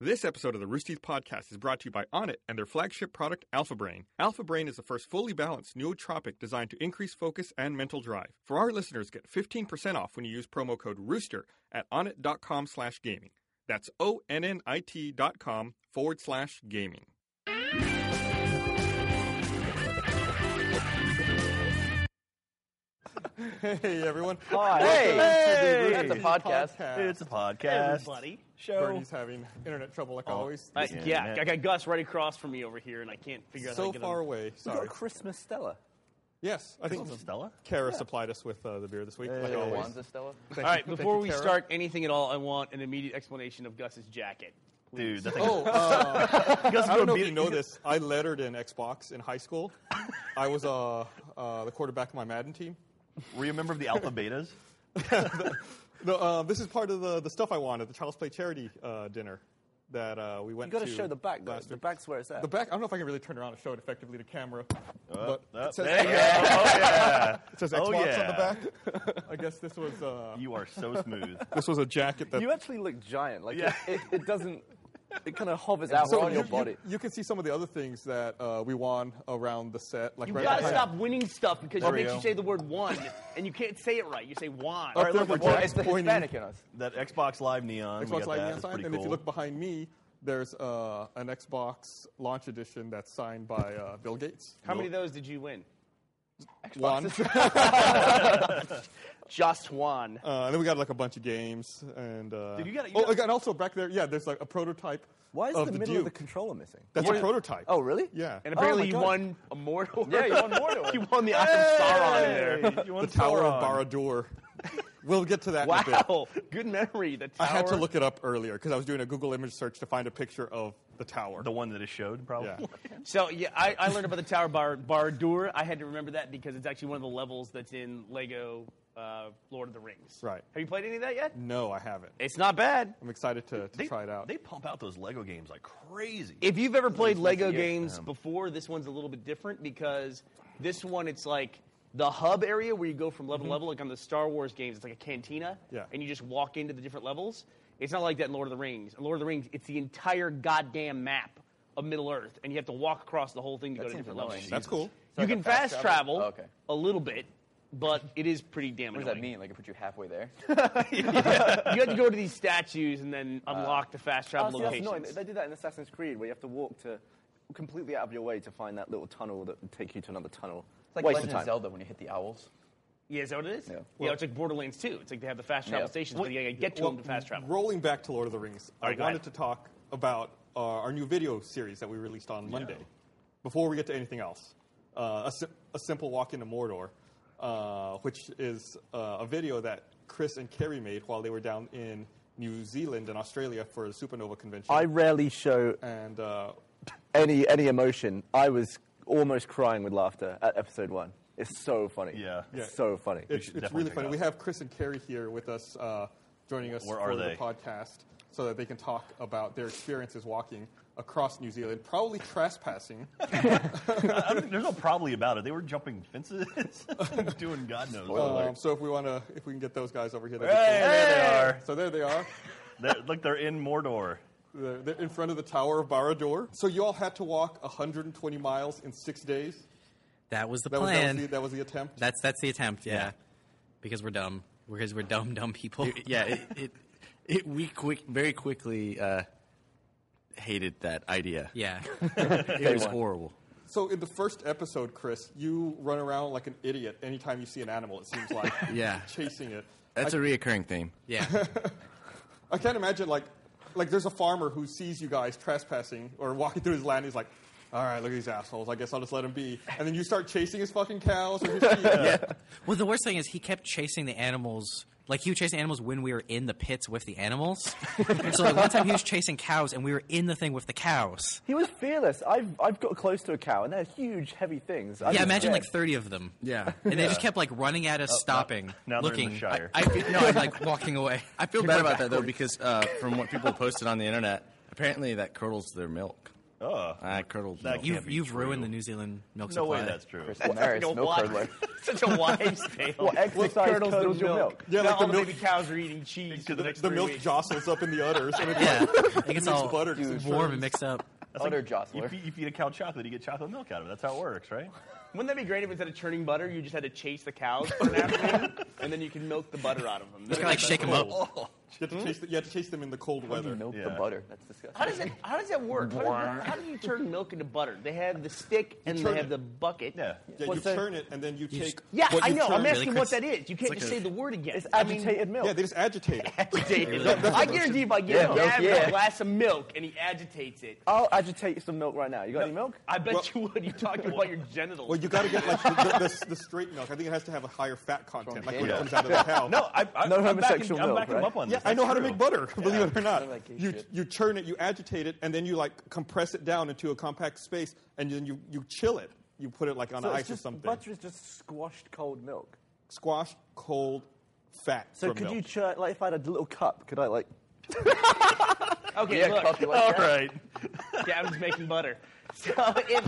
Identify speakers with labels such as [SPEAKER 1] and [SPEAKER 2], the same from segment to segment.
[SPEAKER 1] This episode of the Rooster Teeth Podcast is brought to you by Onnit and their flagship product, Alpha Brain. Alpha Brain is the first fully balanced nootropic designed to increase focus and mental drive. For our listeners, get 15% off when you use promo code ROOSTER at onnit.com slash gaming. That's O-N-N-I-T dot com forward slash gaming. Hey, everyone.
[SPEAKER 2] Hi.
[SPEAKER 3] Hey.
[SPEAKER 2] Welcome to the
[SPEAKER 3] That's a
[SPEAKER 2] Rooster
[SPEAKER 3] podcast.
[SPEAKER 2] It's a podcast.
[SPEAKER 4] Everybody.
[SPEAKER 2] Show.
[SPEAKER 1] Bernie's having internet trouble like always.
[SPEAKER 4] I,
[SPEAKER 2] Yeah,
[SPEAKER 4] yeah,
[SPEAKER 2] man.
[SPEAKER 4] I got Gus right across from me over here, and I can't figure out how
[SPEAKER 1] So
[SPEAKER 4] to get
[SPEAKER 1] far
[SPEAKER 4] him.
[SPEAKER 1] away.
[SPEAKER 3] Or
[SPEAKER 1] Sorry.
[SPEAKER 3] Christmas Stella.
[SPEAKER 1] Yes, I think
[SPEAKER 2] Stella?
[SPEAKER 1] Kara supplied us with uh, the beer this week, like
[SPEAKER 2] Hey.
[SPEAKER 1] always.
[SPEAKER 3] Wanza Stella.
[SPEAKER 1] Thank
[SPEAKER 4] All right,
[SPEAKER 1] you- thank
[SPEAKER 4] before
[SPEAKER 1] you,
[SPEAKER 4] we
[SPEAKER 1] Kara.
[SPEAKER 4] start anything at all, I want an immediate explanation of Gus's jacket.
[SPEAKER 2] Dude, that thing
[SPEAKER 1] Oh, uh,
[SPEAKER 2] Gus
[SPEAKER 1] I
[SPEAKER 2] go
[SPEAKER 1] don't know if
[SPEAKER 2] beat-
[SPEAKER 1] you know this. I lettered in Xbox in high school. I was uh, uh, the quarterback of my Madden team.
[SPEAKER 2] Were you a member of the Alpha Betas?
[SPEAKER 1] No, uh, this is part of the, the stuff I wanted, the Child's Play charity uh, dinner that uh, we went
[SPEAKER 3] You got
[SPEAKER 1] to
[SPEAKER 3] to show the back. Though.
[SPEAKER 1] last
[SPEAKER 3] The
[SPEAKER 1] week.
[SPEAKER 3] back's where it's at.
[SPEAKER 1] The back, I don't know if I can really turn around and show it effectively to camera. but
[SPEAKER 2] Oh,
[SPEAKER 1] it says,
[SPEAKER 2] there you go. Oh, yeah.
[SPEAKER 1] it says Xbox
[SPEAKER 2] Oh, yeah.
[SPEAKER 1] on the back. I guess this was uh,
[SPEAKER 2] You are so smooth.
[SPEAKER 1] this was a jacket that
[SPEAKER 3] you actually look giant. Like
[SPEAKER 2] Yeah.
[SPEAKER 3] it, it, it doesn't. It kind of hovers out on your body.
[SPEAKER 1] You, can see some of the other things that uh, we won around the set. Like
[SPEAKER 4] Oh, You
[SPEAKER 1] right
[SPEAKER 4] gotta
[SPEAKER 1] behind-
[SPEAKER 4] stop winning stuff because
[SPEAKER 1] There
[SPEAKER 4] it
[SPEAKER 1] we
[SPEAKER 4] makes
[SPEAKER 1] go.
[SPEAKER 4] you say the word one, and you can't say it right. You say one.
[SPEAKER 1] Up there were
[SPEAKER 3] Well,
[SPEAKER 1] Jack's
[SPEAKER 3] it's the
[SPEAKER 1] pointing-
[SPEAKER 3] Hispanic in us.
[SPEAKER 2] that Xbox Live neon. we
[SPEAKER 1] Xbox Live
[SPEAKER 2] got that.
[SPEAKER 1] neon
[SPEAKER 2] That's
[SPEAKER 1] sign.
[SPEAKER 2] pretty
[SPEAKER 1] And if
[SPEAKER 2] cool.
[SPEAKER 1] you look behind me, there's uh, an Xbox launch edition that's signed by uh, Bill Gates.
[SPEAKER 4] How many of those did you win?
[SPEAKER 1] One.
[SPEAKER 4] Just one.
[SPEAKER 1] Uh, and then we got like a bunch of games and. Uh,
[SPEAKER 2] Dude, you gotta- you
[SPEAKER 1] oh,
[SPEAKER 2] gotta-
[SPEAKER 1] and also back there, yeah. There's like a prototype.
[SPEAKER 3] Why is
[SPEAKER 1] of
[SPEAKER 3] the,
[SPEAKER 1] the
[SPEAKER 3] middle
[SPEAKER 1] Duke.
[SPEAKER 3] of the controller missing?
[SPEAKER 1] that's
[SPEAKER 4] Yeah.
[SPEAKER 1] a prototype.
[SPEAKER 3] Oh, really?
[SPEAKER 1] Yeah.
[SPEAKER 4] and
[SPEAKER 3] oh
[SPEAKER 4] apparently
[SPEAKER 3] my
[SPEAKER 4] you
[SPEAKER 3] God.
[SPEAKER 4] won a Mordor.
[SPEAKER 3] Yeah, you won Mordor.
[SPEAKER 4] you won the Eye of Sauron in there.
[SPEAKER 2] Hey, you won
[SPEAKER 1] the Tower
[SPEAKER 2] Sauron.
[SPEAKER 1] of Barad-dûr. we'll get to that. In a bit.
[SPEAKER 4] Wow, good memory. The
[SPEAKER 1] I had to
[SPEAKER 4] tower.
[SPEAKER 1] look it up earlier because I was doing a Google image search to find a picture of the tower.
[SPEAKER 2] The one that it showed, probably.
[SPEAKER 1] yeah.
[SPEAKER 4] So yeah, I, I learned about the Tower Bar Barad-dûr. I had to remember that because it's actually one of the levels that's in Lego uh, Lord of the Rings.
[SPEAKER 1] Right.
[SPEAKER 4] Have you played any of that yet?
[SPEAKER 1] No, I haven't.
[SPEAKER 4] It's not bad.
[SPEAKER 1] I'm excited to, to
[SPEAKER 2] They,
[SPEAKER 1] try it out.
[SPEAKER 2] They pump out those Lego games like crazy.
[SPEAKER 4] If you've ever played Lego
[SPEAKER 3] yeah.
[SPEAKER 4] games before, this one's a little bit different because this one it's like the hub area where you go from level to level, like on the Star Wars games, it's like a cantina,
[SPEAKER 1] Yeah.
[SPEAKER 4] and you just walk into the different levels. It's not like that in Lord of the Rings. In Lord of the Rings, it's the entire goddamn map of Middle Earth, and you have to walk across the whole thing to
[SPEAKER 3] That
[SPEAKER 4] go to
[SPEAKER 3] seems
[SPEAKER 4] different
[SPEAKER 3] annoying.
[SPEAKER 4] levels.
[SPEAKER 1] That's cool.
[SPEAKER 4] you
[SPEAKER 3] like
[SPEAKER 4] can
[SPEAKER 3] a
[SPEAKER 4] fast,
[SPEAKER 3] fast
[SPEAKER 4] travel,
[SPEAKER 3] travel? Oh, okay.
[SPEAKER 4] a little bit, but it is pretty damn
[SPEAKER 3] What does that
[SPEAKER 4] annoying.
[SPEAKER 3] mean? Like it put you halfway there?
[SPEAKER 4] you have to go to these statues and then unlock the fast
[SPEAKER 3] Oh,
[SPEAKER 4] travel
[SPEAKER 3] see, that's
[SPEAKER 4] locations.
[SPEAKER 3] annoying. They did that in Assassin's Creed, where you have to walk to completely out of your way to find that little tunnel that would take you to another tunnel. It's
[SPEAKER 5] like
[SPEAKER 3] Waste
[SPEAKER 5] Legend
[SPEAKER 3] of
[SPEAKER 5] of
[SPEAKER 3] time.
[SPEAKER 5] Zelda when you hit the owls.
[SPEAKER 4] Yeah, is that what it is?
[SPEAKER 3] Yeah.
[SPEAKER 4] Yeah, it's like Borderlands 2. It's like they have the fast travel
[SPEAKER 3] Yeah.
[SPEAKER 4] stations, but you gotta get to
[SPEAKER 1] Well,
[SPEAKER 4] them to fast travel.
[SPEAKER 1] Rolling back to Lord of the Rings, I
[SPEAKER 4] right, go
[SPEAKER 1] wanted
[SPEAKER 4] ahead.
[SPEAKER 1] to talk about uh, our new video series that we released on Monday. Before we get to anything else, uh, a, si- a simple walk into Mordor, uh, which is uh, a video that Chris and Kerry made while they were down in New Zealand and Australia for the Supernova convention.
[SPEAKER 3] I rarely show
[SPEAKER 1] and uh,
[SPEAKER 3] any any emotion. I was almost crying with laughter at episode one. It's so funny.
[SPEAKER 2] Yeah.
[SPEAKER 3] It's
[SPEAKER 1] Yeah.
[SPEAKER 3] so funny.
[SPEAKER 1] it's,
[SPEAKER 2] should
[SPEAKER 1] it's
[SPEAKER 2] definitely
[SPEAKER 1] really
[SPEAKER 2] check
[SPEAKER 1] funny.
[SPEAKER 2] it out.
[SPEAKER 1] We have Chris and Kerry here with us, uh, joining us
[SPEAKER 2] Where
[SPEAKER 1] for
[SPEAKER 2] are
[SPEAKER 1] the
[SPEAKER 2] they?
[SPEAKER 1] podcast, so that they can talk about their experiences walking across New Zealand, probably trespassing.
[SPEAKER 2] I don't think- there's no probably about it. They were jumping fences, doing God knows. what.
[SPEAKER 1] Um, so if we want to, if we can get those guys over here, that'd
[SPEAKER 2] hey,
[SPEAKER 1] be
[SPEAKER 2] there
[SPEAKER 1] cool. so there they are.
[SPEAKER 2] they are. They're, look, they're in Mordor.
[SPEAKER 1] They're, they're in front of the Tower of Barad-dûr. So you all had to walk 120 miles in six days.
[SPEAKER 6] That was the
[SPEAKER 1] That was, that was,
[SPEAKER 6] plan.
[SPEAKER 1] the, that was the attempt.
[SPEAKER 6] that's that's the attempt. Yeah. because we're dumb. Because we're dumb, dumb people.
[SPEAKER 7] yeah, it, it, it we quick very quickly uh, hated that idea.
[SPEAKER 6] yeah.
[SPEAKER 7] it was horrible.
[SPEAKER 1] so in the first episode, Chris, you run around like an idiot anytime you see an animal. It seems like
[SPEAKER 7] Yeah.
[SPEAKER 1] chasing it.
[SPEAKER 7] That's a reoccurring theme.
[SPEAKER 6] Yeah.
[SPEAKER 1] I can't imagine like like there's a farmer who sees you guys trespassing or walking through his land. He's like, "All right, look at these assholes. I guess I'll just let them be." And then you start chasing his fucking cows or his sheep.
[SPEAKER 6] Well, the worst thing is he kept chasing the animals. Like he would chase animals when we were in the pits with the animals. And so like one time he was chasing cows and we were in the thing with the cows.
[SPEAKER 3] He was fearless. I've, I've got close to a cow, and they're huge, heavy things. I'm
[SPEAKER 6] Yeah,
[SPEAKER 3] just
[SPEAKER 6] imagine like
[SPEAKER 3] scared.
[SPEAKER 6] thirty of them. and they just kept like running at us, stopping,
[SPEAKER 2] now they're in the
[SPEAKER 6] looking.
[SPEAKER 2] Shire.
[SPEAKER 6] I, I feel, no, I'm like walking away.
[SPEAKER 7] I feel bad about that though because uh, from what people posted on the internet, apparently that curdles their milk.
[SPEAKER 2] Uh,
[SPEAKER 7] I curdled.
[SPEAKER 2] That
[SPEAKER 7] milk.
[SPEAKER 2] can't
[SPEAKER 6] You,
[SPEAKER 2] be
[SPEAKER 6] you've
[SPEAKER 2] true.
[SPEAKER 6] ruined the New Zealand milk
[SPEAKER 2] no
[SPEAKER 6] supply.
[SPEAKER 2] way that's true.
[SPEAKER 3] Chris Damaris,
[SPEAKER 4] Such a
[SPEAKER 3] milk
[SPEAKER 4] wise-
[SPEAKER 3] curdler.
[SPEAKER 4] Such a wise tale.
[SPEAKER 3] Well, exercise
[SPEAKER 4] curdles the
[SPEAKER 3] curdles your milk.
[SPEAKER 4] Yeah,
[SPEAKER 1] Yeah,
[SPEAKER 4] now
[SPEAKER 1] like
[SPEAKER 4] all
[SPEAKER 1] the
[SPEAKER 4] the
[SPEAKER 1] milk-
[SPEAKER 4] baby cows are eating cheese for
[SPEAKER 2] the
[SPEAKER 4] the next
[SPEAKER 1] The
[SPEAKER 4] three
[SPEAKER 1] milk
[SPEAKER 4] weeks.
[SPEAKER 1] jostles up in the udders. And it's like,
[SPEAKER 6] Yeah, it gets all
[SPEAKER 1] butter.
[SPEAKER 6] warm and mixed up.
[SPEAKER 3] Utter
[SPEAKER 2] You
[SPEAKER 3] jostler.
[SPEAKER 2] feed, you feed a cow chocolate, you get chocolate milk out of it. That's how it works, right?
[SPEAKER 4] Wouldn't that be great if instead of churning butter, you just had to chase the cows for an afternoon, and then you could milk the butter out of them?
[SPEAKER 6] You gotta like shake them up.
[SPEAKER 1] you, have to chase the, you have to chase them in the cold weather.
[SPEAKER 3] Milk
[SPEAKER 2] Yeah.
[SPEAKER 3] the butter. That's disgusting.
[SPEAKER 4] How does that How does that work? How, does- how do you turn milk into butter? They have the stick and
[SPEAKER 1] turn
[SPEAKER 4] they have
[SPEAKER 1] it.
[SPEAKER 4] the bucket.
[SPEAKER 2] Yeah.
[SPEAKER 1] Yeah, you
[SPEAKER 4] What's that?
[SPEAKER 1] turn it and then you take.
[SPEAKER 4] Yeah,
[SPEAKER 1] what
[SPEAKER 4] I
[SPEAKER 1] you
[SPEAKER 4] know. I'm
[SPEAKER 1] churned.
[SPEAKER 4] asking
[SPEAKER 6] Really,
[SPEAKER 4] what
[SPEAKER 6] Chris?
[SPEAKER 4] that is. You can't
[SPEAKER 6] like
[SPEAKER 4] just
[SPEAKER 6] a-
[SPEAKER 4] say the word again.
[SPEAKER 3] It's
[SPEAKER 4] I mean,
[SPEAKER 3] agitated milk.
[SPEAKER 1] Yeah, they just agitate it.
[SPEAKER 4] agitated. I guarantee if I give
[SPEAKER 3] Yeah,
[SPEAKER 4] him
[SPEAKER 3] milk, yeah.
[SPEAKER 4] a glass of milk and he agitates it,
[SPEAKER 3] I'll agitate some milk right now. You got any milk?
[SPEAKER 4] I bet
[SPEAKER 1] Well-
[SPEAKER 4] you would. You're talking about your genitals.
[SPEAKER 1] Well, you got to get like the, the, the, the straight milk. I think it has to have a higher fat content, like when it comes out of the cow.
[SPEAKER 2] No, I, I,
[SPEAKER 3] No
[SPEAKER 2] I'm backing,
[SPEAKER 3] homosexual
[SPEAKER 2] I'm
[SPEAKER 3] milk,
[SPEAKER 2] backing
[SPEAKER 3] right?
[SPEAKER 2] up on
[SPEAKER 1] Yeah,
[SPEAKER 2] this.
[SPEAKER 1] I know
[SPEAKER 2] That's
[SPEAKER 1] how to
[SPEAKER 2] true.
[SPEAKER 1] make butter. Believe it or not,
[SPEAKER 3] like your
[SPEAKER 1] you
[SPEAKER 3] shit.
[SPEAKER 1] you churn it, you agitate it, and then you like compress it down into a compact space, and then you you chill it. You put it like on
[SPEAKER 3] So it's
[SPEAKER 1] ice or
[SPEAKER 3] just-
[SPEAKER 1] something.
[SPEAKER 3] Butter is just squashed cold milk.
[SPEAKER 1] Squash cold fat.
[SPEAKER 3] So
[SPEAKER 1] from
[SPEAKER 3] could
[SPEAKER 1] milk.
[SPEAKER 3] you churn, like if I had a little cup, could I like...
[SPEAKER 4] okay,
[SPEAKER 3] Yeah,
[SPEAKER 4] look.
[SPEAKER 3] coffee like
[SPEAKER 2] All
[SPEAKER 3] that?
[SPEAKER 2] right.
[SPEAKER 4] Yeah, I'm just making butter. So if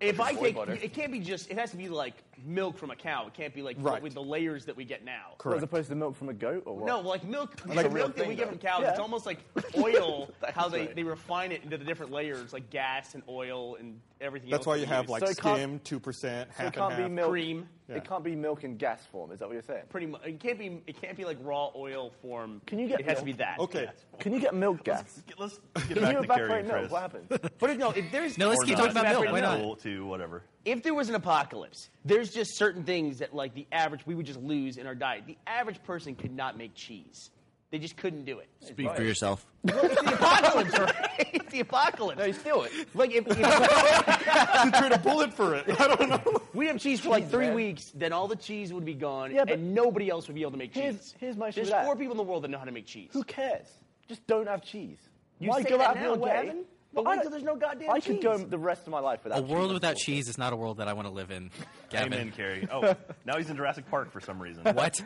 [SPEAKER 4] if I
[SPEAKER 3] Boy
[SPEAKER 4] take,
[SPEAKER 3] butter.
[SPEAKER 4] it can't be just. It has to be like milk from a cow. It can't be like
[SPEAKER 1] Right.
[SPEAKER 4] with the layers that we get now.
[SPEAKER 3] As opposed to milk from a goat or what?
[SPEAKER 4] No, like milk,
[SPEAKER 3] a
[SPEAKER 4] like
[SPEAKER 3] real
[SPEAKER 4] milk that we
[SPEAKER 3] thing,
[SPEAKER 4] get
[SPEAKER 3] though.
[SPEAKER 4] from cows.
[SPEAKER 3] Yeah.
[SPEAKER 4] It's almost like oil. how
[SPEAKER 3] That's
[SPEAKER 4] they,
[SPEAKER 3] right.
[SPEAKER 4] they refine it into the different layers, like gas and oil and everything.
[SPEAKER 1] That's
[SPEAKER 4] else
[SPEAKER 1] why
[SPEAKER 4] that
[SPEAKER 1] you
[SPEAKER 4] we
[SPEAKER 1] have
[SPEAKER 4] use.
[SPEAKER 1] like
[SPEAKER 3] So it can't-
[SPEAKER 1] skim two percent,
[SPEAKER 3] So it
[SPEAKER 1] half and
[SPEAKER 3] can't be
[SPEAKER 1] half.
[SPEAKER 3] milk.
[SPEAKER 4] Cream.
[SPEAKER 1] Yeah.
[SPEAKER 3] It can't be milk in gas form. Is that what you're saying?
[SPEAKER 4] pretty much. It can't be. It can't be like raw oil form.
[SPEAKER 3] Can you get
[SPEAKER 4] It has to be
[SPEAKER 3] milk?
[SPEAKER 4] that.
[SPEAKER 1] okay,
[SPEAKER 3] Can you get milk gas?
[SPEAKER 2] Let's get, let's get
[SPEAKER 3] Can
[SPEAKER 2] back
[SPEAKER 3] you
[SPEAKER 2] to carrying
[SPEAKER 3] evaporate milk?
[SPEAKER 2] Chris.
[SPEAKER 3] What happens?
[SPEAKER 4] But it- no, if there's
[SPEAKER 6] No, let's
[SPEAKER 4] or
[SPEAKER 6] keep
[SPEAKER 4] not.
[SPEAKER 6] talking about milk. Why not?
[SPEAKER 2] Cool to whatever.
[SPEAKER 4] if there was an apocalypse, there's just certain things that like the average we would just lose in our diet. The average person could not make cheese. They just couldn't do it.
[SPEAKER 7] Speak for yourself.
[SPEAKER 4] It's the apocalypse, right? It's the apocalypse.
[SPEAKER 3] No, steal it.
[SPEAKER 4] Like if, if
[SPEAKER 1] you trade a bullet for it. I don't know.
[SPEAKER 4] we have cheese for like
[SPEAKER 3] Cheese,
[SPEAKER 4] three
[SPEAKER 3] man.
[SPEAKER 4] weeks, then all the cheese would be gone,
[SPEAKER 3] Yeah, but-
[SPEAKER 4] and nobody else would be able to make
[SPEAKER 3] Here's-
[SPEAKER 4] cheese.
[SPEAKER 3] here's my issue
[SPEAKER 4] There's
[SPEAKER 3] with that.
[SPEAKER 4] four people in the world that know how to make cheese.
[SPEAKER 3] Who cares? Just don't have cheese.
[SPEAKER 4] You
[SPEAKER 3] Why
[SPEAKER 4] say
[SPEAKER 3] go
[SPEAKER 4] that
[SPEAKER 3] out of
[SPEAKER 4] now,
[SPEAKER 3] your way?
[SPEAKER 4] Gavin, but
[SPEAKER 3] I
[SPEAKER 4] wait
[SPEAKER 3] don't-
[SPEAKER 4] till there's no goddamn
[SPEAKER 3] I
[SPEAKER 4] cheese.
[SPEAKER 3] could go the rest of my life without
[SPEAKER 6] A
[SPEAKER 3] cheese.
[SPEAKER 6] world without
[SPEAKER 3] That's
[SPEAKER 6] cheese is not a world that I want to live in, Gavin.
[SPEAKER 2] Amen, Carrie. Oh, now he's in Jurassic Park for some reason. What?
[SPEAKER 6] What?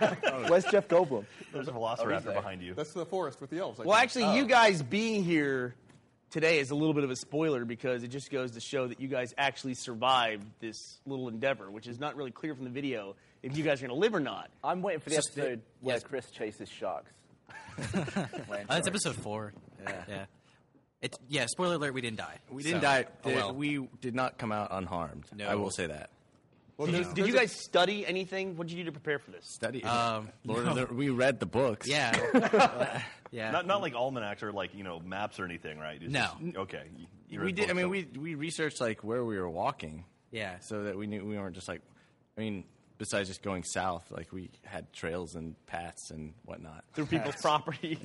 [SPEAKER 6] Uh,
[SPEAKER 3] awful. Where's Jeff Goldblum?
[SPEAKER 2] There's a velociraptor
[SPEAKER 3] there.
[SPEAKER 2] behind you.
[SPEAKER 1] That's the forest with the elves. I
[SPEAKER 4] Well,
[SPEAKER 1] think.
[SPEAKER 4] actually, you guys being here today is a little bit of a spoiler because it just goes to show that you guys actually survived this little endeavor, which is not really clear from the video if you guys are going to live or not.
[SPEAKER 3] I'm waiting for the
[SPEAKER 6] Just the-
[SPEAKER 3] episode where
[SPEAKER 6] yes.
[SPEAKER 3] Chris chases sharks.
[SPEAKER 6] Uh, it's episode four. Yeah. yeah. It's yeah. Spoiler alert: We didn't die.
[SPEAKER 7] We didn't
[SPEAKER 6] So,
[SPEAKER 7] die.
[SPEAKER 6] oh well.
[SPEAKER 7] We did not come out unharmed.
[SPEAKER 6] No.
[SPEAKER 7] I will say that.
[SPEAKER 1] well, there's-
[SPEAKER 4] Did you
[SPEAKER 1] there's
[SPEAKER 4] guys study anything? What did you do to prepare for this?
[SPEAKER 7] Study.
[SPEAKER 6] Um,
[SPEAKER 7] Lord
[SPEAKER 6] no.
[SPEAKER 7] of the, we read the books.
[SPEAKER 6] Yeah. yeah.
[SPEAKER 2] Not not like almanacs or like you know maps or anything, right? It's
[SPEAKER 6] No.
[SPEAKER 2] just- okay. you- you
[SPEAKER 7] we
[SPEAKER 2] read
[SPEAKER 7] did. I
[SPEAKER 2] books,
[SPEAKER 7] mean,
[SPEAKER 2] so-
[SPEAKER 7] we we researched like where we were walking.
[SPEAKER 6] Yeah.
[SPEAKER 7] So that we knew we weren't just like. I mean, besides just going south, like we had trails and paths and whatnot.
[SPEAKER 4] Through people's property.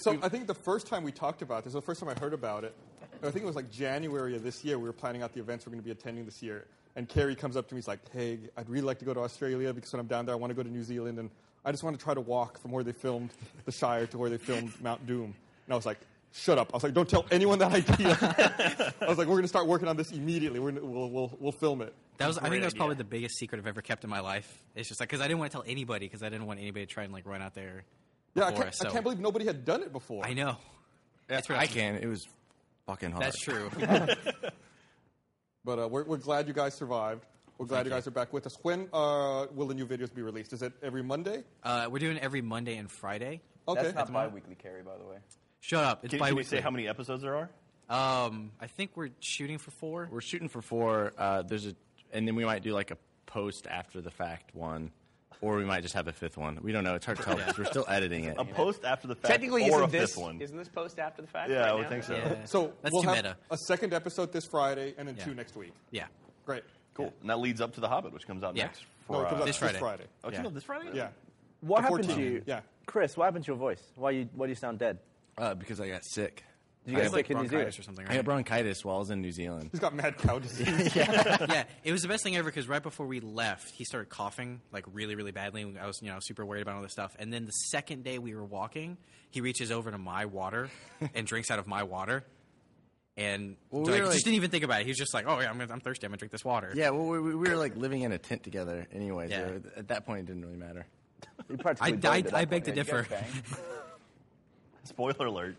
[SPEAKER 1] So I think the first time we talked about this, the first time I heard about it, I think it was like January of this year. We were planning out the events we're going to be attending this year, and Carrie comes up to me. He's like, "Hey, I'd really like to go to Australia because when I'm down there, I want to go to New Zealand, and I just want to try to walk from where they filmed The Shire to where they filmed Mount Doom." And I was like, "Shut up!" I was like, "Don't tell anyone that idea." I was like, "We're going to start working on this immediately. We're gonna, we'll, we'll we'll film it."
[SPEAKER 6] That was. I think
[SPEAKER 4] Great
[SPEAKER 6] that was
[SPEAKER 4] idea.
[SPEAKER 6] probably the biggest secret I've ever kept in my life. It's just like because I didn't want to tell anybody because I didn't want anybody to try and like run out there.
[SPEAKER 1] Yeah, I
[SPEAKER 6] before
[SPEAKER 1] can't,
[SPEAKER 6] us, so-
[SPEAKER 1] I can't believe nobody had done it before.
[SPEAKER 6] I know. That's what
[SPEAKER 7] I can. It was fucking hard.
[SPEAKER 6] That's true.
[SPEAKER 1] But uh, we're, we're glad you guys survived. We're glad you guys are back with us. When uh, will the new videos be released? Is it every Monday?
[SPEAKER 6] uh, we're doing every Monday and Friday.
[SPEAKER 1] Okay.
[SPEAKER 3] That's not bi-weekly carry, by the way.
[SPEAKER 6] Shut up. It's
[SPEAKER 2] Can,
[SPEAKER 6] bi
[SPEAKER 2] can we say how many episodes there are?
[SPEAKER 6] Um, I think we're shooting for four.
[SPEAKER 7] We're shooting for four. Uh, there's a, and then we might do like a post after the fact one, or we might just have a fifth one. We don't know. It's hard to tell because we're still editing it.
[SPEAKER 2] A post after the fact,
[SPEAKER 4] Technically,
[SPEAKER 2] or
[SPEAKER 4] isn't
[SPEAKER 2] a
[SPEAKER 4] this,
[SPEAKER 2] fifth one?
[SPEAKER 4] isn't this post after the fact?
[SPEAKER 2] yeah,
[SPEAKER 4] right
[SPEAKER 2] I would
[SPEAKER 4] now?
[SPEAKER 2] think so.
[SPEAKER 6] Yeah.
[SPEAKER 1] So
[SPEAKER 6] That's
[SPEAKER 1] we'll
[SPEAKER 6] too
[SPEAKER 1] have
[SPEAKER 6] meta.
[SPEAKER 1] a second episode this Friday and then
[SPEAKER 6] Yeah.
[SPEAKER 1] two next week.
[SPEAKER 6] Yeah.
[SPEAKER 1] Great.
[SPEAKER 2] Cool. And that leads up to The Hobbit, which comes out
[SPEAKER 6] Yeah.
[SPEAKER 2] next.
[SPEAKER 1] No, it comes out this
[SPEAKER 6] This
[SPEAKER 1] Friday.
[SPEAKER 6] Friday.
[SPEAKER 2] Oh, it's
[SPEAKER 6] Yeah.
[SPEAKER 2] not this Friday?
[SPEAKER 1] Yeah.
[SPEAKER 3] What
[SPEAKER 1] The
[SPEAKER 3] happened to
[SPEAKER 1] 14.
[SPEAKER 3] you?
[SPEAKER 1] Yeah.
[SPEAKER 3] Chris, what happened to your voice? Why you why do you sound dead?
[SPEAKER 7] Uh, because I got sick.
[SPEAKER 3] Did you get
[SPEAKER 7] I
[SPEAKER 3] sick in New Zealand?
[SPEAKER 6] bronchitis or something.
[SPEAKER 7] I
[SPEAKER 6] Right?
[SPEAKER 7] had bronchitis while I was in New Zealand.
[SPEAKER 1] He's got mad cow disease.
[SPEAKER 6] yeah, it was the best thing ever because right before we left, he started coughing like really, really badly. and I was, you know, super worried about all this stuff. And then the second day we were walking, he reaches over to my water and drinks out of my water, and
[SPEAKER 7] we
[SPEAKER 6] like,
[SPEAKER 7] were,
[SPEAKER 6] just
[SPEAKER 7] like-
[SPEAKER 6] didn't even think about it. He was just like, "Oh yeah, I'm, I'm thirsty. I'm gonna drink this water."
[SPEAKER 7] Yeah, well, we, we were like living in a tent together anyway.
[SPEAKER 6] Yeah.
[SPEAKER 7] So at that point, it didn't really matter.
[SPEAKER 3] You
[SPEAKER 6] I
[SPEAKER 3] practically
[SPEAKER 6] I,
[SPEAKER 3] died at
[SPEAKER 6] I
[SPEAKER 3] that
[SPEAKER 6] beg to
[SPEAKER 3] point.
[SPEAKER 6] differ.
[SPEAKER 2] Spoiler alert.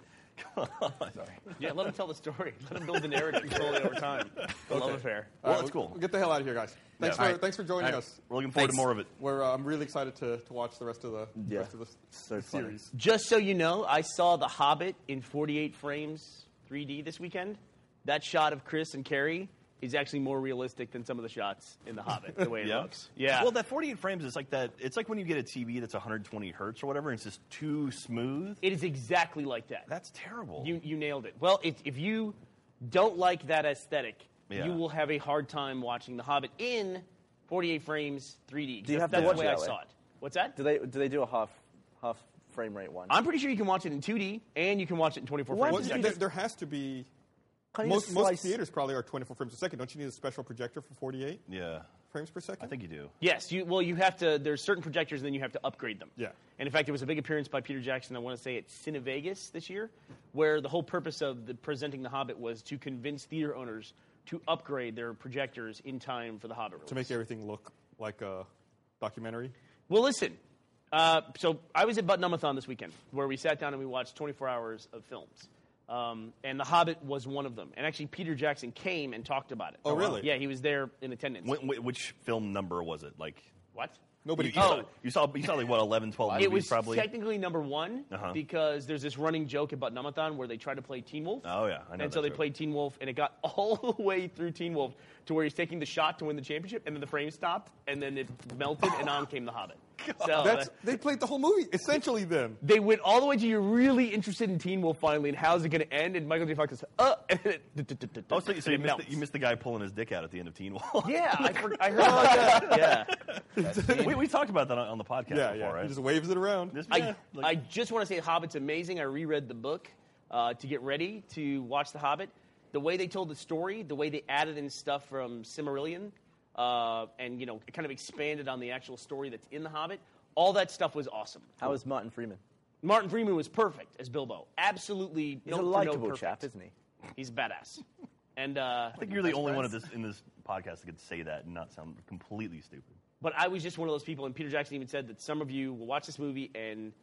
[SPEAKER 4] Yeah, let him tell the story. Let him build the narrative slowly over time. The love affair.
[SPEAKER 2] Well, that's cool.
[SPEAKER 1] We'll get the hell out of here, guys. Thanks,
[SPEAKER 2] Yeah.
[SPEAKER 6] All
[SPEAKER 1] for,
[SPEAKER 6] right.
[SPEAKER 1] thanks for joining
[SPEAKER 6] All right.
[SPEAKER 1] us.
[SPEAKER 2] We're looking forward
[SPEAKER 6] Thanks.
[SPEAKER 2] to more of it.
[SPEAKER 1] We're, uh, I'm really excited to, to watch the rest of the
[SPEAKER 8] Yeah.
[SPEAKER 1] rest of the s-
[SPEAKER 8] So funny.
[SPEAKER 1] series.
[SPEAKER 4] Just so you know, I saw The Hobbit in 48 frames 3D this weekend. That shot of Chris and Carrie is actually more realistic than some of the shots in The Hobbit, the way it looks. Yeah.
[SPEAKER 2] Well, that 48 frames is like that. It's like when you get a TV that's 120 hertz or whatever, and it's just too smooth.
[SPEAKER 4] it is exactly like that.
[SPEAKER 2] That's terrible.
[SPEAKER 4] You, you nailed it. Well, if, if you don't like that aesthetic,
[SPEAKER 2] Yeah.
[SPEAKER 4] you will have a hard time watching The Hobbit in 48 frames 3D.
[SPEAKER 8] Do you have to
[SPEAKER 4] that's
[SPEAKER 8] watch
[SPEAKER 4] the way
[SPEAKER 8] it
[SPEAKER 4] I
[SPEAKER 8] that way?
[SPEAKER 4] saw it. What's that?
[SPEAKER 8] Do they do they do a half half frame rate one?
[SPEAKER 4] I'm pretty sure you can watch it in 2D and you can watch it in 24
[SPEAKER 8] What?
[SPEAKER 1] Well,
[SPEAKER 8] Just
[SPEAKER 4] frames.
[SPEAKER 1] there,
[SPEAKER 4] a
[SPEAKER 8] be
[SPEAKER 1] there-
[SPEAKER 4] second.
[SPEAKER 8] just-
[SPEAKER 1] there has to be.
[SPEAKER 8] Can't you
[SPEAKER 1] Most,
[SPEAKER 8] just
[SPEAKER 1] most
[SPEAKER 8] slice-
[SPEAKER 1] theaters probably are 24 frames per second. Don't you need a special projector for 48
[SPEAKER 2] yeah,
[SPEAKER 1] frames per second?
[SPEAKER 2] I think you do.
[SPEAKER 4] Yes, you, well, you have to. There's certain projectors, and then you have to upgrade them.
[SPEAKER 1] Yeah.
[SPEAKER 4] And in fact, there was a big appearance by Peter Jackson. I want to say at CineVegas this year, where the whole purpose of the presenting The Hobbit was to convince theater owners to upgrade their projectors in time for the Hobbit release.
[SPEAKER 1] to make everything look like a documentary.
[SPEAKER 4] Well, listen. Uh, so I was at Butnumathon this weekend, where we sat down and we watched 24 hours of films. Um, and The Hobbit was one of them. And actually, Peter Jackson came and talked about it.
[SPEAKER 1] Oh, really?
[SPEAKER 4] Yeah, he was there in attendance.
[SPEAKER 2] Wh- wh- which film number was it? Like
[SPEAKER 4] what?
[SPEAKER 1] Nobody.
[SPEAKER 2] you, you saw, you saw you saw like what 11, 12 movies
[SPEAKER 4] It was
[SPEAKER 2] probably.
[SPEAKER 4] technically number one
[SPEAKER 2] Uh-huh.
[SPEAKER 4] because there's this running joke about Numathon where they try to play Teen Wolf.
[SPEAKER 2] Oh, yeah, I know
[SPEAKER 4] And so
[SPEAKER 2] that
[SPEAKER 4] they
[SPEAKER 2] joke.
[SPEAKER 4] played Teen Wolf, and it got all the way through Teen Wolf to where he's taking the shot to win the championship, and then the frame stopped, and then it melted, and on came the Hobbit. So
[SPEAKER 2] Oh,
[SPEAKER 1] That's,
[SPEAKER 4] uh,
[SPEAKER 1] they played the whole movie essentially. Then
[SPEAKER 4] they went all the way to you're really interested in Teen Wolf finally, and how's it going to end? And Michael J. Fox says, "Uh," and it,
[SPEAKER 2] Oh, so, so you,
[SPEAKER 4] and it
[SPEAKER 2] missed the,
[SPEAKER 4] melts.
[SPEAKER 2] you missed the guy pulling his dick out at the end of Teen Wolf.
[SPEAKER 4] Yeah, I, for, I heard about that. Yeah.
[SPEAKER 2] we, we talked about that on, on the podcast
[SPEAKER 1] yeah,
[SPEAKER 2] before,
[SPEAKER 1] yeah.
[SPEAKER 2] right?
[SPEAKER 1] He just waves it around.
[SPEAKER 2] This-
[SPEAKER 4] I,
[SPEAKER 2] yeah, like-
[SPEAKER 4] I just want to say Hobbit's amazing. I reread the book uh, to get ready to watch The Hobbit. The way they told the story, the way they added in stuff from Cimmerillion, uh, and you know, kind of expanded on the actual story that's in The Hobbit. All that stuff was awesome.
[SPEAKER 8] How is Martin Freeman?
[SPEAKER 4] Martin Freeman was perfect as Bilbo. Absolutely,
[SPEAKER 8] He's
[SPEAKER 4] no,
[SPEAKER 8] a
[SPEAKER 4] for no
[SPEAKER 8] likable
[SPEAKER 4] perfect.
[SPEAKER 8] chap, isn't he?
[SPEAKER 4] He's a badass. And uh,
[SPEAKER 2] I think you're the only one of this in this podcast that could say that and not sound completely stupid.
[SPEAKER 4] But I was just one of those people, and Peter Jackson even said that some of you will watch this movie and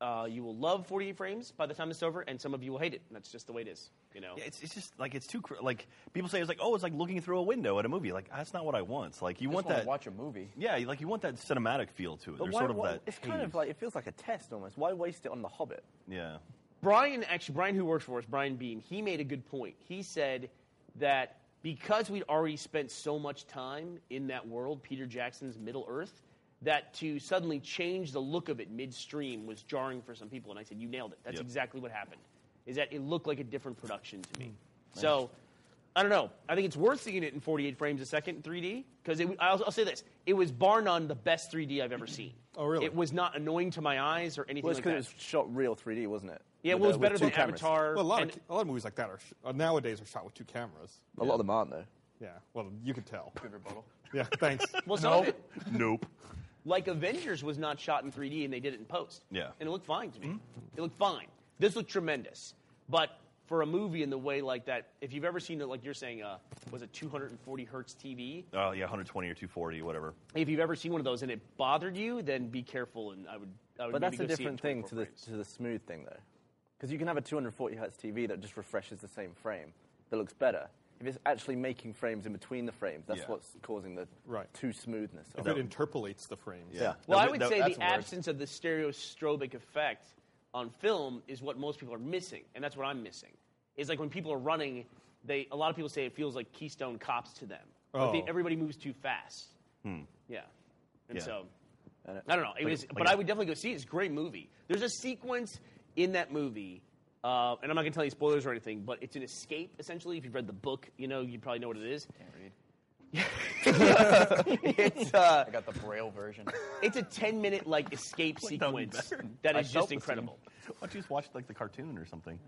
[SPEAKER 4] uh, you will love 48 frames by the time it's over, and some of you will hate it. And that's just the way it is, you know.
[SPEAKER 2] Yeah, it's, it's just like it's too cr- like people say it's like oh it's like looking through a window at a movie like that's not what I want. It's Like you want
[SPEAKER 8] wanna
[SPEAKER 2] that
[SPEAKER 8] watch a movie.
[SPEAKER 2] Yeah, you- like you want that cinematic feel to it. There's sort of that.
[SPEAKER 8] it's kind of
[SPEAKER 2] haze.
[SPEAKER 8] like it feels like a test almost. Why waste it on the Hobbit?
[SPEAKER 2] yeah.
[SPEAKER 4] Brian, actually, Brian, who works for us, Brian Bean, he made a good point. He said that because we'd already spent so much time in that world, Peter Jackson's Middle Earth, that to suddenly change the look of it midstream was jarring for some people. And I said, "You nailed it. That's
[SPEAKER 2] Yep.
[SPEAKER 4] exactly what happened. Is that it looked like a different production to me."
[SPEAKER 8] Mm.
[SPEAKER 4] So. I don't know. I think it's worth seeing it in 48 frames a second in 3D because I'll, I'll say this: it was bar none the best 3D I've ever seen.
[SPEAKER 1] Oh, really?
[SPEAKER 4] It was not annoying to my eyes or anything
[SPEAKER 8] Well, it's
[SPEAKER 4] like
[SPEAKER 8] because
[SPEAKER 4] that.
[SPEAKER 8] it was shot real 3D, wasn't it?
[SPEAKER 4] yeah,
[SPEAKER 8] With,
[SPEAKER 4] well, it was
[SPEAKER 8] uh, with
[SPEAKER 4] better
[SPEAKER 8] two
[SPEAKER 4] than
[SPEAKER 8] cameras.
[SPEAKER 4] Avatar.
[SPEAKER 1] Well, a lot
[SPEAKER 4] and-
[SPEAKER 1] of a lot of movies like that are sh- uh, nowadays are shot with two cameras.
[SPEAKER 8] A lot of them aren't though.
[SPEAKER 1] Yeah. Well, you can tell. Yeah. Thanks.
[SPEAKER 4] Well, some of it,
[SPEAKER 2] Nope.
[SPEAKER 4] like Avengers, was not shot in 3D and they did it in post.
[SPEAKER 2] Yeah.
[SPEAKER 4] And it looked fine to me.
[SPEAKER 8] Mm-hmm.
[SPEAKER 4] It looked fine. This looked tremendous. But for a movie in the way like that, if you've ever seen it, like you're saying, uh, was it 240 hertz TV?
[SPEAKER 2] Oh yeah, 120 or 240, whatever.
[SPEAKER 4] If you've ever seen one of those and it bothered you, then be careful. And I would, I would
[SPEAKER 8] But
[SPEAKER 4] maybe
[SPEAKER 8] that's a
[SPEAKER 4] go see it in
[SPEAKER 8] different thing
[SPEAKER 4] 24
[SPEAKER 8] to the
[SPEAKER 4] frames.
[SPEAKER 8] to the smooth thing though, because you can have a 240 hertz TV that just refreshes the same frame that looks better. If it's actually making frames in between the frames, that's
[SPEAKER 2] Yeah.
[SPEAKER 8] what's causing the
[SPEAKER 1] Right.
[SPEAKER 8] too smoothness. Of
[SPEAKER 1] it
[SPEAKER 8] it.
[SPEAKER 1] interpolates the frames.
[SPEAKER 2] Yeah.
[SPEAKER 4] Well,
[SPEAKER 2] That-
[SPEAKER 4] I would
[SPEAKER 2] that-
[SPEAKER 4] say
[SPEAKER 2] that's
[SPEAKER 4] the
[SPEAKER 2] a word.
[SPEAKER 4] absence of the stereostrobic effect on film is what most people are missing, and that's what I'm missing. Is like when people are running, they a lot of people say it feels like Keystone Cops to them. Like they-
[SPEAKER 1] Oh.
[SPEAKER 4] everybody moves too fast. Yeah, and
[SPEAKER 2] Yeah.
[SPEAKER 4] so
[SPEAKER 8] And it-
[SPEAKER 4] I don't know. It
[SPEAKER 2] Like
[SPEAKER 4] was,
[SPEAKER 2] a- like
[SPEAKER 4] but
[SPEAKER 2] a-
[SPEAKER 4] I would definitely go see it. It's a great movie. There's a sequence in that movie. Uh, and I'm not going to tell you spoilers or anything, but it's an escape, essentially. If you've read the book, you know, you probably know what it is. It's, uh,
[SPEAKER 3] I got the braille version.
[SPEAKER 4] it's a 10 minute like escape sequence that is just incredible.
[SPEAKER 2] Why don't you just watch like the cartoon or something?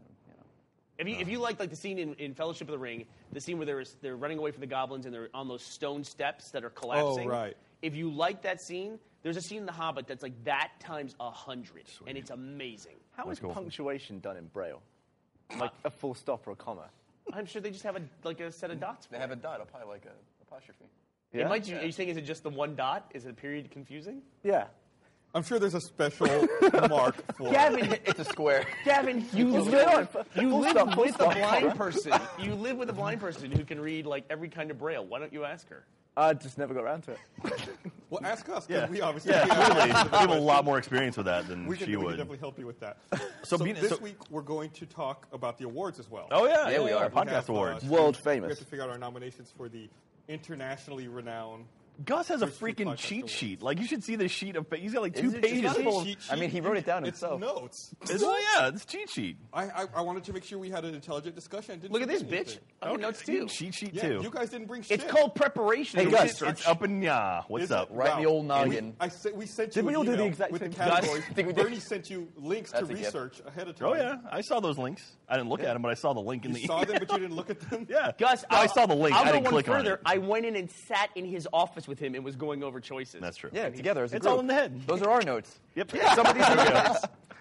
[SPEAKER 4] If you, if you like like the scene in, in Fellowship of the Ring, the scene where they're they're running away from the goblins and they're on those stone steps that are collapsing.
[SPEAKER 2] Oh,
[SPEAKER 1] right.
[SPEAKER 4] If you like that scene, there's a scene in The Hobbit that's like that times a hundred, and it's amazing.
[SPEAKER 8] How is punctuation done in Braille? Like
[SPEAKER 4] Uh,
[SPEAKER 8] a full stop or a comma?
[SPEAKER 4] I'm sure they just have a like a set of dots.
[SPEAKER 3] They have a dot, a pi, like a apostrophe.
[SPEAKER 4] It might, ju- Are you saying is it just the one dot? Is the period confusing?
[SPEAKER 8] Yeah.
[SPEAKER 1] I'm sure there's a special mark for.
[SPEAKER 4] Gavin,
[SPEAKER 3] it's a square.
[SPEAKER 4] Gavin, you
[SPEAKER 8] Full
[SPEAKER 4] live,
[SPEAKER 8] stop.
[SPEAKER 4] you
[SPEAKER 8] Full
[SPEAKER 4] live
[SPEAKER 8] stop, full
[SPEAKER 4] with
[SPEAKER 8] stop.
[SPEAKER 4] a blind person. You live with a blind person who can read like every kind of braille. Why don't you ask her?
[SPEAKER 8] I just never got around to it.
[SPEAKER 1] Well, ask us. 'cause
[SPEAKER 2] Yeah.
[SPEAKER 1] We obviously
[SPEAKER 2] Yeah,
[SPEAKER 1] we have-
[SPEAKER 2] totally. We have a lot more experience with that than
[SPEAKER 1] we
[SPEAKER 2] she
[SPEAKER 1] can, we can
[SPEAKER 2] would.
[SPEAKER 1] definitely help you with that.
[SPEAKER 2] So
[SPEAKER 1] So,
[SPEAKER 2] being-
[SPEAKER 1] this
[SPEAKER 2] so-
[SPEAKER 1] week we're going to talk about the awards as well.
[SPEAKER 2] oh yeah,
[SPEAKER 3] Yeah, we are.
[SPEAKER 1] We
[SPEAKER 2] podcast
[SPEAKER 1] have, uh,
[SPEAKER 2] awards.
[SPEAKER 8] World
[SPEAKER 1] We have
[SPEAKER 8] famous.
[SPEAKER 1] to figure out our nominations for the internationally renowned.
[SPEAKER 2] Gus has a
[SPEAKER 1] First three
[SPEAKER 2] freaking
[SPEAKER 1] podcast
[SPEAKER 2] cheat
[SPEAKER 1] awards.
[SPEAKER 2] sheet. Like you should see the sheet of. He's got like two
[SPEAKER 3] Isn't it
[SPEAKER 2] pages.
[SPEAKER 3] just a
[SPEAKER 2] full of-
[SPEAKER 3] sheet? I mean, he wrote it down
[SPEAKER 1] it's
[SPEAKER 3] himself.
[SPEAKER 1] Notes.
[SPEAKER 2] It's- oh yeah, it's cheat sheet.
[SPEAKER 1] I, I, I wanted to make sure we had an intelligent discussion. I didn't
[SPEAKER 4] Look at this
[SPEAKER 1] forget
[SPEAKER 4] bitch.
[SPEAKER 1] anything.
[SPEAKER 4] Fucking
[SPEAKER 2] Okay,
[SPEAKER 4] notes
[SPEAKER 2] you
[SPEAKER 4] too.
[SPEAKER 2] Cheat sheet
[SPEAKER 1] Yeah,
[SPEAKER 2] too.
[SPEAKER 1] you guys didn't bring shit.
[SPEAKER 4] It's called preparation.
[SPEAKER 8] Hey,
[SPEAKER 4] and
[SPEAKER 8] Gus.
[SPEAKER 4] research.
[SPEAKER 2] It's up and yeah. What's
[SPEAKER 1] Is it?
[SPEAKER 2] up?
[SPEAKER 3] Right in the old noggin.
[SPEAKER 1] I said we sent you.
[SPEAKER 8] Did we
[SPEAKER 1] an
[SPEAKER 8] all do the
[SPEAKER 1] email
[SPEAKER 8] exact
[SPEAKER 1] with
[SPEAKER 8] same
[SPEAKER 1] the
[SPEAKER 8] thing?
[SPEAKER 1] categories.
[SPEAKER 3] Think we did.
[SPEAKER 1] Bernie sent you links
[SPEAKER 3] That's
[SPEAKER 1] to
[SPEAKER 3] a gift.
[SPEAKER 1] research ahead of time.
[SPEAKER 2] Oh yeah, I saw those links. I didn't look at them, but I saw the link in
[SPEAKER 1] you
[SPEAKER 2] the
[SPEAKER 1] saw them,
[SPEAKER 2] email.
[SPEAKER 1] but you didn't look at them.
[SPEAKER 2] yeah,
[SPEAKER 4] Gus,
[SPEAKER 2] No, I
[SPEAKER 4] I'll-
[SPEAKER 2] saw the link.
[SPEAKER 4] I'll
[SPEAKER 2] I
[SPEAKER 4] go
[SPEAKER 2] didn't
[SPEAKER 4] one
[SPEAKER 2] click
[SPEAKER 4] further.
[SPEAKER 2] on it.
[SPEAKER 4] I went in and sat in his office with him and was going over choices.
[SPEAKER 2] That's true.
[SPEAKER 3] Yeah, together as a
[SPEAKER 2] It's all
[SPEAKER 3] group.
[SPEAKER 2] in the head.
[SPEAKER 3] Those are our notes.
[SPEAKER 2] Yep. Some of these are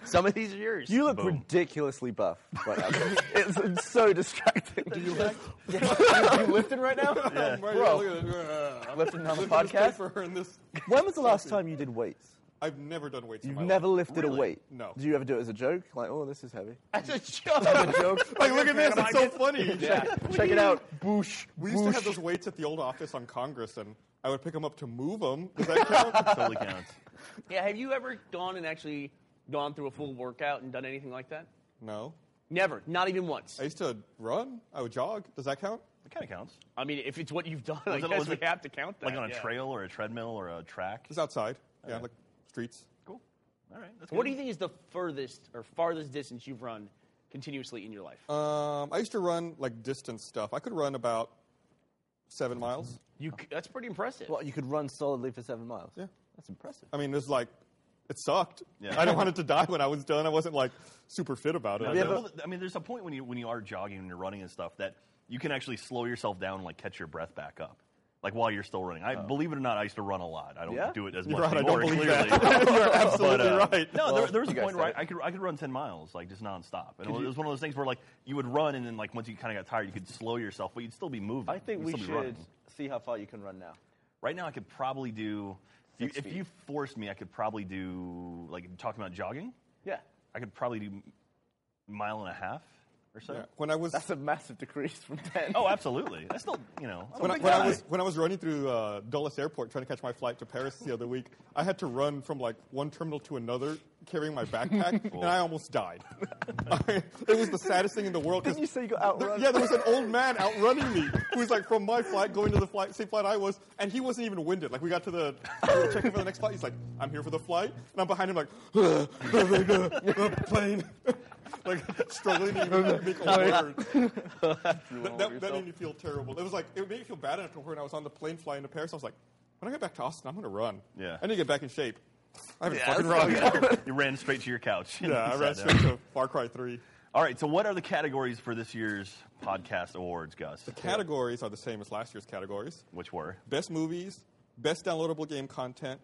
[SPEAKER 4] Some of these are yours.
[SPEAKER 8] You look
[SPEAKER 2] Boom.
[SPEAKER 8] ridiculously buff right now. it's, it's so distracting. Do you like? you lifting right now?
[SPEAKER 1] Yeah.
[SPEAKER 3] Bro.
[SPEAKER 1] Lifting
[SPEAKER 3] Lifting on the podcast?
[SPEAKER 1] For her in this,
[SPEAKER 8] When was the last time you did weights?
[SPEAKER 1] I've never done weights. in
[SPEAKER 8] You've
[SPEAKER 1] my
[SPEAKER 8] never
[SPEAKER 1] Life.
[SPEAKER 8] lifted a weight.
[SPEAKER 1] No.
[SPEAKER 8] Do you ever do it as a joke? Like, oh, this is heavy.
[SPEAKER 4] That's a joke.
[SPEAKER 1] Like, look at this. It's so funny.
[SPEAKER 8] Check it out. Boosh.
[SPEAKER 1] We used to have those weights at the old office on Congress, and I would pick them up to move them. Does that count?
[SPEAKER 2] totally counts.
[SPEAKER 4] yeah, have you ever gone and actually gone through a full workout and done anything like that?
[SPEAKER 1] no.
[SPEAKER 4] Never, not even once.
[SPEAKER 1] I used to run. I would jog. Does that count?
[SPEAKER 2] It kind of counts.
[SPEAKER 4] I mean, if it's what you've done, I
[SPEAKER 2] Was it-
[SPEAKER 4] guess
[SPEAKER 2] was
[SPEAKER 4] we
[SPEAKER 2] it
[SPEAKER 4] have to count that.
[SPEAKER 2] Like on a
[SPEAKER 4] yeah.
[SPEAKER 2] trail or a treadmill or a track.
[SPEAKER 1] It's outside. Yeah, like streets.
[SPEAKER 2] Cool. All right. That's good.
[SPEAKER 4] What do you think is the furthest or farthest distance you've run continuously in your life?
[SPEAKER 2] Uh,
[SPEAKER 1] Um, I used to run like distance stuff. I could run about seven
[SPEAKER 2] Mm-hmm.
[SPEAKER 1] miles.
[SPEAKER 4] you, c- that's pretty impressive.
[SPEAKER 8] What, you could run solidly for seven miles?
[SPEAKER 1] Yeah.
[SPEAKER 8] That's impressive.
[SPEAKER 1] I mean, it was like, it sucked.
[SPEAKER 2] Yeah.
[SPEAKER 1] I didn't want it to die when I was done. I wasn't like super fit about it.
[SPEAKER 2] No,
[SPEAKER 1] Yeah,
[SPEAKER 2] there-
[SPEAKER 1] but-
[SPEAKER 2] well, I mean, there's a point when you when you are jogging and you're running and stuff that you can actually slow yourself down and like catch your breath back up, like while you're still running. I
[SPEAKER 4] Oh.
[SPEAKER 2] believe it or not, I used to run a lot. I don't
[SPEAKER 8] Yeah?
[SPEAKER 2] do it as
[SPEAKER 1] You're
[SPEAKER 2] much
[SPEAKER 1] right, I don't
[SPEAKER 2] anymore.
[SPEAKER 1] believe
[SPEAKER 2] clearly.
[SPEAKER 1] that. You're absolutely
[SPEAKER 2] But, uh,
[SPEAKER 1] right.
[SPEAKER 2] No, there, there was a
[SPEAKER 3] you guys
[SPEAKER 2] point where
[SPEAKER 3] said
[SPEAKER 2] I, I could I could run ten miles like just nonstop, and it was, it was one of those things where like you would run and then like once you kind of got tired, you could slow yourself, but you'd still be moving.
[SPEAKER 8] I think
[SPEAKER 2] You'd
[SPEAKER 8] we
[SPEAKER 2] still be
[SPEAKER 8] should
[SPEAKER 2] running.
[SPEAKER 8] see how far you can run now.
[SPEAKER 2] Right now, I could probably do. You,
[SPEAKER 8] Six
[SPEAKER 2] if
[SPEAKER 8] feet.
[SPEAKER 2] you forced me, I could probably do like talking about jogging.
[SPEAKER 8] Yeah.
[SPEAKER 2] I could probably do mile and a half or so.
[SPEAKER 1] yeah. When I was
[SPEAKER 8] That's a massive decrease from 10.
[SPEAKER 2] Oh, absolutely. That's still, you know. I'm a
[SPEAKER 1] when, I,
[SPEAKER 2] big
[SPEAKER 1] when I
[SPEAKER 2] guy.
[SPEAKER 1] was when I was running through uh, Dulles Airport trying to catch my flight to Paris the other week, I had to run from like one terminal to another carrying my backpack, and I almost died. it was the saddest thing in the world. 'cause
[SPEAKER 8] Didn't you say you got
[SPEAKER 1] there-
[SPEAKER 8] outrun?
[SPEAKER 1] yeah, there was an old man outrunning me who was like from my flight going to the flight same flight I was, and he wasn't even winded. Like we got to the we were checking for the next flight. He's like, "I'm here for the flight," and I'm behind him like, plane. like struggling to even make a word that, that, that made me feel terrible. It was like it made me feel bad enough to where when I was on the plane flying to Paris, I was like, when I get back to Austin, I'm gonna run.
[SPEAKER 2] Yeah.
[SPEAKER 1] I need to get back in shape. I haven't fucking
[SPEAKER 2] Fucking
[SPEAKER 1] run.
[SPEAKER 2] wrong. you ran straight to your couch. and
[SPEAKER 1] yeah, I
[SPEAKER 2] sat
[SPEAKER 1] ran
[SPEAKER 2] down.
[SPEAKER 1] straight to Far Cry Three.
[SPEAKER 2] All right. So, what are the categories for this year's podcast awards, Gus?
[SPEAKER 1] Categories are the same as last year's categories:
[SPEAKER 2] Which were?
[SPEAKER 1] best movies, best downloadable game content.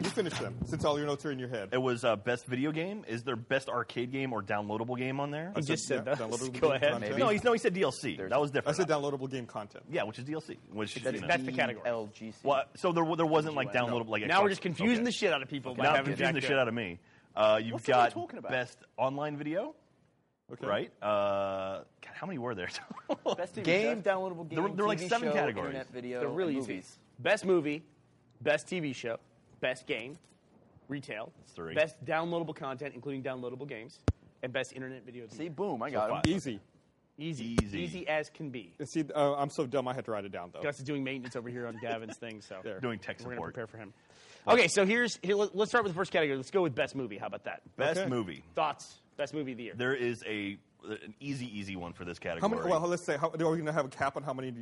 [SPEAKER 1] You finish them since all your notes are in your head.
[SPEAKER 2] It was uh, best video game. Is there best arcade game or downloadable game on there?
[SPEAKER 1] said, just said yeah, that. downloadable
[SPEAKER 4] Go
[SPEAKER 1] game
[SPEAKER 4] ahead.
[SPEAKER 1] content.
[SPEAKER 2] No, he's no. He said DLC. that was
[SPEAKER 1] I
[SPEAKER 2] different.
[SPEAKER 1] said downloadable game content.
[SPEAKER 2] Yeah, which is DLC. Which you know.
[SPEAKER 4] That's the category.
[SPEAKER 3] LGC.
[SPEAKER 2] Well, so there, there wasn't like downloadable like.
[SPEAKER 4] Now we're
[SPEAKER 2] Xbox-
[SPEAKER 4] just confusing
[SPEAKER 2] okay.
[SPEAKER 4] the shit out of people by
[SPEAKER 2] now I'm
[SPEAKER 4] having
[SPEAKER 2] confusing the
[SPEAKER 4] Jack
[SPEAKER 2] shit
[SPEAKER 4] do it.
[SPEAKER 2] out of me. Uh, you've
[SPEAKER 8] What's everyone
[SPEAKER 2] got
[SPEAKER 8] talking about?
[SPEAKER 2] best online video,
[SPEAKER 1] Okay.
[SPEAKER 2] right? Uh, God, how many were there?
[SPEAKER 8] Best TV
[SPEAKER 3] game,
[SPEAKER 8] show.
[SPEAKER 3] downloadable game.
[SPEAKER 2] There were- there were like
[SPEAKER 3] TV
[SPEAKER 2] seven
[SPEAKER 3] show,
[SPEAKER 2] categories.
[SPEAKER 3] Internet video,
[SPEAKER 4] They're really
[SPEAKER 3] and
[SPEAKER 4] easy.
[SPEAKER 3] movies.
[SPEAKER 4] Best movie, best TV show, best game, retail,
[SPEAKER 2] three.
[SPEAKER 4] best downloadable content, including downloadable games, and best internet video.
[SPEAKER 3] See,
[SPEAKER 4] See,
[SPEAKER 3] boom, I got him.
[SPEAKER 2] five.
[SPEAKER 1] Easy.
[SPEAKER 4] easy,
[SPEAKER 2] Easy.
[SPEAKER 4] easy as can be.
[SPEAKER 1] You See, uh, I'm so dumb. I had to write it down though.
[SPEAKER 4] Gus is doing maintenance over here on Gavin's thing, so
[SPEAKER 2] Doing tech
[SPEAKER 4] we're
[SPEAKER 2] support.
[SPEAKER 4] gonna prepare for him. Okay, so here's here, let- let's start with the first category. Let's go with best movie. How about that?
[SPEAKER 2] Best
[SPEAKER 1] Okay.
[SPEAKER 2] movie.
[SPEAKER 4] Thoughts? Best movie of the year.
[SPEAKER 2] There is a an easy, easy one for this category.
[SPEAKER 1] How many? Well, let's say, how, are we going to have a cap on how many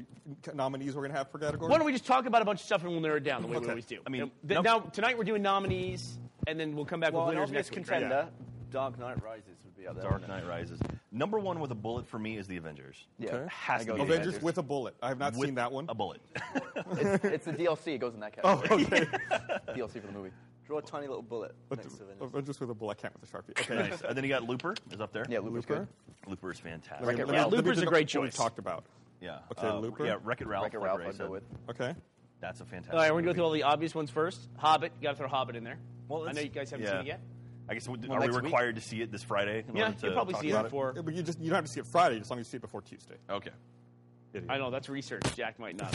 [SPEAKER 1] nominees we're going to have per category?
[SPEAKER 4] Why don't we just talk about a bunch of stuff and we'll narrow it down the way we
[SPEAKER 1] Okay.
[SPEAKER 4] always do?
[SPEAKER 2] I mean,
[SPEAKER 4] And th-
[SPEAKER 2] no-
[SPEAKER 4] now tonight we're doing nominees, and then we'll come back
[SPEAKER 8] Well,
[SPEAKER 4] with
[SPEAKER 8] an
[SPEAKER 4] winners
[SPEAKER 8] obvious
[SPEAKER 4] next week. right?
[SPEAKER 8] contender, Dark Knight Rises would be out there.
[SPEAKER 2] Dark
[SPEAKER 8] wouldn't it?
[SPEAKER 2] Knight Rises. Number one with a bullet for me is the Avengers.
[SPEAKER 8] Yeah.
[SPEAKER 1] Okay.
[SPEAKER 2] Has
[SPEAKER 3] I
[SPEAKER 2] to
[SPEAKER 3] go
[SPEAKER 2] be
[SPEAKER 3] Avengers.
[SPEAKER 1] Avengers with a bullet. I have not
[SPEAKER 2] With
[SPEAKER 1] seen that one.
[SPEAKER 2] A bullet.
[SPEAKER 3] It's, it's the DLC. It goes in that category. Oh, okay. DLC for the movie.
[SPEAKER 8] Draw a tiny little bullet next to Avengers.
[SPEAKER 1] Avengers with a bullet. I can't with a sharpie. Okay.
[SPEAKER 2] nice. And then you got Looper is up there.
[SPEAKER 3] Yeah, Looper's good.
[SPEAKER 2] Looper is fantastic.
[SPEAKER 1] Let me-
[SPEAKER 3] Wreck-It
[SPEAKER 1] let me-
[SPEAKER 3] Ralph.
[SPEAKER 1] let me
[SPEAKER 4] Looper's
[SPEAKER 1] pick
[SPEAKER 4] a
[SPEAKER 1] up
[SPEAKER 4] great
[SPEAKER 1] what we
[SPEAKER 4] choice.
[SPEAKER 1] talked about.
[SPEAKER 2] Yeah. Uh,
[SPEAKER 1] Okay, Looper?
[SPEAKER 2] Yeah, Wreck It Ralph.
[SPEAKER 3] Wreck-It Ralph,
[SPEAKER 2] like Ray
[SPEAKER 3] I'd go
[SPEAKER 2] said.
[SPEAKER 3] with.
[SPEAKER 1] Okay.
[SPEAKER 2] That's a fantastic.
[SPEAKER 4] All right, we're gonna go
[SPEAKER 2] movie.
[SPEAKER 4] through all the obvious ones first. Hobbit, you gotta throw Hobbit in there.
[SPEAKER 2] Well,
[SPEAKER 4] I know you guys haven't seen it yet.
[SPEAKER 2] I guess we-
[SPEAKER 3] Well,
[SPEAKER 2] are we
[SPEAKER 3] next week.
[SPEAKER 2] required to see it this Friday? in
[SPEAKER 4] Yeah,
[SPEAKER 2] order to
[SPEAKER 4] you'll probably
[SPEAKER 2] talk
[SPEAKER 4] see it
[SPEAKER 2] about
[SPEAKER 4] before.
[SPEAKER 1] Yeah, but you just you don't have to see it Friday as long as you see it before Tuesday.
[SPEAKER 2] Okay.
[SPEAKER 4] I know that's research. Jack might not.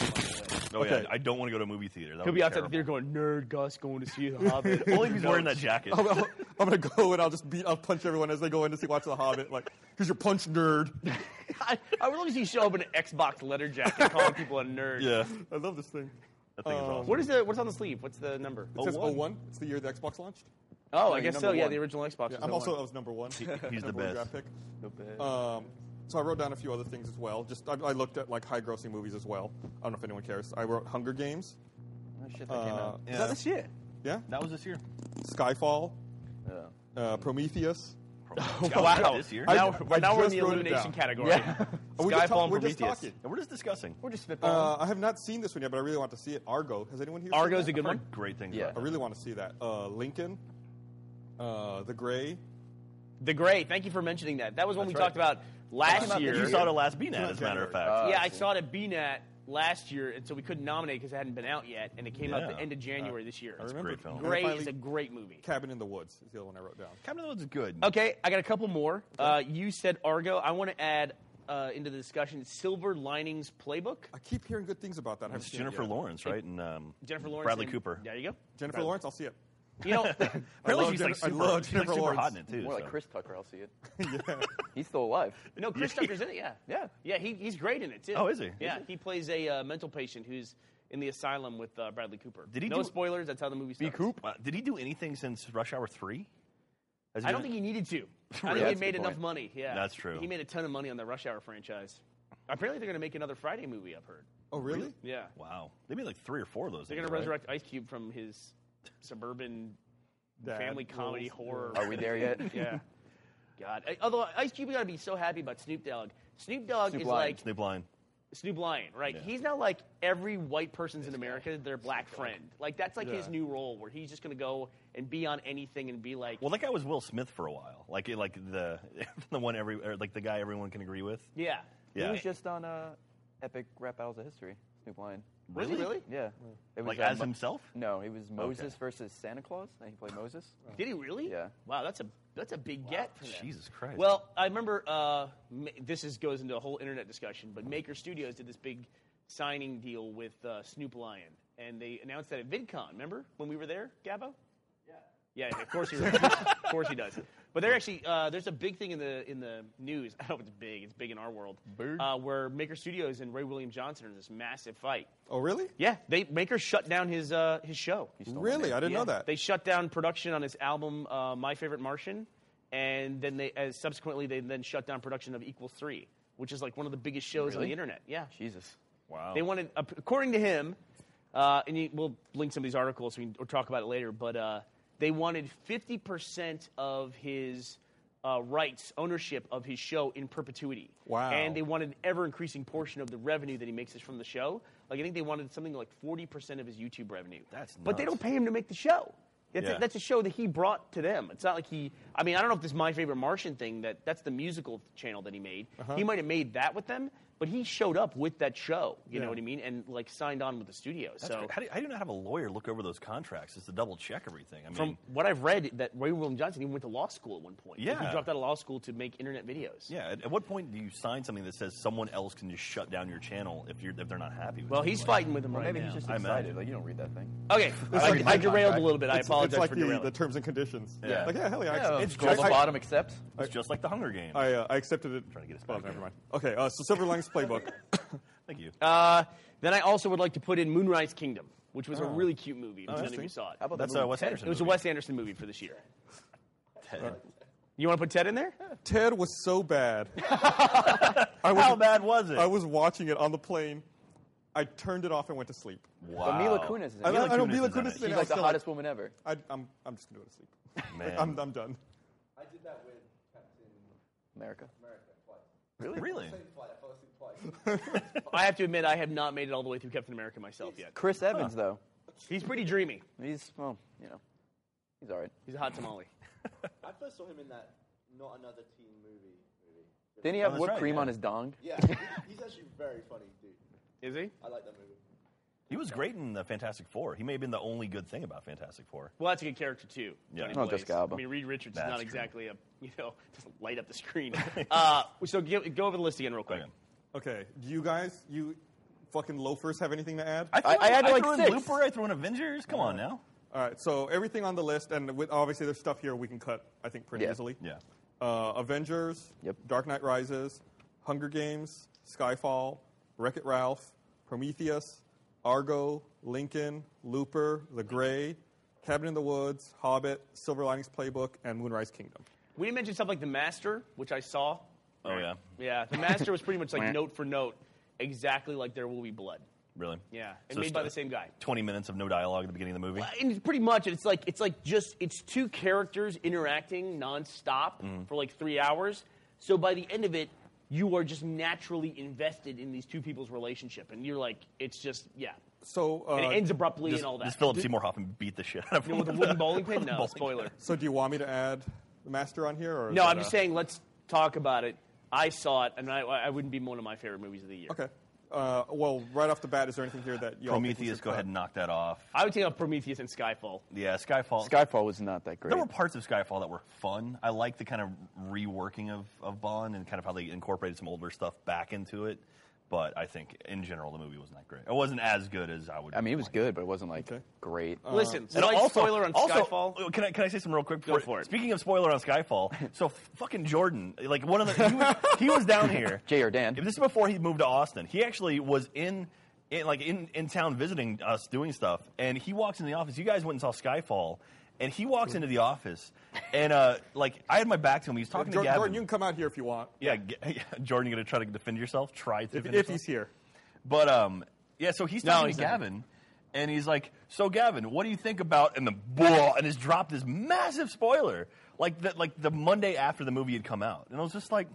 [SPEAKER 2] Oh yeah,
[SPEAKER 1] Okay.
[SPEAKER 2] I don't want to go to a movie theater. That
[SPEAKER 4] He'll
[SPEAKER 2] would
[SPEAKER 4] be outside the
[SPEAKER 2] terrible.
[SPEAKER 4] theater going, "Nerd Gus going Oh, to see the Hobbit."
[SPEAKER 2] Only if he's wearing that jacket.
[SPEAKER 1] I'm, I'm- I'm gonna go and I'll just beat, I'll punch everyone as they go in to see watch The Hobbit. Like, because you're punch nerd.
[SPEAKER 4] I, I would love to see you show up in an Xbox leather jacket, calling people a nerd.
[SPEAKER 2] yeah,
[SPEAKER 1] I love this thing.
[SPEAKER 2] that thing is awesome.
[SPEAKER 4] Um, What is the what's on the sleeve? What's the number?
[SPEAKER 1] It says 01. It's the year the Xbox launched.
[SPEAKER 4] Oh, I
[SPEAKER 8] you're
[SPEAKER 4] guess so.
[SPEAKER 8] number
[SPEAKER 4] Yeah,
[SPEAKER 8] one.
[SPEAKER 4] the original Xbox. was
[SPEAKER 1] I'm
[SPEAKER 4] the
[SPEAKER 1] also I
[SPEAKER 4] one.
[SPEAKER 1] was number one.
[SPEAKER 2] he's the
[SPEAKER 1] Number one
[SPEAKER 2] best.
[SPEAKER 1] draft pick.
[SPEAKER 3] The best.
[SPEAKER 1] Um, so I wrote down a few other things as well. Just I, I looked at like high-grossing movies as well. I don't know if anyone cares. I wrote Hunger Games.
[SPEAKER 3] Oh, shit, that came out.
[SPEAKER 1] uh,
[SPEAKER 2] Yeah.
[SPEAKER 3] Is that this year?
[SPEAKER 1] Yeah,
[SPEAKER 2] That was this year.
[SPEAKER 1] Skyfall,
[SPEAKER 3] Yeah.
[SPEAKER 1] uh, Prometheus.
[SPEAKER 2] wow, this year.
[SPEAKER 1] I-
[SPEAKER 4] Now,
[SPEAKER 1] I
[SPEAKER 4] now we're in
[SPEAKER 1] just
[SPEAKER 4] the
[SPEAKER 1] wrote it down.
[SPEAKER 4] elimination category.
[SPEAKER 1] We're just
[SPEAKER 4] Skyfall
[SPEAKER 1] talk-
[SPEAKER 4] and
[SPEAKER 1] we're just
[SPEAKER 4] Prometheus.
[SPEAKER 1] talking.
[SPEAKER 2] And we're just discussing.
[SPEAKER 3] We're just spitballing.
[SPEAKER 1] Uh, I have not seen this one yet, but I really want to see it. Argo. Has anyone here? seen
[SPEAKER 4] Argo's
[SPEAKER 1] that?
[SPEAKER 4] a good
[SPEAKER 2] I've
[SPEAKER 4] one.
[SPEAKER 2] heard great things.
[SPEAKER 3] Yeah.
[SPEAKER 1] I
[SPEAKER 2] About
[SPEAKER 1] really want to see that. Uh, Lincoln, uh, The Gray.
[SPEAKER 4] The Gray. Thank you for mentioning that. That was one we
[SPEAKER 1] right.
[SPEAKER 4] talked about
[SPEAKER 2] it.
[SPEAKER 4] last
[SPEAKER 2] You
[SPEAKER 4] year.
[SPEAKER 2] saw it at last BNet,
[SPEAKER 1] out
[SPEAKER 2] as a matter of fact.
[SPEAKER 1] January.
[SPEAKER 4] yeah, I saw it at BNAT last year, and so we couldn't nominate because it hadn't been out yet, and it came out
[SPEAKER 2] Yeah. Uh,
[SPEAKER 4] the end of January this year.
[SPEAKER 1] I
[SPEAKER 2] a
[SPEAKER 1] remember
[SPEAKER 2] great film.
[SPEAKER 1] And then
[SPEAKER 4] Gray
[SPEAKER 1] finally,
[SPEAKER 4] is a great movie.
[SPEAKER 1] Cabin in the Woods is the other one I wrote down.
[SPEAKER 2] Cabin in the Woods is good.
[SPEAKER 4] Okay, I got a couple more. Uh, you said Argo. I want to add uh, into the discussion Silver Linings Playbook.
[SPEAKER 1] I keep hearing good things about that. I haven't
[SPEAKER 2] It's
[SPEAKER 1] seen it
[SPEAKER 2] Jennifer
[SPEAKER 1] yet.
[SPEAKER 2] Lawrence, right? And um,
[SPEAKER 4] Jennifer Lawrence.
[SPEAKER 2] Bradley
[SPEAKER 4] and-
[SPEAKER 2] Cooper.
[SPEAKER 4] There you go.
[SPEAKER 1] Jennifer Lawrence, I'll see it.
[SPEAKER 4] You know,
[SPEAKER 2] Apparently
[SPEAKER 1] love
[SPEAKER 2] she's like
[SPEAKER 1] Jennifer- I
[SPEAKER 2] super,
[SPEAKER 1] love
[SPEAKER 2] she's, like,
[SPEAKER 1] Jennifer
[SPEAKER 2] super hot
[SPEAKER 1] Lawrence.
[SPEAKER 2] in it too.
[SPEAKER 3] More like
[SPEAKER 2] so.
[SPEAKER 3] Chris Tucker, I'll see it. He's still alive.
[SPEAKER 4] no, Chris Tucker's in it. Yeah,
[SPEAKER 3] Yeah.
[SPEAKER 4] yeah. He, he's great in it too.
[SPEAKER 2] Oh, is he?
[SPEAKER 4] Yeah,
[SPEAKER 2] Is
[SPEAKER 4] he plays a uh, mental patient who's in the asylum with uh, Bradley Cooper.
[SPEAKER 2] Did he
[SPEAKER 4] No
[SPEAKER 2] do-
[SPEAKER 4] spoilers. That's how the movie starts.
[SPEAKER 2] Wow, Did he do anything since Rush Hour Three? Has
[SPEAKER 4] I don't
[SPEAKER 2] done-
[SPEAKER 4] think he needed to. I
[SPEAKER 3] Really?
[SPEAKER 4] think he
[SPEAKER 3] That's a
[SPEAKER 4] made
[SPEAKER 3] good
[SPEAKER 4] enough
[SPEAKER 3] point.
[SPEAKER 4] money. Yeah,
[SPEAKER 2] That's true.
[SPEAKER 4] He made a ton of money on the Rush Hour franchise. Apparently, they're going to make another Friday movie. I've heard.
[SPEAKER 1] Oh, really?
[SPEAKER 4] Yeah,
[SPEAKER 2] Wow, they made like three or four of those.
[SPEAKER 4] they're going
[SPEAKER 2] things,
[SPEAKER 4] to
[SPEAKER 2] right?
[SPEAKER 4] resurrect Ice Cube from his suburban
[SPEAKER 1] Dad
[SPEAKER 4] family
[SPEAKER 1] rules.
[SPEAKER 4] comedy horror.
[SPEAKER 3] Are we there yet?
[SPEAKER 4] Yeah. God. I, although Ice Cube, got to be so happy about Snoop Dogg. Snoop Dogg
[SPEAKER 3] Snoop
[SPEAKER 4] is
[SPEAKER 3] Lion.
[SPEAKER 4] like
[SPEAKER 2] Snoop Lion.
[SPEAKER 4] Snoop Lion, right?
[SPEAKER 2] Yeah.
[SPEAKER 4] He's now like every white person's in America, their black friend. Like that's like his
[SPEAKER 1] Yeah.
[SPEAKER 4] new role, where he's just going to go and be on anything and be like,
[SPEAKER 2] Well, that guy was Will Smith for a while. Like, it- like the the one every or like the guy everyone can agree with.
[SPEAKER 4] yeah.
[SPEAKER 3] He
[SPEAKER 2] Yeah,
[SPEAKER 3] was just on uh, Epic Rap Battles of History, Snoop Lion.
[SPEAKER 4] Was he really?
[SPEAKER 3] Yeah. It was,
[SPEAKER 2] like
[SPEAKER 3] uh,
[SPEAKER 2] as
[SPEAKER 3] Mo-
[SPEAKER 2] himself.
[SPEAKER 4] Mm,
[SPEAKER 3] No, he was Moses versus Santa Claus, and he played Moses.
[SPEAKER 4] Did he really?
[SPEAKER 3] Yeah.
[SPEAKER 4] Wow, that's a that's a big get. For them.
[SPEAKER 2] Jesus Christ.
[SPEAKER 4] Well, I remember uh, ma- this is goes into a whole internet discussion, but Maker Studios did this big signing deal with uh, Snoop Lion, and they announced that at VidCon. Remember when we were there, Gabo? Yeah, yeah, of course he, of course he does. But they're actually uh, there's a big thing in the in the news. I don't know if it's big. It's big in our world, uh, where Maker Studios and Ray William Johnson are in this massive fight.
[SPEAKER 1] Oh, really?
[SPEAKER 4] Yeah, they Maker shut down his uh, his show.
[SPEAKER 1] Really? I didn't know
[SPEAKER 4] Yeah.
[SPEAKER 1] that.
[SPEAKER 4] They shut down production on his album uh, My Favorite Martian, and then they as subsequently they then shut down production of Equals Three, which is like one of the biggest shows on
[SPEAKER 3] Really?
[SPEAKER 4] the internet. Yeah,
[SPEAKER 3] Jesus.
[SPEAKER 2] wow.
[SPEAKER 4] they wanted, ap- according to him, uh, and you, we'll link some of these articles so we can we'll talk about it later. But uh, they wanted fifty percent of his. Uh, rights ownership of his show in perpetuity.
[SPEAKER 1] Wow.
[SPEAKER 4] And they wanted an ever increasing portion of the revenue that he makes is from the show. Like I think they wanted something like forty percent of his YouTube revenue.
[SPEAKER 2] That's
[SPEAKER 4] but they
[SPEAKER 2] nuts.
[SPEAKER 4] don't pay him to make the show. That's,
[SPEAKER 2] Yeah.
[SPEAKER 4] a, that's a show that he brought to them. It's not like he. I mean, I don't know if this My Favorite Martian thing that that's the musical channel that he made.
[SPEAKER 2] Uh-huh.
[SPEAKER 4] He might have made that with them, but he showed up with that show. You know
[SPEAKER 1] Yeah.
[SPEAKER 4] what I mean? And like signed on with the studio.
[SPEAKER 2] That's
[SPEAKER 4] so
[SPEAKER 2] cra- how do, you- how do you not have a lawyer look over those contracts just to double check everything? I mean,
[SPEAKER 4] from what I've read, that Ray William Johnson even went to law school at one point. Like, he
[SPEAKER 2] Yeah.
[SPEAKER 4] dropped out of law school to make internet videos.
[SPEAKER 2] yeah. At, at what point do you sign something that says someone else can just shut down your channel if you're if they're not happy? with
[SPEAKER 4] Well,
[SPEAKER 2] you?
[SPEAKER 4] he's
[SPEAKER 2] Like,
[SPEAKER 4] fighting with him
[SPEAKER 3] Well,
[SPEAKER 4] right now.
[SPEAKER 3] maybe he's just
[SPEAKER 2] I
[SPEAKER 3] excited.
[SPEAKER 2] imagine.
[SPEAKER 3] Like you don't read that thing.
[SPEAKER 4] okay, I,
[SPEAKER 1] like-
[SPEAKER 4] I derailed a little bit. I
[SPEAKER 1] It's-
[SPEAKER 4] apologize
[SPEAKER 1] it's like
[SPEAKER 4] for
[SPEAKER 1] the,
[SPEAKER 4] derailing.
[SPEAKER 1] the terms and conditions.
[SPEAKER 2] Yeah.
[SPEAKER 1] Like, yeah, hell yeah. I
[SPEAKER 3] Yeah,
[SPEAKER 1] accept-
[SPEAKER 3] scroll the
[SPEAKER 1] I- I-
[SPEAKER 3] bottom accepts.
[SPEAKER 2] It's just like the Hunger Games.
[SPEAKER 1] I, uh, I accepted it.
[SPEAKER 2] trying to get us
[SPEAKER 1] Well,
[SPEAKER 2] back
[SPEAKER 1] never
[SPEAKER 2] in.
[SPEAKER 1] mind. Okay, uh, so Silver Linings Playbook.
[SPEAKER 2] Thank you.
[SPEAKER 4] Uh, then I also would like to put in Moonrise Kingdom, which was a really cute movie. If none of you
[SPEAKER 1] interesting.
[SPEAKER 4] saw it.
[SPEAKER 3] How about
[SPEAKER 2] That's
[SPEAKER 3] that
[SPEAKER 2] uh,
[SPEAKER 3] movie
[SPEAKER 2] Wes
[SPEAKER 3] Ted?
[SPEAKER 2] Anderson.
[SPEAKER 4] It was a
[SPEAKER 2] movie.
[SPEAKER 4] Wes Anderson movie for this year.
[SPEAKER 2] Ted.
[SPEAKER 4] You want to put Ted in there?
[SPEAKER 1] Ted was so bad. I was,
[SPEAKER 2] How bad was it?
[SPEAKER 1] I was watching it on the plane. I turned it off and went to sleep.
[SPEAKER 2] Wow.
[SPEAKER 3] But Mila Kunis is in
[SPEAKER 1] I,
[SPEAKER 3] it.
[SPEAKER 1] don't- I don't
[SPEAKER 2] Kunis
[SPEAKER 1] Mila
[SPEAKER 2] is in
[SPEAKER 1] Kunis
[SPEAKER 2] it.
[SPEAKER 1] is
[SPEAKER 2] She's
[SPEAKER 1] in it.
[SPEAKER 3] She's
[SPEAKER 1] I
[SPEAKER 3] like the
[SPEAKER 1] still-
[SPEAKER 3] hottest woman ever.
[SPEAKER 1] I, I'm, I'm just gonna go to sleep.
[SPEAKER 2] Man.
[SPEAKER 1] Like, I'm, I'm done.
[SPEAKER 3] America.
[SPEAKER 2] really? Really?
[SPEAKER 4] I have to admit, I have not made it all the way through Captain America myself yet.
[SPEAKER 3] Chris Evans, though.
[SPEAKER 4] He's pretty dreamy.
[SPEAKER 3] He's, well, you know, he's all right.
[SPEAKER 4] He's a hot tamale.
[SPEAKER 9] I first saw him in that Not Another Teen movie. movie.
[SPEAKER 3] Didn't he
[SPEAKER 2] Oh,
[SPEAKER 3] have
[SPEAKER 2] that's
[SPEAKER 3] whipped
[SPEAKER 2] right,
[SPEAKER 3] cream
[SPEAKER 2] yeah.
[SPEAKER 3] on his dong?
[SPEAKER 9] Yeah, he- he's actually very funny, dude.
[SPEAKER 4] Is he?
[SPEAKER 9] I like that movie.
[SPEAKER 2] He He was great in the Fantastic Four. He may have been the only good thing about Fantastic Four.
[SPEAKER 4] Well, that's a good character too.
[SPEAKER 2] Yeah.
[SPEAKER 4] when he
[SPEAKER 2] Not
[SPEAKER 4] plays.
[SPEAKER 3] Jessica Alba.
[SPEAKER 4] I mean, Reed Richards
[SPEAKER 2] That's
[SPEAKER 4] is not
[SPEAKER 2] true.
[SPEAKER 4] exactly a you know doesn't light up the screen. uh, so go, go over the list again real quick.
[SPEAKER 2] Okay.
[SPEAKER 1] Okay, do you guys, you fucking loafers, have anything to add?
[SPEAKER 2] threw
[SPEAKER 3] I- I
[SPEAKER 2] in-
[SPEAKER 3] had, like,
[SPEAKER 2] threw in
[SPEAKER 3] six.
[SPEAKER 2] Looper. I threw in Avengers. Come on now.
[SPEAKER 1] All right, so everything on the list, and with, obviously there's stuff here we can cut, I think, pretty
[SPEAKER 3] Yeah.
[SPEAKER 1] easily.
[SPEAKER 2] Yeah.
[SPEAKER 1] Uh, Avengers,
[SPEAKER 3] Yep.
[SPEAKER 1] Dark Knight Rises, Hunger Games, Skyfall, Wreck It Ralph, Prometheus, Argo, Lincoln, Looper, The Gray, Cabin in the Woods, Hobbit, Silver Linings Playbook, and Moonrise Kingdom.
[SPEAKER 4] We didn't mention stuff like the Master, which I saw.
[SPEAKER 2] Oh yeah.
[SPEAKER 4] Yeah, the Master was pretty much like note for note, exactly like There Will Be Blood.
[SPEAKER 2] Really?
[SPEAKER 4] Yeah, and
[SPEAKER 2] So
[SPEAKER 4] made by
[SPEAKER 2] st-
[SPEAKER 4] the same guy.
[SPEAKER 2] Twenty minutes of no dialogue at the beginning of the movie.
[SPEAKER 4] and it's pretty much it's like it's like just it's two characters interacting nonstop
[SPEAKER 2] Mm-hmm.
[SPEAKER 4] for like three hours. So by the end of it, you are just naturally invested in these two people's relationship, and you're like, it's just yeah.
[SPEAKER 1] So, uh,
[SPEAKER 4] And it ends abruptly
[SPEAKER 2] Does,
[SPEAKER 4] and all that.
[SPEAKER 2] does Philip Seymour Hoffman beat the shit out of
[SPEAKER 4] You
[SPEAKER 2] him
[SPEAKER 4] know, with a wooden bowling pin?
[SPEAKER 2] Wooden
[SPEAKER 4] No,
[SPEAKER 2] bowling
[SPEAKER 4] spoiler.
[SPEAKER 2] pin.
[SPEAKER 1] so do you want me to add the Master on here? Or is
[SPEAKER 4] No,
[SPEAKER 1] that,
[SPEAKER 4] I'm
[SPEAKER 1] uh,
[SPEAKER 4] just saying, let's talk about it. I saw it, and I, I wouldn't be one of my favorite movies of the year.
[SPEAKER 1] Okay. Uh, well, right off the bat, is there anything here that you
[SPEAKER 2] Prometheus, go ahead and knock that off.
[SPEAKER 4] I would take out Prometheus and Skyfall.
[SPEAKER 2] Yeah, Skyfall.
[SPEAKER 3] Skyfall was not that great.
[SPEAKER 2] There were parts of Skyfall that were fun. I like the kind of reworking of, of Bond and kind of how they incorporated some older stuff back into it. But I think in general the movie was not great. It wasn't as good as I would.
[SPEAKER 3] I mean, it was
[SPEAKER 2] like.
[SPEAKER 3] good, but it wasn't like
[SPEAKER 1] Okay.
[SPEAKER 3] great.
[SPEAKER 4] Listen,
[SPEAKER 2] Uh, And
[SPEAKER 4] slight
[SPEAKER 2] also-
[SPEAKER 4] spoiler on
[SPEAKER 2] also, uh,
[SPEAKER 4] Skyfall.
[SPEAKER 2] Can I can I say something real quick? Go
[SPEAKER 4] for it.
[SPEAKER 2] Speaking of spoiler on Skyfall, so fucking Jordan, like one of the he was, he was down here.
[SPEAKER 3] Jay or Dan.
[SPEAKER 2] If This is before he moved to Austin. He actually was in. In, like in, in town visiting us doing stuff and he walks in the office you guys went and saw skyfall and he walks into the office and uh like i had my back to him he was talking
[SPEAKER 1] Jordan,
[SPEAKER 2] to Gavin.
[SPEAKER 1] Jordan, you can come out here if you want,
[SPEAKER 2] yeah, G- jordan you're gonna try to defend yourself try to
[SPEAKER 1] if,
[SPEAKER 2] defend
[SPEAKER 1] if
[SPEAKER 2] yourself?
[SPEAKER 1] he's here.
[SPEAKER 2] But um, yeah. So he's
[SPEAKER 3] No,
[SPEAKER 2] talking
[SPEAKER 3] he's
[SPEAKER 2] to
[SPEAKER 3] not.
[SPEAKER 2] Gavin, and he's like, "So Gavin, what do you think about?" And the blah, and has dropped this massive spoiler, like that, like the Monday after the movie had come out, and I was just like,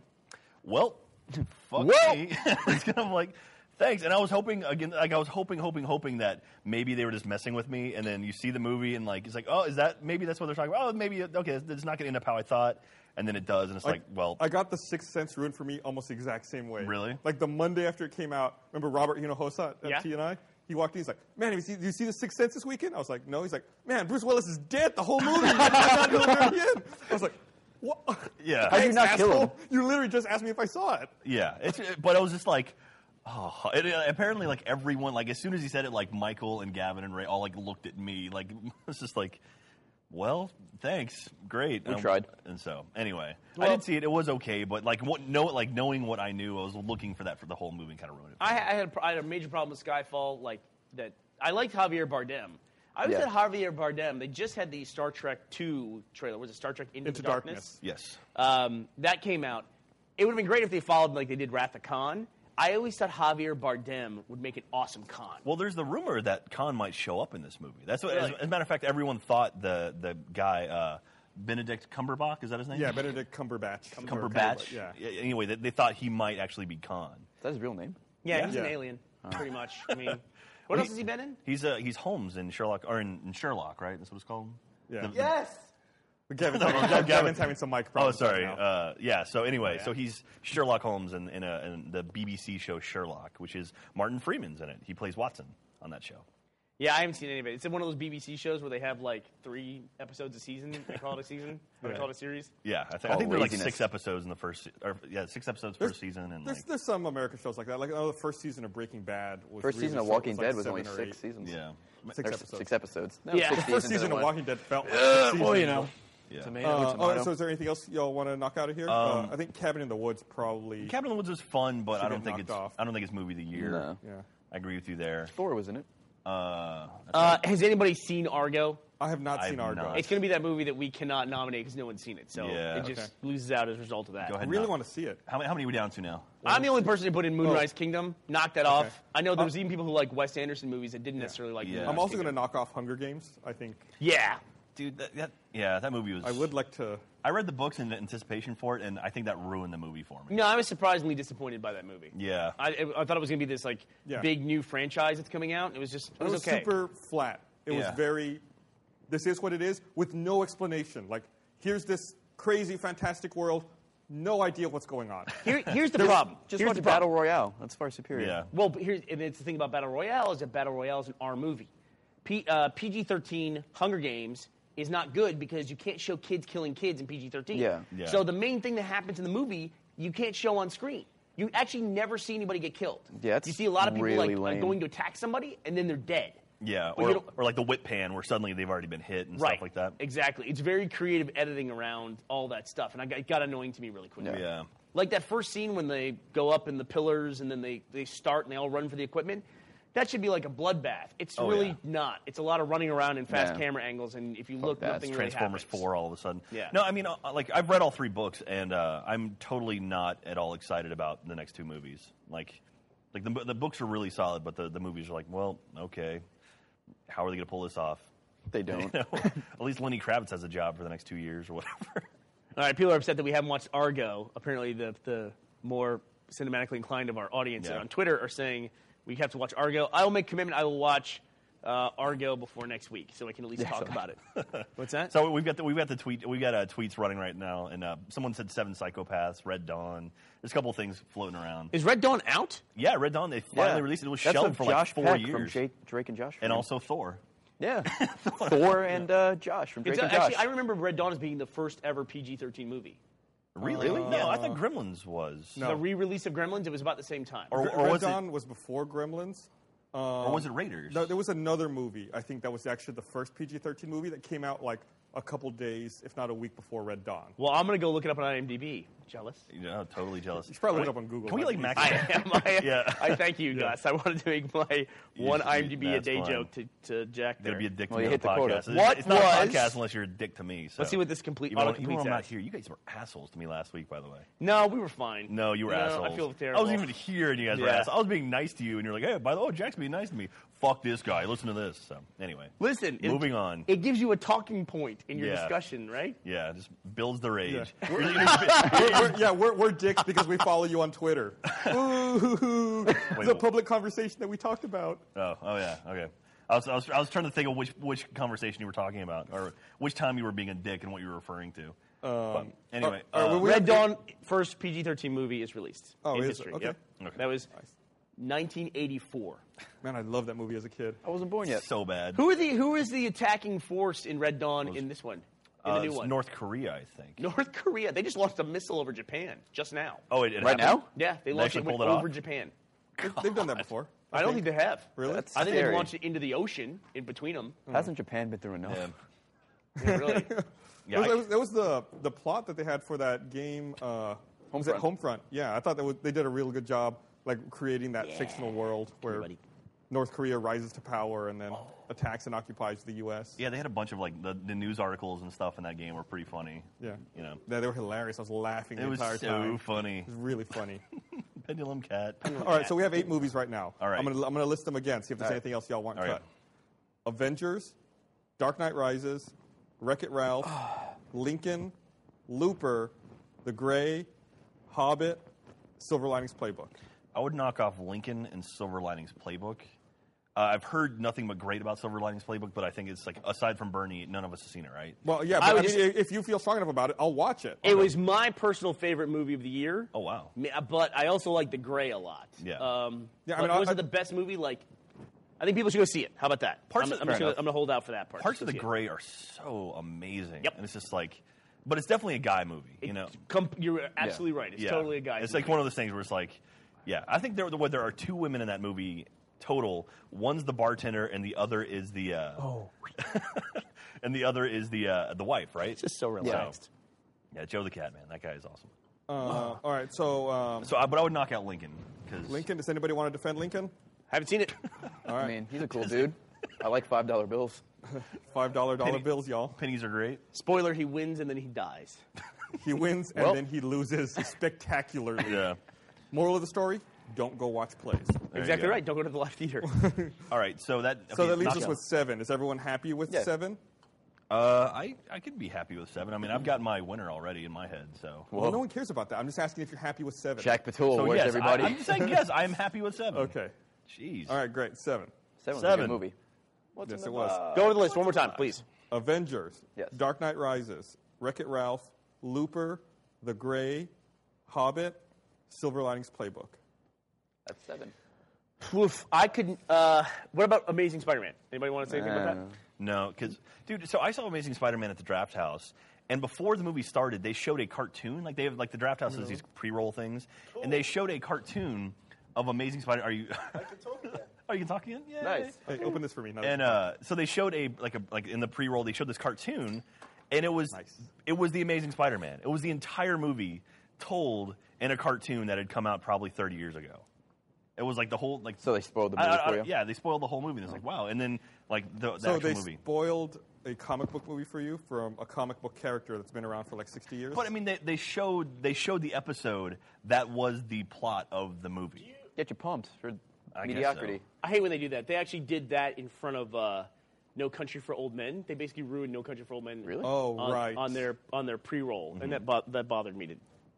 [SPEAKER 2] "Well, fuck
[SPEAKER 3] Well.
[SPEAKER 2] me." It's kind of like. Thanks, and I was hoping again. Like I was hoping, hoping, hoping that maybe they were just messing with me. And then you see the movie, and like it's like, oh, is that maybe that's what they're talking about? Oh, maybe okay, it's it's not going to end up how I thought. And then it does, and it's like, well,
[SPEAKER 1] I got the Sixth Sense ruined for me almost the exact same way.
[SPEAKER 2] Really?
[SPEAKER 1] Like the Monday after it came out. Remember Robert Hinojosa at
[SPEAKER 4] Yeah.
[SPEAKER 1] TNI? He walked in. He's like, "Man, have you see, do you see the Sixth Sense this weekend?" I was like, "No." He's like, "Man, Bruce Willis is dead the whole movie." I'm not gonna remember again. I was like, "What?
[SPEAKER 2] Yeah. How'd
[SPEAKER 1] Thanks,
[SPEAKER 3] you not kill
[SPEAKER 1] asshole.
[SPEAKER 3] him?
[SPEAKER 1] You literally just asked me if I saw it.
[SPEAKER 2] Yeah, it's, but I was just like, oh. It, uh, apparently, like everyone, like as soon as he said it, like Michael and Gavin and Ray all like looked at me, like it's just like, well, thanks, great.
[SPEAKER 3] We
[SPEAKER 2] Um,
[SPEAKER 3] tried.
[SPEAKER 2] and so anyway, I did see it. It was okay, but like what, know, like knowing what I knew, I was looking for that for the whole movie, kind of ruined it.
[SPEAKER 4] I, I had a, pro- I had a major problem with Skyfall. Like that, I liked Javier Bardem. I was
[SPEAKER 3] Yeah.
[SPEAKER 4] at Javier Bardem. They just had the Star Trek Two trailer. Was it Star Trek Into,
[SPEAKER 1] Into
[SPEAKER 4] the Darkness?
[SPEAKER 2] yes,
[SPEAKER 3] Uh,
[SPEAKER 4] Um, that came out. It would have been great if they followed like they did Wrath of Khan. I always thought Javier Bardem would make an awesome Khan.
[SPEAKER 2] Well, there's the rumor that Khan might show up in this movie. That's what,
[SPEAKER 4] Really?
[SPEAKER 2] as, as a matter of fact, everyone thought the the guy uh, Benedict Cumberbatch is that his name?
[SPEAKER 1] Yeah, Benedict Cumberbatch.
[SPEAKER 2] Cumberbatch.
[SPEAKER 1] Yeah.
[SPEAKER 2] Yeah, Anyway, they, they thought he might actually be Khan.
[SPEAKER 3] Is that his real name?
[SPEAKER 4] yeah,
[SPEAKER 2] yeah.
[SPEAKER 4] he's an
[SPEAKER 1] Yeah.
[SPEAKER 4] alien, pretty much. I mean, what else has he been in?
[SPEAKER 2] He's uh, he's Holmes in Sherlock or in, in Sherlock, right? That's what it's called.
[SPEAKER 1] Yeah.
[SPEAKER 2] The-
[SPEAKER 9] Yes!
[SPEAKER 1] Gavin's, having, Gavin's having some mic
[SPEAKER 2] Oh,
[SPEAKER 1] problems. right
[SPEAKER 2] sorry.
[SPEAKER 1] now.
[SPEAKER 2] Uh, yeah. So anyway,
[SPEAKER 1] yeah.
[SPEAKER 2] so he's Sherlock Holmes in in, a, in the BBC show Sherlock, which is Martin Freeman's in it. He plays Watson on that show.
[SPEAKER 4] Yeah, I haven't seen any of it. It's in one of those BBC shows where they have like three episodes a season. They call it a season. Or They call it a series.
[SPEAKER 2] Yeah, I, think
[SPEAKER 3] Oh,
[SPEAKER 2] I think there are like
[SPEAKER 3] laziness.
[SPEAKER 2] six episodes in the first. se- Or, yeah, six episodes per season, and
[SPEAKER 1] there's,
[SPEAKER 2] like,
[SPEAKER 1] there's some American shows like that. Like oh, the first season of Breaking Bad. Was
[SPEAKER 3] First
[SPEAKER 1] really
[SPEAKER 3] season of
[SPEAKER 1] short. It
[SPEAKER 3] Walking
[SPEAKER 1] like
[SPEAKER 3] Dead was
[SPEAKER 1] seven
[SPEAKER 3] only
[SPEAKER 1] or
[SPEAKER 3] six
[SPEAKER 1] eight.
[SPEAKER 3] seasons.
[SPEAKER 2] yeah,
[SPEAKER 1] Six
[SPEAKER 3] There's
[SPEAKER 1] episodes.
[SPEAKER 3] six episodes. No,
[SPEAKER 4] Yeah.
[SPEAKER 3] six
[SPEAKER 4] The
[SPEAKER 1] First
[SPEAKER 3] seasons
[SPEAKER 1] season
[SPEAKER 3] in
[SPEAKER 1] of
[SPEAKER 3] one.
[SPEAKER 1] Walking Dead felt like six
[SPEAKER 7] well,
[SPEAKER 1] seasons.
[SPEAKER 7] you know.
[SPEAKER 2] yeah.
[SPEAKER 7] Tomato,
[SPEAKER 1] Uh,
[SPEAKER 7] tomato.
[SPEAKER 1] oh, so is there anything else y'all want to knock out of here?
[SPEAKER 2] Um,
[SPEAKER 1] uh, I think Cabin in the Woods probably.
[SPEAKER 2] Cabin in the Woods was fun, but
[SPEAKER 1] Should
[SPEAKER 2] I don't
[SPEAKER 1] get
[SPEAKER 2] think
[SPEAKER 1] knocked
[SPEAKER 2] it's
[SPEAKER 1] off.
[SPEAKER 2] I don't think it's movie of the year.
[SPEAKER 3] No.
[SPEAKER 1] yeah.
[SPEAKER 2] I agree with you there.
[SPEAKER 3] Thor was in it.
[SPEAKER 2] Uh,
[SPEAKER 4] Uh, has anybody seen Argo?
[SPEAKER 1] I have not
[SPEAKER 2] I've
[SPEAKER 1] seen Argo.
[SPEAKER 2] not.
[SPEAKER 4] It's going to be that movie that we cannot nominate because no one's seen it. So
[SPEAKER 2] Yeah.
[SPEAKER 4] it just
[SPEAKER 1] Okay.
[SPEAKER 4] loses out as a result of that.
[SPEAKER 2] Go
[SPEAKER 1] I
[SPEAKER 2] ahead.
[SPEAKER 1] really
[SPEAKER 2] knock.
[SPEAKER 1] want to see it.
[SPEAKER 2] How many, how many are we down to now?
[SPEAKER 4] I'm the only person who put in Moonrise Kingdom. Knock that
[SPEAKER 1] Oh. Okay. Uh,
[SPEAKER 4] off. I know there was even people who like Wes Anderson movies that didn't necessarily like.
[SPEAKER 2] Yeah.
[SPEAKER 4] Moonrise
[SPEAKER 1] I'm also going to
[SPEAKER 4] Kingdom.
[SPEAKER 1] knock off Hunger Games. I think
[SPEAKER 4] Yeah.
[SPEAKER 2] Dude, that, that, yeah, that movie was.
[SPEAKER 1] I would like to.
[SPEAKER 2] I read the books in anticipation for it, and I think that ruined the movie for me.
[SPEAKER 4] No, I was surprisingly disappointed by that movie.
[SPEAKER 2] Yeah.
[SPEAKER 4] I, I thought it was going to be this like
[SPEAKER 1] Yeah.
[SPEAKER 4] big new franchise that's coming out. It was just it
[SPEAKER 1] It
[SPEAKER 4] was,
[SPEAKER 1] was
[SPEAKER 4] okay.
[SPEAKER 1] super flat. It was
[SPEAKER 2] Yeah.
[SPEAKER 1] very. This is what it is with no explanation. Like here's this crazy fantastic world. no idea what's going on.
[SPEAKER 4] Here, here's the problem.
[SPEAKER 3] Just
[SPEAKER 4] here's
[SPEAKER 3] watch
[SPEAKER 4] the problem.
[SPEAKER 3] Battle Royale. That's far superior.
[SPEAKER 2] Yeah.
[SPEAKER 4] Well, but here's and it's the thing about Battle Royale is that Battle Royale is an R movie. P, uh, PG-13 Hunger Games is not good because you can't show kids killing kids in PG-13.
[SPEAKER 3] Yeah. Yeah.
[SPEAKER 4] So the main thing that happens in the movie you can't show on screen. You actually never see anybody get killed.
[SPEAKER 3] Yeah, it's
[SPEAKER 4] you see a lot of people
[SPEAKER 3] really
[SPEAKER 4] like uh,
[SPEAKER 3] lame.
[SPEAKER 4] going to attack somebody and then they're dead.
[SPEAKER 2] Yeah,
[SPEAKER 4] But you
[SPEAKER 2] or,
[SPEAKER 4] don't-
[SPEAKER 2] or like the whip pan where suddenly they've already been hit and stuff like that.
[SPEAKER 4] Exactly. It's very creative editing around all that stuff, and I got, it got annoying to me really quickly.
[SPEAKER 2] Yeah.
[SPEAKER 4] Like that first scene when they go up in the pillars and then they, they start and they all run for the equipment. That should be like a bloodbath. It's
[SPEAKER 2] Oh,
[SPEAKER 4] really
[SPEAKER 2] yeah.
[SPEAKER 4] not. It's a lot of running around and fast
[SPEAKER 3] Yeah.
[SPEAKER 4] camera angles, and if you look,
[SPEAKER 3] that.
[SPEAKER 4] nothing
[SPEAKER 3] It's
[SPEAKER 4] really
[SPEAKER 2] Transformers
[SPEAKER 4] happens.
[SPEAKER 2] 4 all of a sudden.
[SPEAKER 4] Yeah.
[SPEAKER 2] No, I mean, uh, like, I've read all three books, and uh, I'm totally not at all excited about the next two movies. Like, like the, bo- the books are really solid, but the, the movies are like, well, okay, how are they going to pull this off?
[SPEAKER 3] They don't.
[SPEAKER 2] You know? at least Lenny Kravitz has a job for the next two years or whatever.
[SPEAKER 4] All right, people are upset that we haven't watched Argo. Apparently, the, the more cinematically inclined of our audience
[SPEAKER 2] Yeah.
[SPEAKER 4] on Twitter are saying we have to watch Argo. I will make commitment. I will watch uh, Argo before next week, so I can at least talk about it. What's that?
[SPEAKER 2] So we've got the, we've got the tweet we've got uh, tweets running right now, and uh, someone said Seven Psychopaths, Red Dawn. There's a couple of things floating around.
[SPEAKER 4] Is Red Dawn out?
[SPEAKER 2] yeah, Red Dawn. They finally
[SPEAKER 3] Yeah.
[SPEAKER 2] released it. It was
[SPEAKER 3] That's
[SPEAKER 2] shelved
[SPEAKER 3] a
[SPEAKER 2] for
[SPEAKER 3] Josh
[SPEAKER 2] like four
[SPEAKER 3] Peck
[SPEAKER 2] years,
[SPEAKER 3] From Jake, Drake and Josh.
[SPEAKER 2] and
[SPEAKER 3] fame.
[SPEAKER 2] also Thor.
[SPEAKER 3] Yeah. Thor and uh, Josh from Drake
[SPEAKER 4] It's
[SPEAKER 3] and
[SPEAKER 4] actually,
[SPEAKER 3] Josh.
[SPEAKER 4] I remember Red Dawn as being the first ever PG-13 movie.
[SPEAKER 2] Really? No, I thought Gremlins was.
[SPEAKER 1] No.
[SPEAKER 4] The re-release of Gremlins, it was about the same time.
[SPEAKER 2] Or,
[SPEAKER 1] Red
[SPEAKER 2] or was
[SPEAKER 1] Dawn
[SPEAKER 2] it?
[SPEAKER 1] was before Gremlins. Um,
[SPEAKER 2] Or was it Raiders?
[SPEAKER 1] No, there was another movie. I think that was actually the first PG-13 movie that came out like a couple days, if not a week before Red Dawn.
[SPEAKER 4] well, I'm gonna go look it up on IMDb. Jealous?
[SPEAKER 2] Yeah, totally jealous. You
[SPEAKER 1] should probably look it up on Google.
[SPEAKER 2] Can we like
[SPEAKER 1] Might
[SPEAKER 2] max?
[SPEAKER 1] be
[SPEAKER 4] I am. I,
[SPEAKER 2] Yeah.
[SPEAKER 4] I thank you, Gus. I wanted to make my one
[SPEAKER 2] should be-
[SPEAKER 4] IMDb a
[SPEAKER 2] that's
[SPEAKER 4] day
[SPEAKER 2] fine.
[SPEAKER 4] joke to, to Jack. There.
[SPEAKER 2] Gonna be a dick to
[SPEAKER 3] Well,
[SPEAKER 2] me
[SPEAKER 3] you
[SPEAKER 2] on
[SPEAKER 3] hit
[SPEAKER 2] the
[SPEAKER 3] the quota.
[SPEAKER 2] podcast. It's-
[SPEAKER 4] What
[SPEAKER 2] it's not a
[SPEAKER 4] was-
[SPEAKER 2] podcast unless you're a dick to me. so-
[SPEAKER 4] Let's see what this complete-
[SPEAKER 2] Even,
[SPEAKER 4] auto
[SPEAKER 2] when- even when
[SPEAKER 4] completes
[SPEAKER 2] I'm not
[SPEAKER 4] as.
[SPEAKER 2] here, you guys were assholes to me last week. By the way,
[SPEAKER 4] no, we were fine.
[SPEAKER 2] no, you were assholes.
[SPEAKER 4] I feel terrible.
[SPEAKER 2] I was even here, and you guys were
[SPEAKER 4] Yeah.
[SPEAKER 2] assholes. I was being nice to you, and you're like, "Hey, by the way, oh, Jack's being nice to me. Fuck this guy. Listen to this." So anyway,
[SPEAKER 4] Listen, it-
[SPEAKER 2] moving on.
[SPEAKER 4] It gives you a talking point in your
[SPEAKER 2] Yeah.
[SPEAKER 4] discussion, right?
[SPEAKER 2] yeah, just builds the rage.
[SPEAKER 1] We're- we're- yeah, we're, we're dicks because we follow you on Twitter. Ooh, the
[SPEAKER 2] wh-
[SPEAKER 1] public conversation that we talked about.
[SPEAKER 2] Oh, oh yeah, okay. I was, I was, I was trying to think of which, which conversation you were talking about, or which time you were being a dick and what you were referring to. But anyway,
[SPEAKER 1] uh, uh,
[SPEAKER 2] uh,
[SPEAKER 1] when we-
[SPEAKER 4] Red
[SPEAKER 1] have-
[SPEAKER 4] Dawn, first PG-13 movie is released
[SPEAKER 1] Oh,
[SPEAKER 4] in
[SPEAKER 1] is it?
[SPEAKER 4] history.
[SPEAKER 1] Okay.
[SPEAKER 4] Yep.
[SPEAKER 2] Okay.
[SPEAKER 4] That was 1984.
[SPEAKER 1] Man, I loved that movie as a kid.
[SPEAKER 3] I wasn't born yet.
[SPEAKER 2] so bad.
[SPEAKER 4] Who are the who is the attacking force in Red Dawn in this one? In
[SPEAKER 2] Uh,
[SPEAKER 4] the new
[SPEAKER 2] it's
[SPEAKER 4] one,
[SPEAKER 2] North Korea, I think.
[SPEAKER 4] North Korea. They just launched a missile over Japan just now.
[SPEAKER 2] Oh, it, it
[SPEAKER 3] Right
[SPEAKER 2] happened?
[SPEAKER 3] now?
[SPEAKER 4] Yeah, they
[SPEAKER 2] They
[SPEAKER 4] launched
[SPEAKER 2] actually
[SPEAKER 4] it, went
[SPEAKER 2] pulled it off?
[SPEAKER 4] over Japan.
[SPEAKER 1] They've, they've done that before.
[SPEAKER 4] I, don't think, they have.
[SPEAKER 1] Really?
[SPEAKER 3] That's
[SPEAKER 4] I think they
[SPEAKER 3] scary.
[SPEAKER 4] launched it into the ocean in between them.
[SPEAKER 3] Hasn't Japan been through enough?
[SPEAKER 2] Yeah.
[SPEAKER 4] Yeah, really.
[SPEAKER 2] Yeah,
[SPEAKER 1] that,
[SPEAKER 2] I-
[SPEAKER 1] was, that was the the plot that they had for that game. Uh, was it
[SPEAKER 3] Homefront.
[SPEAKER 1] Homefront. Yeah, I thought that was, they did a real good job, like creating that fictional world where
[SPEAKER 4] buddy.
[SPEAKER 1] North Korea rises to power and then attacks and occupies the U.S.
[SPEAKER 2] Oh. yeah, they had a bunch of like the, the news articles and stuff in that game were pretty funny.
[SPEAKER 1] Yeah.
[SPEAKER 2] you know,
[SPEAKER 1] Yeah, they were hilarious. I was laughing
[SPEAKER 2] it
[SPEAKER 1] the
[SPEAKER 2] was
[SPEAKER 1] entire
[SPEAKER 2] so
[SPEAKER 1] time.
[SPEAKER 2] funny.
[SPEAKER 1] It was really funny.
[SPEAKER 2] Pendulum Cat.
[SPEAKER 1] All right, so we have eight movies right now.
[SPEAKER 2] All right.
[SPEAKER 1] I'm gonna I'm gonna list them again. See if there's
[SPEAKER 3] All right.
[SPEAKER 1] anything else y'all want
[SPEAKER 2] All
[SPEAKER 1] cut.
[SPEAKER 2] right.
[SPEAKER 1] Avengers, Dark Knight Rises, Wreck It Ralph, Lincoln, Looper, The Gray, Hobbit, Silver Linings Playbook.
[SPEAKER 2] I would knock off Lincoln and Silver Linings Playbook. Uh, I've heard nothing but great about Silver Linings Playbook, but I think it's like aside from Bernie, none of us have seen it, right?
[SPEAKER 1] Well, yeah,
[SPEAKER 4] I
[SPEAKER 1] but I
[SPEAKER 4] would
[SPEAKER 1] mean,
[SPEAKER 4] just-
[SPEAKER 1] if you feel strong enough about it, I'll watch it.
[SPEAKER 4] It was my personal favorite movie of the year.
[SPEAKER 2] Oh, wow.
[SPEAKER 4] Me- uh, But I also like The Gray a lot.
[SPEAKER 2] Yeah.
[SPEAKER 4] Um,
[SPEAKER 1] Yeah, I
[SPEAKER 4] but
[SPEAKER 1] mean, I-
[SPEAKER 4] was
[SPEAKER 1] I-
[SPEAKER 4] it the best movie? Like, I think people should go see it. How about that?
[SPEAKER 2] Parts
[SPEAKER 4] I'm,
[SPEAKER 2] of-
[SPEAKER 4] I'm
[SPEAKER 2] fair
[SPEAKER 4] just gonna,
[SPEAKER 2] enough.
[SPEAKER 4] I'm gonna hold out for that part.
[SPEAKER 2] Parts
[SPEAKER 4] Just
[SPEAKER 2] of the
[SPEAKER 4] go see it.
[SPEAKER 2] Gray are so amazing.
[SPEAKER 4] Yep.
[SPEAKER 2] And it's just like, but it's definitely a guy movie, you know?
[SPEAKER 4] Com- you're absolutely right. It's
[SPEAKER 2] Yeah.
[SPEAKER 4] totally a guy.
[SPEAKER 2] It's like one of those things where it's like, yeah, I think there, what, there are two women in that movie total. One's the bartender, and the other is the. Uh, oh. and the other is the uh, the wife, right?
[SPEAKER 4] just so relaxed.
[SPEAKER 2] yeah, Joe the Cat, man. That guy is awesome.
[SPEAKER 1] Uh, all right, so um,
[SPEAKER 2] So, I, but I would knock out Lincoln because
[SPEAKER 1] Lincoln, does anybody want to defend Lincoln?
[SPEAKER 4] Haven't seen it.
[SPEAKER 3] I mean, he's a cool dude. I like five dollar bills.
[SPEAKER 1] Five dollar dollar
[SPEAKER 2] Penny-
[SPEAKER 1] bills, y'all.
[SPEAKER 2] pennies are great.
[SPEAKER 4] Spoiler: He wins and then he dies.
[SPEAKER 1] He wins and
[SPEAKER 3] Well-
[SPEAKER 1] then he loses spectacularly.
[SPEAKER 2] Yeah.
[SPEAKER 1] Moral of the story: Don't go watch plays.
[SPEAKER 2] you
[SPEAKER 4] Exactly
[SPEAKER 2] go.
[SPEAKER 4] right. Don't go to the live theater.
[SPEAKER 2] All right, so that
[SPEAKER 1] So
[SPEAKER 2] okay,
[SPEAKER 1] that leaves
[SPEAKER 2] knock
[SPEAKER 1] us
[SPEAKER 2] out.
[SPEAKER 1] with seven. Is everyone happy with
[SPEAKER 3] Yeah.
[SPEAKER 1] seven?
[SPEAKER 2] Uh, I I could be happy with seven. I mean, I've got my winner already in my head. So
[SPEAKER 1] Well, no one cares about that. I'm just asking if you're happy with seven.
[SPEAKER 3] Jack Patul,
[SPEAKER 2] so
[SPEAKER 3] where's
[SPEAKER 2] yes,
[SPEAKER 3] everybody?
[SPEAKER 2] I, am saying yes. I'm happy with seven.
[SPEAKER 1] Okay.
[SPEAKER 2] Jeez.
[SPEAKER 1] All right, great. Seven.
[SPEAKER 3] Seven, was a
[SPEAKER 2] Seven.
[SPEAKER 3] good movie.
[SPEAKER 1] yes, it was.
[SPEAKER 4] go to the list one more time, please.
[SPEAKER 1] Avengers.
[SPEAKER 3] Yes.
[SPEAKER 1] Dark Knight Rises. Wreck It Ralph. Looper. The Gray. Hobbit, Silver Linings Playbook.
[SPEAKER 3] That's seven.
[SPEAKER 4] Woof. I could. Uh, what about Amazing Spider-Man? Anybody want to say anything about that?
[SPEAKER 2] No, because dude, so I saw Amazing Spider-Man at the Draft House, and before the movie started, they showed a cartoon. Like they have like the Draft House has these pre-roll things, and they showed a cartoon of Amazing Spider. Are you? I can
[SPEAKER 9] talk again.
[SPEAKER 2] Oh, you can talk again. Yeah.
[SPEAKER 3] Nice.
[SPEAKER 1] Hey, open this for me. Not
[SPEAKER 2] And uh, so they showed a like a like in the pre-roll they showed this cartoon, and it was it was the Amazing Spider-Man. It was the entire movie told in a cartoon that had come out probably 30 years ago. It was like the whole like
[SPEAKER 3] So they spoiled the
[SPEAKER 2] I-
[SPEAKER 3] movie
[SPEAKER 2] I-
[SPEAKER 3] for
[SPEAKER 2] I-
[SPEAKER 3] you?
[SPEAKER 2] Yeah, they spoiled the whole movie. And it's like wow, and then like the, the
[SPEAKER 1] Uh-huh. so
[SPEAKER 2] actual
[SPEAKER 1] they
[SPEAKER 2] movie.
[SPEAKER 1] spoiled a comic book movie for you from a comic book character that's been around for like 60 years.
[SPEAKER 2] But I mean, they, they showed they showed the episode that was the plot of the movie.
[SPEAKER 3] Get you pumped for
[SPEAKER 2] I guess
[SPEAKER 3] mediocrity.
[SPEAKER 2] so.
[SPEAKER 4] I hate when they do that. They actually did that in front of uh, No Country for Old Men. They basically ruined No Country for Old Men.
[SPEAKER 3] Really?
[SPEAKER 1] Oh,
[SPEAKER 4] on,
[SPEAKER 1] right.
[SPEAKER 4] On their on their pre-roll, and that bo- that bothered me. To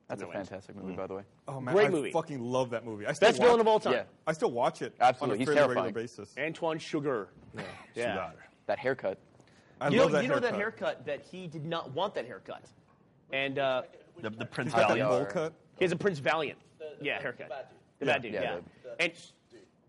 [SPEAKER 3] That's
[SPEAKER 4] no
[SPEAKER 3] a
[SPEAKER 4] end.
[SPEAKER 3] fantastic movie, by the way.
[SPEAKER 1] oh, man,
[SPEAKER 4] great
[SPEAKER 1] I
[SPEAKER 4] movie.
[SPEAKER 1] fucking love that movie. I still
[SPEAKER 4] Best
[SPEAKER 1] watch,
[SPEAKER 4] villain of all time.
[SPEAKER 3] Yeah.
[SPEAKER 1] I still watch it
[SPEAKER 3] Absolutely,
[SPEAKER 1] on a
[SPEAKER 3] he's
[SPEAKER 1] fairly regular
[SPEAKER 3] terrifying.
[SPEAKER 1] basis.
[SPEAKER 4] Antoine Sugar. Yeah.
[SPEAKER 3] That haircut.
[SPEAKER 1] I
[SPEAKER 4] You
[SPEAKER 1] love
[SPEAKER 4] know,
[SPEAKER 1] that
[SPEAKER 4] you know
[SPEAKER 1] haircut.
[SPEAKER 4] that haircut that he did not want that haircut, and uh,
[SPEAKER 2] The, the Prince
[SPEAKER 1] Got that
[SPEAKER 2] Valiant.
[SPEAKER 1] bowl
[SPEAKER 3] or-
[SPEAKER 1] cut.
[SPEAKER 4] he has a Prince Valiant. yeah,
[SPEAKER 9] the
[SPEAKER 4] haircut.
[SPEAKER 9] bad dude.
[SPEAKER 4] The bad dude. Yeah.
[SPEAKER 3] Yeah,
[SPEAKER 4] and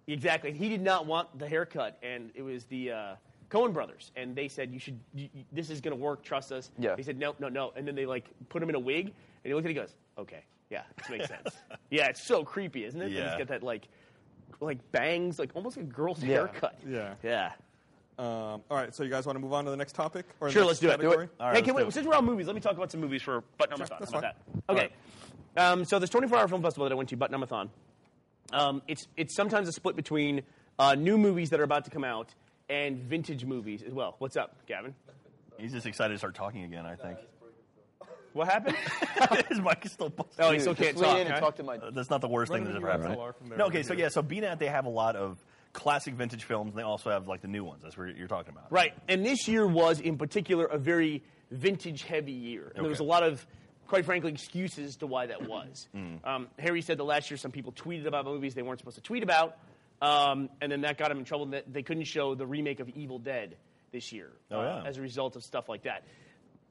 [SPEAKER 4] exactly, he did not want the haircut, and it was the uh, Cohen brothers, and they said you should. You, you- this is going to work. Trust us.
[SPEAKER 3] Yeah.
[SPEAKER 4] They said no, no, no, and then they like put him in a wig, and he looked at it and goes, okay, yeah, this makes sense. Yeah, it's so creepy, isn't it? And
[SPEAKER 2] Yeah.
[SPEAKER 4] he's got that like, like bangs, like almost like a girl's haircut.
[SPEAKER 1] Yeah.
[SPEAKER 4] Yeah.
[SPEAKER 1] Um, all right, so you guys want to move on to the next topic? Or the
[SPEAKER 4] Sure, let's
[SPEAKER 1] next
[SPEAKER 4] do it. Uh,
[SPEAKER 1] category?
[SPEAKER 2] All right,
[SPEAKER 4] hey, can
[SPEAKER 2] let's
[SPEAKER 4] we,
[SPEAKER 2] do
[SPEAKER 4] since we're on movies, let me talk about some movies for Button
[SPEAKER 1] Sure,
[SPEAKER 4] Numathon.
[SPEAKER 1] that's
[SPEAKER 4] How about
[SPEAKER 1] fine.
[SPEAKER 4] that? Okay. Um, so this 24-hour film festival that I went to, Button Numathon, um, it's it's sometimes a split between uh, new movies that are about to come out and vintage movies as well. What's up, Gavin?
[SPEAKER 2] He's just excited to start talking again. I think
[SPEAKER 4] What happened?
[SPEAKER 2] his mic is still. busted.
[SPEAKER 4] oh, he still can't
[SPEAKER 3] Just lean
[SPEAKER 4] talk.
[SPEAKER 3] in and
[SPEAKER 4] huh?
[SPEAKER 3] talk to my.
[SPEAKER 2] Uh, That's not the worst
[SPEAKER 1] Run
[SPEAKER 2] thing that's
[SPEAKER 1] to
[SPEAKER 2] ever
[SPEAKER 1] the
[SPEAKER 2] happened.
[SPEAKER 1] URL from there
[SPEAKER 2] No,
[SPEAKER 1] over
[SPEAKER 2] okay, so
[SPEAKER 1] here.
[SPEAKER 2] yeah, so BNAT they have a lot of classic vintage films, and they also have like the new ones. That's what you're talking about.
[SPEAKER 4] Right. And this year was, in particular, a very vintage heavy year. And there was a
[SPEAKER 2] Okay.
[SPEAKER 4] lot of, quite frankly, excuses to why that was. Um, Harry said that last year some people tweeted about movies they weren't supposed to tweet about. Um, and then that got him in trouble. That They couldn't show the remake of Evil Dead this year uh,
[SPEAKER 2] Oh, yeah.
[SPEAKER 4] as a result of stuff like that.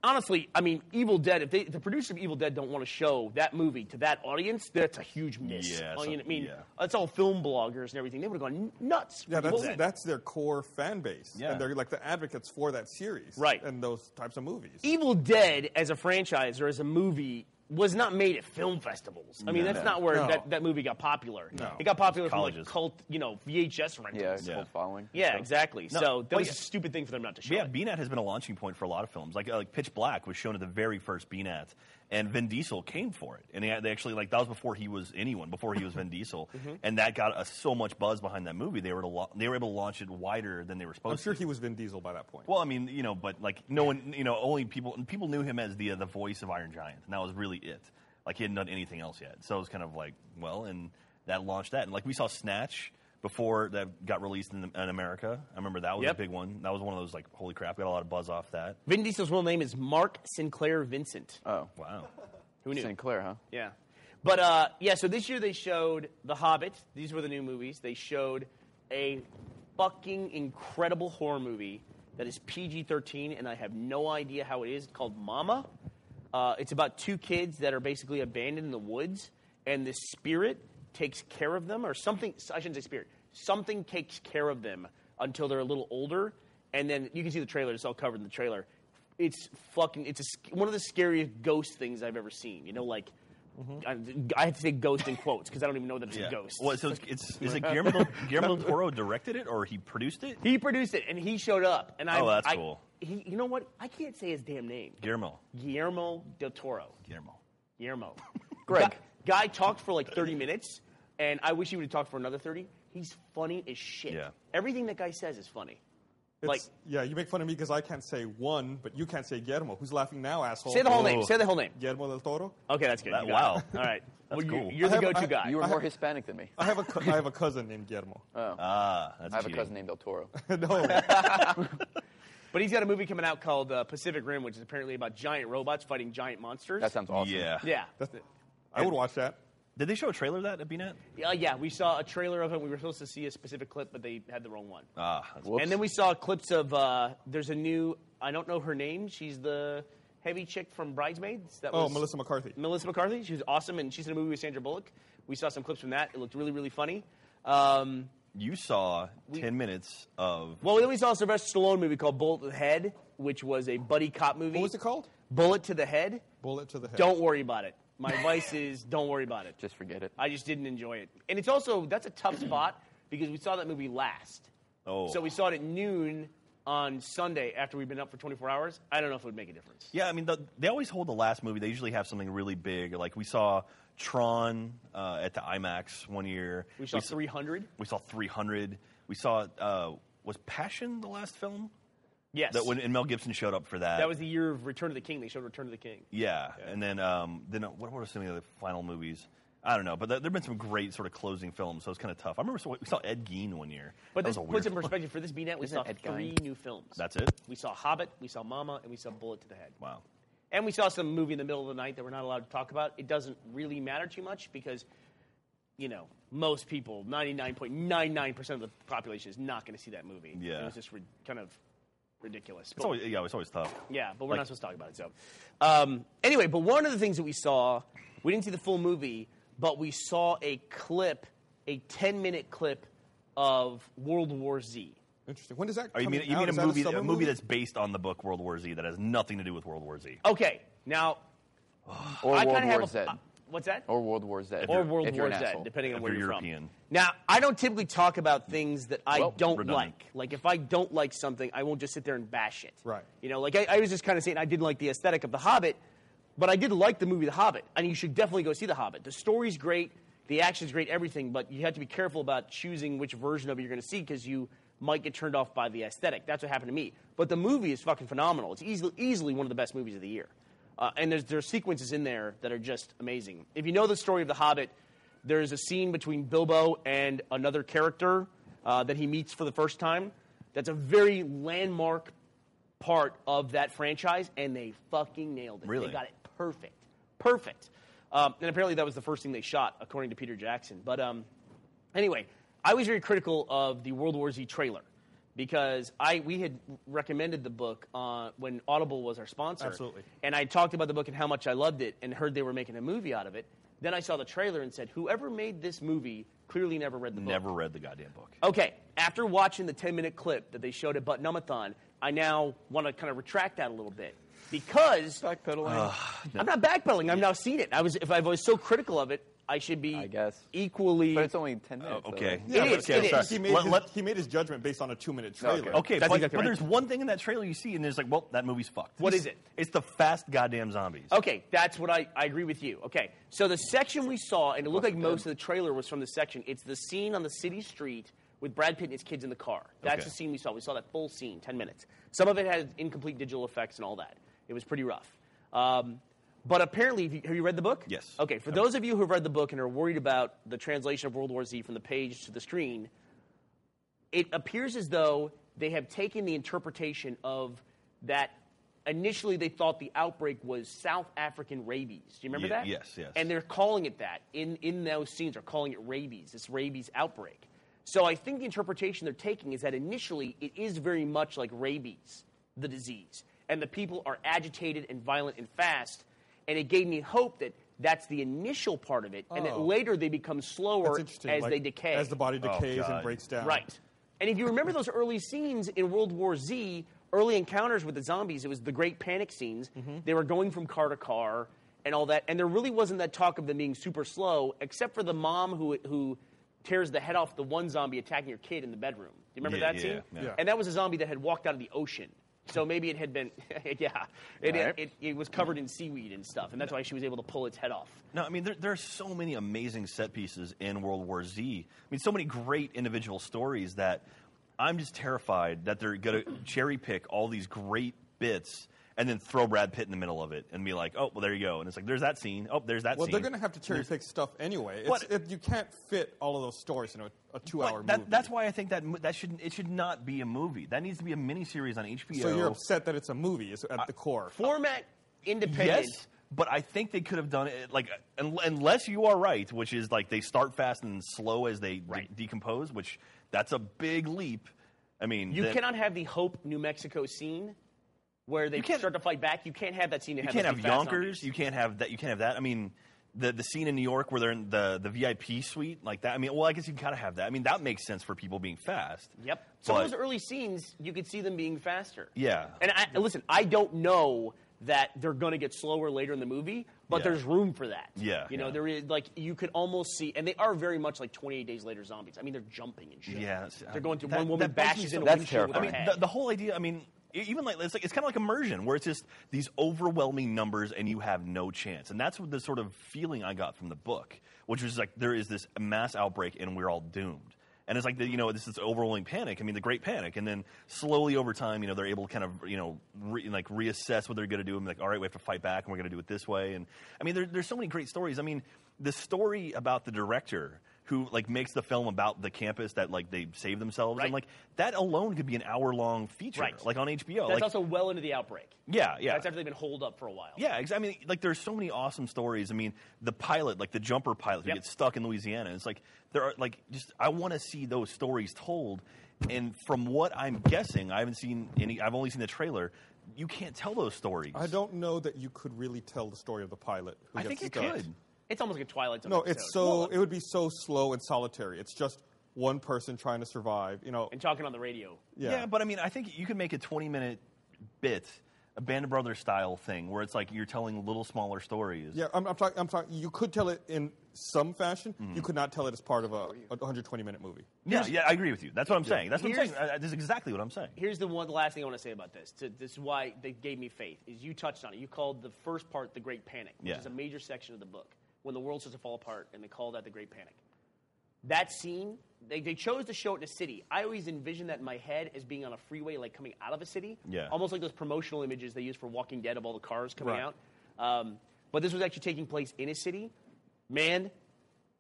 [SPEAKER 4] Honestly, I mean, Evil Dead, if, they, if the producers of Evil Dead don't want to show that movie to that audience, that's a huge miss. Oh,
[SPEAKER 2] Yeah,
[SPEAKER 4] I
[SPEAKER 2] so-
[SPEAKER 4] mean, I mean
[SPEAKER 2] yeah.
[SPEAKER 4] that's all film bloggers and everything. They would have gone nuts. for
[SPEAKER 1] Yeah,
[SPEAKER 4] Evil
[SPEAKER 1] that's,
[SPEAKER 4] Dead.
[SPEAKER 1] that's their core fan base.
[SPEAKER 2] Yeah.
[SPEAKER 1] And they're like the advocates for that series.
[SPEAKER 4] Right.
[SPEAKER 1] And those types of movies.
[SPEAKER 4] Evil Dead as a franchise or as a movie was not made at film festivals. I mean,
[SPEAKER 2] No.
[SPEAKER 4] that's not where
[SPEAKER 1] No.
[SPEAKER 4] that, that movie got popular.
[SPEAKER 1] No.
[SPEAKER 4] It got popular from like
[SPEAKER 2] Colleges.
[SPEAKER 4] cult, you know, VHS
[SPEAKER 3] Yeah,
[SPEAKER 4] rentals.
[SPEAKER 3] yeah. Cult following.
[SPEAKER 4] Yeah, exactly.
[SPEAKER 2] No,
[SPEAKER 4] So that
[SPEAKER 2] well,
[SPEAKER 4] was
[SPEAKER 2] yeah.
[SPEAKER 4] a stupid thing for them not to show.
[SPEAKER 2] But yeah,
[SPEAKER 4] it.
[SPEAKER 2] BNAT has been a launching point for a lot of films. Like uh, like Pitch Black was shown at the very first BNAT, and Vin Diesel came for it. And they, they actually like that was before he was anyone, before he was Vin Diesel,
[SPEAKER 1] Mm-hmm.
[SPEAKER 2] and that got us so much buzz behind that movie. They were to lo- they were able to launch it wider than they were supposed
[SPEAKER 1] I'm sure
[SPEAKER 2] to.
[SPEAKER 1] he was Vin Diesel by that point.
[SPEAKER 2] well, I mean, you know, but like no one, you know, only people and people knew him as the uh, the voice of Iron Giant, and that was really it. Like he hadn't done anything else yet, so it was kind of like well, and that launched that. And like we saw Snatch before that got released in, in America. I remember that was
[SPEAKER 4] Yep.
[SPEAKER 2] a big one. That was one of those like holy crap, got a lot of buzz off that.
[SPEAKER 4] Vin Diesel's real name is Mark Sinclair Vincent.
[SPEAKER 3] Oh,
[SPEAKER 2] Wow.
[SPEAKER 4] Who knew?
[SPEAKER 3] Sinclair, huh?
[SPEAKER 4] Yeah. But uh, yeah, so this year they showed The Hobbit. These were the new movies. They showed a fucking incredible horror movie that is PG 13, and I have no idea how it is. It's called Mama. Uh, it's about two kids that are basically abandoned in the woods, and this spirit takes care of them, or something. I shouldn't say spirit. Something takes care of them until they're a little older, and then you can see the trailer. It's all covered in the trailer. It's fucking. It's a, sc- one of the scariest ghost things I've ever seen. You know, like Mm-hmm. I, I have to say ghost in quotes because I don't even know that it's a ghost.
[SPEAKER 2] Well, so it's, it's is it Guillermo del, Guillermo del Toro directed it or he produced it?
[SPEAKER 4] he produced it and he showed up, and I.
[SPEAKER 2] Oh, that's
[SPEAKER 4] I-
[SPEAKER 2] cool.
[SPEAKER 4] He, you know what? I can't say his damn name.
[SPEAKER 2] Guillermo.
[SPEAKER 4] Guillermo del Toro.
[SPEAKER 2] Guillermo.
[SPEAKER 4] Guillermo.
[SPEAKER 3] Greg.
[SPEAKER 4] Guy, guy talked for like 30 minutes, and I wish he would have talked for another 30. He's funny as shit.
[SPEAKER 2] Yeah.
[SPEAKER 4] Everything that guy says is funny.
[SPEAKER 1] It's-
[SPEAKER 4] like-
[SPEAKER 1] yeah, you make fun of me because I can't say one, but you can't say Guillermo. Who's laughing now, asshole?
[SPEAKER 4] Say the whole
[SPEAKER 1] Oh.
[SPEAKER 4] name. Say Uh, the whole name.
[SPEAKER 1] Guillermo del Toro.
[SPEAKER 4] Okay, that's good.
[SPEAKER 2] That-
[SPEAKER 4] You got
[SPEAKER 2] wow.
[SPEAKER 4] it. All right.
[SPEAKER 2] That's
[SPEAKER 4] well,
[SPEAKER 2] cool.
[SPEAKER 4] You, you're
[SPEAKER 1] I
[SPEAKER 4] the
[SPEAKER 1] have-
[SPEAKER 4] go-to
[SPEAKER 1] I-
[SPEAKER 4] guy.
[SPEAKER 3] You were more Hispanic than me.
[SPEAKER 1] I have a co- I have a cousin named Guillermo.
[SPEAKER 4] Uh,
[SPEAKER 2] Ah, that's
[SPEAKER 3] I have a
[SPEAKER 2] cheating.
[SPEAKER 3] cousin named Del Toro.
[SPEAKER 1] no,
[SPEAKER 4] but he's got a movie coming out called uh, Pacific Rim, which is apparently about giant robots fighting giant monsters.
[SPEAKER 3] That sounds awesome.
[SPEAKER 2] Yeah.
[SPEAKER 4] yeah.
[SPEAKER 1] That's- I would watch that.
[SPEAKER 2] Did they show a trailer of that at BNet?
[SPEAKER 4] Uh, yeah, we saw a trailer of it. We were supposed to see a specific clip, but they had the wrong one.
[SPEAKER 2] Ah, that's
[SPEAKER 3] Whoops.
[SPEAKER 4] and then we saw clips of uh, there's a new I don't know her name. She's the heavy chick from Bridesmaids. That
[SPEAKER 1] Oh,
[SPEAKER 4] was
[SPEAKER 1] Melissa McCarthy.
[SPEAKER 4] Melissa McCarthy. She was awesome, and she's in a movie with Sandra Bullock. We saw some clips from that. It looked really, really funny. Um,
[SPEAKER 2] You saw ten minutes of
[SPEAKER 4] well, then we saw a Sylvester Stallone movie called Bullet to the Head, which was a buddy cop movie.
[SPEAKER 1] What was it called?
[SPEAKER 4] Bullet to the Head.
[SPEAKER 1] Bullet to the head.
[SPEAKER 4] Don't worry about it. My advice is don't worry about it.
[SPEAKER 3] Just forget it.
[SPEAKER 4] I just didn't enjoy it. And it's also that's a tough spot because we saw that movie last.
[SPEAKER 2] Oh.
[SPEAKER 4] So we saw it at noon on Sunday after we've been up for 24 hours. I don't know if it would make a difference.
[SPEAKER 2] Yeah, I mean, the, they always hold the last movie. They usually have something really big. Like we saw Tron uh, at the IMAX one year.
[SPEAKER 4] We saw
[SPEAKER 2] s-
[SPEAKER 4] 300.
[SPEAKER 2] We saw 300. We saw uh, was Passion the last film
[SPEAKER 4] Yes.
[SPEAKER 2] that when and Mel Gibson showed up for that.
[SPEAKER 4] That was the year of Return of the King. They showed Return of the King.
[SPEAKER 2] yeah. And then um, then uh, what were some of the other final movies? I don't know, but there have been some great sort of closing films, so it's kind of tough. I remember so- we saw Ed Gein one year.
[SPEAKER 4] But
[SPEAKER 2] that
[SPEAKER 4] this
[SPEAKER 2] was a weird
[SPEAKER 4] puts in perspective for this BNet, we
[SPEAKER 3] Isn't
[SPEAKER 4] saw
[SPEAKER 3] Ed Gein?
[SPEAKER 4] three new films.
[SPEAKER 2] That's it.
[SPEAKER 4] We saw Hobbit, we saw Mama, and we saw Bullet to the Head.
[SPEAKER 2] Wow.
[SPEAKER 4] And we saw some movie in the middle of the night that we're not allowed to talk about. It doesn't really matter too much because, you know, most people, 99.99% of the population is not going to see that movie.
[SPEAKER 2] Yeah.
[SPEAKER 4] It was just ri kind of ridiculous.
[SPEAKER 2] It's
[SPEAKER 4] But-
[SPEAKER 2] always yeah, it's always tough.
[SPEAKER 4] yeah, but we're not supposed to talk about it. So, um, anyway, but one of the things that we saw, we didn't see the full movie, but we saw a clip, a ten-minute clip of World War Z.
[SPEAKER 1] Interesting. When does that?
[SPEAKER 4] Oh,
[SPEAKER 2] Or you
[SPEAKER 1] come
[SPEAKER 2] mean you
[SPEAKER 1] out?
[SPEAKER 2] mean a
[SPEAKER 1] Is that
[SPEAKER 2] movie a
[SPEAKER 1] summer
[SPEAKER 2] movie, that's based on the book World War Z that has nothing to do with World War Z?
[SPEAKER 4] Okay, now
[SPEAKER 3] Or
[SPEAKER 4] I
[SPEAKER 3] World
[SPEAKER 4] kind of
[SPEAKER 3] War
[SPEAKER 4] have a
[SPEAKER 3] Z.
[SPEAKER 4] uh, what's that?
[SPEAKER 3] or World War Z.
[SPEAKER 4] Or World
[SPEAKER 3] if you're
[SPEAKER 4] War
[SPEAKER 3] an
[SPEAKER 4] Z,
[SPEAKER 3] asshole.
[SPEAKER 4] depending on
[SPEAKER 2] If
[SPEAKER 4] where
[SPEAKER 2] you're
[SPEAKER 4] you're
[SPEAKER 2] European.
[SPEAKER 4] from. Now, I don't typically talk about things that I
[SPEAKER 3] Well,
[SPEAKER 4] don't
[SPEAKER 2] redundant.
[SPEAKER 4] like. Like if I don't like something, I won't just sit there and bash it.
[SPEAKER 1] Right.
[SPEAKER 4] You know, like I, I was just kind of saying I didn't like the aesthetic of The Hobbit, but I did like the movie The Hobbit, and you should definitely go see The Hobbit. The story's great, the action's great, everything, but you have to be careful about choosing which version of it you're going to see because you might get turned off by the aesthetic. That's what happened to me. But the movie is fucking phenomenal. It's easily easily one of the best movies of the year. Uh, and there's there's sequences in there that are just amazing. If you know the story of The Hobbit, there's a scene between Bilbo and another character uh, that he meets for the first time. That's a very landmark part of that franchise, and they fucking nailed it.
[SPEAKER 2] Really?
[SPEAKER 4] They got it perfect. Perfect. Um, and apparently that was the first thing they shot, according to Peter Jackson. But um, anyway, I was very critical of the World War Z trailer because I we had recommended the book uh, when Audible was our sponsor.
[SPEAKER 1] Absolutely.
[SPEAKER 4] And I talked about the book and how much I loved it and heard they were making a movie out of it. Then I saw the trailer and said, whoever made this movie clearly never read the book.
[SPEAKER 2] Never read the goddamn book.
[SPEAKER 4] Okay, after watching the 10 minute clip that they showed at Butnumathon, I now want to kind of retract that a little bit because
[SPEAKER 3] Backpedaling.
[SPEAKER 4] I'm not backpedaling. I've now seen it. I was if I was so critical of it, I should be
[SPEAKER 3] I guess.
[SPEAKER 4] equally.
[SPEAKER 3] but it's only 10 minutes. though,
[SPEAKER 2] Okay.
[SPEAKER 3] right?
[SPEAKER 4] Yeah, It is,
[SPEAKER 2] okay,
[SPEAKER 4] it
[SPEAKER 2] I'm
[SPEAKER 4] is.
[SPEAKER 1] He
[SPEAKER 2] sorry.
[SPEAKER 1] made,
[SPEAKER 2] Let-
[SPEAKER 1] his,
[SPEAKER 2] let-
[SPEAKER 1] he made his judgment based on a two-minute trailer.
[SPEAKER 2] Okay,
[SPEAKER 4] That's
[SPEAKER 2] but,
[SPEAKER 4] exactly
[SPEAKER 2] but
[SPEAKER 4] right.
[SPEAKER 2] there's one thing in that trailer you see, and there's like, well, that movie's fucked.
[SPEAKER 4] What is it?
[SPEAKER 2] It's the fast goddamn zombies.
[SPEAKER 4] Okay, that's what I, I agree with you. Okay, so the section we saw, and it looked like most of the trailer was from the section. It's the scene on the city street with Brad Pitt and his kids in the car. That's
[SPEAKER 2] Okay.
[SPEAKER 4] the scene we saw. We saw that full scene, ten minutes. Some of it had incomplete digital effects and all that. It was pretty rough. Um, but apparently, if you, have you read the book?
[SPEAKER 2] Yes.
[SPEAKER 4] Okay, for those of you who have read the book and are worried about the translation of World War Z from the page to the screen, it appears as though they have taken the interpretation of that. Initially, they thought the outbreak was South African rabies. Do you remember
[SPEAKER 2] Ye-
[SPEAKER 4] that?
[SPEAKER 2] yes, yes.
[SPEAKER 4] And they're calling it that in, in those scenes. They're calling it rabies. This rabies outbreak. So I think the interpretation they're taking is that initially it is very much like rabies, the disease, and the people are agitated and violent and fast. And it gave me hope that that's the initial part of it, and that
[SPEAKER 1] Oh.
[SPEAKER 4] later they become slower
[SPEAKER 1] That's
[SPEAKER 4] as
[SPEAKER 1] interesting. like,
[SPEAKER 4] they decay.
[SPEAKER 1] as the body decays
[SPEAKER 2] God.
[SPEAKER 1] and breaks
[SPEAKER 2] Uh,
[SPEAKER 1] down.
[SPEAKER 4] Right. And if you remember those early scenes in World War Z, early encounters with the zombies, it was the great panic scenes.
[SPEAKER 2] Mm-hmm.
[SPEAKER 4] They were going from car to car and all that. And there really wasn't that talk of them being super slow, except for the mom who, who tears the head off the one zombie attacking her kid in the bedroom. Do you remember
[SPEAKER 2] Yeah,
[SPEAKER 4] that
[SPEAKER 2] yeah,
[SPEAKER 4] scene?
[SPEAKER 2] yeah. Hmm.
[SPEAKER 1] Yeah.
[SPEAKER 4] And that was a zombie that had walked out of the ocean. So maybe it had been, yeah, it,
[SPEAKER 3] Right.
[SPEAKER 4] it, it was covered in seaweed and stuff, and that's why she was able to pull its head off.
[SPEAKER 2] No, I mean there, there are so many amazing set pieces in World War Z. I mean, so many great individual stories that I'm just terrified that they're going to cherry pick all these great bits and then throw Brad Pitt in the middle of it and be like, oh, well, there you go. And it's like, there's that scene. Oh, there's that
[SPEAKER 1] Well,
[SPEAKER 2] scene.
[SPEAKER 1] they're going to have to cherry pick stuff anyway. It's,
[SPEAKER 2] What-
[SPEAKER 1] it, you can't fit all of those stories in a, a
[SPEAKER 2] But
[SPEAKER 1] two-hour
[SPEAKER 2] that-
[SPEAKER 1] movie.
[SPEAKER 2] That's why I think that mo- that should it should not be a movie. That needs to be a miniseries on HBO.
[SPEAKER 1] So you're upset that it's a movie is at the core.
[SPEAKER 4] Format independent.
[SPEAKER 2] Yes, but I think they could have done it like un- unless you are right, which is like they start fast and slow as they de- decompose, which that's a big leap. I mean,
[SPEAKER 4] You
[SPEAKER 2] then-
[SPEAKER 4] cannot have the Hope, New Mexico scene where they
[SPEAKER 2] You can't-
[SPEAKER 4] start to fight back. You can't have that scene.
[SPEAKER 2] You can't have Yonkers.
[SPEAKER 4] You,
[SPEAKER 2] You can't have that. You can't have that. I mean, the the scene in New York where they're in the the VIP suite like that. I mean, well, I guess you can kind of have that. I mean, that makes sense for people being fast.
[SPEAKER 4] yep. Some
[SPEAKER 2] But-
[SPEAKER 4] of those early scenes, you could see them being faster.
[SPEAKER 2] Yeah.
[SPEAKER 4] And I, and listen, I don't know that they're going to get slower later in the movie, but
[SPEAKER 2] Yeah.
[SPEAKER 4] there's room for that.
[SPEAKER 2] Yeah,
[SPEAKER 4] You know,
[SPEAKER 2] yeah.
[SPEAKER 4] there is like you could almost see, and they are very much like 28 Days Later zombies. I mean, they're jumping and shit.
[SPEAKER 2] Yeah, that's-
[SPEAKER 4] They're going to
[SPEAKER 2] that-
[SPEAKER 4] one woman
[SPEAKER 2] that bugs me
[SPEAKER 4] bashes
[SPEAKER 2] so
[SPEAKER 4] into
[SPEAKER 2] much.
[SPEAKER 4] a windshield with
[SPEAKER 2] I
[SPEAKER 4] her
[SPEAKER 2] mean,
[SPEAKER 4] head.
[SPEAKER 2] the, the whole idea. I mean, e- even like it's like it's kind of like immersion, where it's just these overwhelming numbers and you have no chance, and that's what the sort of feeling I got from the book, which was like there is this mass outbreak and we're all doomed. And it's like the, you know this is overwhelming panic. I mean, the Great Panic, and then slowly over time, you know, they're able to kind of you know re, like reassess what they're going to do and be like, all right, we have to fight back, and we're going to do it this way. And I mean, there, there's so many great stories. I mean, the story about the director who like makes the film about the campus that like they save themselves. I'm
[SPEAKER 4] Right.
[SPEAKER 2] like that alone could be an hour long feature,
[SPEAKER 4] Right.
[SPEAKER 2] like on HBO.
[SPEAKER 4] That's
[SPEAKER 2] like,
[SPEAKER 4] also well into the outbreak.
[SPEAKER 2] yeah, yeah.
[SPEAKER 4] That's after they've been holed up for a while.
[SPEAKER 2] Yeah, ex- I mean, like there's so many awesome stories. I mean, the pilot, like the jumper pilot who
[SPEAKER 4] Yep.
[SPEAKER 2] gets stuck in Louisiana. It's like there are like just I want to see those stories told. And from what I'm guessing, I haven't seen any. I've only seen the trailer. You can't tell those stories.
[SPEAKER 1] I don't know that you could really tell the story of the pilot. Who
[SPEAKER 2] I
[SPEAKER 1] gets
[SPEAKER 2] think you
[SPEAKER 1] stuck.
[SPEAKER 2] could.
[SPEAKER 4] It's almost like a Twilight Zone.
[SPEAKER 1] No,
[SPEAKER 4] episode.
[SPEAKER 1] it's so it would be so slow and solitary. It's just one person trying to survive. You know,
[SPEAKER 4] and talking on the radio.
[SPEAKER 1] yeah.
[SPEAKER 2] but I mean, I think you could make a 20 minute bit, a Band of Brothers style thing, where it's like you're telling little smaller stories.
[SPEAKER 1] yeah. I'm, I'm talking. I'm talking. You could tell it in some fashion.
[SPEAKER 2] Mm-hmm.
[SPEAKER 1] You could not tell it as part of a, a 120 minute movie.
[SPEAKER 2] yeah, yeah, I agree with you. That's what I'm saying. That's what I'm
[SPEAKER 4] Here's-
[SPEAKER 2] saying. I, I- this is exactly what I'm saying.
[SPEAKER 4] Here's the one the last thing I want to say about this. To, this is why they gave me faith. Is you touched on it. You called the first part the Great Panic, which
[SPEAKER 2] Yeah.
[SPEAKER 4] is a major section of the book when the world starts to fall apart, and they call that the Great Panic. That scene, they, they chose to show it in a city. I always envisioned that in my head as being on a freeway, like coming out of a city.
[SPEAKER 2] Yeah.
[SPEAKER 4] Almost like those promotional images they use for Walking Dead of all the cars coming
[SPEAKER 1] Right.
[SPEAKER 4] out. Um, but this was actually taking place in a city. Man,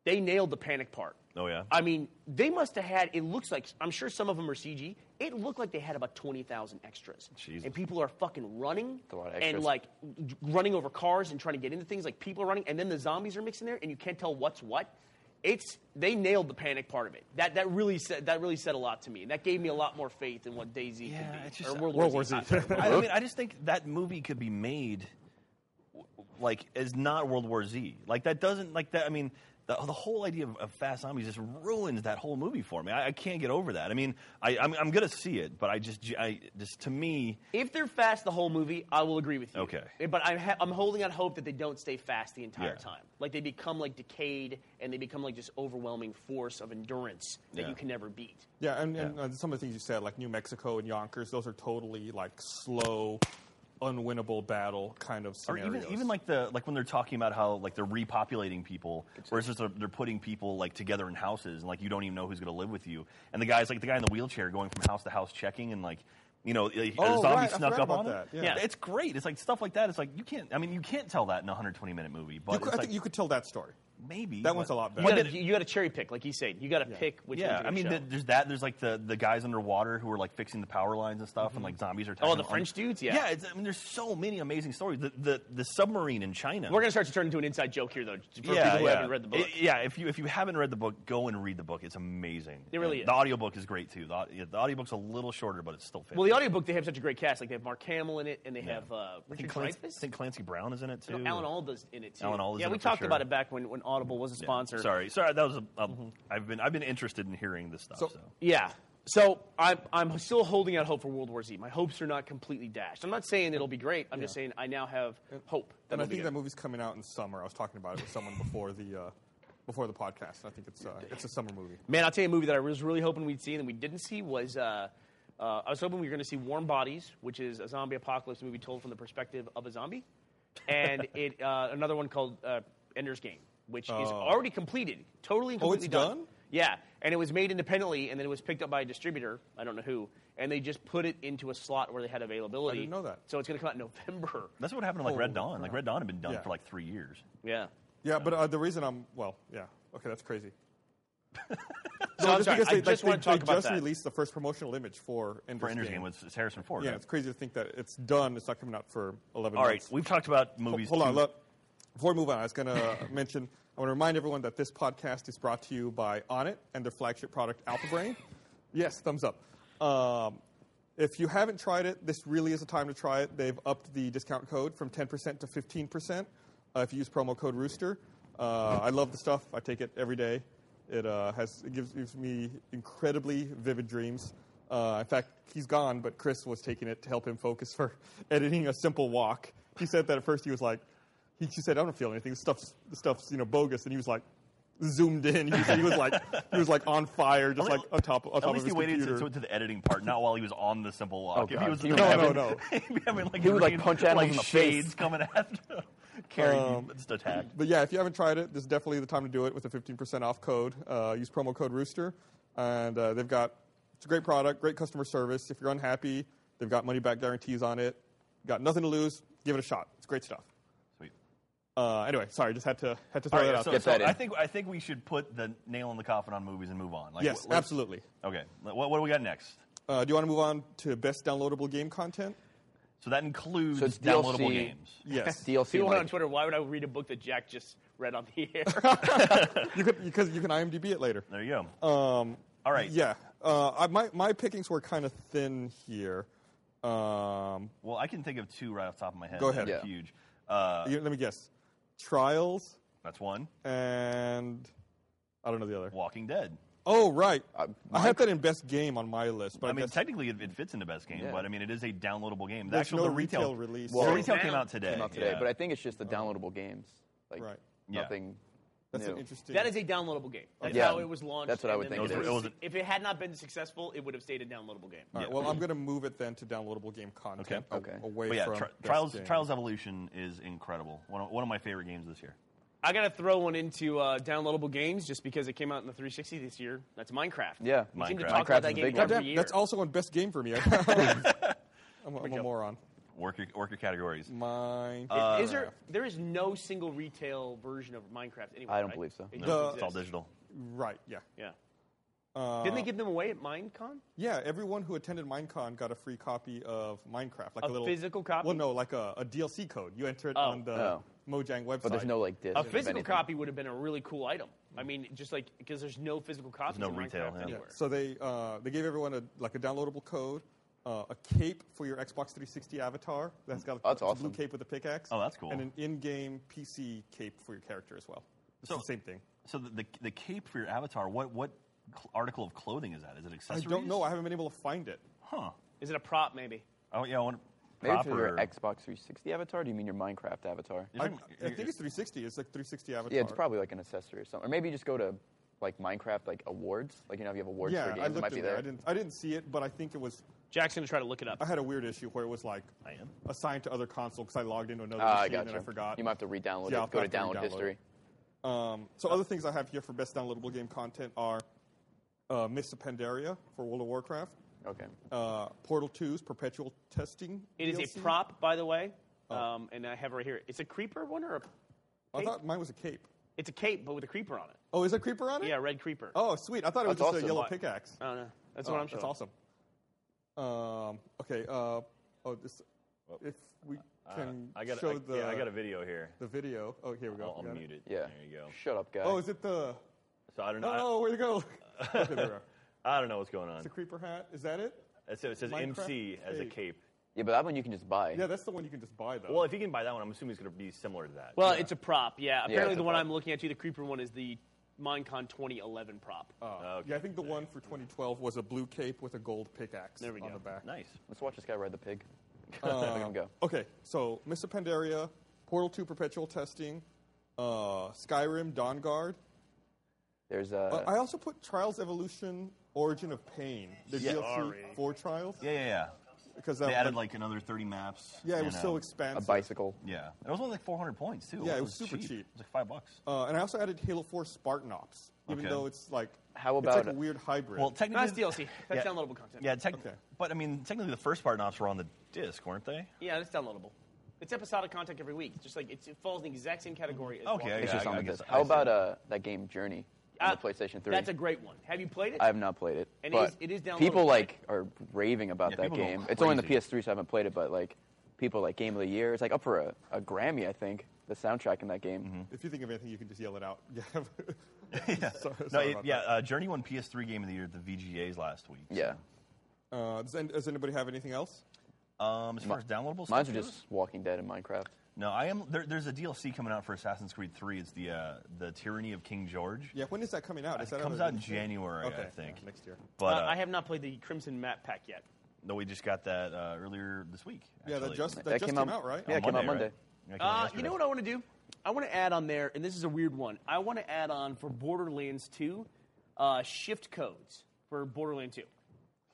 [SPEAKER 4] they nailed the panic part.
[SPEAKER 2] Oh, yeah?
[SPEAKER 4] I mean, they must have had. It looks like I'm sure some of them are CG. It looked like they had about twenty thousand extras,
[SPEAKER 2] Jesus.
[SPEAKER 4] and people are fucking running
[SPEAKER 3] a lot of
[SPEAKER 4] and
[SPEAKER 3] extras.
[SPEAKER 4] like d- running over cars and trying to get into things. Like people are running, and then the zombies are mixed in there, and you can't tell what's what. It's they nailed the panic part of it. That that really said that really said a lot to me, and that gave me a lot more faith in what Daisy
[SPEAKER 2] Yeah,
[SPEAKER 4] could be
[SPEAKER 2] it's just-
[SPEAKER 4] or World,
[SPEAKER 1] World
[SPEAKER 4] War
[SPEAKER 1] War
[SPEAKER 4] Z.
[SPEAKER 1] Z.
[SPEAKER 2] I, I mean, I just think that movie could be made w- like as not World War Z. Like that doesn't like that. I mean, the, the whole idea of, of fast zombies just ruins that whole movie for me. I, I can't get over that. I mean, I, I'm, I'm gonna see it, but I just, j- I just to me,
[SPEAKER 4] If they're fast the whole movie, I will agree with you.
[SPEAKER 2] Okay.
[SPEAKER 4] Eh, But I'm, ha- I'm holding out hope that they don't stay fast the entire
[SPEAKER 2] Yeah.
[SPEAKER 4] time. Like they become like decayed and they become like this overwhelming force of endurance that
[SPEAKER 2] Yeah.
[SPEAKER 4] you can never beat.
[SPEAKER 1] Yeah, and, and Uh, some of the things you said, like New Mexico and Yonkers, those are totally like slow, unwinnable battle kind of
[SPEAKER 2] or
[SPEAKER 1] scenarios.
[SPEAKER 2] even even like the like when they're talking about how like they're repopulating people, or it's just they're, they're putting people like together in houses, and like you don't even know who's gonna live with you. And the guy's like the guy in the wheelchair going from house to house checking, and like you know, a- a
[SPEAKER 1] Oh,
[SPEAKER 2] zombie
[SPEAKER 1] right, I
[SPEAKER 2] snuck
[SPEAKER 1] forgot
[SPEAKER 2] up
[SPEAKER 1] about
[SPEAKER 2] on him.
[SPEAKER 1] that, yeah.
[SPEAKER 4] Yeah.
[SPEAKER 2] it's great. It's like stuff like that. It's like you can't. I mean, you can't tell that in a 120 minute movie, but
[SPEAKER 1] You could-
[SPEAKER 2] it's
[SPEAKER 1] I
[SPEAKER 2] like,
[SPEAKER 1] think you could tell that story.
[SPEAKER 2] maybe
[SPEAKER 1] that
[SPEAKER 2] but-
[SPEAKER 1] one's a lot
[SPEAKER 4] You
[SPEAKER 1] But better.
[SPEAKER 4] gotta, you gotta cherry pick, like he's saying. You gotta pick which
[SPEAKER 2] yeah,
[SPEAKER 4] one's
[SPEAKER 2] I mean,
[SPEAKER 4] show.
[SPEAKER 2] th- there's that. There's like the, the guys underwater who are like fixing the power lines and stuff,
[SPEAKER 1] Mm-hmm.
[SPEAKER 2] and like zombies are. Attacking
[SPEAKER 4] Oh, the
[SPEAKER 2] them.
[SPEAKER 4] French dudes? Yeah.
[SPEAKER 2] yeah. It's, I mean, there's so many amazing stories. The the, the submarine in China.
[SPEAKER 4] We're gonna start to turn into an inside joke here, though, for people who haven't read the book.
[SPEAKER 2] It- yeah, if you if you haven't read the book, go and read the book. It's amazing.
[SPEAKER 4] It really
[SPEAKER 2] And
[SPEAKER 4] is.
[SPEAKER 2] The audiobook is great too. The, au- yeah, the audiobook's a little shorter, but it's still fantastic.
[SPEAKER 4] well, the audiobook, they have such a great cast. Like they have Mark Hamill in it, and they have uh,
[SPEAKER 2] I think
[SPEAKER 4] Richard
[SPEAKER 2] Clancy, I
[SPEAKER 4] Dreyfuss.
[SPEAKER 2] think Clancy Brown is in it too.
[SPEAKER 4] No, Alan Alda's in it too.
[SPEAKER 2] Alan Alda's
[SPEAKER 4] yeah,
[SPEAKER 2] in
[SPEAKER 4] we
[SPEAKER 2] it for
[SPEAKER 4] talked
[SPEAKER 2] sure.
[SPEAKER 4] about it back when, when Audible was a
[SPEAKER 2] Yeah.
[SPEAKER 4] sponsor. Mm-hmm.
[SPEAKER 2] Sorry, sorry. That was a, a, I've been I've been interested in hearing this stuff. So,
[SPEAKER 1] So-
[SPEAKER 4] Yeah. So I'm, I'm still holding out hope for World War Z. My hopes are not completely dashed. I'm not saying it'll be great. I'm just saying I now have hope. That
[SPEAKER 1] And I
[SPEAKER 4] it'll be
[SPEAKER 1] think that
[SPEAKER 4] good.
[SPEAKER 1] movie's coming out in summer. I was talking about it with someone before the uh, before the podcast. I think it's uh, it's a summer movie.
[SPEAKER 4] Man, I'll tell you a movie that I was really hoping we'd see and that we didn't see was uh, uh, I was hoping we were going to see Warm Bodies, which is a zombie apocalypse movie told from the perspective of a zombie, and it uh, another one called uh, Ender's Game, which is already completed, totally and
[SPEAKER 1] Oh, it's
[SPEAKER 4] completely done.
[SPEAKER 1] done?
[SPEAKER 4] Yeah, and it was made independently, and then it was picked up by a distributor. I don't know who, and they just put it into a slot where they had availability.
[SPEAKER 1] know that.
[SPEAKER 4] So it's going to come out in November.
[SPEAKER 2] that's what happened to like Red
[SPEAKER 4] Oh,
[SPEAKER 1] Holy
[SPEAKER 2] Dawn. Like Red Dawn had been done
[SPEAKER 1] Yeah.
[SPEAKER 2] for like three years.
[SPEAKER 4] Yeah.
[SPEAKER 1] Yeah, but uh, the reason I'm well, yeah, okay, that's crazy.
[SPEAKER 4] So I'm sorry. I
[SPEAKER 1] they,
[SPEAKER 4] just
[SPEAKER 1] they,
[SPEAKER 4] want to talk
[SPEAKER 1] they
[SPEAKER 4] about
[SPEAKER 1] just
[SPEAKER 4] that.
[SPEAKER 1] released the first promotional image for Ender's,
[SPEAKER 2] For Ender's Game with Harrison Ford.
[SPEAKER 1] Yeah,
[SPEAKER 2] right?
[SPEAKER 1] it's crazy to think that it's done. It's not coming out for 11
[SPEAKER 2] All right,
[SPEAKER 1] months.
[SPEAKER 2] we've talked about
[SPEAKER 1] Ho-
[SPEAKER 2] movies.
[SPEAKER 1] Hold on,
[SPEAKER 2] too.
[SPEAKER 1] look. Before we move on, I was going to mention, I want to remind everyone that this podcast is brought to you by Onnit and their flagship product, Alpha Brain. yes, thumbs up. Um, If you haven't tried it, this really is a time to try it. They've upped the discount code from 10% to 15% uh, if you use promo code Rooster. Uh, I love the stuff. I take it every day. It uh, has it gives, gives me incredibly vivid dreams. Uh, in fact, he's gone, but Chris was taking it to help him focus for editing a simple walk. He said that at first he was like, he, he said, I don't feel anything. This stuff's, this stuff's you know bogus, and he was like zoomed in. He was, he was like he was like on fire, just like on top on
[SPEAKER 2] At
[SPEAKER 1] top of
[SPEAKER 2] least
[SPEAKER 1] his
[SPEAKER 2] he waited
[SPEAKER 1] computer. Oh,
[SPEAKER 2] to, to, to the editing part, not while he was on the simple walk. if he
[SPEAKER 3] God.
[SPEAKER 2] was
[SPEAKER 3] Can you
[SPEAKER 1] No, no, no.
[SPEAKER 2] he'd be having like
[SPEAKER 3] He would, like,
[SPEAKER 2] green,
[SPEAKER 3] punch animals
[SPEAKER 2] like,
[SPEAKER 3] in the
[SPEAKER 2] shades
[SPEAKER 3] face.
[SPEAKER 2] coming after him. Carrie
[SPEAKER 1] Um,
[SPEAKER 2] just attacked.
[SPEAKER 1] But yeah, if you haven't tried it, this is definitely the time to do it with a 15% off code. Uh, use promo code Rooster, and uh, they've got it's a great product, great customer service. If you're unhappy, they've got money back guarantees on it. Got nothing to lose. Give it a shot. It's great stuff.
[SPEAKER 2] Sweet.
[SPEAKER 1] Uh, anyway, sorry, just had to had to
[SPEAKER 2] All
[SPEAKER 1] throw
[SPEAKER 2] right,
[SPEAKER 1] that out.
[SPEAKER 2] so,
[SPEAKER 1] there.
[SPEAKER 3] Get that
[SPEAKER 2] so
[SPEAKER 3] in.
[SPEAKER 2] I think I think we should put the nail in the coffin on movies and move on. Like,
[SPEAKER 1] yes,
[SPEAKER 2] let's-
[SPEAKER 1] absolutely.
[SPEAKER 2] Okay, what, what do we got next?
[SPEAKER 1] Uh, do you want to move on to best downloadable game content?
[SPEAKER 2] So that includes
[SPEAKER 3] So it's
[SPEAKER 2] downloadable
[SPEAKER 3] DLC.
[SPEAKER 2] games.
[SPEAKER 1] Yes,
[SPEAKER 3] DLC.
[SPEAKER 4] People
[SPEAKER 3] like,
[SPEAKER 4] on Twitter, why would I read a book that Jack just read on the air?
[SPEAKER 1] you could because you can IMDb it later.
[SPEAKER 2] There you go. All right.
[SPEAKER 1] Um, Yeah, uh, I, my my pickings were kind of thin here. Um,
[SPEAKER 2] Well, I can think of two right off the top of my head.
[SPEAKER 1] Go ahead.
[SPEAKER 2] That are
[SPEAKER 3] Yeah.
[SPEAKER 2] Huge. Uh,
[SPEAKER 1] you- let me guess. Trials
[SPEAKER 2] that's one.
[SPEAKER 1] and I don't know the other.
[SPEAKER 2] Walking Dead.
[SPEAKER 1] Oh right, I had that in best game on my list, but
[SPEAKER 2] Uh, I mean,
[SPEAKER 1] guess
[SPEAKER 2] technically, it, it fits into best game,
[SPEAKER 3] Yeah.
[SPEAKER 2] but I mean, it is a downloadable game. The
[SPEAKER 1] There's
[SPEAKER 2] actual
[SPEAKER 1] no
[SPEAKER 2] the retail,
[SPEAKER 1] retail release.
[SPEAKER 2] Well,
[SPEAKER 1] Well,
[SPEAKER 2] retail
[SPEAKER 4] it's
[SPEAKER 2] came
[SPEAKER 4] out.
[SPEAKER 2] out today.
[SPEAKER 3] came out today,
[SPEAKER 2] yeah.
[SPEAKER 3] but I think it's just the downloadable games. Like
[SPEAKER 1] Oh. Right.
[SPEAKER 2] Yeah.
[SPEAKER 3] nothing.
[SPEAKER 1] that's
[SPEAKER 3] new.
[SPEAKER 1] an interesting.
[SPEAKER 4] that is a downloadable game. That's
[SPEAKER 3] Yeah.
[SPEAKER 4] how it was launched.
[SPEAKER 3] That's what I
[SPEAKER 4] and
[SPEAKER 3] would
[SPEAKER 4] then
[SPEAKER 3] think
[SPEAKER 4] it
[SPEAKER 2] it
[SPEAKER 4] was-
[SPEAKER 2] is.
[SPEAKER 4] If it had not been successful, it would have stayed a downloadable game.
[SPEAKER 1] All right, well, I'm going to move it then to downloadable game content a-
[SPEAKER 3] Okay.
[SPEAKER 1] away
[SPEAKER 2] But yeah,
[SPEAKER 1] from
[SPEAKER 2] tri-
[SPEAKER 1] best
[SPEAKER 2] Trials
[SPEAKER 1] game.
[SPEAKER 2] Trials Evolution is incredible. One of, one of my favorite games this year.
[SPEAKER 4] I gotta throw one into uh, downloadable games just because it came out in the 360 this year. That's Minecraft.
[SPEAKER 3] Yeah.
[SPEAKER 4] we seem to
[SPEAKER 2] Minecraft.
[SPEAKER 4] talk
[SPEAKER 3] Minecraft's
[SPEAKER 4] about
[SPEAKER 3] a
[SPEAKER 4] that game
[SPEAKER 3] big
[SPEAKER 4] every
[SPEAKER 3] one.
[SPEAKER 1] Goddamn,
[SPEAKER 4] year.
[SPEAKER 1] that's also on best game for me. I'm, a- I'm a moron.
[SPEAKER 2] Work your work your categories.
[SPEAKER 1] Mm, Mine.
[SPEAKER 2] Uh,
[SPEAKER 3] Uh,
[SPEAKER 4] Is there? There is no single retail version of Minecraft anywhere.
[SPEAKER 3] I don't
[SPEAKER 4] right?
[SPEAKER 3] believe so.
[SPEAKER 4] It
[SPEAKER 1] No.
[SPEAKER 4] just
[SPEAKER 1] The-
[SPEAKER 2] it's all
[SPEAKER 4] exists.
[SPEAKER 2] digital.
[SPEAKER 1] right? Yeah.
[SPEAKER 4] Yeah.
[SPEAKER 1] Uh,
[SPEAKER 4] Didn't they give them away at Minecon?
[SPEAKER 1] Yeah, everyone who attended Minecon got a free copy of Minecraft, like a,
[SPEAKER 4] A
[SPEAKER 1] little
[SPEAKER 4] physical copy?
[SPEAKER 1] Well, no, like a, a DLC code. You enter it
[SPEAKER 4] Oh.
[SPEAKER 1] on the
[SPEAKER 3] Oh.
[SPEAKER 1] Mojang website.
[SPEAKER 3] But there's no like disc.
[SPEAKER 4] A
[SPEAKER 3] of
[SPEAKER 4] physical
[SPEAKER 3] anything.
[SPEAKER 4] copy would have been a really cool item. I mean, just like because there's no physical copies
[SPEAKER 2] no
[SPEAKER 4] of
[SPEAKER 2] retail,
[SPEAKER 4] Minecraft
[SPEAKER 2] yeah.
[SPEAKER 1] Yeah,
[SPEAKER 4] anywhere.
[SPEAKER 1] So they uh, they gave everyone a like a downloadable code, uh, a cape for your Xbox 360 avatar. That's got a,
[SPEAKER 3] That's
[SPEAKER 1] it's a blue
[SPEAKER 3] awesome.
[SPEAKER 1] cape with a pickaxe.
[SPEAKER 2] Oh, that's cool.
[SPEAKER 1] And an in-game PC cape for your character as well. It's
[SPEAKER 2] So-
[SPEAKER 1] the same thing.
[SPEAKER 2] So the, the the cape for your avatar. What what cl- article of clothing is that? Is it
[SPEAKER 1] I
[SPEAKER 2] accessories?
[SPEAKER 1] don't know. I haven't been able to find it.
[SPEAKER 2] Huh.
[SPEAKER 4] Is it a prop? Maybe.
[SPEAKER 2] Oh yeah. I want
[SPEAKER 3] Maybe it's
[SPEAKER 2] proper.
[SPEAKER 3] your Xbox 360 avatar. Do you mean your Minecraft avatar?
[SPEAKER 2] You're
[SPEAKER 1] I, I
[SPEAKER 2] talking-
[SPEAKER 1] think it's 360. It's like 360 avatar.
[SPEAKER 3] Yeah, it's probably like an accessory or something. Or maybe you just go to like Minecraft like awards. Like you know, if you have awards
[SPEAKER 1] Yeah,
[SPEAKER 3] for
[SPEAKER 1] I
[SPEAKER 3] games, it
[SPEAKER 1] looked
[SPEAKER 3] might be
[SPEAKER 1] in there.
[SPEAKER 3] there.
[SPEAKER 1] I didn't. I didn't see it, but I think it was.
[SPEAKER 4] Jack's gonna try to look it up.
[SPEAKER 1] I had a weird issue where it was like
[SPEAKER 2] I am.
[SPEAKER 1] assigned to other console because I logged into another
[SPEAKER 3] Ah, I
[SPEAKER 1] machine
[SPEAKER 3] got
[SPEAKER 1] and
[SPEAKER 3] you.
[SPEAKER 1] I forgot.
[SPEAKER 3] You might have to re-download
[SPEAKER 1] Yeah, I'll
[SPEAKER 3] it. Go to
[SPEAKER 1] have to
[SPEAKER 3] download
[SPEAKER 1] re-download
[SPEAKER 3] history.
[SPEAKER 1] Um, so other things I have here for best downloadable game content are uh, Mists of Pandaria for World of Warcraft,
[SPEAKER 3] Okay.
[SPEAKER 1] uh, Portal 2's Perpetual Testing.
[SPEAKER 4] It is
[SPEAKER 1] DLC.
[SPEAKER 4] a prop, by the way. Um, and I have it right here. It's a creeper one or a?
[SPEAKER 1] I thought mine was a cape.
[SPEAKER 4] It's a cape, but with a creeper on it.
[SPEAKER 1] Oh, is there creeper on it?
[SPEAKER 4] Yeah, red creeper.
[SPEAKER 1] Oh, sweet. I thought it was
[SPEAKER 3] That's
[SPEAKER 1] just
[SPEAKER 3] awesome.
[SPEAKER 1] a yellow
[SPEAKER 3] Why-
[SPEAKER 1] pickaxe.
[SPEAKER 4] I don't know. That's
[SPEAKER 1] Oh,
[SPEAKER 4] what I'm showing.
[SPEAKER 1] That's awesome. Um, okay. Uh, oh, this. If we
[SPEAKER 2] Uh,
[SPEAKER 1] can
[SPEAKER 10] I got,
[SPEAKER 1] show
[SPEAKER 10] I,
[SPEAKER 1] the
[SPEAKER 10] yeah, I got a video here.
[SPEAKER 1] the video. Oh, here we go.
[SPEAKER 10] I'll,
[SPEAKER 1] Got
[SPEAKER 10] I'll
[SPEAKER 1] it.
[SPEAKER 10] mute it.
[SPEAKER 3] Yeah.
[SPEAKER 10] There you go.
[SPEAKER 3] Shut up, guys.
[SPEAKER 1] Oh, is it the?
[SPEAKER 10] So I don't know.
[SPEAKER 1] Oh, where'd it go? okay, there we are.
[SPEAKER 10] I, I don't know what's going on.
[SPEAKER 1] It's a creeper hat. Is that it?
[SPEAKER 10] It says, it says
[SPEAKER 1] Minecraft
[SPEAKER 10] MC as a
[SPEAKER 1] cape.
[SPEAKER 10] cape.
[SPEAKER 3] yeah, but that one you can just buy.
[SPEAKER 1] Yeah, that's the one you can just buy though.
[SPEAKER 10] Well, if you can buy that one, I'm assuming it's going to be similar to that.
[SPEAKER 4] Well, it's a prop. Yeah. Apparently,
[SPEAKER 3] it's a
[SPEAKER 4] the one
[SPEAKER 3] prop.
[SPEAKER 4] I'm looking at, too, the creeper one, is the Minecon 2011 prop.
[SPEAKER 1] Oh.
[SPEAKER 10] Okay.
[SPEAKER 1] Uh, Yeah, I think the one for 2012 was a blue cape with a gold pickaxe Uh,
[SPEAKER 4] There we
[SPEAKER 1] on
[SPEAKER 4] go.
[SPEAKER 1] the back.
[SPEAKER 10] nice.
[SPEAKER 3] Let's watch this guy ride the pig. Look
[SPEAKER 1] Um,
[SPEAKER 3] at him go.
[SPEAKER 1] Okay, so Mr. Pandaria, Portal 2 Perpetual Testing, uh, Skyrim, Dawn Guard.
[SPEAKER 3] There's
[SPEAKER 1] Uh,
[SPEAKER 3] a.
[SPEAKER 1] I also put Trials Evolution, Origin of Pain, the DLC for Trials.
[SPEAKER 2] Yeah, yeah, yeah.
[SPEAKER 1] because that,
[SPEAKER 2] They added
[SPEAKER 1] that-
[SPEAKER 2] like another 30 maps.
[SPEAKER 1] yeah, it
[SPEAKER 2] and,
[SPEAKER 1] was so
[SPEAKER 2] um,
[SPEAKER 3] a
[SPEAKER 1] expansive.
[SPEAKER 3] bicycle.
[SPEAKER 2] Yeah, and it was only like 400 points too.
[SPEAKER 1] Yeah, it was super cheap.
[SPEAKER 2] It was like five bucks.
[SPEAKER 1] Uh, and I also added Halo 4 Spartan Ops, even
[SPEAKER 2] Okay.
[SPEAKER 1] though it's like
[SPEAKER 3] How
[SPEAKER 1] it's like
[SPEAKER 3] about-
[SPEAKER 1] a weird hybrid.
[SPEAKER 2] well, technically
[SPEAKER 4] That's DLC. That's downloadable content.
[SPEAKER 2] Yeah, tec-
[SPEAKER 1] Okay.
[SPEAKER 2] but I mean, technically the first part knobs were on the disc, weren't they?
[SPEAKER 4] Yeah, that's downloadable. It's episodic content every week. It's just like it's, it falls in the exact same category as
[SPEAKER 2] Okay,
[SPEAKER 4] Walking
[SPEAKER 3] It's
[SPEAKER 2] Yeah,
[SPEAKER 3] just
[SPEAKER 2] I-
[SPEAKER 3] on
[SPEAKER 2] I
[SPEAKER 3] the
[SPEAKER 2] guess
[SPEAKER 3] disc.
[SPEAKER 2] I
[SPEAKER 3] How about
[SPEAKER 2] see.
[SPEAKER 3] uh, that game Journey on
[SPEAKER 4] Ah,
[SPEAKER 3] the PlayStation 3?
[SPEAKER 4] That's a great one. Have you played it?
[SPEAKER 3] I have not played it,
[SPEAKER 4] And it
[SPEAKER 3] but
[SPEAKER 4] is- it is downloadable,
[SPEAKER 3] people
[SPEAKER 4] right?
[SPEAKER 3] like are raving about
[SPEAKER 2] Yeah,
[SPEAKER 3] that
[SPEAKER 2] people go
[SPEAKER 3] game. It's only on the
[SPEAKER 2] crazy.
[SPEAKER 3] PS3, so I haven't played it, but like people like Game of the Year. It's like up for a, a Grammy, I think. The soundtrack in that game.
[SPEAKER 1] if you think of anything, you can just yell it out. Yeah.
[SPEAKER 2] yeah.
[SPEAKER 1] Sorry-
[SPEAKER 2] no,
[SPEAKER 1] sorry
[SPEAKER 2] it,
[SPEAKER 1] about
[SPEAKER 2] yeah.
[SPEAKER 1] that.
[SPEAKER 2] Uh, Journey won PS3 Game of the Year at the VGAs last week.
[SPEAKER 3] Yeah.
[SPEAKER 1] Uh, does, an- does anybody have anything else?
[SPEAKER 2] Um, as far as downloadable,
[SPEAKER 3] Mine's are
[SPEAKER 2] stuff goes?
[SPEAKER 3] just Walking Dead and Minecraft.
[SPEAKER 2] no. I am there, there's a DLC coming out for Assassin's Creed 3. It's the uh, the Tyranny of King George.
[SPEAKER 1] Yeah, when is that coming out? Is that
[SPEAKER 2] Uh, it comes
[SPEAKER 1] already
[SPEAKER 2] out in
[SPEAKER 1] this year?
[SPEAKER 2] January,
[SPEAKER 1] Okay,
[SPEAKER 2] I think.
[SPEAKER 1] yeah, next year.
[SPEAKER 2] But
[SPEAKER 4] Uh,
[SPEAKER 2] uh,
[SPEAKER 4] I have not played the Crimson Map pack yet.
[SPEAKER 2] no, we just got that uh, earlier this week.
[SPEAKER 1] Yeah, that
[SPEAKER 2] actually.
[SPEAKER 1] just that,
[SPEAKER 3] That
[SPEAKER 1] just
[SPEAKER 3] came
[SPEAKER 1] came
[SPEAKER 3] out-
[SPEAKER 1] out, right?
[SPEAKER 3] yeah, it came out
[SPEAKER 2] right?
[SPEAKER 3] Monday.
[SPEAKER 2] Yeah, it came out
[SPEAKER 4] Uh, you
[SPEAKER 2] yesterday.
[SPEAKER 4] know what I want to do? I want to add on there, and this is a weird one. I want to add on for Borderlands 2, uh, shift codes for Borderlands 2.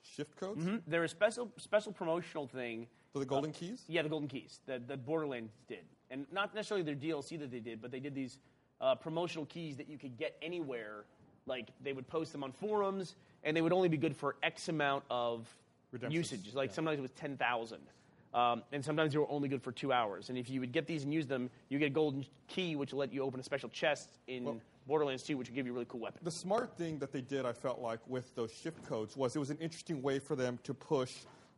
[SPEAKER 1] Shift codes.
[SPEAKER 2] Mm-hmm.
[SPEAKER 4] They're a special special promotional thing.
[SPEAKER 1] So the golden keys.
[SPEAKER 4] Yeah, the Golden Keys that, that Borderlands did, and not necessarily their DLC that they did, but they did these uh, promotional keys that you could get anywhere. Like they would post them on forums, and they would only be good for X amount of
[SPEAKER 1] Redemptions,
[SPEAKER 4] usage. Like sometimes it was ten thousand, um, and sometimes they were only good for two hours. And if you would get these and use them, you get a golden key, which will let you open a special chest in Borderlands 2, which will give you a really cool weapon.
[SPEAKER 1] The smart thing that they did, I felt like, with those shift codes was it was an interesting way for them to push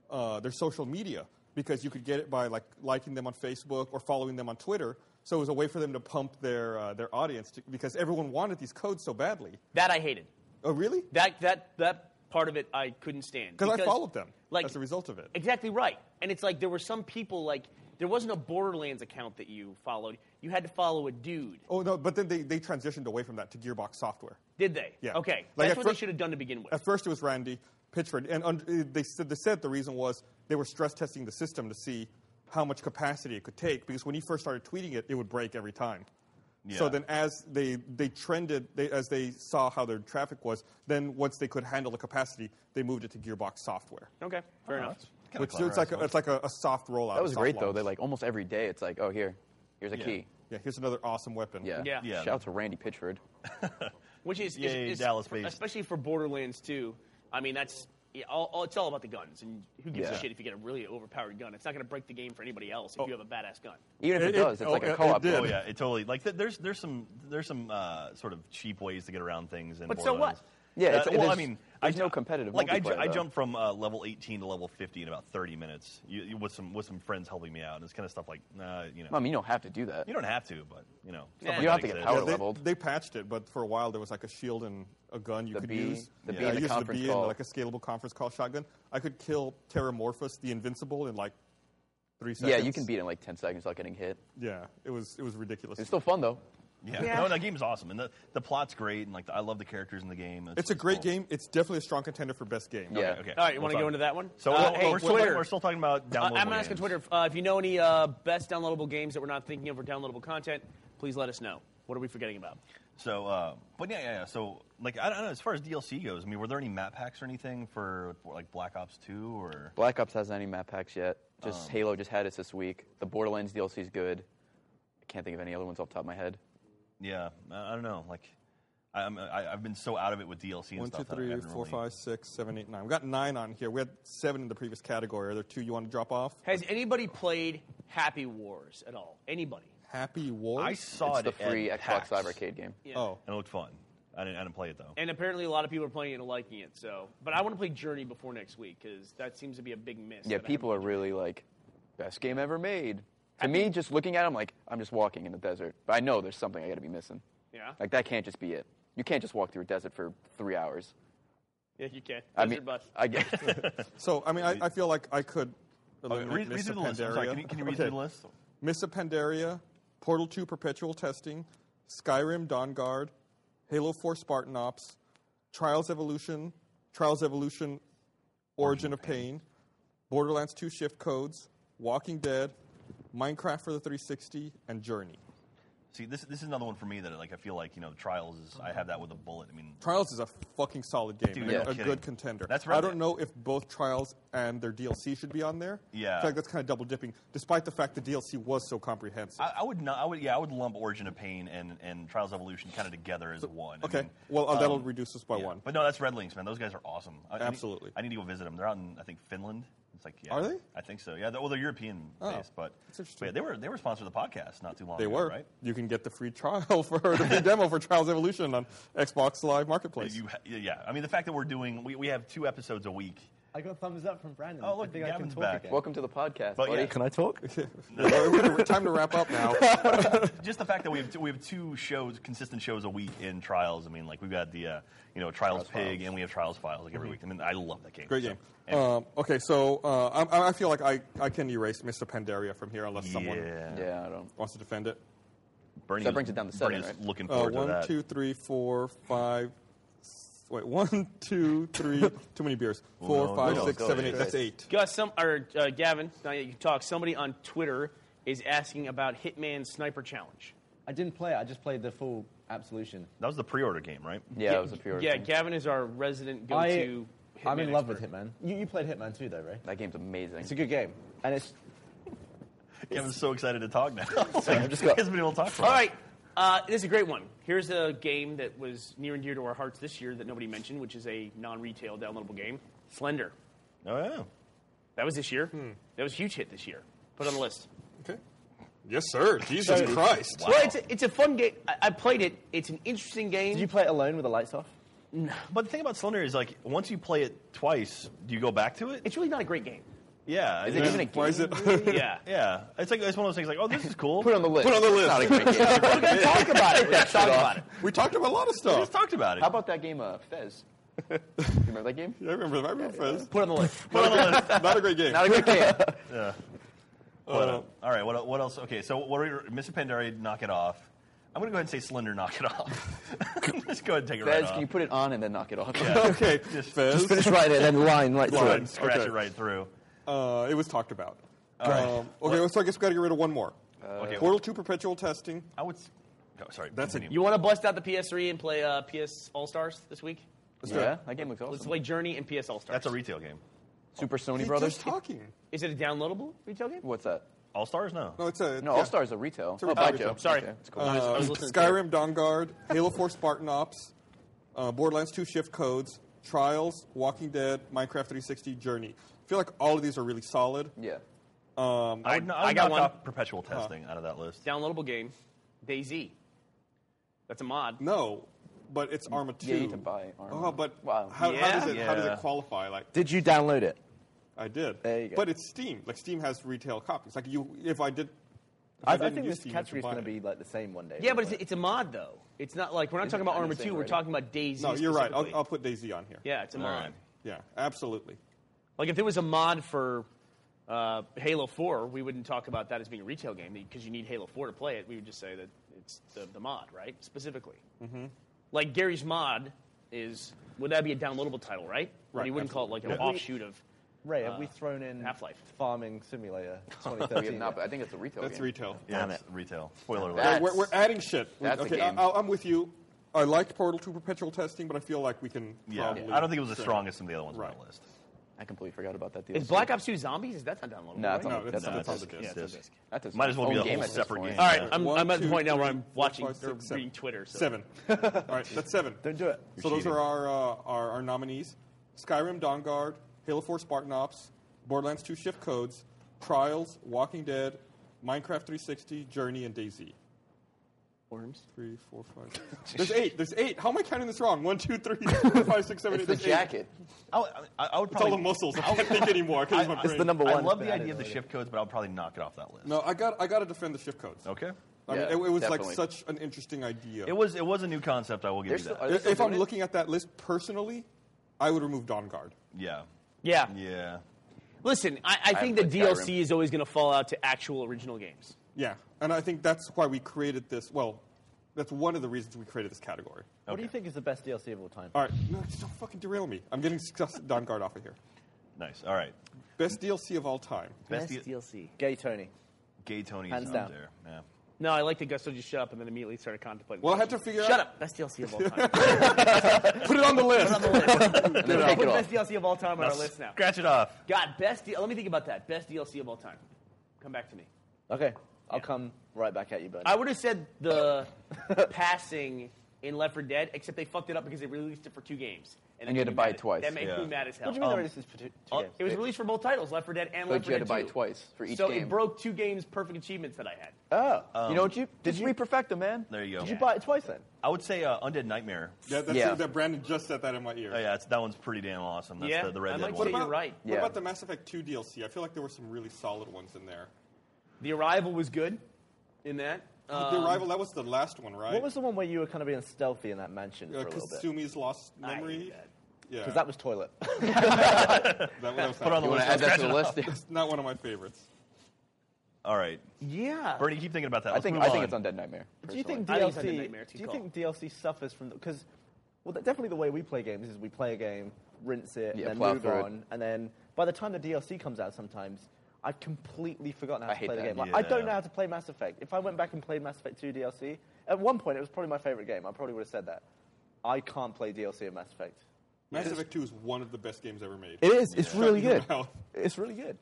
[SPEAKER 1] uh, their social media because you could get it by like liking them on Facebook or following them on Twitter. So it was a way for them to pump their uh, their audience to, because everyone wanted these codes so badly.
[SPEAKER 4] That I hated.
[SPEAKER 1] Oh, really?
[SPEAKER 4] That that that part of it I couldn't stand
[SPEAKER 1] 'Cause I followed them as a result of it.
[SPEAKER 4] Exactly right. And it's like there were some people like there wasn't a Borderlands account that you followed. You had to follow a dude.
[SPEAKER 1] Oh no! But then they, they transitioned away from that to Gearbox Software.
[SPEAKER 4] Did they?
[SPEAKER 1] Yeah.
[SPEAKER 4] Okay.
[SPEAKER 1] Like,
[SPEAKER 4] That's
[SPEAKER 1] at
[SPEAKER 4] what they
[SPEAKER 1] fir-
[SPEAKER 4] should have done to begin with.
[SPEAKER 1] At first, it was Randy Pitchford, and un- uh, they said they said the reason was they were stress testing the system to see how much capacity it could take because when he first started tweeting it, it would break every time. So
[SPEAKER 2] Yeah.
[SPEAKER 1] then, as they they trended, they, as they saw how their traffic was, then once they could handle the capacity, they moved it to Gearbox Software,
[SPEAKER 4] okay. Fair
[SPEAKER 1] Uh-huh.
[SPEAKER 4] enough.
[SPEAKER 2] Kinda
[SPEAKER 1] which
[SPEAKER 2] clever,
[SPEAKER 1] it's like
[SPEAKER 2] I
[SPEAKER 1] a, it's like a, a soft rollout.
[SPEAKER 3] That was
[SPEAKER 1] a soft
[SPEAKER 3] great though.
[SPEAKER 1] launch.
[SPEAKER 3] They like almost every day. It's like, oh here, here's a key.
[SPEAKER 1] yeah, here's another awesome weapon.
[SPEAKER 3] Yeah.
[SPEAKER 4] Yeah. Yeah.
[SPEAKER 3] Shout out to Randy Pitchford.
[SPEAKER 4] Which is,
[SPEAKER 2] Yeah,
[SPEAKER 4] is,
[SPEAKER 2] yeah,
[SPEAKER 4] is-
[SPEAKER 2] Dallas-based.
[SPEAKER 4] especially for Borderlands 2. I mean, that's yeah, all, all, it's all about the guns, and who gives
[SPEAKER 3] Yeah.
[SPEAKER 4] a shit if you get a really overpowered gun? It's not going to break the game for anybody else if
[SPEAKER 1] Oh.
[SPEAKER 4] you have a badass gun.
[SPEAKER 3] Even if
[SPEAKER 1] It-
[SPEAKER 3] it,
[SPEAKER 1] it-
[SPEAKER 3] does, it's
[SPEAKER 1] oh,
[SPEAKER 3] like
[SPEAKER 1] it-
[SPEAKER 3] a
[SPEAKER 1] it
[SPEAKER 3] co-op.
[SPEAKER 1] did.
[SPEAKER 2] Oh
[SPEAKER 3] game.
[SPEAKER 2] yeah, it totally. Like th- there's there's some there's some uh, sort of cheap ways to get around things. In
[SPEAKER 4] But so what?
[SPEAKER 2] Borderlands.
[SPEAKER 3] Yeah, it's-
[SPEAKER 2] Uh,
[SPEAKER 3] it
[SPEAKER 2] well, I
[SPEAKER 3] is-
[SPEAKER 2] mean,
[SPEAKER 3] there's
[SPEAKER 2] I,
[SPEAKER 3] no competitive
[SPEAKER 2] Like I, ju-
[SPEAKER 3] multiplayer,
[SPEAKER 2] I
[SPEAKER 3] though.
[SPEAKER 2] jumped from uh, level 18 to level 50 in about 30 minutes you, you- with some with some friends helping me out, and it's kind of stuff like, uh, you know,
[SPEAKER 3] I mean, you don't have to do that.
[SPEAKER 2] you don't have to, but you know, stuff
[SPEAKER 4] Yeah.
[SPEAKER 2] like
[SPEAKER 4] You
[SPEAKER 3] don't
[SPEAKER 2] that
[SPEAKER 3] have to get
[SPEAKER 2] exists.
[SPEAKER 3] power
[SPEAKER 1] Yeah, they,
[SPEAKER 3] leveled.
[SPEAKER 1] they patched it, but for a while there was like a shield and a gun you
[SPEAKER 3] The
[SPEAKER 1] could
[SPEAKER 3] bee-
[SPEAKER 1] use.
[SPEAKER 3] the bee
[SPEAKER 1] I
[SPEAKER 3] and the
[SPEAKER 1] used
[SPEAKER 3] conference
[SPEAKER 1] the bee
[SPEAKER 3] call.
[SPEAKER 1] and like a scalable conference call shotgun. I could kill Terramorphous, the Invincible, in like three seconds.
[SPEAKER 3] yeah, you can beat it in like 10 seconds without getting hit.
[SPEAKER 1] Yeah, it was it was ridiculous.
[SPEAKER 3] It's still fun though.
[SPEAKER 2] Yeah.
[SPEAKER 4] Yeah.
[SPEAKER 2] No, that game's awesome, and the, the plot's great, and like the, I love the characters in the game.
[SPEAKER 1] it's a great
[SPEAKER 2] cool.
[SPEAKER 1] game. It's definitely a strong contender for best game.
[SPEAKER 3] Yeah.
[SPEAKER 2] Okay.
[SPEAKER 4] All right,
[SPEAKER 2] we'll
[SPEAKER 4] you want to
[SPEAKER 2] talk.
[SPEAKER 4] go into that one?
[SPEAKER 2] So
[SPEAKER 4] Uh,
[SPEAKER 2] we're-
[SPEAKER 4] hey,
[SPEAKER 2] we're, still,
[SPEAKER 4] Twitter.
[SPEAKER 2] we're still talking about
[SPEAKER 4] Uh,
[SPEAKER 2] downloadable.
[SPEAKER 4] I'm asking
[SPEAKER 2] games.
[SPEAKER 4] Twitter if, uh, if you know any uh, best downloadable games that we're not thinking of for downloadable content. Please let us know. What are we forgetting about?
[SPEAKER 2] So, uh, but yeah, yeah, yeah. So, like, I don't know. As far as DLC goes, I mean, were there any map packs or anything for like Black Ops Two or?
[SPEAKER 3] Black Ops hasn't any map packs yet.
[SPEAKER 2] Um.
[SPEAKER 3] Just Halo just had it this week. The Borderlands DLC is good. I can't think of any other ones off the top of my head.
[SPEAKER 2] Yeah, I, I don't know. Like, I'm, I, I've been so out of it with DLC and
[SPEAKER 1] One, two,
[SPEAKER 2] stuff. that I
[SPEAKER 1] three,
[SPEAKER 2] haven't
[SPEAKER 1] four,
[SPEAKER 2] really-
[SPEAKER 1] five, six, seven, eight, nine. We got nine on here. We had seven in the previous category. Are there two you want to drop off?
[SPEAKER 4] Has anybody played Happy Wars at all? Anybody?
[SPEAKER 1] Happy Wars.
[SPEAKER 2] I saw
[SPEAKER 3] It's the
[SPEAKER 2] it. at
[SPEAKER 3] free Xbox
[SPEAKER 2] PAX,
[SPEAKER 3] Live Arcade game.
[SPEAKER 1] Oh,
[SPEAKER 2] And it looked fun. I didn't, I didn't play it though.
[SPEAKER 4] And apparently, a lot of people are playing it and liking it. So, but I want to play Journey before next week because that seems to be a big miss.
[SPEAKER 3] Yeah,
[SPEAKER 4] that I
[SPEAKER 3] people are
[SPEAKER 4] haven't-
[SPEAKER 3] really like, best game ever made. To me, just looking at them, like, I'm just walking in the desert. But I know there's something I gotta be missing.
[SPEAKER 4] Yeah.
[SPEAKER 3] Like, that can't just be it. You can't just walk through a desert for three hours.
[SPEAKER 4] Yeah, you can.
[SPEAKER 3] I
[SPEAKER 4] Desert
[SPEAKER 3] mean,
[SPEAKER 4] bus.
[SPEAKER 3] I guess.
[SPEAKER 1] so I mean, I, I feel like I could.
[SPEAKER 2] Okay, Uh, read,
[SPEAKER 1] eliminate
[SPEAKER 2] read
[SPEAKER 1] Miss
[SPEAKER 2] through the list. I'm sorry,
[SPEAKER 1] Pandaria.
[SPEAKER 2] can you, can you read
[SPEAKER 1] Okay.
[SPEAKER 2] through the list?
[SPEAKER 1] Miss of Pandaria, Portal 2 Perpetual Testing, Skyrim Dawn Guard, Halo 4 Spartan Ops, Trials Evolution, Trials Evolution Origin of Pain, Borderlands 2 Shift Codes, Walking Dead, Minecraft for the 360, and Journey.
[SPEAKER 2] See, this this is another one for me that like I feel like you know Trials is I have that with a bullet. I mean,
[SPEAKER 1] Trials is a fucking solid game,
[SPEAKER 2] Dude,
[SPEAKER 1] and
[SPEAKER 2] yeah,
[SPEAKER 1] a
[SPEAKER 2] no kidding.
[SPEAKER 1] good contender.
[SPEAKER 2] That's
[SPEAKER 1] I
[SPEAKER 2] right.
[SPEAKER 1] don't know if both Trials and their DLC should be on there.
[SPEAKER 2] Yeah.
[SPEAKER 1] I feel like that's kind of double dipping, despite the fact the DLC was so comprehensive.
[SPEAKER 2] I, I would not. I would yeah. I would lump Origin of Pain and, and Trials Evolution kind of together as one. I
[SPEAKER 1] okay,
[SPEAKER 2] mean,
[SPEAKER 1] well uh, that'll
[SPEAKER 2] um,
[SPEAKER 1] reduce us by
[SPEAKER 2] yeah.
[SPEAKER 1] one.
[SPEAKER 2] But no, that's Red Links, man. Those guys are awesome. I, I need-
[SPEAKER 1] Absolutely.
[SPEAKER 2] I need, to go visit them. They're out in I think Finland. It's like yeah,
[SPEAKER 1] Are they? Oh,
[SPEAKER 2] I think so. Yeah. They're, well, they're European based, but
[SPEAKER 1] That's interesting.
[SPEAKER 2] but yeah, they were they were sponsored the podcast not too long.
[SPEAKER 1] They
[SPEAKER 2] ago,
[SPEAKER 1] were.
[SPEAKER 2] right.
[SPEAKER 1] You can get the free trial for the free demo for Trials Evolution on Xbox Live Marketplace.
[SPEAKER 2] You ha- yeah, yeah. I mean, the fact that we're doing we, we have two episodes a week
[SPEAKER 11] I got thumbs up from Brandon.
[SPEAKER 2] Oh, look,
[SPEAKER 11] I think I can
[SPEAKER 2] Gavin's
[SPEAKER 11] talk
[SPEAKER 2] back.
[SPEAKER 11] again.
[SPEAKER 3] Welcome to the podcast,
[SPEAKER 2] But
[SPEAKER 3] buddy.
[SPEAKER 2] yeah.
[SPEAKER 11] Can I talk?
[SPEAKER 1] Well, we're gonna- time to wrap up now.
[SPEAKER 2] just the fact that we have two, we have two shows, consistent shows a week in trials. I mean, like we've got the uh, you know trials, pig, and we have trials files like every week. I mean, I love that game.
[SPEAKER 1] Mm-hmm. Great
[SPEAKER 2] So,
[SPEAKER 1] game.
[SPEAKER 2] anyway.
[SPEAKER 1] Um, okay, so uh, I, I feel like I, I can erase Mr. Pandaria from here unless Oh, someone
[SPEAKER 2] yeah,
[SPEAKER 3] yeah, I don't.
[SPEAKER 1] wants to defend it.
[SPEAKER 2] Bernie
[SPEAKER 3] So that
[SPEAKER 2] was-
[SPEAKER 3] brings it down to
[SPEAKER 2] Bernie
[SPEAKER 3] seven,
[SPEAKER 2] was
[SPEAKER 3] right?
[SPEAKER 2] Looking
[SPEAKER 1] Uh,
[SPEAKER 2] forward to
[SPEAKER 1] one,
[SPEAKER 2] that.
[SPEAKER 1] two, three, four, five. s- Wait, one, two, three. too many beers.
[SPEAKER 2] no,
[SPEAKER 1] Four, five,
[SPEAKER 2] no,
[SPEAKER 1] six,
[SPEAKER 2] go
[SPEAKER 1] seven,
[SPEAKER 2] ahead.
[SPEAKER 1] eight. That's eight.
[SPEAKER 4] Gus, some or uh, Gavin, now that you can talk. Somebody on Twitter is asking about Hitman Sniper Challenge.
[SPEAKER 11] I didn't play it. I just played the full Absolution.
[SPEAKER 2] That was the pre-order game, right?
[SPEAKER 3] Yeah, that was a pure.
[SPEAKER 4] Yeah, Gavin is our resident
[SPEAKER 11] I,
[SPEAKER 4] go-to. Hitman
[SPEAKER 11] I'm in love
[SPEAKER 4] expert.
[SPEAKER 11] with Hitman. You, you played Hitman too, though, right?
[SPEAKER 3] That game's amazing.
[SPEAKER 11] It's a good game, and it's
[SPEAKER 2] I'm so excited to talk now. Like,
[SPEAKER 3] I've just got-
[SPEAKER 2] he hasn't been able to talk for a
[SPEAKER 4] All
[SPEAKER 2] while.
[SPEAKER 4] right. Uh, this is a great one. Here's a game that was near and dear to our hearts this year that nobody mentioned, which is a non-retail downloadable game, Slender.
[SPEAKER 2] Oh yeah.
[SPEAKER 4] That was this year. That was a huge hit this year. Put it on the list.
[SPEAKER 1] Okay. Yes, sir. Jesus Christ.
[SPEAKER 2] Wow.
[SPEAKER 4] Well, it's a, it's a fun game. I, I played it. It's an interesting game.
[SPEAKER 11] Did you play it alone with the lights off?
[SPEAKER 2] But the thing about Slender is like once you play it twice, do you go back to it?
[SPEAKER 4] it's really not a great game.
[SPEAKER 2] yeah.
[SPEAKER 3] Is it even a
[SPEAKER 1] Why
[SPEAKER 3] game?
[SPEAKER 1] is it?
[SPEAKER 4] Yeah.
[SPEAKER 2] yeah. It's like it's one of those things like, oh, this is cool.
[SPEAKER 3] Put it on the list. Put
[SPEAKER 1] on the list.
[SPEAKER 3] Not a great game. We're gonna talk about it. Let's talk about it.
[SPEAKER 1] we talked about a lot of
[SPEAKER 2] We
[SPEAKER 1] stuff.
[SPEAKER 2] just talked about it.
[SPEAKER 3] How about that game, uh, Fez? you remember that game?
[SPEAKER 1] Yeah, I remember. I remember Fez.
[SPEAKER 4] Put it on the list.
[SPEAKER 2] Put it on the list.
[SPEAKER 1] Not a great game.
[SPEAKER 3] Not a good game.
[SPEAKER 2] But, uh, all right, what, what else? Okay, so what are we, Mr. Pandaria, knock it off. I'm going to go ahead and say Slender, knock it off. Just go ahead and take it
[SPEAKER 3] Fez,
[SPEAKER 2] right
[SPEAKER 3] can you
[SPEAKER 2] off.
[SPEAKER 3] put it on and then knock it off?
[SPEAKER 1] okay. Fez.
[SPEAKER 11] Finish right there, then line right
[SPEAKER 2] Go
[SPEAKER 11] through
[SPEAKER 2] ahead and
[SPEAKER 11] it.
[SPEAKER 2] scratch
[SPEAKER 1] Okay.
[SPEAKER 2] it right through.
[SPEAKER 1] Uh, it was talked about.
[SPEAKER 2] right. Uh,
[SPEAKER 1] Um, okay, so I guess we got to get rid of one more.
[SPEAKER 3] Uh,
[SPEAKER 2] okay.
[SPEAKER 1] Portal 2 perpetual testing.
[SPEAKER 2] I would. s- No, sorry.
[SPEAKER 1] That's a-
[SPEAKER 2] continue.
[SPEAKER 4] You want to bust out the PS3 and play uh, PS All Stars this week?
[SPEAKER 3] yeah, that game looks awesome.
[SPEAKER 4] Let's play Journey and PS All Stars.
[SPEAKER 2] That's a retail game.
[SPEAKER 3] Super Sony
[SPEAKER 1] He's
[SPEAKER 3] Brothers.
[SPEAKER 1] just talking.
[SPEAKER 4] Is it a downloadable retail game?
[SPEAKER 3] What's that?
[SPEAKER 2] All Stars? No.
[SPEAKER 1] No, it's a
[SPEAKER 3] No,
[SPEAKER 1] yeah.
[SPEAKER 3] All Stars are retail.
[SPEAKER 1] a
[SPEAKER 3] oh,
[SPEAKER 1] retail
[SPEAKER 3] by
[SPEAKER 1] retail.
[SPEAKER 3] Joe.
[SPEAKER 4] Sorry.
[SPEAKER 3] Okay, that's cool.
[SPEAKER 4] I was- I
[SPEAKER 1] Uh,
[SPEAKER 4] was listening to it.
[SPEAKER 1] Skyrim, Dawn Guard, Halo 4, Spartan Ops, uh, Borderlands 2, Shift Codes, Trials, Walking Dead, Minecraft 360, Journey. I feel like all of these are really solid.
[SPEAKER 3] Yeah.
[SPEAKER 1] Um,
[SPEAKER 2] I, would, I, would
[SPEAKER 4] I got
[SPEAKER 2] knock
[SPEAKER 4] one.
[SPEAKER 2] off perpetual testing out of that list.
[SPEAKER 4] Downloadable game, DayZ. That's a mod.
[SPEAKER 1] no, but it's Arma 2.
[SPEAKER 3] Yeah, you need to buy Arma.
[SPEAKER 1] Oh, but
[SPEAKER 3] Wow.
[SPEAKER 1] how, how, does it, how does
[SPEAKER 2] Yeah.
[SPEAKER 1] it qualify? Like,
[SPEAKER 11] Did you download it?
[SPEAKER 1] I did.
[SPEAKER 11] There you go.
[SPEAKER 1] But it's Steam. Like, Steam has retail copies. Like, you, if I did. If
[SPEAKER 11] I, I
[SPEAKER 1] didn't
[SPEAKER 11] think
[SPEAKER 1] use
[SPEAKER 11] this
[SPEAKER 1] Steam, I could
[SPEAKER 11] category is
[SPEAKER 1] buy
[SPEAKER 11] going to
[SPEAKER 1] it.
[SPEAKER 11] be like the same one day.
[SPEAKER 4] Yeah, but it's, it's a mod though. It's not like we're not
[SPEAKER 3] Isn't
[SPEAKER 4] talking
[SPEAKER 3] it
[SPEAKER 4] about
[SPEAKER 3] kinda
[SPEAKER 4] Arma
[SPEAKER 3] the
[SPEAKER 4] Two.
[SPEAKER 3] same
[SPEAKER 4] We're
[SPEAKER 3] already?
[SPEAKER 4] talking about DayZ.
[SPEAKER 1] No, you're right. I'll,
[SPEAKER 4] specifically.
[SPEAKER 1] I'll put Daisy on here.
[SPEAKER 4] yeah, it's a
[SPEAKER 2] All
[SPEAKER 4] mod.
[SPEAKER 2] right.
[SPEAKER 1] Yeah, absolutely.
[SPEAKER 4] Like if there was a mod for uh, Halo Four, we wouldn't talk about that as being a retail game because you need Halo Four to play it. We would just say that it's the, the mod, right? Specifically. Mm-hmm. Like Gary's mod is would that be a downloadable title, right? But
[SPEAKER 1] Right,
[SPEAKER 4] he wouldn't call it like an
[SPEAKER 11] Yeah.
[SPEAKER 4] offshoot of.
[SPEAKER 11] Ray, have we
[SPEAKER 4] Uh,
[SPEAKER 11] thrown in
[SPEAKER 4] Half-Life.
[SPEAKER 11] Farming Simulator
[SPEAKER 3] We have
[SPEAKER 11] 2013?
[SPEAKER 3] not, but I think it's a retail
[SPEAKER 1] That's
[SPEAKER 3] game.
[SPEAKER 1] retail.
[SPEAKER 2] Yeah, it's retail. Spoiler alert.
[SPEAKER 3] That-
[SPEAKER 1] we're, we're adding shit. We-
[SPEAKER 3] That's a
[SPEAKER 1] okay,
[SPEAKER 3] game.
[SPEAKER 1] I, I'm with you. I liked Portal 2 perpetual testing, but I feel like we can
[SPEAKER 2] yeah.
[SPEAKER 1] probably.
[SPEAKER 2] I don't think it was the strongest of the other ones on
[SPEAKER 1] Right.
[SPEAKER 2] that list.
[SPEAKER 3] I completely forgot about that deal.
[SPEAKER 4] Is Black Ops 2 Zombies? Is that not downloadable?
[SPEAKER 3] No, that's
[SPEAKER 4] right?
[SPEAKER 3] on,
[SPEAKER 1] No,
[SPEAKER 3] the that's
[SPEAKER 1] that's-
[SPEAKER 3] on
[SPEAKER 1] that's
[SPEAKER 3] the
[SPEAKER 1] on
[SPEAKER 3] disc.
[SPEAKER 1] the
[SPEAKER 4] Yeah,
[SPEAKER 1] disc.
[SPEAKER 4] it's on disc.
[SPEAKER 3] That's his
[SPEAKER 2] Might as well be
[SPEAKER 3] own
[SPEAKER 2] a
[SPEAKER 3] game
[SPEAKER 2] whole
[SPEAKER 3] at this
[SPEAKER 2] separate
[SPEAKER 3] point.
[SPEAKER 2] game.
[SPEAKER 4] All right, I'm,
[SPEAKER 1] One,
[SPEAKER 4] I'm at the
[SPEAKER 1] two,
[SPEAKER 4] point now where
[SPEAKER 1] three,
[SPEAKER 4] I'm
[SPEAKER 1] four,
[SPEAKER 4] watching
[SPEAKER 1] five, six,
[SPEAKER 4] or
[SPEAKER 1] seven.
[SPEAKER 4] reading Twitter. So.
[SPEAKER 1] Seven. All right, that's seven.
[SPEAKER 11] Don't do it.
[SPEAKER 1] So those
[SPEAKER 2] cheating.
[SPEAKER 1] are our, uh, our our nominees: Skyrim, Dawn Guard, Halo 4, Spartan Ops, Borderlands 2, Shift Codes, Trials, Walking Dead, Minecraft 360, Journey, and DayZ.
[SPEAKER 4] Worms.
[SPEAKER 1] Three, four, five. six. There's eight. There's eight. How am I counting this wrong? One, two, three, four, five, six, seven,
[SPEAKER 3] It's
[SPEAKER 1] eight.
[SPEAKER 3] the
[SPEAKER 1] There's eight.
[SPEAKER 3] jacket.
[SPEAKER 2] I, would- I, I would
[SPEAKER 1] It's all
[SPEAKER 2] probably.
[SPEAKER 1] the muscles. I can't think anymore. 'cause my
[SPEAKER 11] It's
[SPEAKER 1] brain.
[SPEAKER 11] the number
[SPEAKER 2] I
[SPEAKER 11] one.
[SPEAKER 2] love the idea of the shift codes, but I'll probably knock it off that list.
[SPEAKER 1] No, I got I got to defend the shift codes.
[SPEAKER 2] Okay.
[SPEAKER 1] I mean,
[SPEAKER 3] Yeah,
[SPEAKER 1] it, it was
[SPEAKER 3] definitely.
[SPEAKER 1] like such an interesting idea.
[SPEAKER 2] It was it was a new concept. I will give
[SPEAKER 3] They're
[SPEAKER 2] you
[SPEAKER 3] still-
[SPEAKER 2] that.
[SPEAKER 3] are they
[SPEAKER 1] if
[SPEAKER 3] still
[SPEAKER 1] if I'm
[SPEAKER 3] doing it?
[SPEAKER 1] looking at that list personally, I would remove Dawn Guard.
[SPEAKER 2] yeah.
[SPEAKER 4] Yeah.
[SPEAKER 2] Yeah.
[SPEAKER 4] Listen, I, I think the
[SPEAKER 3] haven't played
[SPEAKER 4] DLC
[SPEAKER 3] Skyrim.
[SPEAKER 4] is always going to fall out to actual original games.
[SPEAKER 1] Yeah, and I think that's why we created this. Well, that's one of the reasons we created this category.
[SPEAKER 11] What do you think is the best DLC of all time?
[SPEAKER 1] All right, no, just don't fucking derail me. I'm getting disgusted- Dawn Guard off of here.
[SPEAKER 2] Nice. All right.
[SPEAKER 1] Best DLC of all time.
[SPEAKER 2] Best deal-
[SPEAKER 4] DLC.
[SPEAKER 11] Gay Tony.
[SPEAKER 2] Gay Tony's
[SPEAKER 11] Hands
[SPEAKER 2] up
[SPEAKER 11] down.
[SPEAKER 2] there. Yeah.
[SPEAKER 4] No, I like that Gusto just shut up and then immediately started contemplating.
[SPEAKER 1] Well, I had to figure
[SPEAKER 4] Shut
[SPEAKER 1] out.
[SPEAKER 4] up. Best DLC of all time.
[SPEAKER 1] Put it on the list.
[SPEAKER 3] And then take
[SPEAKER 4] Put
[SPEAKER 3] it off.
[SPEAKER 4] best DLC of all time on our list now.
[SPEAKER 2] Scratch it off.
[SPEAKER 4] God, best. D- Let me think about that. Best DLC of all time. Come back to me.
[SPEAKER 11] Okay, I'll come right back at you, buddy.
[SPEAKER 4] I would have said the passing in Left 4 Dead, except they fucked it up because they released it for two games.
[SPEAKER 3] And you had
[SPEAKER 4] made
[SPEAKER 3] to
[SPEAKER 4] me
[SPEAKER 3] buy
[SPEAKER 4] mad
[SPEAKER 3] it
[SPEAKER 4] as-
[SPEAKER 3] twice.
[SPEAKER 4] That made
[SPEAKER 3] Yeah. Um,
[SPEAKER 4] me mad as hell.
[SPEAKER 3] What do you mean they released
[SPEAKER 8] it for two,
[SPEAKER 4] Uh, It was released for both titles, Left 4 Dead and
[SPEAKER 3] But
[SPEAKER 4] Left 4
[SPEAKER 3] you had
[SPEAKER 4] Dead
[SPEAKER 3] to buy
[SPEAKER 4] 2.
[SPEAKER 3] twice for each
[SPEAKER 4] so
[SPEAKER 3] game.
[SPEAKER 4] it broke two games' perfect achievements that I had.
[SPEAKER 3] Oh,
[SPEAKER 2] Um,
[SPEAKER 3] you know what you did? You perfect them, man.
[SPEAKER 2] There you go.
[SPEAKER 3] Did you buy it twice then?
[SPEAKER 2] I would say uh, Undead Nightmare.
[SPEAKER 1] Yeah, that's
[SPEAKER 3] Yeah.
[SPEAKER 1] that Brandon just said that in my ear.
[SPEAKER 2] Oh, yeah, that's, that one's pretty damn awesome. That's the, the Red Dead
[SPEAKER 1] What
[SPEAKER 2] one.
[SPEAKER 1] about, What
[SPEAKER 3] Yeah.
[SPEAKER 1] about the Mass Effect 2 DLC? I feel like there were some really solid ones in there.
[SPEAKER 4] The Arrival was good in that.
[SPEAKER 1] the
[SPEAKER 4] Um,
[SPEAKER 1] Arrival, that was the last one, right?
[SPEAKER 11] What was the one where you were kind of being stealthy in that mansion for
[SPEAKER 1] uh,
[SPEAKER 11] a little bit?
[SPEAKER 1] Kasumi's lost
[SPEAKER 4] I hate
[SPEAKER 1] memory?
[SPEAKER 4] that.
[SPEAKER 1] Yeah.
[SPEAKER 11] Because that was toilet.
[SPEAKER 1] that, that was
[SPEAKER 2] Put on the
[SPEAKER 3] You want
[SPEAKER 2] list.
[SPEAKER 3] to add that to the list?
[SPEAKER 1] It's not one of my favorites.
[SPEAKER 2] All right,
[SPEAKER 4] Yeah.
[SPEAKER 2] Bernie, keep thinking about that.
[SPEAKER 3] I
[SPEAKER 2] Let's
[SPEAKER 3] think
[SPEAKER 2] move
[SPEAKER 3] I think
[SPEAKER 2] on.
[SPEAKER 3] it's Undead Nightmare.
[SPEAKER 11] Do you think
[SPEAKER 4] I think it's Undead
[SPEAKER 11] DLC?
[SPEAKER 4] Nightmare, too
[SPEAKER 11] Do you
[SPEAKER 4] cool.
[SPEAKER 11] think DLC suffers from because, well, th- definitely the way we play games is we play a game, rinse it,
[SPEAKER 3] Yeah,
[SPEAKER 11] and
[SPEAKER 3] plow
[SPEAKER 11] then move
[SPEAKER 3] through it.
[SPEAKER 11] on, and then by the time the DLC comes out, sometimes I've completely forgotten how
[SPEAKER 3] I
[SPEAKER 11] to
[SPEAKER 3] hate
[SPEAKER 11] play the
[SPEAKER 3] that.
[SPEAKER 11] game. Like, I don't
[SPEAKER 2] Yeah.
[SPEAKER 11] know how to play Mass Effect. If I went back and played Mass Effect 2 DLC, at one point it was probably my favorite game. I probably would have said that. I can't play DLC in Mass Effect.
[SPEAKER 1] Mass Effect 2 is one of the best games ever made.
[SPEAKER 11] It is. It's really
[SPEAKER 1] your
[SPEAKER 11] good.
[SPEAKER 1] mouth.
[SPEAKER 11] It's really good.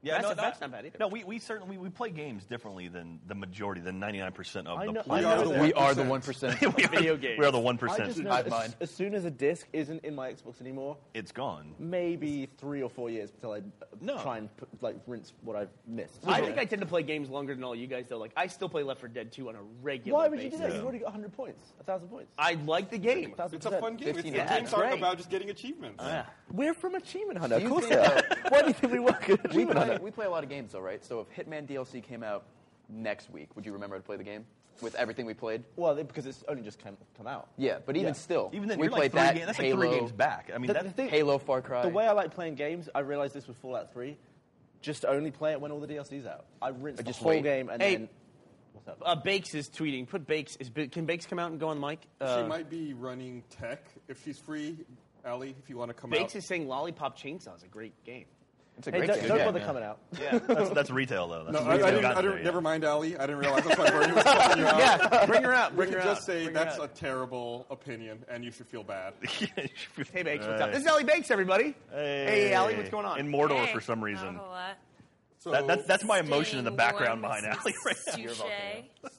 [SPEAKER 2] Yeah,
[SPEAKER 4] Mass
[SPEAKER 2] no,
[SPEAKER 4] Effect's
[SPEAKER 2] that-
[SPEAKER 4] not bad either.
[SPEAKER 2] No, we, we certainly we play games differently than the majority, than ninety nine percent of
[SPEAKER 11] I
[SPEAKER 2] the
[SPEAKER 11] know- I
[SPEAKER 2] planet.
[SPEAKER 11] know that.
[SPEAKER 3] we are the one percent?
[SPEAKER 2] we are
[SPEAKER 4] Video
[SPEAKER 2] the-
[SPEAKER 4] games.
[SPEAKER 2] We are the one
[SPEAKER 11] I just
[SPEAKER 2] percent.
[SPEAKER 11] know as, as soon as a disc isn't in my Xbox anymore,
[SPEAKER 2] It's gone.
[SPEAKER 11] maybe three or four years until I uh,
[SPEAKER 2] No.
[SPEAKER 11] try and put, like rinse what I've missed.
[SPEAKER 4] I think I tend to play games longer than all you guys, though. Like, I still play Left 4 Dead 2 on a regular
[SPEAKER 11] Why would you do
[SPEAKER 4] basis.
[SPEAKER 11] that? You've already got 100 points, 1,000 points.
[SPEAKER 4] I like the game.
[SPEAKER 11] 1,000
[SPEAKER 1] It's a
[SPEAKER 11] percent.
[SPEAKER 1] fun game. It's,
[SPEAKER 3] 15
[SPEAKER 1] the
[SPEAKER 3] yeah,
[SPEAKER 1] games
[SPEAKER 4] it's
[SPEAKER 1] aren't
[SPEAKER 4] great.
[SPEAKER 1] about just getting achievements.
[SPEAKER 4] Ah.
[SPEAKER 11] We're from Achievement Hunter. Of
[SPEAKER 3] You
[SPEAKER 11] course we
[SPEAKER 3] think-
[SPEAKER 11] are. Why do you think we work at
[SPEAKER 3] we
[SPEAKER 11] Achievement
[SPEAKER 3] play,
[SPEAKER 11] Hunter?
[SPEAKER 3] we play a lot of games though, right? So if Hitman DLC came out next week, would you remember how to play the game with everything we played?
[SPEAKER 11] Well, they- because it's only just come, come out.
[SPEAKER 3] Yeah, but even
[SPEAKER 11] Yeah.
[SPEAKER 3] still,
[SPEAKER 2] Even then,
[SPEAKER 3] we
[SPEAKER 2] you're like
[SPEAKER 3] played
[SPEAKER 2] three
[SPEAKER 3] that
[SPEAKER 2] games. That's like
[SPEAKER 3] Halo,
[SPEAKER 2] three games back. I mean,
[SPEAKER 11] The-
[SPEAKER 2] that,
[SPEAKER 11] the thing-
[SPEAKER 3] Halo, Far Cry.
[SPEAKER 11] The way I like playing games, I realized this with Fallout 3, just only play it when all the DLC's out. I rinse
[SPEAKER 3] just
[SPEAKER 11] the whole
[SPEAKER 3] wait.
[SPEAKER 11] game and
[SPEAKER 4] Hey.
[SPEAKER 11] then... What's up?
[SPEAKER 4] Uh, Bakes is tweeting. Put Bakes. Is, can Bakes come out and go on mic? Uh,
[SPEAKER 1] she might be running tech. If she's free, Allie, if you want to come
[SPEAKER 4] Bakes
[SPEAKER 1] out.
[SPEAKER 4] is saying Lollipop Chainsaw is a great game.
[SPEAKER 3] it's a
[SPEAKER 11] hey,
[SPEAKER 3] great
[SPEAKER 11] don't,
[SPEAKER 3] game.
[SPEAKER 11] don't
[SPEAKER 3] Yeah.
[SPEAKER 11] bother coming out.
[SPEAKER 2] that's, that's retail though. That's
[SPEAKER 1] No, I, I
[SPEAKER 2] retail.
[SPEAKER 1] didn't,
[SPEAKER 2] Got
[SPEAKER 1] I
[SPEAKER 2] there,
[SPEAKER 1] didn't,
[SPEAKER 2] yeah.
[SPEAKER 1] never mind, Allie. I didn't realize that's why Bernie was calling you out.
[SPEAKER 4] Yeah, bring her out.
[SPEAKER 1] We
[SPEAKER 4] Bring
[SPEAKER 1] could
[SPEAKER 4] her out.
[SPEAKER 1] just say
[SPEAKER 4] bring her
[SPEAKER 1] that's
[SPEAKER 4] out.
[SPEAKER 1] a terrible opinion, and you should feel bad.
[SPEAKER 4] Hey, Bakes, what's up? This is Ellie Bakes, everybody.
[SPEAKER 2] Hey.
[SPEAKER 4] Allie, what's going on?
[SPEAKER 2] In Mordor for some reason.
[SPEAKER 1] So
[SPEAKER 2] That, that's that's my emotion in the background behind Allie right now.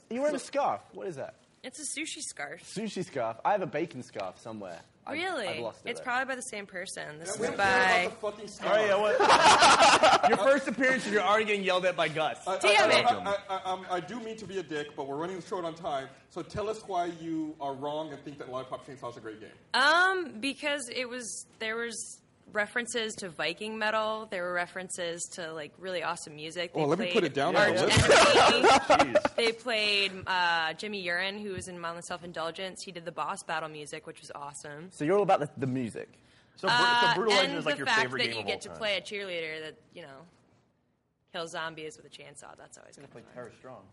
[SPEAKER 11] Are you wearing a scarf? What is that?
[SPEAKER 12] It's a sushi scarf.
[SPEAKER 11] Sushi scarf. I have a bacon scarf somewhere. I-
[SPEAKER 12] Really?
[SPEAKER 11] I've lost it.
[SPEAKER 12] it's
[SPEAKER 11] though.
[SPEAKER 12] probably by the same person. This
[SPEAKER 1] We
[SPEAKER 12] is
[SPEAKER 1] don't care
[SPEAKER 12] by.
[SPEAKER 1] about the fucking
[SPEAKER 4] Oh,
[SPEAKER 1] scar.
[SPEAKER 2] All right, yeah, what-
[SPEAKER 4] Your first appearance, and you're already getting yelled at by Gus.
[SPEAKER 1] I- I-
[SPEAKER 12] Damn
[SPEAKER 1] I-
[SPEAKER 12] it.
[SPEAKER 1] I, I- I- um, I do mean to be a dick, but we're running short on time. So tell us why you are wrong and think that Lollipop Chainsaw is a great game.
[SPEAKER 12] Um, because it was there was references to Viking metal. There were references to like really awesome music. They
[SPEAKER 1] Well, Oh, let me
[SPEAKER 12] played
[SPEAKER 1] put it down on
[SPEAKER 12] Arch
[SPEAKER 1] the
[SPEAKER 12] Enemy. they played uh, Jimmy Urine, who was in Mindless Self Indulgence. He did the boss battle music, which was awesome.
[SPEAKER 11] So you're all about the, the music.
[SPEAKER 2] So, Bru- so
[SPEAKER 12] Uh,
[SPEAKER 2] Brutal
[SPEAKER 12] and
[SPEAKER 2] Legend is like
[SPEAKER 12] the
[SPEAKER 2] your
[SPEAKER 12] fact
[SPEAKER 2] favorite
[SPEAKER 12] that
[SPEAKER 2] game
[SPEAKER 12] you
[SPEAKER 2] of
[SPEAKER 12] get
[SPEAKER 2] all
[SPEAKER 12] to
[SPEAKER 2] time.
[SPEAKER 12] play a cheerleader that you know kills zombies with a chainsaw. That's always kind of fun.
[SPEAKER 11] Strong.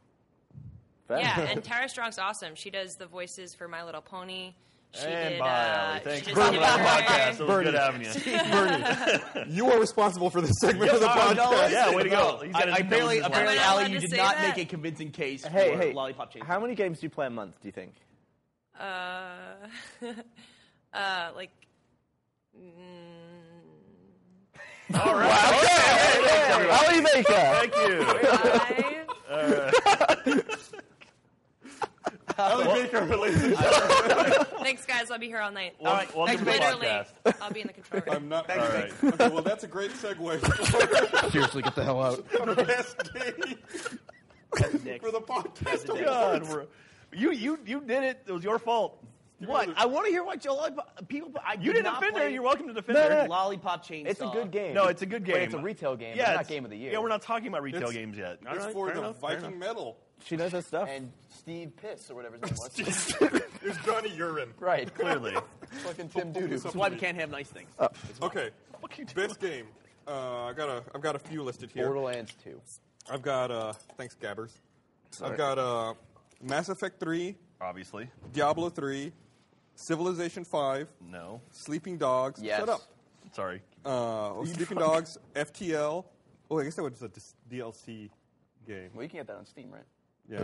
[SPEAKER 12] Yeah, and Tara Strong's awesome. She does the voices for My Little Pony. She
[SPEAKER 2] and
[SPEAKER 12] did.
[SPEAKER 2] bye,
[SPEAKER 12] uh,
[SPEAKER 2] Allie. Thanks
[SPEAKER 12] she
[SPEAKER 2] for
[SPEAKER 12] just
[SPEAKER 2] coming
[SPEAKER 12] did
[SPEAKER 2] on the
[SPEAKER 12] her-
[SPEAKER 2] podcast. It was good having you.
[SPEAKER 1] You are responsible for this segment of the podcast.
[SPEAKER 2] Yeah, way to go. He's got
[SPEAKER 4] I, I
[SPEAKER 2] his
[SPEAKER 4] barely,
[SPEAKER 2] nose as well.
[SPEAKER 4] apparently,
[SPEAKER 12] Am I not
[SPEAKER 4] Allie,
[SPEAKER 12] allowed
[SPEAKER 4] you
[SPEAKER 12] to
[SPEAKER 4] did
[SPEAKER 12] say
[SPEAKER 4] not
[SPEAKER 12] that?
[SPEAKER 4] make a convincing case
[SPEAKER 11] Hey,
[SPEAKER 4] for
[SPEAKER 11] hey.
[SPEAKER 4] Lollipop Chainsaw.
[SPEAKER 11] How many games do you play a month, do you think?
[SPEAKER 12] Uh, uh, like. Mm,
[SPEAKER 11] Allie Baker!
[SPEAKER 2] Thank you.
[SPEAKER 12] five? Thanks, guys. I'll be here all night.
[SPEAKER 2] Well, Welcome to the
[SPEAKER 12] Literally,
[SPEAKER 2] podcast.
[SPEAKER 12] I'll be in the control room.
[SPEAKER 1] I'm not.
[SPEAKER 2] All right.
[SPEAKER 1] Okay, well, that's a great segue for
[SPEAKER 11] Seriously, get the hell out.
[SPEAKER 1] the best game for the podcast.
[SPEAKER 2] God, we're- you you you did it. It was your fault.
[SPEAKER 4] What? I want to hear why Joe Lollipop. People, I
[SPEAKER 2] You didn't
[SPEAKER 4] did not
[SPEAKER 2] defend
[SPEAKER 4] play
[SPEAKER 2] her. You're welcome to defend
[SPEAKER 11] No,
[SPEAKER 2] her.
[SPEAKER 11] no,
[SPEAKER 4] Lollipop Chainsaw.
[SPEAKER 11] It's a good game.
[SPEAKER 2] No, it's a good game.
[SPEAKER 3] But it's a retail game. It's not
[SPEAKER 2] it's-
[SPEAKER 3] game of the year.
[SPEAKER 2] Yeah, we're not talking about retail
[SPEAKER 1] It's-
[SPEAKER 2] games yet. All
[SPEAKER 1] It's
[SPEAKER 2] right,
[SPEAKER 1] for
[SPEAKER 2] fair
[SPEAKER 1] the
[SPEAKER 2] enough, fair
[SPEAKER 1] Viking metal.
[SPEAKER 11] She knows her stuff.
[SPEAKER 3] and Steve Piss or whatever his name was.
[SPEAKER 1] There's Johnny Urine.
[SPEAKER 3] right,
[SPEAKER 2] enough. Clearly.
[SPEAKER 3] fucking Tim Doodoo.
[SPEAKER 4] That's why we can't have nice things.
[SPEAKER 1] Uh, Okay, best game. Uh, I got a, I've got a few listed here.
[SPEAKER 3] Borderlands 2.
[SPEAKER 1] I've got uh, thanks, Gabbers. I've got uh, Mass Effect Three,
[SPEAKER 2] Obviously.
[SPEAKER 1] Diablo Three, Civilization Five,
[SPEAKER 2] No.
[SPEAKER 1] Sleeping Dogs.
[SPEAKER 3] Yes.
[SPEAKER 1] Shut up.
[SPEAKER 2] Sorry.
[SPEAKER 1] Uh, Sleeping Dogs, FTL. Oh, I guess that was a dis- DLC game.
[SPEAKER 3] Well, you can get that on Steam, right?
[SPEAKER 1] Yeah.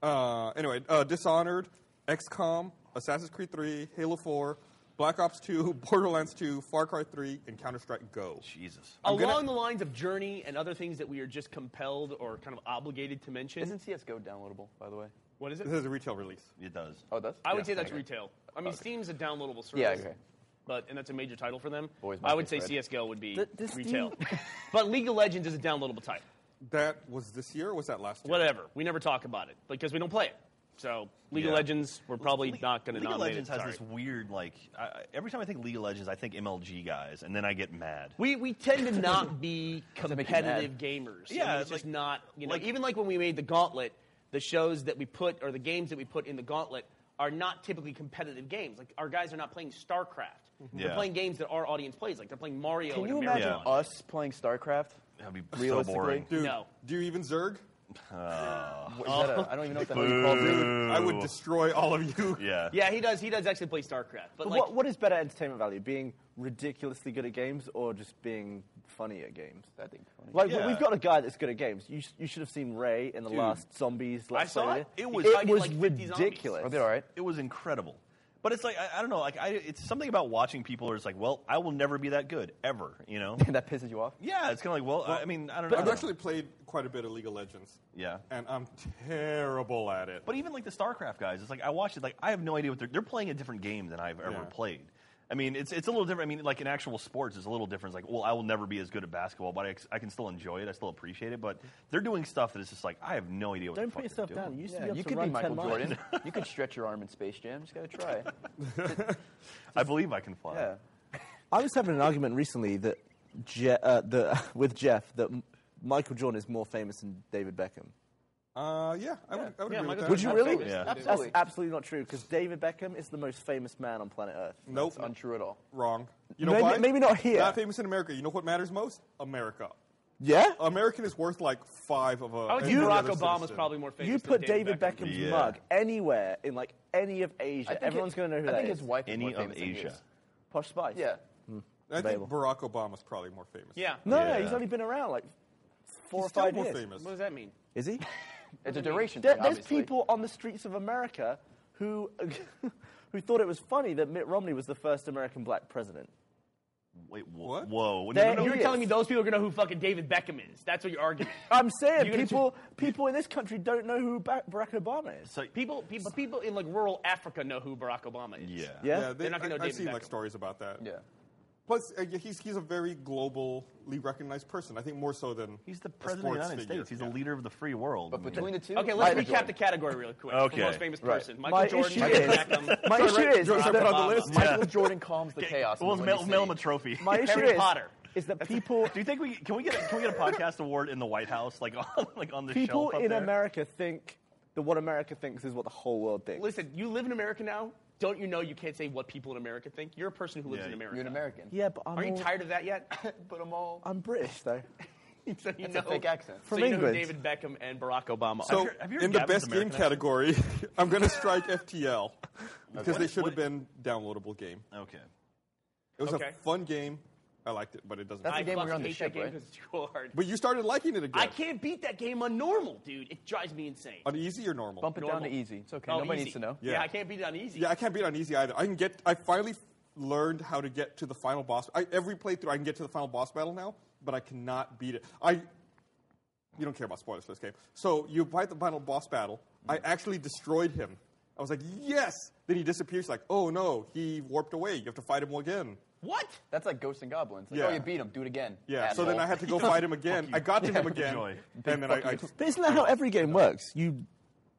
[SPEAKER 1] Uh, anyway, uh, Dishonored, XCOM, Assassin's Creed 3, Halo 4, Black Ops 2, Borderlands 2, Far Cry 3, and Counter Strike Go.
[SPEAKER 2] Jesus.
[SPEAKER 4] Along
[SPEAKER 1] gonna-
[SPEAKER 4] the lines of Journey and other things that we are just compelled or kind of obligated to mention.
[SPEAKER 3] Isn't CSGO downloadable, by the way?
[SPEAKER 4] What is it?
[SPEAKER 1] This is a retail release.
[SPEAKER 2] It does.
[SPEAKER 3] Oh, it does.
[SPEAKER 4] I would say that's retail. I mean, Steam's a downloadable service.
[SPEAKER 3] Yeah, okay.
[SPEAKER 4] But and that's a major title for them.
[SPEAKER 3] Boys
[SPEAKER 4] I
[SPEAKER 3] must
[SPEAKER 4] would
[SPEAKER 3] be
[SPEAKER 4] say
[SPEAKER 3] spread.
[SPEAKER 4] CS:GO would be
[SPEAKER 3] Th- does Steam-
[SPEAKER 4] retail. but League of Legends is a downloadable title.
[SPEAKER 1] That was this year or was that last year?
[SPEAKER 4] Whatever. We never talk about it because we don't play it. So League of
[SPEAKER 2] Yeah.
[SPEAKER 4] Legends, we're probably
[SPEAKER 2] Le-
[SPEAKER 4] not going to
[SPEAKER 2] League of
[SPEAKER 4] nominate
[SPEAKER 2] Legends
[SPEAKER 4] it.
[SPEAKER 2] has
[SPEAKER 4] Sorry.
[SPEAKER 2] this weird like. I, I- every time I think League of Legends, I think MLG guys, and then I get mad.
[SPEAKER 4] We we tend to not be
[SPEAKER 2] make you mad?
[SPEAKER 4] competitive gamers.
[SPEAKER 2] Yeah,
[SPEAKER 4] I mean,
[SPEAKER 2] it's
[SPEAKER 4] it's just not. You know, even like when we made the Gauntlet, the shows that we put or the games that we put in the Gauntlet are not typically competitive games. Like our guys are not playing StarCraft. They're
[SPEAKER 2] Mm-hmm.
[SPEAKER 3] Yeah.
[SPEAKER 4] playing games that our audience plays. Like they're playing Mario.
[SPEAKER 3] Can
[SPEAKER 4] and
[SPEAKER 3] you
[SPEAKER 4] American
[SPEAKER 3] imagine
[SPEAKER 4] Honor.
[SPEAKER 3] us playing StarCraft?
[SPEAKER 2] That'd
[SPEAKER 3] so Realistically? boring.
[SPEAKER 1] Dude,
[SPEAKER 4] No.
[SPEAKER 1] Do you even Zerg?
[SPEAKER 3] What is that a- I don't even know what the hell you call
[SPEAKER 1] Boo.
[SPEAKER 3] Dude,
[SPEAKER 1] I would destroy all of you.
[SPEAKER 2] Yeah.
[SPEAKER 4] Yeah, he does. He does actually play StarCraft. But,
[SPEAKER 11] But
[SPEAKER 4] like,
[SPEAKER 11] what, what is better entertainment value? Being ridiculously good at games or just being funny at games?
[SPEAKER 3] I think funny.
[SPEAKER 11] Like, we-
[SPEAKER 4] Yeah.
[SPEAKER 11] we've got a guy that's good at games. You, sh- you should have seen Ray in the
[SPEAKER 2] Dude.
[SPEAKER 11] last Zombies
[SPEAKER 2] I
[SPEAKER 11] Let's
[SPEAKER 2] saw
[SPEAKER 11] Play.
[SPEAKER 2] it. It was,
[SPEAKER 11] it
[SPEAKER 2] fucking,
[SPEAKER 11] was
[SPEAKER 2] like, 50 zombies.
[SPEAKER 11] ridiculous.
[SPEAKER 3] Oh,
[SPEAKER 2] It was incredible. But it's like I, I don't know. Like I, it's something about watching people. Where it's like, well, I will never be that good ever. You know.
[SPEAKER 3] that pisses you off.
[SPEAKER 2] Yeah, it's kind of like, well, I I mean, I don't know.
[SPEAKER 1] I've actually played quite a bit of League of Legends.
[SPEAKER 2] Yeah.
[SPEAKER 1] And I'm terrible at it.
[SPEAKER 2] But even like the StarCraft guys, it's like I watched it. Like I have no idea what they're they're playing a different game than I've ever
[SPEAKER 1] Yeah.
[SPEAKER 2] played. I mean, it's it's a little different. I mean, like in actual sports, it's a little different. It's like, well, I will never be as good at basketball, but I, ex- I can still enjoy it. I still appreciate it. But they're doing stuff that is just like I have no idea what.
[SPEAKER 11] Don't
[SPEAKER 2] the fuck they're
[SPEAKER 11] put yourself down.
[SPEAKER 2] doing.
[SPEAKER 11] You used to
[SPEAKER 3] Yeah,
[SPEAKER 11] be able
[SPEAKER 3] you
[SPEAKER 11] to
[SPEAKER 3] could be
[SPEAKER 11] run
[SPEAKER 3] Michael
[SPEAKER 11] 10 miles.
[SPEAKER 3] Jordan. you could stretch your arm in Space Jam. Just gotta try.
[SPEAKER 2] I believe I can fly.
[SPEAKER 3] Yeah.
[SPEAKER 11] I was having an argument recently that Je- uh, the, with Jeff that M- Michael Jordan is more famous than David Beckham.
[SPEAKER 1] Uh, yeah, I would, I would agree
[SPEAKER 4] Yeah,
[SPEAKER 1] with
[SPEAKER 4] Michael
[SPEAKER 1] that.
[SPEAKER 11] Would you really?
[SPEAKER 4] famous. Yeah.
[SPEAKER 11] That's
[SPEAKER 3] Absolutely.
[SPEAKER 11] absolutely not true because David Beckham is the most famous man on planet Earth.
[SPEAKER 1] Nope.
[SPEAKER 3] It's untrue at all.
[SPEAKER 1] Wrong. You know
[SPEAKER 11] Maybe-
[SPEAKER 1] why?
[SPEAKER 11] maybe not here.
[SPEAKER 1] Not famous in America. You know what matters most? America.
[SPEAKER 11] Yeah?
[SPEAKER 1] American is worth like five of a.
[SPEAKER 4] I would say
[SPEAKER 1] every
[SPEAKER 4] Barack
[SPEAKER 1] other
[SPEAKER 4] Obama's
[SPEAKER 1] citizen.
[SPEAKER 4] probably more famous.
[SPEAKER 11] You
[SPEAKER 4] than
[SPEAKER 11] put David
[SPEAKER 4] Beckham.
[SPEAKER 11] Beckham's
[SPEAKER 2] Yeah.
[SPEAKER 11] mug anywhere in like any of
[SPEAKER 3] I think
[SPEAKER 11] Asia,
[SPEAKER 3] it-
[SPEAKER 11] everyone's going to know who
[SPEAKER 3] I
[SPEAKER 11] that
[SPEAKER 3] think
[SPEAKER 11] is.
[SPEAKER 3] his wife is
[SPEAKER 2] Any
[SPEAKER 3] more
[SPEAKER 2] of
[SPEAKER 3] famous than he
[SPEAKER 2] Asia.
[SPEAKER 3] is.
[SPEAKER 11] Posh Spice.
[SPEAKER 3] Yeah.
[SPEAKER 1] I think
[SPEAKER 11] Babel.
[SPEAKER 1] Barack Obama's probably more famous.
[SPEAKER 4] Yeah.
[SPEAKER 11] No, no,
[SPEAKER 2] Yeah.
[SPEAKER 11] he's only been around like four
[SPEAKER 1] He's
[SPEAKER 11] or
[SPEAKER 1] still
[SPEAKER 11] five
[SPEAKER 1] more
[SPEAKER 11] years.
[SPEAKER 1] famous.
[SPEAKER 4] What does that mean?
[SPEAKER 11] Is he?
[SPEAKER 3] It's a duration
[SPEAKER 11] There,
[SPEAKER 3] thing,
[SPEAKER 11] there's
[SPEAKER 3] obviously.
[SPEAKER 11] people on the streets of America who who thought it was funny that Mitt Romney was the first American black president.
[SPEAKER 2] Wait, wh-
[SPEAKER 1] What?
[SPEAKER 2] Whoa!
[SPEAKER 11] There
[SPEAKER 2] no, no,
[SPEAKER 11] you
[SPEAKER 2] no,
[SPEAKER 4] You're
[SPEAKER 11] Yes.
[SPEAKER 4] telling me those people are going to know who fucking David Beckham is? That's what you're arguing.
[SPEAKER 11] I'm saying
[SPEAKER 4] You're gonna
[SPEAKER 11] people people in this country don't know who Ba- Barack Obama is.
[SPEAKER 2] So,
[SPEAKER 4] People, people, people in like rural Africa know who Barack Obama is.
[SPEAKER 2] yeah.
[SPEAKER 11] Yeah?
[SPEAKER 1] Yeah, they,
[SPEAKER 4] They're not gonna
[SPEAKER 1] I,
[SPEAKER 4] know
[SPEAKER 1] I've
[SPEAKER 4] David
[SPEAKER 1] seen like
[SPEAKER 4] Beckham.
[SPEAKER 1] stories about that.
[SPEAKER 3] Yeah.
[SPEAKER 1] Plus, uh, yeah, he's he's a very globally recognized person. I think more so than
[SPEAKER 2] He's the
[SPEAKER 1] a
[SPEAKER 2] president of the
[SPEAKER 1] sports
[SPEAKER 2] United
[SPEAKER 1] figure.
[SPEAKER 2] States. He's the
[SPEAKER 1] Yeah.
[SPEAKER 2] leader of the free world.
[SPEAKER 3] But between the two,
[SPEAKER 4] Okay, let's
[SPEAKER 3] Michael
[SPEAKER 4] recap
[SPEAKER 3] Jordan.
[SPEAKER 4] the category really quick.
[SPEAKER 2] Okay.
[SPEAKER 4] The most famous
[SPEAKER 3] Right.
[SPEAKER 4] person. Michael
[SPEAKER 11] my
[SPEAKER 4] Jordan,
[SPEAKER 11] issue
[SPEAKER 4] David
[SPEAKER 11] is
[SPEAKER 4] Beckham,
[SPEAKER 11] my issue is
[SPEAKER 1] Jordan, put
[SPEAKER 11] that-
[SPEAKER 1] it on the list.
[SPEAKER 3] Michael Jordan calms the chaos.
[SPEAKER 2] We'll
[SPEAKER 3] in
[SPEAKER 2] mail,
[SPEAKER 3] Windy
[SPEAKER 2] mail him a
[SPEAKER 3] City.
[SPEAKER 2] trophy.
[SPEAKER 11] my issue
[SPEAKER 4] Harry
[SPEAKER 11] is
[SPEAKER 4] Potter.
[SPEAKER 11] is that people
[SPEAKER 2] Do you think we can we get a, can we get a podcast award in the White House like on like on the
[SPEAKER 11] people
[SPEAKER 2] shelf up
[SPEAKER 11] in
[SPEAKER 2] there?
[SPEAKER 11] America think that what America thinks is what the whole world thinks.
[SPEAKER 4] Listen, you live in America now. Don't you know you can't say what people in America think? You're a person who lives
[SPEAKER 2] Yeah,
[SPEAKER 4] in America.
[SPEAKER 3] You're an American.
[SPEAKER 11] yeah, but I'm
[SPEAKER 4] Are you
[SPEAKER 11] all-
[SPEAKER 4] tired of that yet?
[SPEAKER 3] Put them all.
[SPEAKER 11] I'm British though.
[SPEAKER 4] so you
[SPEAKER 3] That's
[SPEAKER 4] know,
[SPEAKER 3] a fake accent.
[SPEAKER 4] So
[SPEAKER 11] From
[SPEAKER 4] you know who David
[SPEAKER 11] England.
[SPEAKER 4] Beckham and Barack Obama.
[SPEAKER 1] So,
[SPEAKER 4] are.
[SPEAKER 2] have you heard
[SPEAKER 1] in the
[SPEAKER 2] Gavin's
[SPEAKER 1] best
[SPEAKER 2] American
[SPEAKER 1] game
[SPEAKER 2] accent?
[SPEAKER 1] category, I'm going to strike FTL because
[SPEAKER 2] What-
[SPEAKER 1] they should
[SPEAKER 2] what-
[SPEAKER 1] have been downloadable game.
[SPEAKER 2] Okay.
[SPEAKER 1] It was
[SPEAKER 4] Okay.
[SPEAKER 1] a fun game. I liked it, but it doesn't.
[SPEAKER 3] That's
[SPEAKER 4] I
[SPEAKER 3] the game
[SPEAKER 4] fucking
[SPEAKER 3] where you're on the
[SPEAKER 4] hate
[SPEAKER 3] ship,
[SPEAKER 4] that game
[SPEAKER 3] right?
[SPEAKER 4] 'cause it's too hard.
[SPEAKER 1] but you started liking it again.
[SPEAKER 4] I can't beat that game on normal, dude. It drives me insane.
[SPEAKER 1] on easy or normal.
[SPEAKER 3] Bump it down to
[SPEAKER 4] Normal.
[SPEAKER 3] easy. It's okay.
[SPEAKER 4] Oh,
[SPEAKER 3] Nobody
[SPEAKER 4] easy.
[SPEAKER 3] needs to know.
[SPEAKER 4] Yeah.
[SPEAKER 1] Yeah.
[SPEAKER 4] I can't beat it on easy.
[SPEAKER 1] Yeah, I can't beat it on easy either. I can get. I finally f- learned how to get to the final boss. I, every playthrough, I can get to the final boss battle now, but I cannot beat it. I. You don't care about spoilers for this game. So you fight the final boss battle. I actually destroyed him. I was like, yes. Then he disappears. Like, oh no, he warped away. You have to fight him again.
[SPEAKER 4] What?
[SPEAKER 3] That's like Ghosts and Goblins. Like,
[SPEAKER 1] Yeah.
[SPEAKER 3] Oh, you beat him. Do it again.
[SPEAKER 1] Yeah. So then I had to go fight him again. I got to him again,
[SPEAKER 2] Joy.
[SPEAKER 1] and then I, I just-
[SPEAKER 11] But isn't that how every game works? You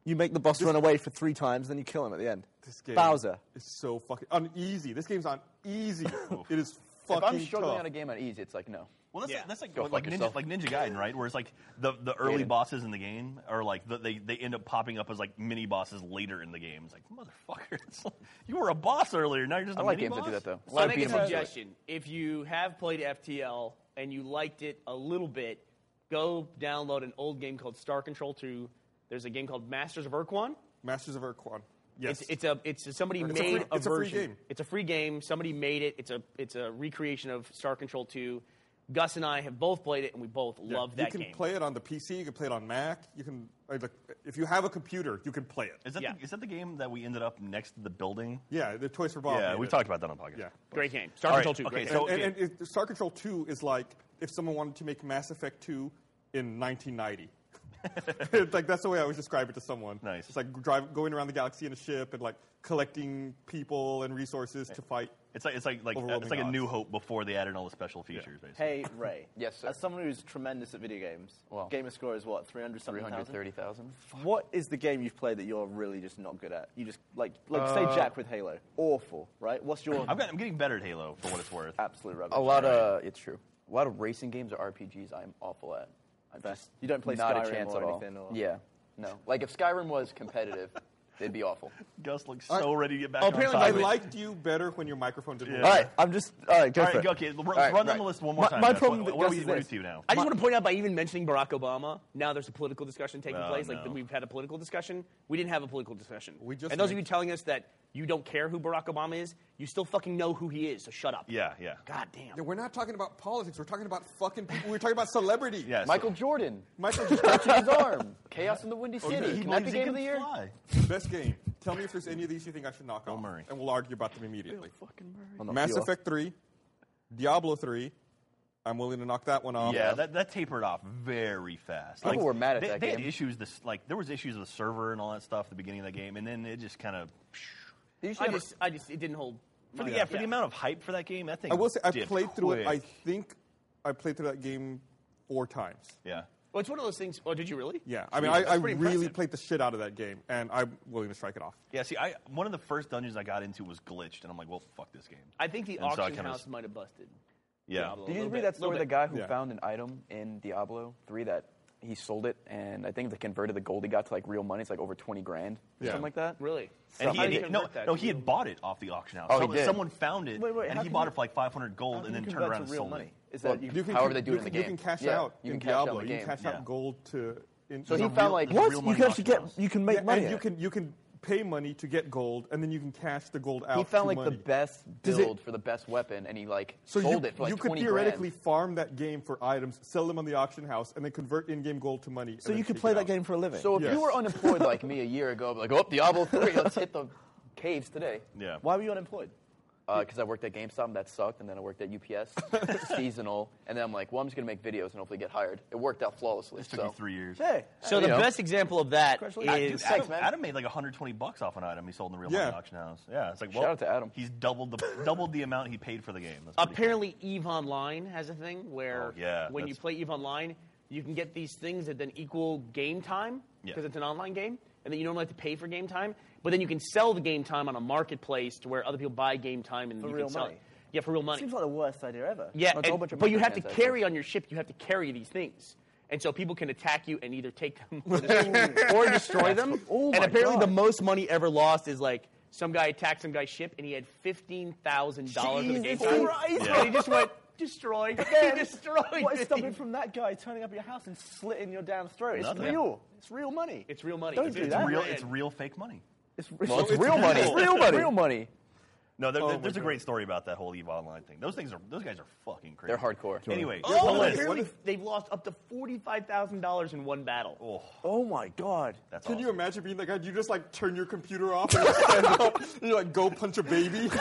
[SPEAKER 11] you make the boss run away for three times, then you kill him at the end.
[SPEAKER 1] this game
[SPEAKER 11] Bowser.
[SPEAKER 1] is so fucking on easy. This game's on easy. it is
[SPEAKER 3] If
[SPEAKER 1] fucking
[SPEAKER 3] I'm struggling
[SPEAKER 1] tough.
[SPEAKER 3] on a game on easy, it's like no.
[SPEAKER 2] Well, that's
[SPEAKER 4] Yeah.
[SPEAKER 2] like, that's like,
[SPEAKER 3] Go
[SPEAKER 2] like,
[SPEAKER 3] fuck
[SPEAKER 2] Ninja,
[SPEAKER 3] yourself.
[SPEAKER 2] like Ninja Gaiden, right? Where it's like the, the early
[SPEAKER 3] Gaiden.
[SPEAKER 2] bosses in the game are like the, they they end up popping up as like mini bosses later in the game. It's like motherfucker, it's like, you were a boss earlier. Now you're just
[SPEAKER 3] I
[SPEAKER 2] a
[SPEAKER 3] like
[SPEAKER 2] mini
[SPEAKER 3] games that do
[SPEAKER 2] boss?
[SPEAKER 3] that though.
[SPEAKER 4] So I
[SPEAKER 3] lot
[SPEAKER 4] make
[SPEAKER 3] of
[SPEAKER 4] a
[SPEAKER 3] beat 'em ups do it.
[SPEAKER 4] suggestion. If you have played FTL and you liked it a little bit, go download an old game called Star Control 2. There's a game called Masters of Urquan.
[SPEAKER 1] Masters of Urquan. Yes.
[SPEAKER 4] It's, it's a it's a, somebody
[SPEAKER 1] It's a
[SPEAKER 4] made
[SPEAKER 1] free- it's a free
[SPEAKER 4] version.
[SPEAKER 1] game.
[SPEAKER 4] It's a free game. Somebody made it. It's a it's a recreation of Star Control 2. Gus and I have both played it, and we both
[SPEAKER 1] Yeah,
[SPEAKER 4] love that
[SPEAKER 1] You can
[SPEAKER 4] game.
[SPEAKER 1] play it on the PC. You can play it on Mac. You can like, like, if you have a computer, you can play it.
[SPEAKER 2] Is that
[SPEAKER 4] Yeah.
[SPEAKER 2] the, is that the game that we ended up next to the building?
[SPEAKER 1] Yeah, the Toys for Bob.
[SPEAKER 2] yeah,
[SPEAKER 1] made
[SPEAKER 2] we've
[SPEAKER 1] it.
[SPEAKER 2] talked about that on the podcast.
[SPEAKER 1] Yeah.
[SPEAKER 4] Great game. Star
[SPEAKER 2] All right,
[SPEAKER 4] Control 2.
[SPEAKER 2] okay,
[SPEAKER 4] great
[SPEAKER 2] so-
[SPEAKER 4] game.
[SPEAKER 1] And, and, it- Star Control Two is like if someone wanted to make Mass Effect Two in 1990. It's like that's the way I always describe it to someone. Nice. It's like drive, going around the galaxy in a ship and like collecting people and resources to fight.
[SPEAKER 2] It's like it's like like it's like a New Hope before they added all the special features. Basically.
[SPEAKER 11] Hey, Ray.
[SPEAKER 3] yes, sir.
[SPEAKER 11] As someone who's tremendous at video games, gamer score is what, 300 something?
[SPEAKER 3] 330,000.
[SPEAKER 11] What is the game you've played that you're really just not good at? You just, like, like say
[SPEAKER 3] Uh,
[SPEAKER 11] Jack with Halo. Awful, right? What's your.
[SPEAKER 3] I've got-
[SPEAKER 2] I'm getting better at Halo for what it's worth.
[SPEAKER 11] Absolute rubbish.
[SPEAKER 3] A lot of it's true. A lot of racing games or RPGs I'm awful at. I'm just
[SPEAKER 11] You don't play
[SPEAKER 3] not
[SPEAKER 11] Skyrim
[SPEAKER 3] a chance
[SPEAKER 11] or
[SPEAKER 3] at all.
[SPEAKER 11] anything or-
[SPEAKER 3] Yeah, no. Like if Skyrim was competitive, it'd be awful.
[SPEAKER 2] Gus looks
[SPEAKER 3] All right.
[SPEAKER 2] so ready to get back.
[SPEAKER 3] Oh, apparently
[SPEAKER 1] I
[SPEAKER 3] my-
[SPEAKER 1] liked you better when your microphone didn't.
[SPEAKER 3] Yeah.
[SPEAKER 1] work.
[SPEAKER 3] All right,
[SPEAKER 11] I'm just all right.
[SPEAKER 3] go
[SPEAKER 2] All right, for it. go- okay, l- run- run down the list one more My- time, my Josh. problem What- with what Gus do we- is what do we this. do now?
[SPEAKER 4] I just want to point out by even mentioning Barack Obama, now there's a political discussion taking
[SPEAKER 2] Oh,
[SPEAKER 4] place. Like
[SPEAKER 2] no.
[SPEAKER 4] that we've had a political discussion. We didn't have a political discussion. We
[SPEAKER 2] just
[SPEAKER 4] and those of
[SPEAKER 2] made-
[SPEAKER 4] you telling us that you don't care who Barack Obama is, you still fucking know who he is. So shut up.
[SPEAKER 2] Yeah, yeah.
[SPEAKER 4] God damn.
[SPEAKER 1] Yeah, we're not talking about politics. We're talking about fucking people. We're talking about celebrity.
[SPEAKER 2] Yeah,
[SPEAKER 3] Michael Jordan.
[SPEAKER 1] Michael
[SPEAKER 3] Stretching his arm. Chaos in the Windy
[SPEAKER 1] Okay.
[SPEAKER 3] City. Can that be game of the year?
[SPEAKER 1] Best game. Tell me if there's any of these you think I should knock off, and we'll argue about them immediately.
[SPEAKER 3] On the
[SPEAKER 1] Mass
[SPEAKER 3] field.
[SPEAKER 1] Effect Three, Diablo Three. I'm willing to knock that one off.
[SPEAKER 2] Yeah, that, that tapered off very fast.
[SPEAKER 1] People were mad at
[SPEAKER 2] they,
[SPEAKER 1] that
[SPEAKER 2] they
[SPEAKER 1] game.
[SPEAKER 2] had issues. This like there was issues with the server and all that stuff at the beginning of the game, and then it just kind of.
[SPEAKER 4] I just, I just, it didn't hold.
[SPEAKER 2] For the,
[SPEAKER 4] my-
[SPEAKER 2] yeah, for the amount of hype for that game, that thing.
[SPEAKER 1] I will say I
[SPEAKER 2] dipped
[SPEAKER 1] played through it. I
[SPEAKER 2] quick.
[SPEAKER 1] think I played through that game four times.
[SPEAKER 2] yeah.
[SPEAKER 4] Well, it's one of those things. Oh, did you really?
[SPEAKER 1] Yeah, I mean,
[SPEAKER 4] Jeez,
[SPEAKER 1] I,
[SPEAKER 4] that's
[SPEAKER 1] I really
[SPEAKER 4] pretty impressive.
[SPEAKER 1] played the shit out of that game, and I'm willing to strike it off.
[SPEAKER 2] Yeah, see, I one of the first dungeons I got into was glitched, and I'm like, well, fuck this game.
[SPEAKER 4] I think the
[SPEAKER 2] And so I
[SPEAKER 4] auction
[SPEAKER 2] kinda
[SPEAKER 4] house
[SPEAKER 2] s-
[SPEAKER 4] might have busted.
[SPEAKER 2] Yeah.
[SPEAKER 4] Diablo a
[SPEAKER 3] Did you
[SPEAKER 4] little
[SPEAKER 3] read
[SPEAKER 4] bit.
[SPEAKER 3] that
[SPEAKER 4] Little
[SPEAKER 3] story? of The
[SPEAKER 4] bit.
[SPEAKER 3] guy who
[SPEAKER 4] Yeah.
[SPEAKER 3] found an item in Diablo three that he sold it, and I think they converted the gold he got to like real money. It's like over twenty grand, or
[SPEAKER 2] Yeah.
[SPEAKER 3] something like that.
[SPEAKER 4] Really?
[SPEAKER 2] And
[SPEAKER 3] Something.
[SPEAKER 2] he had, no, no, he had bought it off the auction house.
[SPEAKER 3] Oh, he
[SPEAKER 2] Someone-
[SPEAKER 3] did.
[SPEAKER 2] Someone found it,
[SPEAKER 3] Wait, wait,
[SPEAKER 2] and
[SPEAKER 3] how
[SPEAKER 2] he
[SPEAKER 3] can
[SPEAKER 2] bought
[SPEAKER 3] you-
[SPEAKER 2] it for like 500 gold, and then
[SPEAKER 3] can you
[SPEAKER 2] turned
[SPEAKER 3] convert
[SPEAKER 2] around
[SPEAKER 3] to
[SPEAKER 2] and
[SPEAKER 3] real
[SPEAKER 2] sold
[SPEAKER 3] money?
[SPEAKER 2] it.
[SPEAKER 3] Is that you- You can- however they do it
[SPEAKER 1] you
[SPEAKER 3] in
[SPEAKER 1] can-
[SPEAKER 3] the
[SPEAKER 1] You
[SPEAKER 3] game.
[SPEAKER 1] can cash
[SPEAKER 3] Yeah,
[SPEAKER 1] out
[SPEAKER 3] you
[SPEAKER 1] in
[SPEAKER 3] can cash out in
[SPEAKER 1] Diablo.
[SPEAKER 3] the
[SPEAKER 1] You
[SPEAKER 3] game.
[SPEAKER 1] can cash
[SPEAKER 3] Yeah.
[SPEAKER 1] out gold to. In,
[SPEAKER 3] So he found, like- What? You can actually
[SPEAKER 1] get.
[SPEAKER 3] you can make money
[SPEAKER 1] and
[SPEAKER 3] at
[SPEAKER 1] you
[SPEAKER 3] it.
[SPEAKER 1] can you can pay money to get gold, and then you can cash the gold out.
[SPEAKER 3] He found
[SPEAKER 1] to
[SPEAKER 3] like
[SPEAKER 1] money.
[SPEAKER 3] the best
[SPEAKER 1] Does
[SPEAKER 3] build
[SPEAKER 1] it-
[SPEAKER 3] for the best weapon, and he like
[SPEAKER 1] So
[SPEAKER 3] sold
[SPEAKER 1] you,
[SPEAKER 3] it for like
[SPEAKER 1] you could
[SPEAKER 3] twenty
[SPEAKER 1] theoretically
[SPEAKER 3] grand.
[SPEAKER 1] farm that game for items, sell them on the auction house, and then convert in-game gold to money. and then kick it out.
[SPEAKER 3] So if
[SPEAKER 1] Yes.
[SPEAKER 3] you were unemployed like me a year ago, I'd be like, oh, Diablo three, let's hit the caves today.
[SPEAKER 2] Yeah.
[SPEAKER 3] Why were you unemployed? Because Uh, I worked at GameStop, and that sucked, and then I worked at UPS seasonal, and then I'm like, well, I'm just gonna make videos and hopefully get hired. It worked out flawlessly. so.
[SPEAKER 2] three years.
[SPEAKER 3] Hey,
[SPEAKER 4] So
[SPEAKER 3] you
[SPEAKER 4] the
[SPEAKER 3] know.
[SPEAKER 4] best example of that is
[SPEAKER 2] Adam, Adam, Adam made like 120 bucks off an item he sold in the real
[SPEAKER 4] Yeah.
[SPEAKER 2] money auction house. Yeah, it's like
[SPEAKER 4] Shout
[SPEAKER 2] well,
[SPEAKER 4] out
[SPEAKER 2] to Adam. He's doubled the doubled the amount he paid for the game. That's pretty
[SPEAKER 4] Apparently, Eve Online has a thing where
[SPEAKER 2] Oh, yeah,
[SPEAKER 4] when you
[SPEAKER 2] that's-
[SPEAKER 4] play Eve Online, you can get these things that then equal game time
[SPEAKER 2] Yeah.
[SPEAKER 4] because it's an online game, and then you normally have to pay for game time. But then you can sell the game time on a marketplace to where other people buy game time and
[SPEAKER 11] For
[SPEAKER 4] you
[SPEAKER 11] real
[SPEAKER 4] can sell
[SPEAKER 11] money.
[SPEAKER 4] It. Yeah, for real money.
[SPEAKER 11] Seems like the worst idea ever.
[SPEAKER 4] Yeah,
[SPEAKER 11] It's a whole
[SPEAKER 4] and-
[SPEAKER 11] bunch of
[SPEAKER 4] but you have to
[SPEAKER 11] microtransactions.
[SPEAKER 4] carry on your ship. You have to carry these things, and so people can attack you and either take them or destroy- or destroy them.
[SPEAKER 11] Oh
[SPEAKER 4] and
[SPEAKER 11] my
[SPEAKER 4] apparently,
[SPEAKER 11] God.
[SPEAKER 4] the most money ever lost is like some guy attacked some guy's ship, and he had fifteen thousand dollars in the game
[SPEAKER 11] Jesus
[SPEAKER 4] time,
[SPEAKER 11] Christ.
[SPEAKER 4] and he just went destroyed.
[SPEAKER 11] Again,
[SPEAKER 4] he destroyed.
[SPEAKER 11] What is
[SPEAKER 4] 15
[SPEAKER 11] stopping from that guy turning up at your house and slitting your damn throat? It's
[SPEAKER 2] Nothing.
[SPEAKER 11] real. It's real money.
[SPEAKER 4] It's real money.
[SPEAKER 11] Don't
[SPEAKER 2] it's,
[SPEAKER 11] do
[SPEAKER 2] it's
[SPEAKER 11] that.
[SPEAKER 2] real. It's real fake money.
[SPEAKER 11] It's,
[SPEAKER 2] Well, it's real money. It's real money. No, there, there's a great story about that whole Eve Online thing. Those things are those guys are fucking crazy.
[SPEAKER 3] They're hardcore.
[SPEAKER 2] Anyway,
[SPEAKER 4] oh,
[SPEAKER 2] the
[SPEAKER 4] and
[SPEAKER 2] list.
[SPEAKER 4] apparently they've lost up to forty-five thousand dollars in one battle.
[SPEAKER 2] Oh,
[SPEAKER 11] my god!
[SPEAKER 2] That's
[SPEAKER 1] Can
[SPEAKER 2] awesome.
[SPEAKER 1] you imagine being that guy? Do you just like turn your computer off and stand up? You like go punch a baby.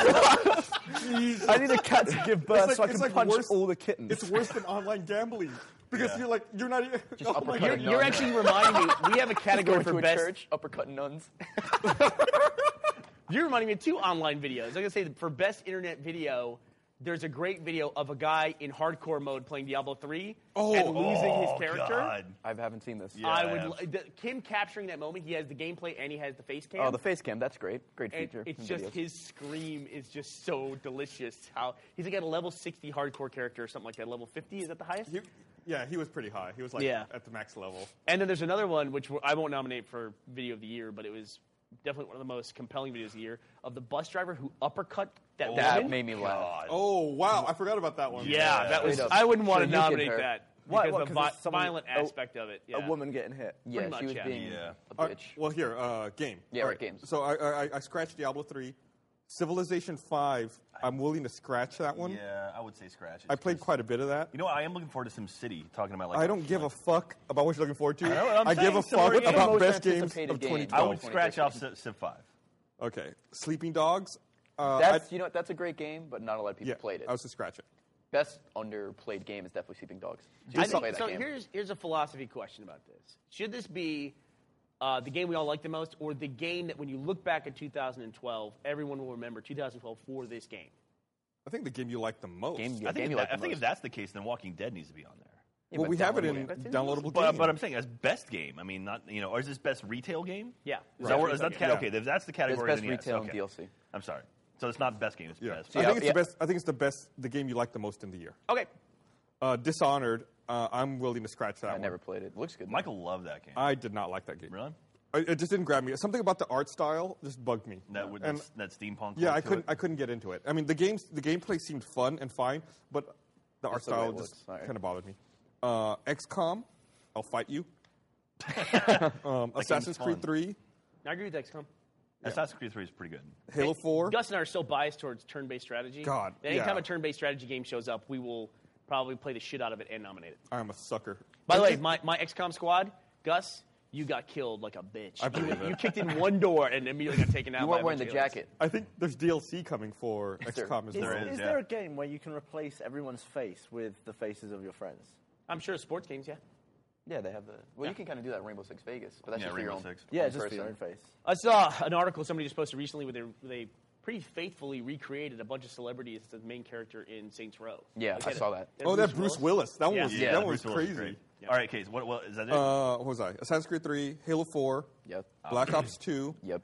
[SPEAKER 1] Jeez.
[SPEAKER 11] I need a cat to give birth
[SPEAKER 1] It's
[SPEAKER 11] so I
[SPEAKER 1] it's
[SPEAKER 11] can punch
[SPEAKER 1] worse-
[SPEAKER 11] all the kittens.
[SPEAKER 1] It's worse than online gambling because
[SPEAKER 11] Yeah.
[SPEAKER 1] you're like you're not. Even, oh my
[SPEAKER 4] you're,
[SPEAKER 1] God.
[SPEAKER 4] you're actually reminding me. We have a category
[SPEAKER 3] Going
[SPEAKER 4] for
[SPEAKER 3] to a
[SPEAKER 4] best
[SPEAKER 3] church, uppercut nuns.
[SPEAKER 4] You're reminding me of two online videos. Like I say, for best internet video, there's a great video of a guy in hardcore mode playing Diablo 3
[SPEAKER 3] Oh,
[SPEAKER 4] and losing his
[SPEAKER 2] Oh,
[SPEAKER 4] character.
[SPEAKER 3] I haven't seen this.
[SPEAKER 4] I would li- the, Kim capturing that moment. He has the gameplay and he has the face cam.
[SPEAKER 3] Oh, the face cam. That's great. Great
[SPEAKER 4] And
[SPEAKER 3] feature.
[SPEAKER 4] It's
[SPEAKER 3] in
[SPEAKER 4] just
[SPEAKER 3] videos.
[SPEAKER 4] his scream is just so delicious. How he's like at a level 60 hardcore character or something like that. Level 50 is that the highest?
[SPEAKER 1] yeah, he was pretty high. He was like
[SPEAKER 4] Yeah.
[SPEAKER 1] at the max level.
[SPEAKER 4] And then there's another one which I won't nominate for video of the year, but it was definitely one of the most compelling videos of the year of the bus driver who uppercut that woman.
[SPEAKER 1] Oh wow, I forgot about that one.
[SPEAKER 4] Yeah, that was. I wouldn't want to nominate that
[SPEAKER 1] Why-
[SPEAKER 4] because
[SPEAKER 1] what,
[SPEAKER 4] the
[SPEAKER 1] 'cause
[SPEAKER 4] vi-
[SPEAKER 1] it's someone-
[SPEAKER 4] violent
[SPEAKER 1] a-
[SPEAKER 4] aspect of it. Yeah.
[SPEAKER 1] a woman getting hit.
[SPEAKER 4] Pretty much, yeah.
[SPEAKER 1] All right, well, here, uh, game.
[SPEAKER 3] Yeah,
[SPEAKER 1] All
[SPEAKER 3] right, games.
[SPEAKER 1] So I, I, I scratched Diablo 3. Civilization 5, I'm willing to scratch that one.
[SPEAKER 2] Yeah, I would say scratch it.
[SPEAKER 1] I played quite a bit of that.
[SPEAKER 2] You know, what? I am looking forward to some city talking about like.
[SPEAKER 1] I don't give a fuck about what you're looking forward to.
[SPEAKER 2] I know what I'm
[SPEAKER 1] give a
[SPEAKER 2] saying, so
[SPEAKER 1] fuck
[SPEAKER 2] we're in.
[SPEAKER 1] about
[SPEAKER 2] Most
[SPEAKER 1] best games
[SPEAKER 2] anticipated
[SPEAKER 1] of
[SPEAKER 2] game.
[SPEAKER 1] 2012.
[SPEAKER 2] I would scratch off Civ Civ 5.
[SPEAKER 1] Okay. Sleeping Dogs. Uh,
[SPEAKER 3] that's
[SPEAKER 1] I-
[SPEAKER 3] you know what, that's a great game, but not a lot of people
[SPEAKER 1] yeah,
[SPEAKER 3] played it.
[SPEAKER 1] I was to scratch it.
[SPEAKER 3] best underplayed game is definitely Sleeping Dogs.
[SPEAKER 4] I
[SPEAKER 3] You should
[SPEAKER 4] think-
[SPEAKER 3] play that
[SPEAKER 4] so
[SPEAKER 3] game.
[SPEAKER 4] here's here's a philosophy question about this: Should this be uh, the game we all like the most, or the game that when you look back at 2012, everyone will remember 2012 for this game?
[SPEAKER 1] I think the game you like the most.
[SPEAKER 2] I think, if, that- I think if that's the case, then Walking Dead needs to be on there.
[SPEAKER 1] Yeah, Well, but we have it downloadable. in That's in- downloadable
[SPEAKER 2] But,
[SPEAKER 1] game.
[SPEAKER 2] but I'm saying as best game. I mean, not you know, or is this best retail game?
[SPEAKER 4] Yeah.
[SPEAKER 2] Is
[SPEAKER 4] Right.
[SPEAKER 2] that, where- is
[SPEAKER 4] Best
[SPEAKER 2] that
[SPEAKER 4] retail
[SPEAKER 2] ca-
[SPEAKER 4] game.
[SPEAKER 2] okay? If that's the
[SPEAKER 4] It's
[SPEAKER 2] category,
[SPEAKER 4] best
[SPEAKER 2] then yes,
[SPEAKER 4] retail and
[SPEAKER 2] okay.
[SPEAKER 4] DLC.
[SPEAKER 2] I'm sorry. So it's not best game. It's best.
[SPEAKER 1] I think it's the best. I think it's the best. The game you like the most in the year.
[SPEAKER 4] Okay.
[SPEAKER 1] Uh, Dishonored. Uh, I'm willing to scratch that. I
[SPEAKER 3] never played it. Looks good.
[SPEAKER 2] Michael loved that game.
[SPEAKER 1] I did not like that game.
[SPEAKER 2] Really?
[SPEAKER 1] It just didn't grab me. Something about the art style just bugged me.
[SPEAKER 2] That would
[SPEAKER 1] And-
[SPEAKER 2] that steampunk.
[SPEAKER 1] Yeah,
[SPEAKER 2] look
[SPEAKER 1] I
[SPEAKER 2] to
[SPEAKER 1] couldn't.
[SPEAKER 2] it.
[SPEAKER 1] I couldn't get into it. I mean, the games, the gameplay seemed fun and fine, but the art
[SPEAKER 2] That's the way
[SPEAKER 1] style
[SPEAKER 2] it
[SPEAKER 1] just
[SPEAKER 2] looks, alright.
[SPEAKER 1] kind of bothered me. Uh, XCOM, I'll fight you. um, Assassin's Creed
[SPEAKER 4] fun.
[SPEAKER 1] Three,
[SPEAKER 4] I agree with XCOM.
[SPEAKER 2] Assassin's Creed Three is pretty good.
[SPEAKER 1] Halo Four.
[SPEAKER 4] Gus and I are so biased towards turn-based strategy.
[SPEAKER 1] God,
[SPEAKER 4] that anytime
[SPEAKER 1] yeah.
[SPEAKER 4] a turn-based strategy game shows up, we will probably play the shit out of it and nominate it.
[SPEAKER 1] I'm a sucker.
[SPEAKER 4] By the way, my, my XCOM squad, Gus, you got killed like a bitch.
[SPEAKER 1] I
[SPEAKER 4] You-
[SPEAKER 1] believe
[SPEAKER 4] you,
[SPEAKER 1] it.
[SPEAKER 4] kicked in one door and immediately got taken out. by a bunch of aliens.
[SPEAKER 1] I think there's DLC coming for XCOM as
[SPEAKER 11] is,
[SPEAKER 1] well.
[SPEAKER 11] is there a game where you can replace everyone's face with the faces of your friends?
[SPEAKER 4] I'm sure sports games, yeah.
[SPEAKER 3] Yeah, they have the. Well, you can kind of do that in Rainbow Six Vegas, but that's
[SPEAKER 11] Yeah,
[SPEAKER 3] just for your
[SPEAKER 11] Rainbow
[SPEAKER 3] own.
[SPEAKER 11] Six. Yeah,
[SPEAKER 3] own
[SPEAKER 11] just for your
[SPEAKER 3] person.
[SPEAKER 11] own face.
[SPEAKER 4] I saw an article somebody just posted recently where they, they pretty faithfully recreated a bunch of celebrities as the main character in Saints Row.
[SPEAKER 3] Yeah,
[SPEAKER 4] Like,
[SPEAKER 3] I
[SPEAKER 4] had a-
[SPEAKER 3] saw that.
[SPEAKER 4] had
[SPEAKER 1] Oh, that Bruce Willis. That one
[SPEAKER 4] Yeah.
[SPEAKER 1] was
[SPEAKER 4] Yeah,
[SPEAKER 1] that one
[SPEAKER 2] Bruce
[SPEAKER 1] was
[SPEAKER 2] Willis
[SPEAKER 1] crazy.
[SPEAKER 2] is great. All right, Case. What, what is that? It?
[SPEAKER 1] Uh, what was I? Assassin's Creed Three, Halo Four,
[SPEAKER 3] Yep.
[SPEAKER 1] Black Ops Two.
[SPEAKER 3] Yep.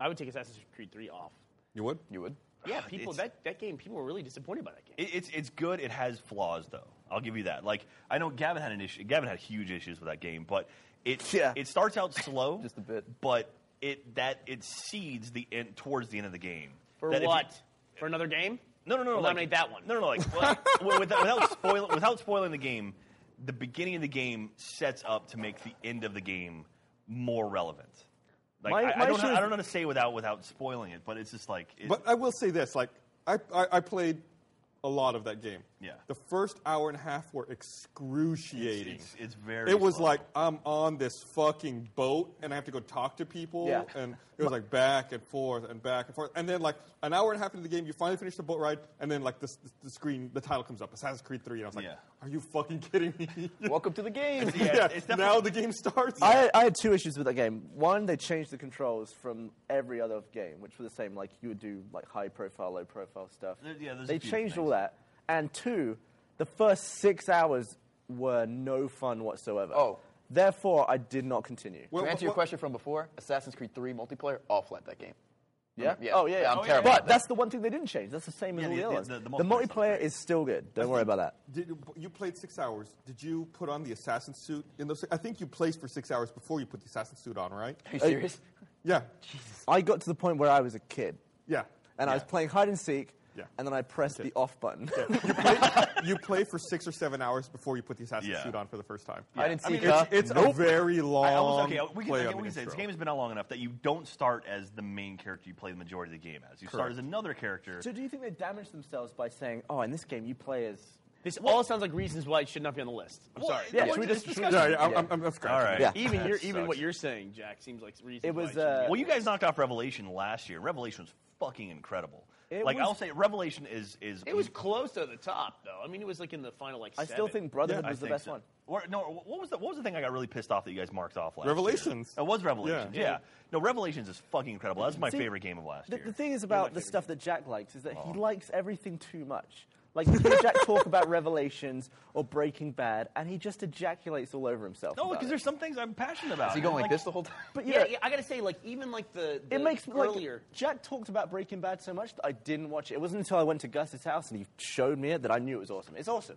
[SPEAKER 4] I would take Assassin's Creed 3 off.
[SPEAKER 1] You would?
[SPEAKER 3] You would?
[SPEAKER 4] Yeah, people
[SPEAKER 2] It's-
[SPEAKER 4] that, that game, people were really disappointed by that game.
[SPEAKER 2] It, it's it's good. It has flaws though. I'll give you that. Like I know Gavin had an issue. Gavin had huge issues with that game, but it it starts out slow, just a bit, but it that it seeds the end towards the end of the game.
[SPEAKER 4] For
[SPEAKER 2] That if you-
[SPEAKER 4] what? For another game?
[SPEAKER 2] no, no, no.
[SPEAKER 4] We'll
[SPEAKER 2] like,
[SPEAKER 4] nominate that one.
[SPEAKER 2] No, no, no. Like well, well, without, without spoiling without spoiling the game, the beginning of the game sets up to make the end of the game more relevant. Like
[SPEAKER 1] My-
[SPEAKER 2] I, I
[SPEAKER 1] my
[SPEAKER 2] don't
[SPEAKER 1] issue
[SPEAKER 2] know,
[SPEAKER 1] is-
[SPEAKER 2] I don't know how to say without without spoiling it, but it's just like it,
[SPEAKER 1] But I will say this: like, I, I, I played a lot of that game.
[SPEAKER 2] Yeah.
[SPEAKER 1] The first hour and a half were excruciating.
[SPEAKER 2] It's- it's- it's very
[SPEAKER 1] It was
[SPEAKER 2] slow.
[SPEAKER 1] like I'm on this fucking boat and I have to go talk to people,
[SPEAKER 2] Yeah.
[SPEAKER 1] and it was like back and forth and back and forth, and then like an hour and a half into the game, you finally finish the boat ride, and then like this, the screen, the title comes up, Assassin's Creed Three, and I was like,
[SPEAKER 2] Yeah.
[SPEAKER 1] Are you fucking kidding me?
[SPEAKER 3] Welcome to the game.
[SPEAKER 1] yeah. now the game starts.
[SPEAKER 11] I, I had two issues with that game. One, they changed the controls from every other game, which were the same. Like you would do like high profile, low profile stuff.
[SPEAKER 2] There- yeah, there's a
[SPEAKER 11] they
[SPEAKER 2] few
[SPEAKER 11] changed all
[SPEAKER 2] things.
[SPEAKER 11] that. And two, the first six hours were no fun whatsoever. Oh. Therefore, I did not continue.
[SPEAKER 3] to answer your question from before, Assassin's Creed 3 multiplayer, I'll flat that game.
[SPEAKER 11] Yeah.
[SPEAKER 3] I'm- yeah.
[SPEAKER 11] Oh yeah. yeah.
[SPEAKER 3] I'm terrible.
[SPEAKER 11] But that's the one thing they didn't change. That's the same as
[SPEAKER 2] Yeah,
[SPEAKER 11] all
[SPEAKER 2] the-
[SPEAKER 11] the,
[SPEAKER 2] the-
[SPEAKER 11] others.
[SPEAKER 2] the- the
[SPEAKER 11] the
[SPEAKER 2] multiplayer
[SPEAKER 11] multiplayer is still good. Don't worry about that.
[SPEAKER 1] Did you, you played six hours. Did you put on the assassin suit in those? I think you played for six hours before you put the assassin suit on, right?
[SPEAKER 3] Are you serious?
[SPEAKER 1] Yeah.
[SPEAKER 11] I got to the point where I was a kid.
[SPEAKER 1] Yeah.
[SPEAKER 11] And I was playing hide and seek.
[SPEAKER 1] Yeah.
[SPEAKER 11] And then I pressed the off button.
[SPEAKER 1] you play for six or seven hours before you put the assassin
[SPEAKER 2] Yeah.
[SPEAKER 1] suit on for the first time.
[SPEAKER 2] Yeah. I didn't see
[SPEAKER 1] it's,
[SPEAKER 2] that.
[SPEAKER 1] it's a
[SPEAKER 2] Nope.
[SPEAKER 1] very long
[SPEAKER 2] I almost, okay, we can,
[SPEAKER 1] Um, play
[SPEAKER 2] okay,
[SPEAKER 1] on
[SPEAKER 2] we
[SPEAKER 1] the
[SPEAKER 2] can say this
[SPEAKER 1] intro.
[SPEAKER 2] game has been out long enough that you don't start as the main character you play the majority of the game as. You start
[SPEAKER 11] Correct.
[SPEAKER 2] as another character.
[SPEAKER 11] so do you think they damaged themselves by saying, "Oh, in this game you play as"?
[SPEAKER 4] This all sounds like reasons why it should not be on the list. I'm
[SPEAKER 1] sorry.
[SPEAKER 11] Yeah,
[SPEAKER 4] What
[SPEAKER 11] should we
[SPEAKER 4] is
[SPEAKER 11] just-
[SPEAKER 4] this
[SPEAKER 11] should we-
[SPEAKER 4] discussion?
[SPEAKER 11] Yeah, yeah, I'm- I'm- I'm scratching. All right. Yeah.
[SPEAKER 4] Even
[SPEAKER 2] That
[SPEAKER 4] your, even
[SPEAKER 2] sucks.
[SPEAKER 4] what you're saying, Jack, seems like reasons.
[SPEAKER 11] It
[SPEAKER 4] why
[SPEAKER 11] was,
[SPEAKER 4] should be on the
[SPEAKER 2] well, you guys knocked off Revelation last year. Revelation was fucking incredible.
[SPEAKER 11] It
[SPEAKER 2] Like
[SPEAKER 11] was-
[SPEAKER 2] I'll say, Revelation is is
[SPEAKER 4] It was close to the top, though. I mean, it was like in the final like.
[SPEAKER 11] I still
[SPEAKER 4] seven.
[SPEAKER 11] think Brotherhood
[SPEAKER 2] I
[SPEAKER 11] was the
[SPEAKER 2] think
[SPEAKER 11] best
[SPEAKER 2] so.
[SPEAKER 11] one.
[SPEAKER 2] Or, no, what was the what was the thing I got really pissed off that you guys marked off last?
[SPEAKER 1] Revelations.
[SPEAKER 2] Year? It was Revelations. Yeah.
[SPEAKER 1] Yeah.
[SPEAKER 2] No, Revelations is fucking incredible. That's my
[SPEAKER 11] See,
[SPEAKER 2] favorite game of last
[SPEAKER 11] The,
[SPEAKER 2] year.
[SPEAKER 11] the thing is about the stuff that Jack likes is that
[SPEAKER 2] Oh.
[SPEAKER 11] he likes everything too much. Like you hear Jack talk about Revelations or Breaking Bad, and he just ejaculates all over himself.
[SPEAKER 2] no,
[SPEAKER 11] about
[SPEAKER 2] because
[SPEAKER 11] it.
[SPEAKER 2] there's some things I'm passionate about.
[SPEAKER 3] Is he going like,
[SPEAKER 2] Like,
[SPEAKER 3] this the whole time?
[SPEAKER 11] But
[SPEAKER 4] Yeah,
[SPEAKER 11] yeah,
[SPEAKER 4] yeah, I gotta say, like even like the, the
[SPEAKER 11] it makes me
[SPEAKER 4] earlier.
[SPEAKER 11] like Jack talked about Breaking Bad so much that I didn't watch it. It wasn't until I went to Gus's house and he showed me it that I knew it was awesome. It's awesome,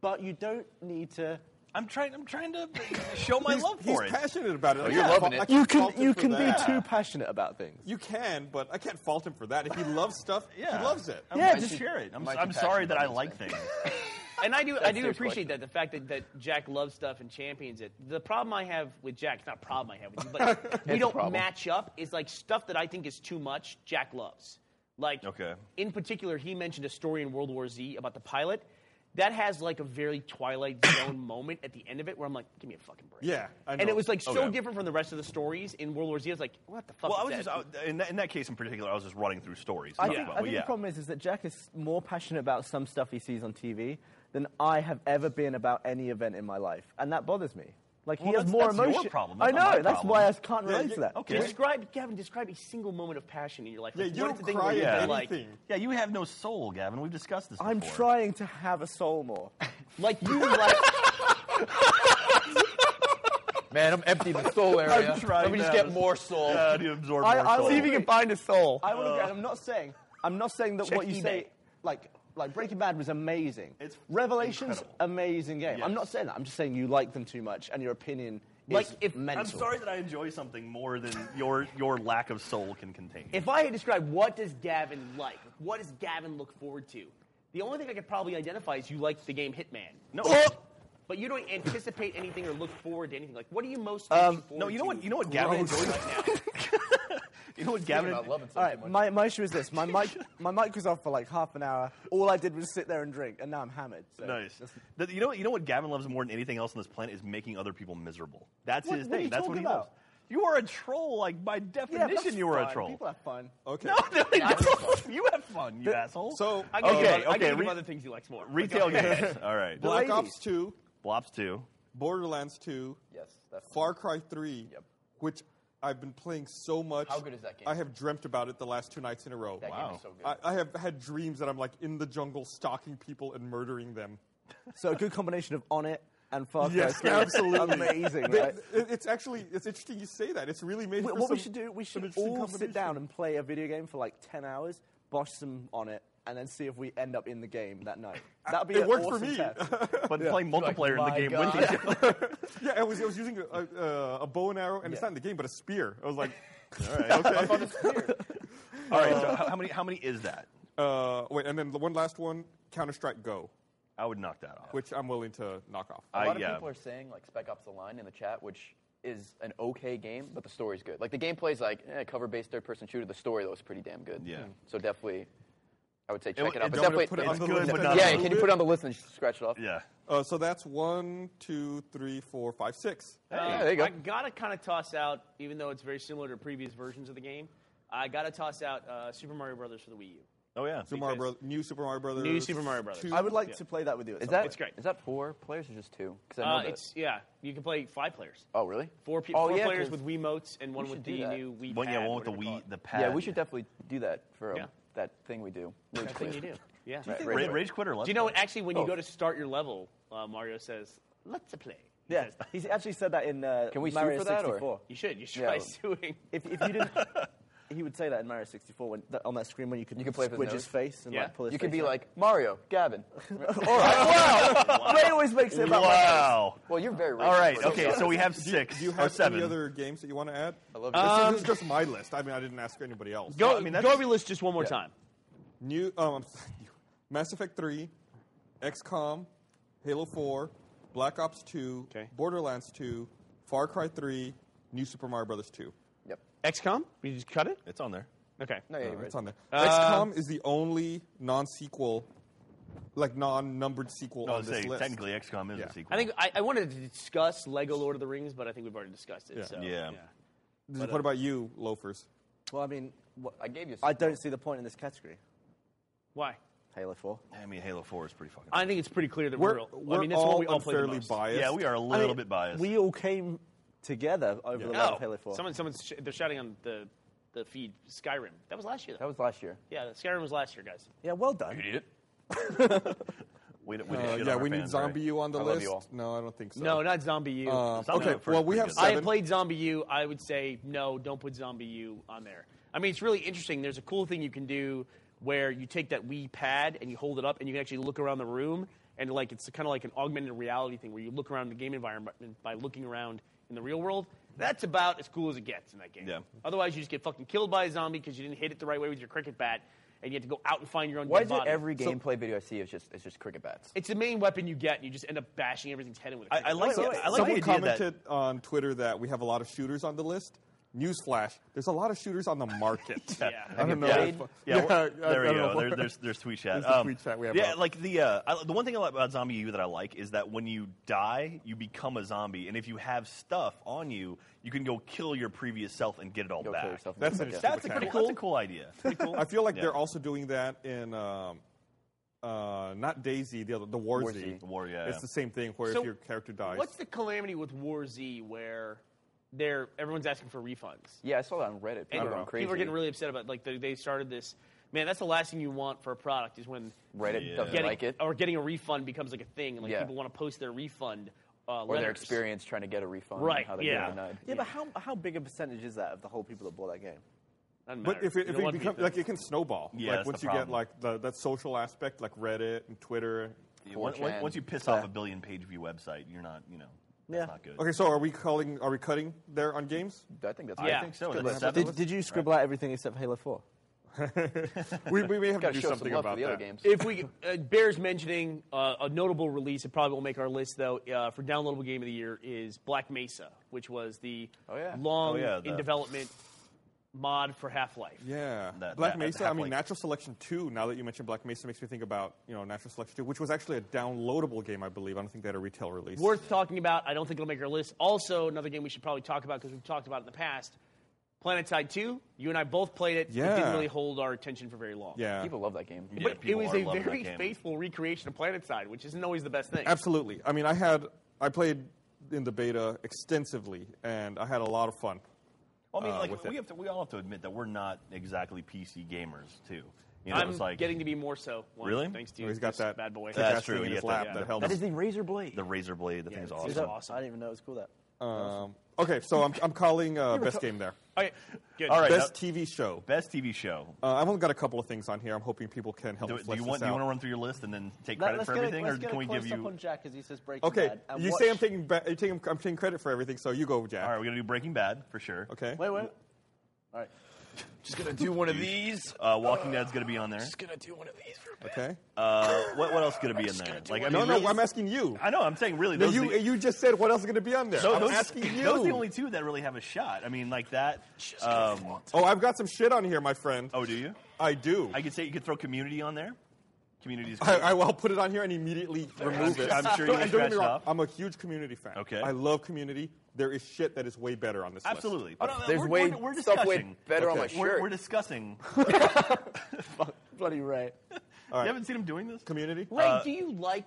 [SPEAKER 11] but you don't need to.
[SPEAKER 2] I'm trying. I'm trying to show my
[SPEAKER 1] he's,
[SPEAKER 2] love
[SPEAKER 1] he's
[SPEAKER 2] for it.
[SPEAKER 1] passionate about it. I
[SPEAKER 3] you're
[SPEAKER 1] can't
[SPEAKER 3] loving
[SPEAKER 1] fault-
[SPEAKER 3] it.
[SPEAKER 1] I can't
[SPEAKER 11] You can
[SPEAKER 1] fault him
[SPEAKER 11] you
[SPEAKER 1] for
[SPEAKER 11] can be
[SPEAKER 1] that.
[SPEAKER 11] too passionate about things.
[SPEAKER 1] You can, but I can't fault him for that. If he loves stuff,
[SPEAKER 2] Yeah.
[SPEAKER 1] he loves it.
[SPEAKER 2] I'm
[SPEAKER 11] Yeah,
[SPEAKER 2] glad
[SPEAKER 11] just-
[SPEAKER 2] you share it. I'm,
[SPEAKER 3] Mike
[SPEAKER 2] I'm
[SPEAKER 3] and
[SPEAKER 2] sorry
[SPEAKER 3] Patrick
[SPEAKER 2] that I
[SPEAKER 3] knows
[SPEAKER 2] like
[SPEAKER 3] things.
[SPEAKER 2] things.
[SPEAKER 4] and I do, I do
[SPEAKER 3] their
[SPEAKER 4] appreciate that the fact that, that Jack loves stuff and champions it. The problem I have with Jack, it's not a problem I have with you, but we
[SPEAKER 3] a
[SPEAKER 4] don't
[SPEAKER 3] problem.
[SPEAKER 4] match up. Is like stuff that I think is too much. Jack loves. Like,
[SPEAKER 2] Okay.
[SPEAKER 4] in particular, he mentioned a story in World War Z about the pilot. that has like a very Twilight Zone moment at the end of it where I'm like, give me a fucking break.
[SPEAKER 1] Yeah, I
[SPEAKER 4] and
[SPEAKER 1] know.
[SPEAKER 4] it was like
[SPEAKER 1] Oh,
[SPEAKER 4] so
[SPEAKER 1] yeah.
[SPEAKER 4] different from the rest of the stories in World War Z. I was like, what the fuck?
[SPEAKER 2] Well, I
[SPEAKER 4] is
[SPEAKER 2] was just
[SPEAKER 4] that?
[SPEAKER 2] I, in, that, in that case in particular, I was just running through stories.
[SPEAKER 11] I
[SPEAKER 2] Not
[SPEAKER 11] think,
[SPEAKER 2] about-
[SPEAKER 11] I think
[SPEAKER 2] yeah.
[SPEAKER 11] the problem is, is that Jack is more passionate about some stuff he sees on TV than I have ever been about any event in my life, and that bothers me. Like he
[SPEAKER 4] Well,
[SPEAKER 11] has
[SPEAKER 4] that's-
[SPEAKER 11] more
[SPEAKER 4] that's your
[SPEAKER 11] emotion.
[SPEAKER 4] problem,
[SPEAKER 11] I
[SPEAKER 4] that's not
[SPEAKER 11] know.
[SPEAKER 4] my
[SPEAKER 11] That's
[SPEAKER 4] problem.
[SPEAKER 11] why I can't
[SPEAKER 4] Yeah,
[SPEAKER 11] relate
[SPEAKER 4] yeah,
[SPEAKER 11] to that.
[SPEAKER 2] okay.
[SPEAKER 4] Describe, Gavin. Describe a single moment of passion in your life.
[SPEAKER 11] Yeah,
[SPEAKER 4] Like,
[SPEAKER 11] you
[SPEAKER 4] what
[SPEAKER 11] don't
[SPEAKER 4] the thing
[SPEAKER 11] cry
[SPEAKER 4] where you've
[SPEAKER 11] at
[SPEAKER 4] been like,
[SPEAKER 11] anything.
[SPEAKER 2] yeah, you have no soul, Gavin. We've discussed this.
[SPEAKER 11] I'm
[SPEAKER 2] before.
[SPEAKER 11] trying to have a soul more.
[SPEAKER 4] like you like.
[SPEAKER 3] Man, I'm empty in the soul area. Let me just get more soul.
[SPEAKER 11] I, I will-
[SPEAKER 3] find a soul.
[SPEAKER 11] I will agree.
[SPEAKER 2] Uh.
[SPEAKER 11] I'm not saying. I'm not saying that
[SPEAKER 3] Check
[SPEAKER 11] what you
[SPEAKER 3] eBay.
[SPEAKER 11] say. Like, like Breaking Bad was amazing. It's Revelations, amazing game. I'm not saying that. I'm just saying you like them too much, and your opinion is
[SPEAKER 2] Like if
[SPEAKER 11] mental.
[SPEAKER 2] I'm sorry that I enjoy something more than your your lack of soul can contain.
[SPEAKER 4] If I had to describe what does Gavin like, what does Gavin look forward to, the only thing I could probably identify is you like the game Hitman. No. But you don't anticipate anything or look forward to anything. Like, what are you most looking
[SPEAKER 11] Um,
[SPEAKER 4] forward
[SPEAKER 2] no, you know
[SPEAKER 4] to
[SPEAKER 2] what? You know what Gavin
[SPEAKER 4] Gross.
[SPEAKER 2] enjoys right now. you know what Gavin?
[SPEAKER 11] All right, my, my issue is this. My mic, my mic was off for like half an hour. All I did was sit there and drink, and now I'm hammered. So.
[SPEAKER 2] Nice. That- you know, you know what Gavin loves more than anything else on this planet is making other people miserable. That's
[SPEAKER 11] What-
[SPEAKER 2] his
[SPEAKER 11] what are
[SPEAKER 2] thing.
[SPEAKER 11] you
[SPEAKER 2] That's what
[SPEAKER 11] talking
[SPEAKER 2] he loves. You are a troll, like by definition,
[SPEAKER 11] that's
[SPEAKER 2] you are a
[SPEAKER 11] fine.
[SPEAKER 2] troll.
[SPEAKER 11] People have fun.
[SPEAKER 1] Okay.
[SPEAKER 2] No, no, they don't. You have fun, you asshole.
[SPEAKER 1] So
[SPEAKER 4] I can
[SPEAKER 2] okay,
[SPEAKER 4] give,
[SPEAKER 2] okay.
[SPEAKER 4] him- I can give him
[SPEAKER 2] re-
[SPEAKER 4] other things he likes more.
[SPEAKER 2] retail
[SPEAKER 4] Like, okay.
[SPEAKER 2] games. All right.
[SPEAKER 1] Black Ops 2,
[SPEAKER 2] Blobs two.
[SPEAKER 1] Borderlands 2,
[SPEAKER 3] Yes, that's
[SPEAKER 1] Far Cry 3, which I've been playing so much.
[SPEAKER 3] How good is that game?
[SPEAKER 1] I have dreamt about it the last two nights in a row.
[SPEAKER 3] That game Wow. is so good.
[SPEAKER 1] I, I have had dreams that I'm like in the jungle stalking people and murdering them.
[SPEAKER 11] So a good combination of on it and Far Cry.
[SPEAKER 1] Yes,
[SPEAKER 11] Three.
[SPEAKER 1] absolutely.
[SPEAKER 11] amazing.
[SPEAKER 1] They-
[SPEAKER 11] Right?
[SPEAKER 1] it- it's actually it's interesting you say that. It's really made
[SPEAKER 11] We-
[SPEAKER 1] for
[SPEAKER 11] what we
[SPEAKER 1] some-
[SPEAKER 11] should do, we
[SPEAKER 1] some
[SPEAKER 11] should
[SPEAKER 1] interesting
[SPEAKER 11] all sit
[SPEAKER 1] combination.
[SPEAKER 11] down and play a video game for like 10 hours, bosh some on it, and then see if we end up in the game that night. That'd be
[SPEAKER 1] It
[SPEAKER 11] an
[SPEAKER 1] worked for
[SPEAKER 11] awesome
[SPEAKER 1] me.
[SPEAKER 11] test.
[SPEAKER 2] But playing multiplayer
[SPEAKER 3] my
[SPEAKER 2] in the game
[SPEAKER 3] God.
[SPEAKER 2] with each other.
[SPEAKER 1] Yeah, I was, I was using a, a, a bow and arrow, and it's not in the game, but a spear. I was like, all right, okay.
[SPEAKER 2] All right. So how, how many? How many is that?
[SPEAKER 1] Uh, wait, and then the one last one, Counter Strike Go,
[SPEAKER 2] I would knock that off.
[SPEAKER 1] which I'm willing to knock off.
[SPEAKER 3] A
[SPEAKER 2] I-
[SPEAKER 3] lot of
[SPEAKER 2] yeah.
[SPEAKER 3] people are saying like Spec Ops: The Line in the chat, which is an okay game, but the story's good. Like the gameplay's like eh, cover-based third-person shooter. The story though is pretty damn good. Hmm.
[SPEAKER 2] Yeah. Mm.
[SPEAKER 3] So definitely, I would say
[SPEAKER 2] w-
[SPEAKER 3] check it out.
[SPEAKER 2] it-
[SPEAKER 3] But
[SPEAKER 2] I'm gonna
[SPEAKER 3] definitely,
[SPEAKER 1] put it on
[SPEAKER 3] it's
[SPEAKER 1] the
[SPEAKER 3] good,
[SPEAKER 1] list
[SPEAKER 3] but
[SPEAKER 1] and
[SPEAKER 3] not-
[SPEAKER 1] then
[SPEAKER 3] yeah,
[SPEAKER 1] I'll
[SPEAKER 3] can you
[SPEAKER 1] do
[SPEAKER 3] put
[SPEAKER 1] it.
[SPEAKER 3] it on the list and just scratch it off?
[SPEAKER 2] yeah.
[SPEAKER 1] Uh, so that's one, two, three, four, five, six.
[SPEAKER 3] Yeah, there you go.
[SPEAKER 4] Um, I gotta kind of toss out, even though it's very similar to previous versions of the game. I gotta toss out uh, Super Mario Brothers for the Wii U.
[SPEAKER 2] Oh yeah.
[SPEAKER 1] Super Mario Bros. New Super Mario Brothers.
[SPEAKER 4] New Super Mario Brothers.
[SPEAKER 1] two.
[SPEAKER 11] I would like to play that with you. at
[SPEAKER 3] Is
[SPEAKER 11] some
[SPEAKER 3] that
[SPEAKER 11] point.
[SPEAKER 4] great.
[SPEAKER 3] Is that four players or just two? 'Cause I know
[SPEAKER 4] Uh,
[SPEAKER 3] that-
[SPEAKER 4] it's yeah, you can play five players.
[SPEAKER 3] oh really?
[SPEAKER 4] Four, pe-
[SPEAKER 3] Oh,
[SPEAKER 4] four
[SPEAKER 3] yeah,
[SPEAKER 4] players
[SPEAKER 3] 'cause-
[SPEAKER 4] with Wiimotes and one
[SPEAKER 3] should
[SPEAKER 4] with
[SPEAKER 3] do
[SPEAKER 4] the
[SPEAKER 3] that.
[SPEAKER 4] new Wii
[SPEAKER 2] One,
[SPEAKER 4] pad.
[SPEAKER 2] yeah, one with the
[SPEAKER 4] whatever
[SPEAKER 2] Wii,
[SPEAKER 4] it's
[SPEAKER 2] the pad.
[SPEAKER 3] Yeah, we should definitely do that for um,
[SPEAKER 4] Yeah.
[SPEAKER 3] that thing we do.
[SPEAKER 4] called. That's what you do. Yeah.
[SPEAKER 3] Right,
[SPEAKER 2] Ra-
[SPEAKER 3] right,
[SPEAKER 2] Rage,
[SPEAKER 3] right.
[SPEAKER 2] quitter.
[SPEAKER 4] Do you know what? Actually, when you
[SPEAKER 3] Oh.
[SPEAKER 4] go to start your level, uh, Mario says, "Let's a play." He
[SPEAKER 11] Yeah,
[SPEAKER 4] says,
[SPEAKER 11] he's actually said that in uh,
[SPEAKER 3] Can we sue
[SPEAKER 11] Mario
[SPEAKER 3] for that, or-
[SPEAKER 11] 64.
[SPEAKER 4] you should. You should
[SPEAKER 3] Yeah.
[SPEAKER 4] try suing.
[SPEAKER 11] If, if you didn't, he would say that in Mario 64 when, that, on that screen when you could
[SPEAKER 3] You could play with his
[SPEAKER 11] squidge his
[SPEAKER 3] nose.
[SPEAKER 11] face and
[SPEAKER 4] Yeah.
[SPEAKER 11] like pull his
[SPEAKER 3] You could
[SPEAKER 11] face
[SPEAKER 3] be
[SPEAKER 11] out.
[SPEAKER 3] like Mario, Gavin.
[SPEAKER 11] All right, wow. Ray always makes it about Mario.
[SPEAKER 2] Wow.
[SPEAKER 3] Well, you're very.
[SPEAKER 2] All right.
[SPEAKER 3] racist.
[SPEAKER 2] Okay. So we have
[SPEAKER 1] Do you,
[SPEAKER 2] six
[SPEAKER 1] do you
[SPEAKER 2] or
[SPEAKER 1] have
[SPEAKER 2] seven.
[SPEAKER 1] any other games that you want to add? I
[SPEAKER 3] love
[SPEAKER 1] this. Is, this is just my list. I mean, I didn't ask anybody else.
[SPEAKER 4] Um, Go.
[SPEAKER 2] I mean,
[SPEAKER 4] go
[SPEAKER 2] that's-
[SPEAKER 4] over your list just one more time.
[SPEAKER 1] New um, I'm sorry, new- Mass Effect 3, XCOM, Halo 4, Black Ops 2,
[SPEAKER 4] Okay.
[SPEAKER 1] Borderlands 2, Far Cry 3, New Super Mario Brothers 2.
[SPEAKER 3] Yep.
[SPEAKER 4] XCOM. You just cut it.
[SPEAKER 2] It's on there.
[SPEAKER 4] Okay.
[SPEAKER 3] No, yeah,
[SPEAKER 1] Oh,
[SPEAKER 3] you're
[SPEAKER 1] it's
[SPEAKER 3] right.
[SPEAKER 1] on there.
[SPEAKER 4] Uh,
[SPEAKER 1] XCOM is the only non-sequel, like non-numbered sequel
[SPEAKER 2] No,
[SPEAKER 1] on this
[SPEAKER 2] say
[SPEAKER 1] list.
[SPEAKER 2] technically XCOM is
[SPEAKER 1] Yeah.
[SPEAKER 2] a sequel.
[SPEAKER 4] I think I, I wanted to discuss Lego Lord of the Rings, but I think we've already discussed it.
[SPEAKER 1] Yeah.
[SPEAKER 4] So,
[SPEAKER 2] Yeah.
[SPEAKER 1] what
[SPEAKER 4] uh,
[SPEAKER 1] about you, loafers?
[SPEAKER 11] Well, I mean, what,
[SPEAKER 3] I gave you.
[SPEAKER 11] I don't see the point in this category.
[SPEAKER 4] Why?
[SPEAKER 11] Halo 4.
[SPEAKER 2] I mean, Halo Four is pretty fucking.
[SPEAKER 4] I think it's pretty clear that
[SPEAKER 1] We're,
[SPEAKER 4] we're.
[SPEAKER 1] we're
[SPEAKER 4] I mean, that's
[SPEAKER 1] all
[SPEAKER 4] what we all play the
[SPEAKER 1] unfairly
[SPEAKER 4] most.
[SPEAKER 1] biased.
[SPEAKER 2] yeah, we are a
[SPEAKER 11] I
[SPEAKER 2] little
[SPEAKER 11] mean,
[SPEAKER 2] bit biased.
[SPEAKER 11] We all came together over the love of Halo 4.
[SPEAKER 4] Someone, Oh, someone's sh- they're shouting on the, the feed. Skyrim. That was last year.
[SPEAKER 3] That
[SPEAKER 4] Though.
[SPEAKER 3] was last year.
[SPEAKER 4] Yeah, Skyrim was last year, guys.
[SPEAKER 11] yeah, well done.
[SPEAKER 2] we don't, we
[SPEAKER 1] Uh,
[SPEAKER 2] don't shit
[SPEAKER 1] yeah,
[SPEAKER 2] on our
[SPEAKER 1] we need
[SPEAKER 2] fans,
[SPEAKER 1] Zombie
[SPEAKER 2] right?
[SPEAKER 1] U on the
[SPEAKER 3] I love
[SPEAKER 1] list.
[SPEAKER 3] you all.
[SPEAKER 1] No, I don't think so.
[SPEAKER 4] No, not Zombie U.
[SPEAKER 1] Um,
[SPEAKER 2] Zombie
[SPEAKER 1] okay,
[SPEAKER 2] U first,
[SPEAKER 1] well, we
[SPEAKER 2] pretty
[SPEAKER 1] have
[SPEAKER 2] good.
[SPEAKER 4] I
[SPEAKER 1] seven.
[SPEAKER 4] have played Zombie U. I would say no, don't put Zombie U on there. I mean, it's really interesting. There's a cool thing you can do where you take that Wii pad and you hold it up, and you can actually look around the room, and like it's kind of like an augmented reality thing where you look around the game environment by looking around in the real world. That's about as cool as it gets in that game.
[SPEAKER 2] Yeah.
[SPEAKER 4] Otherwise, you just get fucking killed by a zombie because you didn't hit it the right way with your cricket bat, and you have to go out and find your own.
[SPEAKER 3] Why
[SPEAKER 4] dead
[SPEAKER 3] is it
[SPEAKER 4] body.
[SPEAKER 3] every gameplay video I see is just it's just cricket bats?
[SPEAKER 4] It's the main weapon you get, and you just end up bashing everything's head in with. a
[SPEAKER 2] I-
[SPEAKER 4] cricket
[SPEAKER 2] I
[SPEAKER 4] bat.
[SPEAKER 2] like-
[SPEAKER 4] So-
[SPEAKER 2] I like the
[SPEAKER 1] Someone
[SPEAKER 2] idea that-
[SPEAKER 1] commented on Twitter that we have a lot of shooters on the list. Newsflash: There's a lot of shooters on the market. I
[SPEAKER 2] Have you
[SPEAKER 1] don't know.
[SPEAKER 2] played?
[SPEAKER 1] if-
[SPEAKER 2] Yeah, well,
[SPEAKER 1] I- I
[SPEAKER 2] there we
[SPEAKER 1] don't
[SPEAKER 2] go.
[SPEAKER 1] know.
[SPEAKER 2] There, there's there's tweet chat.
[SPEAKER 1] There's the
[SPEAKER 2] Um,
[SPEAKER 1] tweet chat we have
[SPEAKER 2] Yeah,
[SPEAKER 1] up.
[SPEAKER 2] like the uh, I, the one thing I like about Zombie U that I like is that when you die, you become a zombie, and if you have stuff on you, you can go kill your previous self and get it all back.
[SPEAKER 1] yourself and That's get it an back. interesting
[SPEAKER 2] that's a pretty
[SPEAKER 1] mechanic.
[SPEAKER 2] cool. That's a cool idea.
[SPEAKER 1] I feel like
[SPEAKER 2] Yeah.
[SPEAKER 1] they're also doing that in um, uh, not Daisy, the other, the War,
[SPEAKER 2] War
[SPEAKER 1] Z.
[SPEAKER 2] Z. War, yeah.
[SPEAKER 1] It's the same thing where
[SPEAKER 4] So
[SPEAKER 1] if your character dies,
[SPEAKER 4] What's the calamity with War Z where they're everyone's asking for refunds?
[SPEAKER 3] Yeah, I saw that on Reddit. People
[SPEAKER 4] And
[SPEAKER 3] are going crazy.
[SPEAKER 4] people are getting really upset about like they, they started this. Man, that's the last thing you want for a product is when
[SPEAKER 3] Reddit Yeah. doesn't
[SPEAKER 4] getting,
[SPEAKER 3] like it.
[SPEAKER 4] or getting a refund becomes like a thing, and like
[SPEAKER 3] Yeah.
[SPEAKER 4] people want to post their refund uh,
[SPEAKER 3] or their
[SPEAKER 4] letters.
[SPEAKER 3] experience trying to get a refund. and
[SPEAKER 4] Right,
[SPEAKER 3] How they
[SPEAKER 4] yeah.
[SPEAKER 3] Get denied.
[SPEAKER 11] Yeah, but how, how big a percentage is that of the whole people that bought that game?
[SPEAKER 1] But if it, if it becomes like it can snowball.
[SPEAKER 11] Yeah,
[SPEAKER 1] like
[SPEAKER 11] that's
[SPEAKER 1] once
[SPEAKER 11] the
[SPEAKER 1] you get
[SPEAKER 11] problem.
[SPEAKER 1] like the, that social aspect, like Reddit and Twitter.
[SPEAKER 2] Yeah, once, once- once you piss off a billion page view website, you're not you know that's
[SPEAKER 11] Yeah.
[SPEAKER 2] not good.
[SPEAKER 1] Okay, so are we calling? Are we cutting there on games?
[SPEAKER 3] I think that's.
[SPEAKER 2] I Yeah. think so. That's That's seven.
[SPEAKER 11] Did, did you scribble out everything except Halo 4?
[SPEAKER 1] we, we may have
[SPEAKER 3] Gotta
[SPEAKER 1] to do
[SPEAKER 3] show some
[SPEAKER 1] something
[SPEAKER 3] love for
[SPEAKER 1] about
[SPEAKER 3] the other
[SPEAKER 1] that.
[SPEAKER 3] games.
[SPEAKER 4] If we uh, bears mentioning uh, a notable release, it probably won't make our list though. Uh, for downloadable game of the year is Black Mesa, which was the
[SPEAKER 3] yeah.
[SPEAKER 4] long
[SPEAKER 1] Oh, yeah, the-
[SPEAKER 4] in development mod for Half Life.
[SPEAKER 1] Yeah, Black
[SPEAKER 4] that-
[SPEAKER 1] Mesa.
[SPEAKER 4] that
[SPEAKER 1] I mean,
[SPEAKER 4] Half-Life-
[SPEAKER 1] Natural Selection Two. Now that you mentioned Black Mesa, makes me think about you know Natural Selection Two, which was actually a downloadable game, I believe. I don't think they had a retail release.
[SPEAKER 4] Worth talking about. I don't think it'll make our list. Also, another game we should probably talk about because we've talked about it in the past. Planetside 2. You and I both played it. It didn't
[SPEAKER 1] Yeah.
[SPEAKER 4] really hold our attention for very long.
[SPEAKER 1] Yeah.
[SPEAKER 3] People love that game.
[SPEAKER 4] But it was a very faithful recreation of Planetside, which isn't always the best thing.
[SPEAKER 1] Absolutely. I mean, I had I played in the beta extensively, and I had a lot of fun.
[SPEAKER 2] Well, I mean,
[SPEAKER 1] uh,
[SPEAKER 2] like
[SPEAKER 1] with
[SPEAKER 2] we
[SPEAKER 1] it.
[SPEAKER 2] have to, we all have to admit that we're not exactly PC gamers too. You know,
[SPEAKER 4] I'm
[SPEAKER 2] it's like
[SPEAKER 4] getting to be more so. One,
[SPEAKER 2] Really?
[SPEAKER 4] Thanks to
[SPEAKER 2] Oh,
[SPEAKER 4] you.
[SPEAKER 2] he's got
[SPEAKER 4] this
[SPEAKER 2] that
[SPEAKER 4] bad boy.
[SPEAKER 2] That's true. Yeah,
[SPEAKER 1] lap
[SPEAKER 2] yeah.
[SPEAKER 1] that held
[SPEAKER 11] That
[SPEAKER 1] him.
[SPEAKER 11] is the Razor Blade.
[SPEAKER 2] the razor blade. The thing's awesome.
[SPEAKER 11] Is Uh, that- I didn't even know it was called that.
[SPEAKER 1] Um, okay, so I'm, I'm calling uh,
[SPEAKER 11] You were
[SPEAKER 1] best
[SPEAKER 11] ta-
[SPEAKER 1] game there.
[SPEAKER 4] Okay, good.
[SPEAKER 2] All right,
[SPEAKER 1] best
[SPEAKER 2] now-
[SPEAKER 1] TV show.
[SPEAKER 2] Best TV show.
[SPEAKER 1] Uh, I've only got a couple of things on here. I'm hoping people can help
[SPEAKER 2] Do,
[SPEAKER 1] me
[SPEAKER 2] do
[SPEAKER 1] flesh
[SPEAKER 2] you
[SPEAKER 1] this
[SPEAKER 2] want do
[SPEAKER 1] out.
[SPEAKER 2] you want to run through your list and then take
[SPEAKER 11] Let-
[SPEAKER 2] credit
[SPEAKER 11] let's
[SPEAKER 2] for
[SPEAKER 11] get a-
[SPEAKER 2] everything,
[SPEAKER 11] let's
[SPEAKER 2] or
[SPEAKER 11] get a
[SPEAKER 2] can we give
[SPEAKER 11] close-up
[SPEAKER 2] you?
[SPEAKER 11] on Jack as he says Breaking
[SPEAKER 1] Okay,
[SPEAKER 11] Bad. and
[SPEAKER 1] you
[SPEAKER 11] watch-
[SPEAKER 1] say I'm taking, ba- you're taking I'm taking credit for everything, so you go, Jack.
[SPEAKER 2] All right, we're gonna do Breaking Bad for sure.
[SPEAKER 1] Okay.
[SPEAKER 11] Wait, wait. All right.
[SPEAKER 2] Just gonna do one of these. Uh, Walking Dead's gonna be on there.
[SPEAKER 3] gonna do one of these.
[SPEAKER 1] Okay.
[SPEAKER 2] Uh, what what else gonna be in there? Like I
[SPEAKER 1] no,
[SPEAKER 2] mean,
[SPEAKER 1] no,
[SPEAKER 2] really-
[SPEAKER 1] I'm asking you.
[SPEAKER 2] I know. I'm saying really.
[SPEAKER 1] No,
[SPEAKER 2] Those
[SPEAKER 1] you
[SPEAKER 2] are the,
[SPEAKER 1] you just said what else is going to be on there.
[SPEAKER 2] those,
[SPEAKER 1] I'm
[SPEAKER 2] those-
[SPEAKER 1] asking you.
[SPEAKER 2] Those are the only two that really have a shot. I mean, like that. Um,
[SPEAKER 1] oh, I've got some shit on here, my friend.
[SPEAKER 2] oh, do you?
[SPEAKER 1] I do.
[SPEAKER 2] I could say you could throw Community on there. Community's.
[SPEAKER 1] I, I, will put it on here and immediately remove
[SPEAKER 2] sure-
[SPEAKER 1] it.
[SPEAKER 2] I'm
[SPEAKER 1] Don't-
[SPEAKER 2] sure you
[SPEAKER 1] and
[SPEAKER 2] can
[SPEAKER 1] don't get me
[SPEAKER 2] scratch it
[SPEAKER 1] wrong.
[SPEAKER 2] off.
[SPEAKER 1] I'm a huge community fan.
[SPEAKER 2] Okay.
[SPEAKER 1] I love community. There is shit that is way better on this
[SPEAKER 2] Absolutely.
[SPEAKER 1] list.
[SPEAKER 11] Oh,
[SPEAKER 2] But, uh,
[SPEAKER 3] There's
[SPEAKER 2] we're,
[SPEAKER 3] way-
[SPEAKER 2] we're, we're
[SPEAKER 3] stuff way
[SPEAKER 2] discussing.
[SPEAKER 3] better on my
[SPEAKER 2] We're,
[SPEAKER 3] shirt.
[SPEAKER 2] we're discussing.
[SPEAKER 11] Bloody right.
[SPEAKER 2] You haven't seen him doing this?
[SPEAKER 1] Community.
[SPEAKER 4] Ray,
[SPEAKER 2] Uh,
[SPEAKER 4] do you like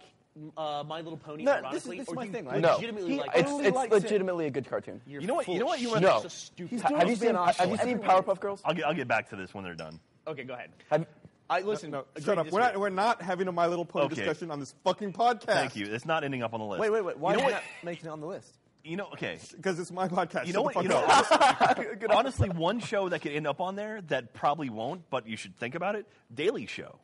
[SPEAKER 4] uh, My Little Pony
[SPEAKER 11] No, this is-
[SPEAKER 4] ironically?
[SPEAKER 11] this is
[SPEAKER 4] or
[SPEAKER 11] my
[SPEAKER 4] do you
[SPEAKER 11] thing, right? No.
[SPEAKER 4] legitimately
[SPEAKER 11] He-
[SPEAKER 4] like
[SPEAKER 11] I
[SPEAKER 4] it?
[SPEAKER 3] It's,
[SPEAKER 11] only
[SPEAKER 3] it's
[SPEAKER 11] liked it.
[SPEAKER 3] legitimately a good cartoon.
[SPEAKER 4] You're
[SPEAKER 2] You know what? You know what? You
[SPEAKER 4] full of
[SPEAKER 2] want
[SPEAKER 3] No.
[SPEAKER 4] shit. So stupid.
[SPEAKER 11] He's
[SPEAKER 3] Have you
[SPEAKER 11] always
[SPEAKER 3] seen
[SPEAKER 11] been
[SPEAKER 3] Have you seen
[SPEAKER 11] Everybody-
[SPEAKER 3] Powerpuff Girls?
[SPEAKER 2] I'll get, I'll get back to this when they're done.
[SPEAKER 4] Okay, go ahead.
[SPEAKER 3] Have-
[SPEAKER 4] I listen.
[SPEAKER 1] No,
[SPEAKER 4] agree
[SPEAKER 1] shut
[SPEAKER 4] to
[SPEAKER 1] up. We're not,
[SPEAKER 4] disagree.
[SPEAKER 1] we're not having a My Little Pony
[SPEAKER 2] Okay.
[SPEAKER 1] discussion on this fucking podcast.
[SPEAKER 2] Thank you. It's not ending up on the list.
[SPEAKER 11] Wait, wait, wait. Why
[SPEAKER 2] you know
[SPEAKER 11] is
[SPEAKER 2] what?
[SPEAKER 11] that making it on the list?
[SPEAKER 2] You know, okay.
[SPEAKER 1] Because it's my podcast.
[SPEAKER 2] You know
[SPEAKER 1] Shut
[SPEAKER 2] what?
[SPEAKER 1] the
[SPEAKER 2] You
[SPEAKER 1] fuck
[SPEAKER 2] know,
[SPEAKER 1] up.
[SPEAKER 2] honestly, honestly, one show that could end up on there that probably won't, but you should think about it. Daily Show.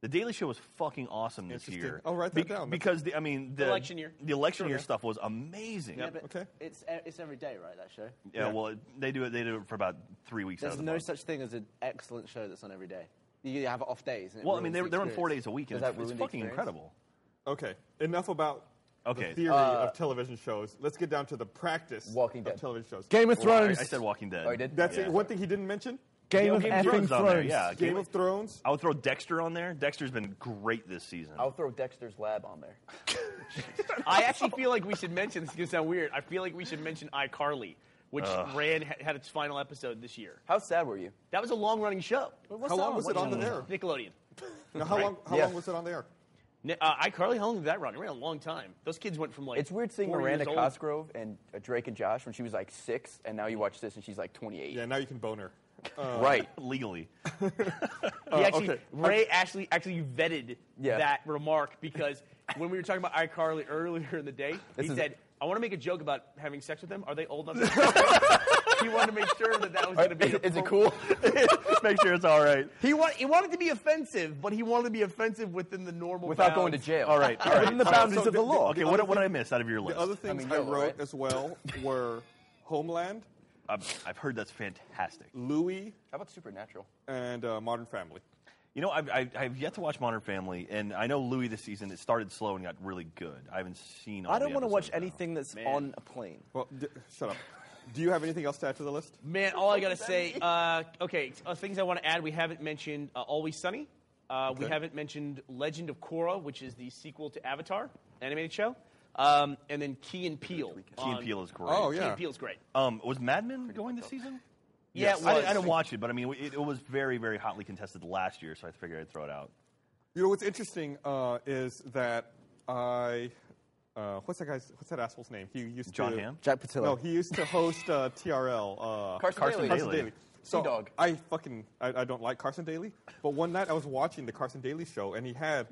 [SPEAKER 2] The Daily Show was fucking awesome this
[SPEAKER 1] Interesting.
[SPEAKER 2] year.
[SPEAKER 1] I'll write that down.
[SPEAKER 2] Because the, I mean, the
[SPEAKER 4] Election year.
[SPEAKER 2] the election
[SPEAKER 4] Sure,
[SPEAKER 2] year
[SPEAKER 4] yeah.
[SPEAKER 2] stuff was amazing.
[SPEAKER 11] Yeah, but
[SPEAKER 1] Okay.
[SPEAKER 11] It's, it's every day, right, that show?
[SPEAKER 2] Yeah, well, it- they do it. They do it for about three weeks. out
[SPEAKER 11] There's
[SPEAKER 2] of the
[SPEAKER 11] no
[SPEAKER 2] month.
[SPEAKER 11] such thing as an excellent show that's on every day. You have off days. And it
[SPEAKER 2] Well, I mean,
[SPEAKER 11] ruins
[SPEAKER 2] they're,
[SPEAKER 11] the
[SPEAKER 2] they're on four
[SPEAKER 11] experience.
[SPEAKER 2] days a week, and
[SPEAKER 11] Does
[SPEAKER 2] it's,
[SPEAKER 11] that
[SPEAKER 2] it's
[SPEAKER 11] ruin the
[SPEAKER 2] fucking
[SPEAKER 11] experience?
[SPEAKER 2] incredible.
[SPEAKER 1] Okay. Enough about
[SPEAKER 2] Okay,
[SPEAKER 1] the theory of television shows. Let's get down to the practice
[SPEAKER 3] uh, Walking
[SPEAKER 1] of
[SPEAKER 3] Dead.
[SPEAKER 1] television shows.
[SPEAKER 11] Game of
[SPEAKER 2] Well, I-
[SPEAKER 11] Thrones.
[SPEAKER 2] I, said Walking Dead.
[SPEAKER 3] Oh, you did?
[SPEAKER 1] That's
[SPEAKER 2] Yeah.
[SPEAKER 1] it. one thing he didn't mention.
[SPEAKER 11] Game
[SPEAKER 2] Yeah,
[SPEAKER 11] of
[SPEAKER 2] Game
[SPEAKER 11] effing
[SPEAKER 2] Thrones
[SPEAKER 11] Thrones.
[SPEAKER 2] on there, yeah.
[SPEAKER 1] Game, of Thrones.
[SPEAKER 2] I would throw Dexter on there. Dexter's been great this season.
[SPEAKER 3] I'll throw Dexter's Lab on there.
[SPEAKER 4] I actually feel like we should mention. This is gonna sound weird. I feel like we should mention iCarly, which ran had its final episode this year.
[SPEAKER 3] How sad were you?
[SPEAKER 4] That was a long running show.
[SPEAKER 1] How long was it on the air?
[SPEAKER 4] Nickelodeon.
[SPEAKER 1] Now, how long? How
[SPEAKER 3] Yeah.
[SPEAKER 1] long was it on there?
[SPEAKER 4] Ni- Uh, iCarly, how long did that run? It ran a long time. Those kids went from like
[SPEAKER 3] It's weird seeing
[SPEAKER 4] four
[SPEAKER 3] Miranda
[SPEAKER 4] years old-
[SPEAKER 3] Cosgrove and uh, Drake and Josh when she was like six, and now you watch this and she's like 28.
[SPEAKER 1] Yeah. Now you can bone her. Uh,
[SPEAKER 3] Right.
[SPEAKER 2] legally.
[SPEAKER 4] He actually,
[SPEAKER 1] okay.
[SPEAKER 4] Ray actually actually vetted
[SPEAKER 3] Oh, Yeah.
[SPEAKER 4] that remark because when we were talking about iCarly earlier in the day,
[SPEAKER 3] This
[SPEAKER 4] he
[SPEAKER 3] is-
[SPEAKER 4] said, "I want to make a joke about having sex with them. Are they old enough?" to-" he wanted to make sure that that was going to be.
[SPEAKER 3] Is, is it
[SPEAKER 4] appro-
[SPEAKER 3] cool?
[SPEAKER 2] Make sure it's all right.
[SPEAKER 4] He, wa- he wanted to be offensive, but he wanted to be offensive within the normal
[SPEAKER 3] Without going to
[SPEAKER 4] bounds.
[SPEAKER 3] jail.
[SPEAKER 2] All right. All right.
[SPEAKER 11] Within the
[SPEAKER 2] All right.
[SPEAKER 11] boundaries
[SPEAKER 1] so
[SPEAKER 11] of the,
[SPEAKER 1] the- the-
[SPEAKER 11] law.
[SPEAKER 2] Okay, what, what did I miss out of your list?
[SPEAKER 1] The other things I,
[SPEAKER 3] mean, yellow,
[SPEAKER 1] wrote
[SPEAKER 3] right?
[SPEAKER 1] as well were Homeland,
[SPEAKER 2] I've, I've heard that's fantastic.
[SPEAKER 1] Louie,
[SPEAKER 3] How about Supernatural?
[SPEAKER 1] and uh, Modern Family.
[SPEAKER 2] You know, I've, I've, I've yet to watch Modern Family, and I know Louis this season, it started slow and got really good. I haven't seen all
[SPEAKER 11] I don't
[SPEAKER 2] want to
[SPEAKER 11] watch anything that's on a plane.
[SPEAKER 1] Well, d- shut up. Do you have anything else to add to the list?
[SPEAKER 4] Man, all I gotta say, uh, okay, t- uh, things I want to add. We haven't mentioned uh, Always Sunny. Uh, We
[SPEAKER 1] Okay.
[SPEAKER 4] haven't mentioned Legend of Korra, which is the sequel to Avatar animated show, um, and then Key and Peele.
[SPEAKER 2] Key and Peele Oh, is great.
[SPEAKER 1] Oh,
[SPEAKER 4] Key and Peele's great.
[SPEAKER 2] Um, was Mad Men going this season?
[SPEAKER 4] Yeah, it
[SPEAKER 2] I, didn't, I
[SPEAKER 4] was.
[SPEAKER 2] didn't watch it, but I mean, it, it was very, very hotly contested last year, so I figured I'd throw it out.
[SPEAKER 1] You know what's interesting uh, is that I. Uh, what's that guy's? What's that asshole's name? He used
[SPEAKER 2] John
[SPEAKER 1] to
[SPEAKER 2] Hamm?
[SPEAKER 11] Jack Patillo.
[SPEAKER 1] No, he used to host uh, TRL. Uh,
[SPEAKER 2] Carson Carson Daly. Daly.
[SPEAKER 1] So
[SPEAKER 2] Sea Dog.
[SPEAKER 1] I fucking I, I don't like Carson Daly, but one night I was watching the Carson Daly show and he had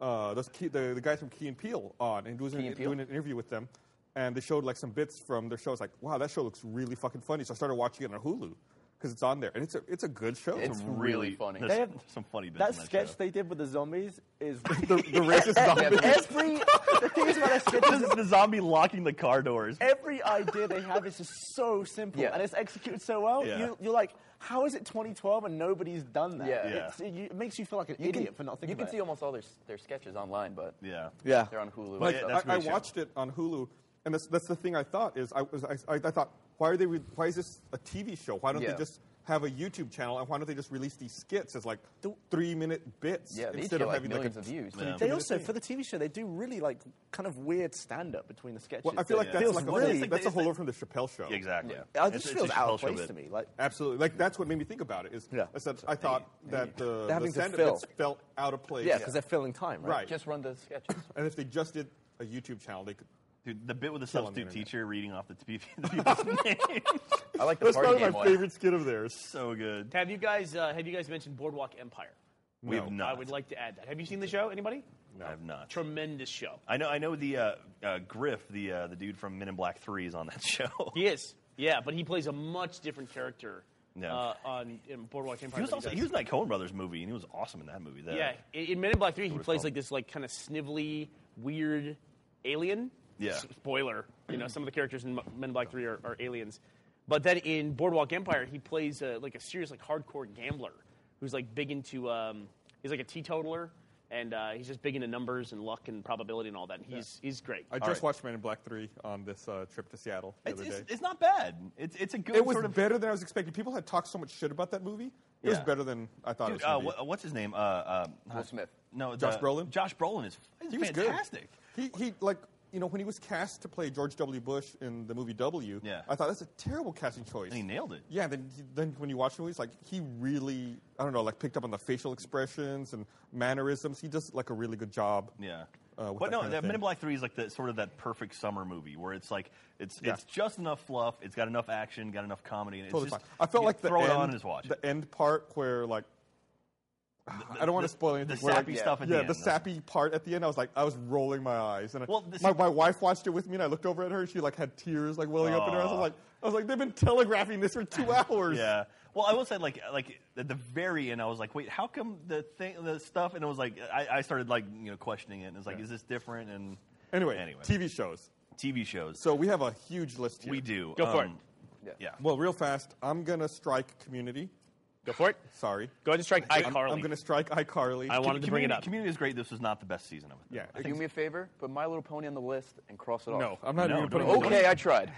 [SPEAKER 1] uh, those key, the, the guys from Key and Peele on and doing,
[SPEAKER 3] Key
[SPEAKER 1] an,
[SPEAKER 3] and Peele?
[SPEAKER 1] doing an interview with them, and they showed like some bits from their show. I was like, wow, that show looks really fucking funny. So I started watching it on Hulu because it's on there and it's a it's a good show.
[SPEAKER 3] It's really funny.
[SPEAKER 11] They have-
[SPEAKER 2] some funny
[SPEAKER 11] That sketch they did with the zombies is e-,
[SPEAKER 1] the, the racist zombies.
[SPEAKER 11] Every the thing is about that sketch is
[SPEAKER 2] the zombie locking the car doors.
[SPEAKER 11] every idea they have is just so simple
[SPEAKER 2] Yeah.
[SPEAKER 11] and it's executed so well.
[SPEAKER 2] Yeah.
[SPEAKER 11] You, you're like, how is it 2012 and nobody's done that?
[SPEAKER 3] Yeah. Yeah.
[SPEAKER 11] It's- It, you- it makes you feel like an idiot for not thinking
[SPEAKER 3] You can
[SPEAKER 11] about
[SPEAKER 3] see
[SPEAKER 11] it.
[SPEAKER 3] almost all their, s- their sketches online, but
[SPEAKER 2] yeah,
[SPEAKER 11] Yeah.
[SPEAKER 3] they're on Hulu.
[SPEAKER 1] Like,
[SPEAKER 3] and stuff.
[SPEAKER 1] I, I watched it on Hulu, and that's, that's the thing I thought is I was I, I, I thought why are they re- why is this a TV show? Why don't
[SPEAKER 3] Yeah.
[SPEAKER 1] they just have a YouTube channel and why don't they just release these skits as like three minute bits
[SPEAKER 3] Yeah, these
[SPEAKER 1] instead
[SPEAKER 3] get,
[SPEAKER 1] of
[SPEAKER 3] like,
[SPEAKER 1] having
[SPEAKER 3] millions
[SPEAKER 1] like a
[SPEAKER 3] of views.
[SPEAKER 1] three-
[SPEAKER 3] Yeah.
[SPEAKER 1] two
[SPEAKER 11] They
[SPEAKER 1] minute
[SPEAKER 11] also,
[SPEAKER 1] thing.
[SPEAKER 11] for the TV show, they do really like kind of weird stand up between the sketches.
[SPEAKER 1] well, I feel like
[SPEAKER 11] that
[SPEAKER 1] that's
[SPEAKER 11] feels
[SPEAKER 1] like a
[SPEAKER 11] really-
[SPEAKER 1] really, that's a holdover from the Chappelle show.
[SPEAKER 2] Exactly.
[SPEAKER 11] Yeah, it just feels out of place to me. Like,
[SPEAKER 1] Absolutely, like that's what made me think about it. Is
[SPEAKER 11] Yeah.
[SPEAKER 1] is that I thought that the,
[SPEAKER 11] They're having
[SPEAKER 1] the
[SPEAKER 11] to
[SPEAKER 1] stand-up
[SPEAKER 11] fill.
[SPEAKER 1] bits felt out of place.
[SPEAKER 11] yeah, because they're filling time, right?
[SPEAKER 1] right.
[SPEAKER 3] Just run the sketches.
[SPEAKER 1] and if they just did a YouTube channel, they could.
[SPEAKER 2] Dude, the bit with the
[SPEAKER 1] Kill on the
[SPEAKER 2] substitute
[SPEAKER 1] internet.
[SPEAKER 2] teacher reading off the t- the people's names.
[SPEAKER 3] I like the
[SPEAKER 1] That's
[SPEAKER 3] party
[SPEAKER 1] probably
[SPEAKER 3] game
[SPEAKER 1] my
[SPEAKER 3] one.
[SPEAKER 1] favorite skit of theirs.
[SPEAKER 2] So good.
[SPEAKER 4] Have you guys uh, have you guys mentioned Boardwalk Empire?
[SPEAKER 2] We have
[SPEAKER 4] I
[SPEAKER 2] not.
[SPEAKER 4] would like to add that. Have you seen the show? Anybody?
[SPEAKER 2] I have not.
[SPEAKER 4] Tremendous show.
[SPEAKER 2] I know. I know the uh, uh, Griff, the uh, the dude from Men in Black Three, is on that show.
[SPEAKER 4] He is. Yeah, but he plays a much different character
[SPEAKER 2] Yeah.
[SPEAKER 4] uh, on in Boardwalk Empire.
[SPEAKER 2] He was
[SPEAKER 4] than
[SPEAKER 2] also
[SPEAKER 4] does-
[SPEAKER 2] he was in that Coen Brothers movie, and he was awesome in that movie. The-
[SPEAKER 4] Yeah, in, in Men in Black Three, he
[SPEAKER 2] what it's
[SPEAKER 4] plays
[SPEAKER 2] called.
[SPEAKER 4] like this, like kind of snivelly, weird alien.
[SPEAKER 2] Yeah.
[SPEAKER 4] S- Spoiler, you know, some of the characters in M- Men in Black Three are, are aliens, but then in Boardwalk Empire, he plays uh, like a serious, like hardcore gambler who's like big into. Um, he's like a teetotaler, and uh, he's just big into numbers and luck and probability and all that. And he's he's great.
[SPEAKER 1] I
[SPEAKER 4] All
[SPEAKER 1] just
[SPEAKER 4] right.
[SPEAKER 1] watched Man in Black Three on this uh, trip to Seattle the
[SPEAKER 2] It's,
[SPEAKER 1] other day.
[SPEAKER 2] it's, it's not bad. It's it's a good
[SPEAKER 1] it was
[SPEAKER 2] sort of
[SPEAKER 1] better than I was expecting. People had talked so much shit about that movie. It was
[SPEAKER 2] Yeah.
[SPEAKER 1] better than I thought
[SPEAKER 2] Dude,
[SPEAKER 1] it was.
[SPEAKER 2] uh,
[SPEAKER 1] gonna be.
[SPEAKER 2] what, what's his name? Uh, uh,
[SPEAKER 3] Will Smith.
[SPEAKER 2] No,
[SPEAKER 1] Josh
[SPEAKER 2] the-
[SPEAKER 1] Brolin?
[SPEAKER 2] Josh Brolin is, is
[SPEAKER 1] he was
[SPEAKER 2] fantastic.
[SPEAKER 1] good. He he like you know when he was cast to play George W. Bush in the movie W.
[SPEAKER 2] Yeah.
[SPEAKER 1] I thought that's a terrible casting choice.
[SPEAKER 2] And he nailed it.
[SPEAKER 1] Yeah. Then then when you watch the movies, like he really I don't know like picked up on the facial expressions and mannerisms. He does like a really good job.
[SPEAKER 2] Yeah.
[SPEAKER 1] Uh, with that
[SPEAKER 2] but no,
[SPEAKER 1] kind of
[SPEAKER 2] that Men in
[SPEAKER 1] thing.
[SPEAKER 2] Black Three is like the sort of that perfect summer movie where it's like it's
[SPEAKER 1] Yeah.
[SPEAKER 2] it's just enough fluff, it's got enough action, got enough comedy, and it's
[SPEAKER 1] Totally
[SPEAKER 2] just
[SPEAKER 1] fine. I felt
[SPEAKER 2] you
[SPEAKER 1] like the
[SPEAKER 2] throw
[SPEAKER 1] end,
[SPEAKER 2] it on and just watch. it.
[SPEAKER 1] the end part where like. I don't want to
[SPEAKER 2] the-
[SPEAKER 1] spoil
[SPEAKER 2] the
[SPEAKER 1] anything. where, like,
[SPEAKER 2] sappy stuff at
[SPEAKER 1] yeah,
[SPEAKER 2] the end,
[SPEAKER 1] the
[SPEAKER 2] though.
[SPEAKER 1] sappy part at the end. I was like, I was rolling my eyes, and I-
[SPEAKER 2] Well, this
[SPEAKER 1] my,
[SPEAKER 2] is-
[SPEAKER 1] my wife watched it with me, and I looked over at her, and she like had tears like welling up in her eyes. I was
[SPEAKER 2] Aw.
[SPEAKER 1] like, I was like, they've been telegraphing this for two hours.
[SPEAKER 2] Yeah. Well, I will say, like, like at the very end, I was like, wait, how come the thing, the stuff, and it was like, I, I started like, you know, questioning it, and it's like, is this different? And
[SPEAKER 1] Anyway,
[SPEAKER 2] anyway, TV,
[SPEAKER 1] TV shows.
[SPEAKER 2] shows.
[SPEAKER 1] So we have a huge list here.
[SPEAKER 2] we do um,
[SPEAKER 4] Go for
[SPEAKER 2] Yeah.
[SPEAKER 3] Yeah.
[SPEAKER 1] Well, real fast, I'm gonna strike Community.
[SPEAKER 4] Go for it.
[SPEAKER 1] Sorry,
[SPEAKER 4] Go ahead and strike
[SPEAKER 1] I'm,
[SPEAKER 4] iCarly.
[SPEAKER 1] I'm gonna strike iCarly.
[SPEAKER 4] I wanted to bring it
[SPEAKER 2] Community-
[SPEAKER 4] up.
[SPEAKER 2] Community is great. This was not the best season of it.
[SPEAKER 1] Yeah.
[SPEAKER 3] Do me a favor, put My Little Pony on the list and cross it off.
[SPEAKER 1] No, I'm not
[SPEAKER 2] No,
[SPEAKER 1] even gonna
[SPEAKER 2] don't
[SPEAKER 1] put it. um,
[SPEAKER 3] Okay, I tried.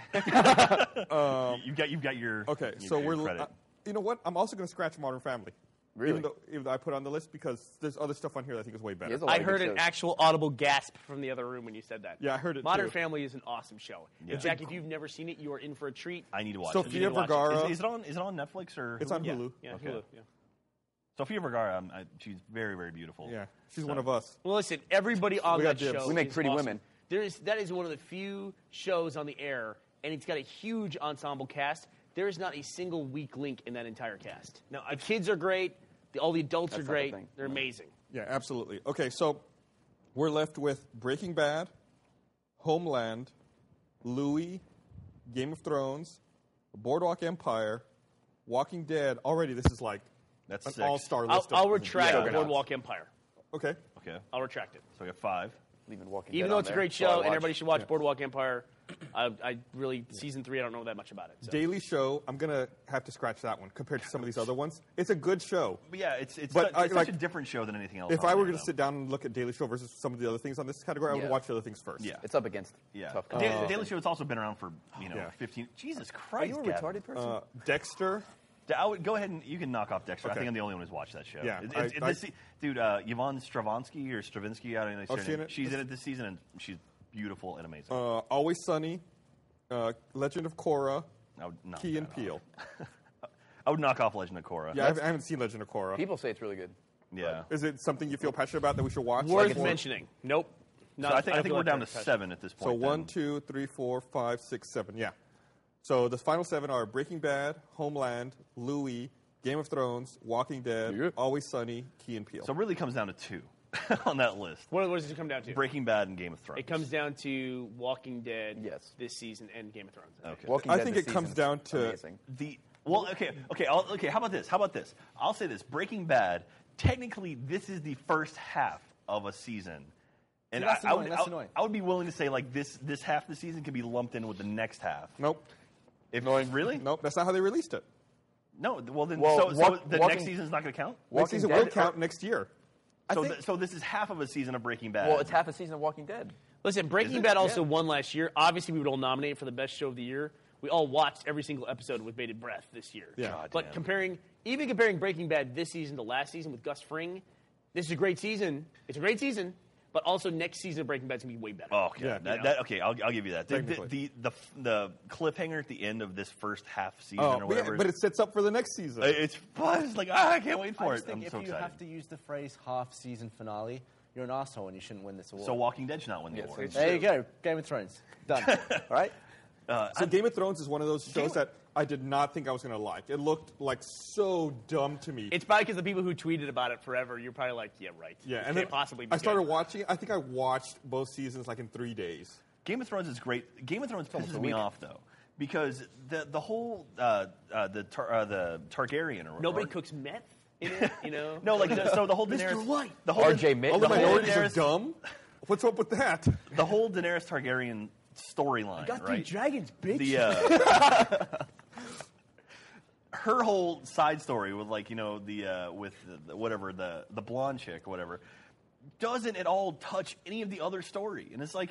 [SPEAKER 2] You- You've got, you've got your.
[SPEAKER 1] Okay,
[SPEAKER 2] your-
[SPEAKER 1] so
[SPEAKER 2] your
[SPEAKER 1] we're.
[SPEAKER 2] credit.
[SPEAKER 1] Uh, you know what? I'm also going to scratch Modern Family.
[SPEAKER 3] Really?
[SPEAKER 1] Even though, even though I put it on the list because there's other stuff on here that I think is way better.
[SPEAKER 3] There's a lot
[SPEAKER 4] I
[SPEAKER 3] of
[SPEAKER 4] heard
[SPEAKER 3] good
[SPEAKER 4] an
[SPEAKER 3] shows.
[SPEAKER 4] actual audible gasp from the other room when you said that.
[SPEAKER 1] Yeah, I heard it,
[SPEAKER 4] Modern
[SPEAKER 1] too.
[SPEAKER 4] Family is an awesome show.
[SPEAKER 2] Yeah.
[SPEAKER 4] Jack, if you've never seen it, you are in for a treat.
[SPEAKER 2] I need to watch.
[SPEAKER 1] Sofia
[SPEAKER 2] it.
[SPEAKER 4] watch it.
[SPEAKER 1] Vergara.
[SPEAKER 2] Is, is it on? Is it on Netflix or?
[SPEAKER 1] It's on
[SPEAKER 4] yeah,
[SPEAKER 1] Hulu.
[SPEAKER 4] Yeah,
[SPEAKER 2] Okay.
[SPEAKER 4] Hulu. Yeah.
[SPEAKER 2] Sofia Vergara. Um, I, she's very, very beautiful.
[SPEAKER 1] Yeah, she's one of us.
[SPEAKER 4] Well, listen, everybody on
[SPEAKER 1] We got
[SPEAKER 4] that
[SPEAKER 1] dibs.
[SPEAKER 4] show.
[SPEAKER 3] We make
[SPEAKER 4] is
[SPEAKER 3] pretty
[SPEAKER 4] awesome.
[SPEAKER 3] women.
[SPEAKER 4] There is that is one of the few shows on the air, and it's got a huge ensemble cast. There is not a single weak link in that entire cast. No, the kids are great. The, all the adults are
[SPEAKER 3] That's not the
[SPEAKER 4] great.
[SPEAKER 3] thing.
[SPEAKER 4] They're amazing.
[SPEAKER 1] Yeah, absolutely. Okay, so we're left with Breaking Bad, Homeland, Louis, Game of Thrones, Boardwalk Empire, Walking Dead. Already, this is like
[SPEAKER 2] That's
[SPEAKER 1] an
[SPEAKER 2] six.
[SPEAKER 1] all-star
[SPEAKER 4] I'll,
[SPEAKER 1] list.
[SPEAKER 4] I'll
[SPEAKER 1] of
[SPEAKER 4] retract
[SPEAKER 2] Yeah.
[SPEAKER 4] Boardwalk Empire.
[SPEAKER 1] Okay.
[SPEAKER 2] Okay.
[SPEAKER 4] I'll retract it.
[SPEAKER 2] So I got five.
[SPEAKER 3] leaving Walking Dead
[SPEAKER 4] Even though
[SPEAKER 3] on
[SPEAKER 4] it's a
[SPEAKER 3] there,
[SPEAKER 4] great
[SPEAKER 3] so I
[SPEAKER 4] show and
[SPEAKER 3] watch
[SPEAKER 4] everybody should watch
[SPEAKER 3] it.
[SPEAKER 4] Boardwalk Empire, I, I really season three. I don't know that much about it. so.
[SPEAKER 1] Daily Show. I'm gonna have to scratch that one compared to some of these other ones. It's a good show.
[SPEAKER 2] But yeah, it's it's,
[SPEAKER 1] But
[SPEAKER 2] such,
[SPEAKER 1] I-
[SPEAKER 2] it's
[SPEAKER 1] like-
[SPEAKER 2] such a different show than anything else.
[SPEAKER 1] If
[SPEAKER 2] on
[SPEAKER 1] I were
[SPEAKER 2] there,
[SPEAKER 1] going to sit down and look at Daily Show versus some of the other things on this category, I would
[SPEAKER 2] Yeah.
[SPEAKER 1] watch the other things first.
[SPEAKER 2] Yeah.
[SPEAKER 3] It's up against
[SPEAKER 2] Yeah.
[SPEAKER 3] tough
[SPEAKER 2] though. Daily,
[SPEAKER 1] Uh,
[SPEAKER 2] Daily Show has also been around for you know
[SPEAKER 1] Yeah.
[SPEAKER 2] 15. Jesus Christ!
[SPEAKER 3] you a
[SPEAKER 2] Gavin.
[SPEAKER 3] retarded person? Uh,
[SPEAKER 1] Dexter.
[SPEAKER 2] I would go ahead and you can knock off Dexter. I
[SPEAKER 1] Okay.
[SPEAKER 2] think I'm the only one who's watched that show.
[SPEAKER 1] Yeah,
[SPEAKER 2] It-
[SPEAKER 1] I-
[SPEAKER 2] it's- it-
[SPEAKER 1] I-
[SPEAKER 2] this se- dude, uh, Yvonne Stravinsky or Stravinsky. I don't know.
[SPEAKER 1] Oh,
[SPEAKER 2] her
[SPEAKER 1] she in
[SPEAKER 2] name.
[SPEAKER 1] it?
[SPEAKER 2] She's in it this season and she's beautiful and amazing.
[SPEAKER 1] Uh, Always Sunny, uh, Legend of Korra,
[SPEAKER 2] I would knock
[SPEAKER 1] Key and Peele.
[SPEAKER 2] I would knock off Legend of Korra.
[SPEAKER 1] Yeah, I haven't- I haven't seen Legend of Korra.
[SPEAKER 3] People say it's really good.
[SPEAKER 2] yeah.
[SPEAKER 1] Is it something you feel passionate about that we should watch?
[SPEAKER 4] Worth
[SPEAKER 1] Like, if-
[SPEAKER 4] mentioning. Nope.
[SPEAKER 2] So
[SPEAKER 4] Not-
[SPEAKER 2] I think, I
[SPEAKER 4] don't
[SPEAKER 2] think
[SPEAKER 4] feel
[SPEAKER 2] we're
[SPEAKER 4] like
[SPEAKER 2] down to
[SPEAKER 4] they're impressed.
[SPEAKER 2] seven at this point.
[SPEAKER 1] So
[SPEAKER 2] then.
[SPEAKER 1] one, two, three, four, five, six, seven. Yeah. So the final seven are Breaking Bad, Homeland, Louis, Game of Thrones, Walking Dead, Always Sunny, Key and Peele.
[SPEAKER 2] So it really comes down to two on that list:
[SPEAKER 4] What, what does it come down to?
[SPEAKER 2] Breaking Bad and Game of Thrones.
[SPEAKER 4] It comes down to Walking Dead
[SPEAKER 3] Yes.
[SPEAKER 4] this season and Game of Thrones.
[SPEAKER 2] Okay.
[SPEAKER 3] Walking
[SPEAKER 1] I
[SPEAKER 3] Dead
[SPEAKER 1] think
[SPEAKER 3] this
[SPEAKER 1] it comes
[SPEAKER 3] season's
[SPEAKER 1] down to-
[SPEAKER 3] amazing.
[SPEAKER 2] The well, okay, okay, I'll, okay. How about this? How about this? I'll say this: Breaking Bad. Technically, this is the first half of a season, and
[SPEAKER 11] See, that's
[SPEAKER 2] I, I
[SPEAKER 11] annoying,
[SPEAKER 2] would
[SPEAKER 11] that's
[SPEAKER 2] I-
[SPEAKER 11] annoying.
[SPEAKER 2] I would be willing to say like this this half of the season can be lumped in with the next half.
[SPEAKER 1] Nope.
[SPEAKER 2] If really
[SPEAKER 1] Nope. That's not how they released it.
[SPEAKER 2] no, th- well then
[SPEAKER 3] Well,
[SPEAKER 2] so, so
[SPEAKER 3] Walk-
[SPEAKER 2] the next
[SPEAKER 3] Walking-
[SPEAKER 2] season's not going to count.
[SPEAKER 1] Next
[SPEAKER 3] Walking
[SPEAKER 1] season
[SPEAKER 3] Dead uh,
[SPEAKER 1] will count next year.
[SPEAKER 2] so
[SPEAKER 3] think-
[SPEAKER 2] th- so this is half of a season of Breaking Bad.
[SPEAKER 3] Well, it's half a season of Walking Dead.
[SPEAKER 4] Listen,
[SPEAKER 2] Is
[SPEAKER 4] Breaking
[SPEAKER 2] it?
[SPEAKER 4] Bad also
[SPEAKER 2] Yeah.
[SPEAKER 4] won last year. Obviously, we would all nominate it for the best show of the year. We all watched every single episode with bated breath this year.
[SPEAKER 1] Yeah. God
[SPEAKER 4] but
[SPEAKER 2] damn.
[SPEAKER 4] comparing, even comparing Breaking Bad this season to last season with Gus Fring, this is a great season. It's a great season, but also next season of Breaking Bad's gonna be way better.
[SPEAKER 2] Oh, okay.
[SPEAKER 1] Yeah.
[SPEAKER 2] that, that, okay, I'll, I'll give you that. The, the,
[SPEAKER 1] Technically.
[SPEAKER 2] the, the, f- the cliffhanger at the end of this first half season
[SPEAKER 1] Oh,
[SPEAKER 2] or
[SPEAKER 1] but, yeah,
[SPEAKER 2] whatever.
[SPEAKER 1] but it sets up for the next season.
[SPEAKER 2] Uh, It's fun. It's like ah, I can't wait for
[SPEAKER 11] I
[SPEAKER 2] it.
[SPEAKER 11] just think
[SPEAKER 2] I'm
[SPEAKER 11] if
[SPEAKER 2] so
[SPEAKER 11] you
[SPEAKER 2] excited.
[SPEAKER 11] have to use the phrase half season finale, you're an asshole and you shouldn't win this award.
[SPEAKER 2] So Walking Dead should not win the
[SPEAKER 3] Yes,
[SPEAKER 2] award.
[SPEAKER 3] it's-
[SPEAKER 11] there you go, Game of Thrones. Done. All right?
[SPEAKER 1] So Game of Thrones is one of those
[SPEAKER 2] Game
[SPEAKER 1] shows
[SPEAKER 2] of-
[SPEAKER 1] that I did not think I was going to like. It looked like so dumb to me.
[SPEAKER 4] It's probably because the people who tweeted about it forever, you're probably like, yeah, right.
[SPEAKER 1] yeah,
[SPEAKER 4] This
[SPEAKER 1] and then
[SPEAKER 4] can't possibly. Be
[SPEAKER 1] I started
[SPEAKER 4] good.
[SPEAKER 1] watching. it. I think I watched both seasons like in three days.
[SPEAKER 2] Game of Thrones is great. Game of Thrones pisses
[SPEAKER 3] a
[SPEAKER 2] me
[SPEAKER 3] week.
[SPEAKER 2] off though because the the whole uh, uh, the tar- uh, the Targaryen or
[SPEAKER 4] Nobody
[SPEAKER 2] or-
[SPEAKER 4] cooks meth in it, you know.
[SPEAKER 2] No, like the, so the whole Daenerys. The whole
[SPEAKER 3] RJ Mitt-
[SPEAKER 1] All the
[SPEAKER 3] The whole
[SPEAKER 1] minorities are
[SPEAKER 2] Daenerys-
[SPEAKER 1] dumb. What's up with that?
[SPEAKER 2] the whole Daenerys Targaryen storyline.
[SPEAKER 4] got
[SPEAKER 2] right?
[SPEAKER 4] through dragons, bitch.
[SPEAKER 2] The, uh, her whole side story with like you know the uh, with the, the- whatever the the blonde chick whatever doesn't at all touch any of the other story, and it's like.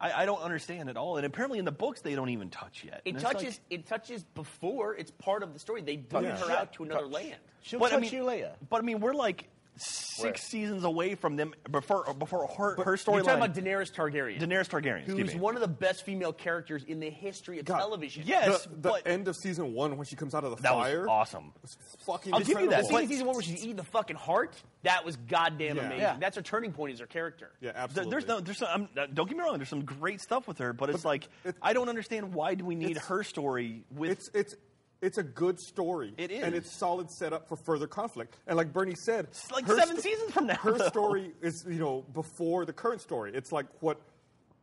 [SPEAKER 2] I, I don't understand at all, and apparently in the books they don't even touch yet.
[SPEAKER 4] it
[SPEAKER 2] And it's like-
[SPEAKER 4] touches. it touches before. It's part of the story. They bring
[SPEAKER 1] Yeah.
[SPEAKER 4] her out to another land.
[SPEAKER 11] She'll
[SPEAKER 2] But, I
[SPEAKER 11] touch
[SPEAKER 2] mean-
[SPEAKER 11] you later.
[SPEAKER 2] But I mean, we're like six seasons away from them before before her, her
[SPEAKER 4] You're talking about
[SPEAKER 2] storyline.
[SPEAKER 4] Daenerys Targaryen.
[SPEAKER 2] Daenerys Targaryen, excuse
[SPEAKER 4] who's
[SPEAKER 2] me.
[SPEAKER 4] one of the best female characters in the history of
[SPEAKER 1] God,
[SPEAKER 4] television.
[SPEAKER 2] yes,
[SPEAKER 1] the the
[SPEAKER 2] but
[SPEAKER 1] end of season one when she comes out of the
[SPEAKER 2] that
[SPEAKER 1] fire.
[SPEAKER 2] was awesome.
[SPEAKER 1] It's fucking
[SPEAKER 2] I'll give you
[SPEAKER 1] incredible.
[SPEAKER 2] that,
[SPEAKER 4] the scene in season one where she's eating the fucking heart. That was goddamn
[SPEAKER 1] Yeah.
[SPEAKER 4] amazing.
[SPEAKER 1] Yeah.
[SPEAKER 4] That's her turning point as her character.
[SPEAKER 1] yeah,
[SPEAKER 2] Th-
[SPEAKER 1] absolutely.
[SPEAKER 2] There's no, there's some, I'm, uh, don't get me wrong. There's some great stuff with her, but it's
[SPEAKER 1] But
[SPEAKER 2] like
[SPEAKER 1] it-
[SPEAKER 2] I don't understand why do we need
[SPEAKER 1] it's-
[SPEAKER 2] her story with
[SPEAKER 1] It's it's it's a good story.
[SPEAKER 2] It
[SPEAKER 1] and
[SPEAKER 2] is.
[SPEAKER 1] it's solid setup for further conflict. And like Bernie said,
[SPEAKER 2] It's like seven seasons from now,
[SPEAKER 1] Her
[SPEAKER 2] though.
[SPEAKER 1] story is you know before the current story. It's like what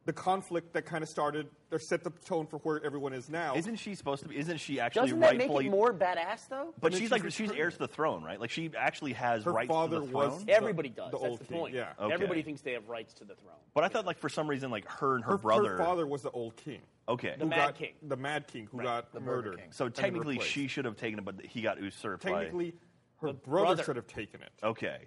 [SPEAKER 1] the conflict that kind of started or set the tone for where everyone is now.
[SPEAKER 2] Isn't she supposed to be? Isn't she actually
[SPEAKER 4] Doesn't that make
[SPEAKER 2] rightfully?
[SPEAKER 4] it more badass though?
[SPEAKER 2] but
[SPEAKER 1] I mean,
[SPEAKER 2] she's
[SPEAKER 1] she's
[SPEAKER 2] like
[SPEAKER 1] a
[SPEAKER 2] she's
[SPEAKER 1] true-
[SPEAKER 2] heir to the throne, right? Like she actually has
[SPEAKER 1] her
[SPEAKER 2] rights
[SPEAKER 1] father
[SPEAKER 2] to the throne.
[SPEAKER 1] was the-
[SPEAKER 4] Everybody does.
[SPEAKER 1] The
[SPEAKER 4] That's
[SPEAKER 1] old
[SPEAKER 4] the
[SPEAKER 1] king.
[SPEAKER 4] point.
[SPEAKER 1] Yeah.
[SPEAKER 2] Okay.
[SPEAKER 4] Everybody thinks they have rights to the throne.
[SPEAKER 2] but I thought like for some reason like her and her,
[SPEAKER 1] Her,
[SPEAKER 2] brother.
[SPEAKER 1] her father was the old king.
[SPEAKER 2] okay.
[SPEAKER 4] The Mad
[SPEAKER 1] got-
[SPEAKER 4] King.
[SPEAKER 1] The Mad King who got
[SPEAKER 3] Burger
[SPEAKER 1] murdered.
[SPEAKER 3] King.
[SPEAKER 2] so
[SPEAKER 1] and
[SPEAKER 2] technically
[SPEAKER 1] replaced.
[SPEAKER 2] she should have taken it, but he got usurped. by-
[SPEAKER 1] Technically, her brother,
[SPEAKER 4] brother.
[SPEAKER 1] should have taken it.
[SPEAKER 2] Okay.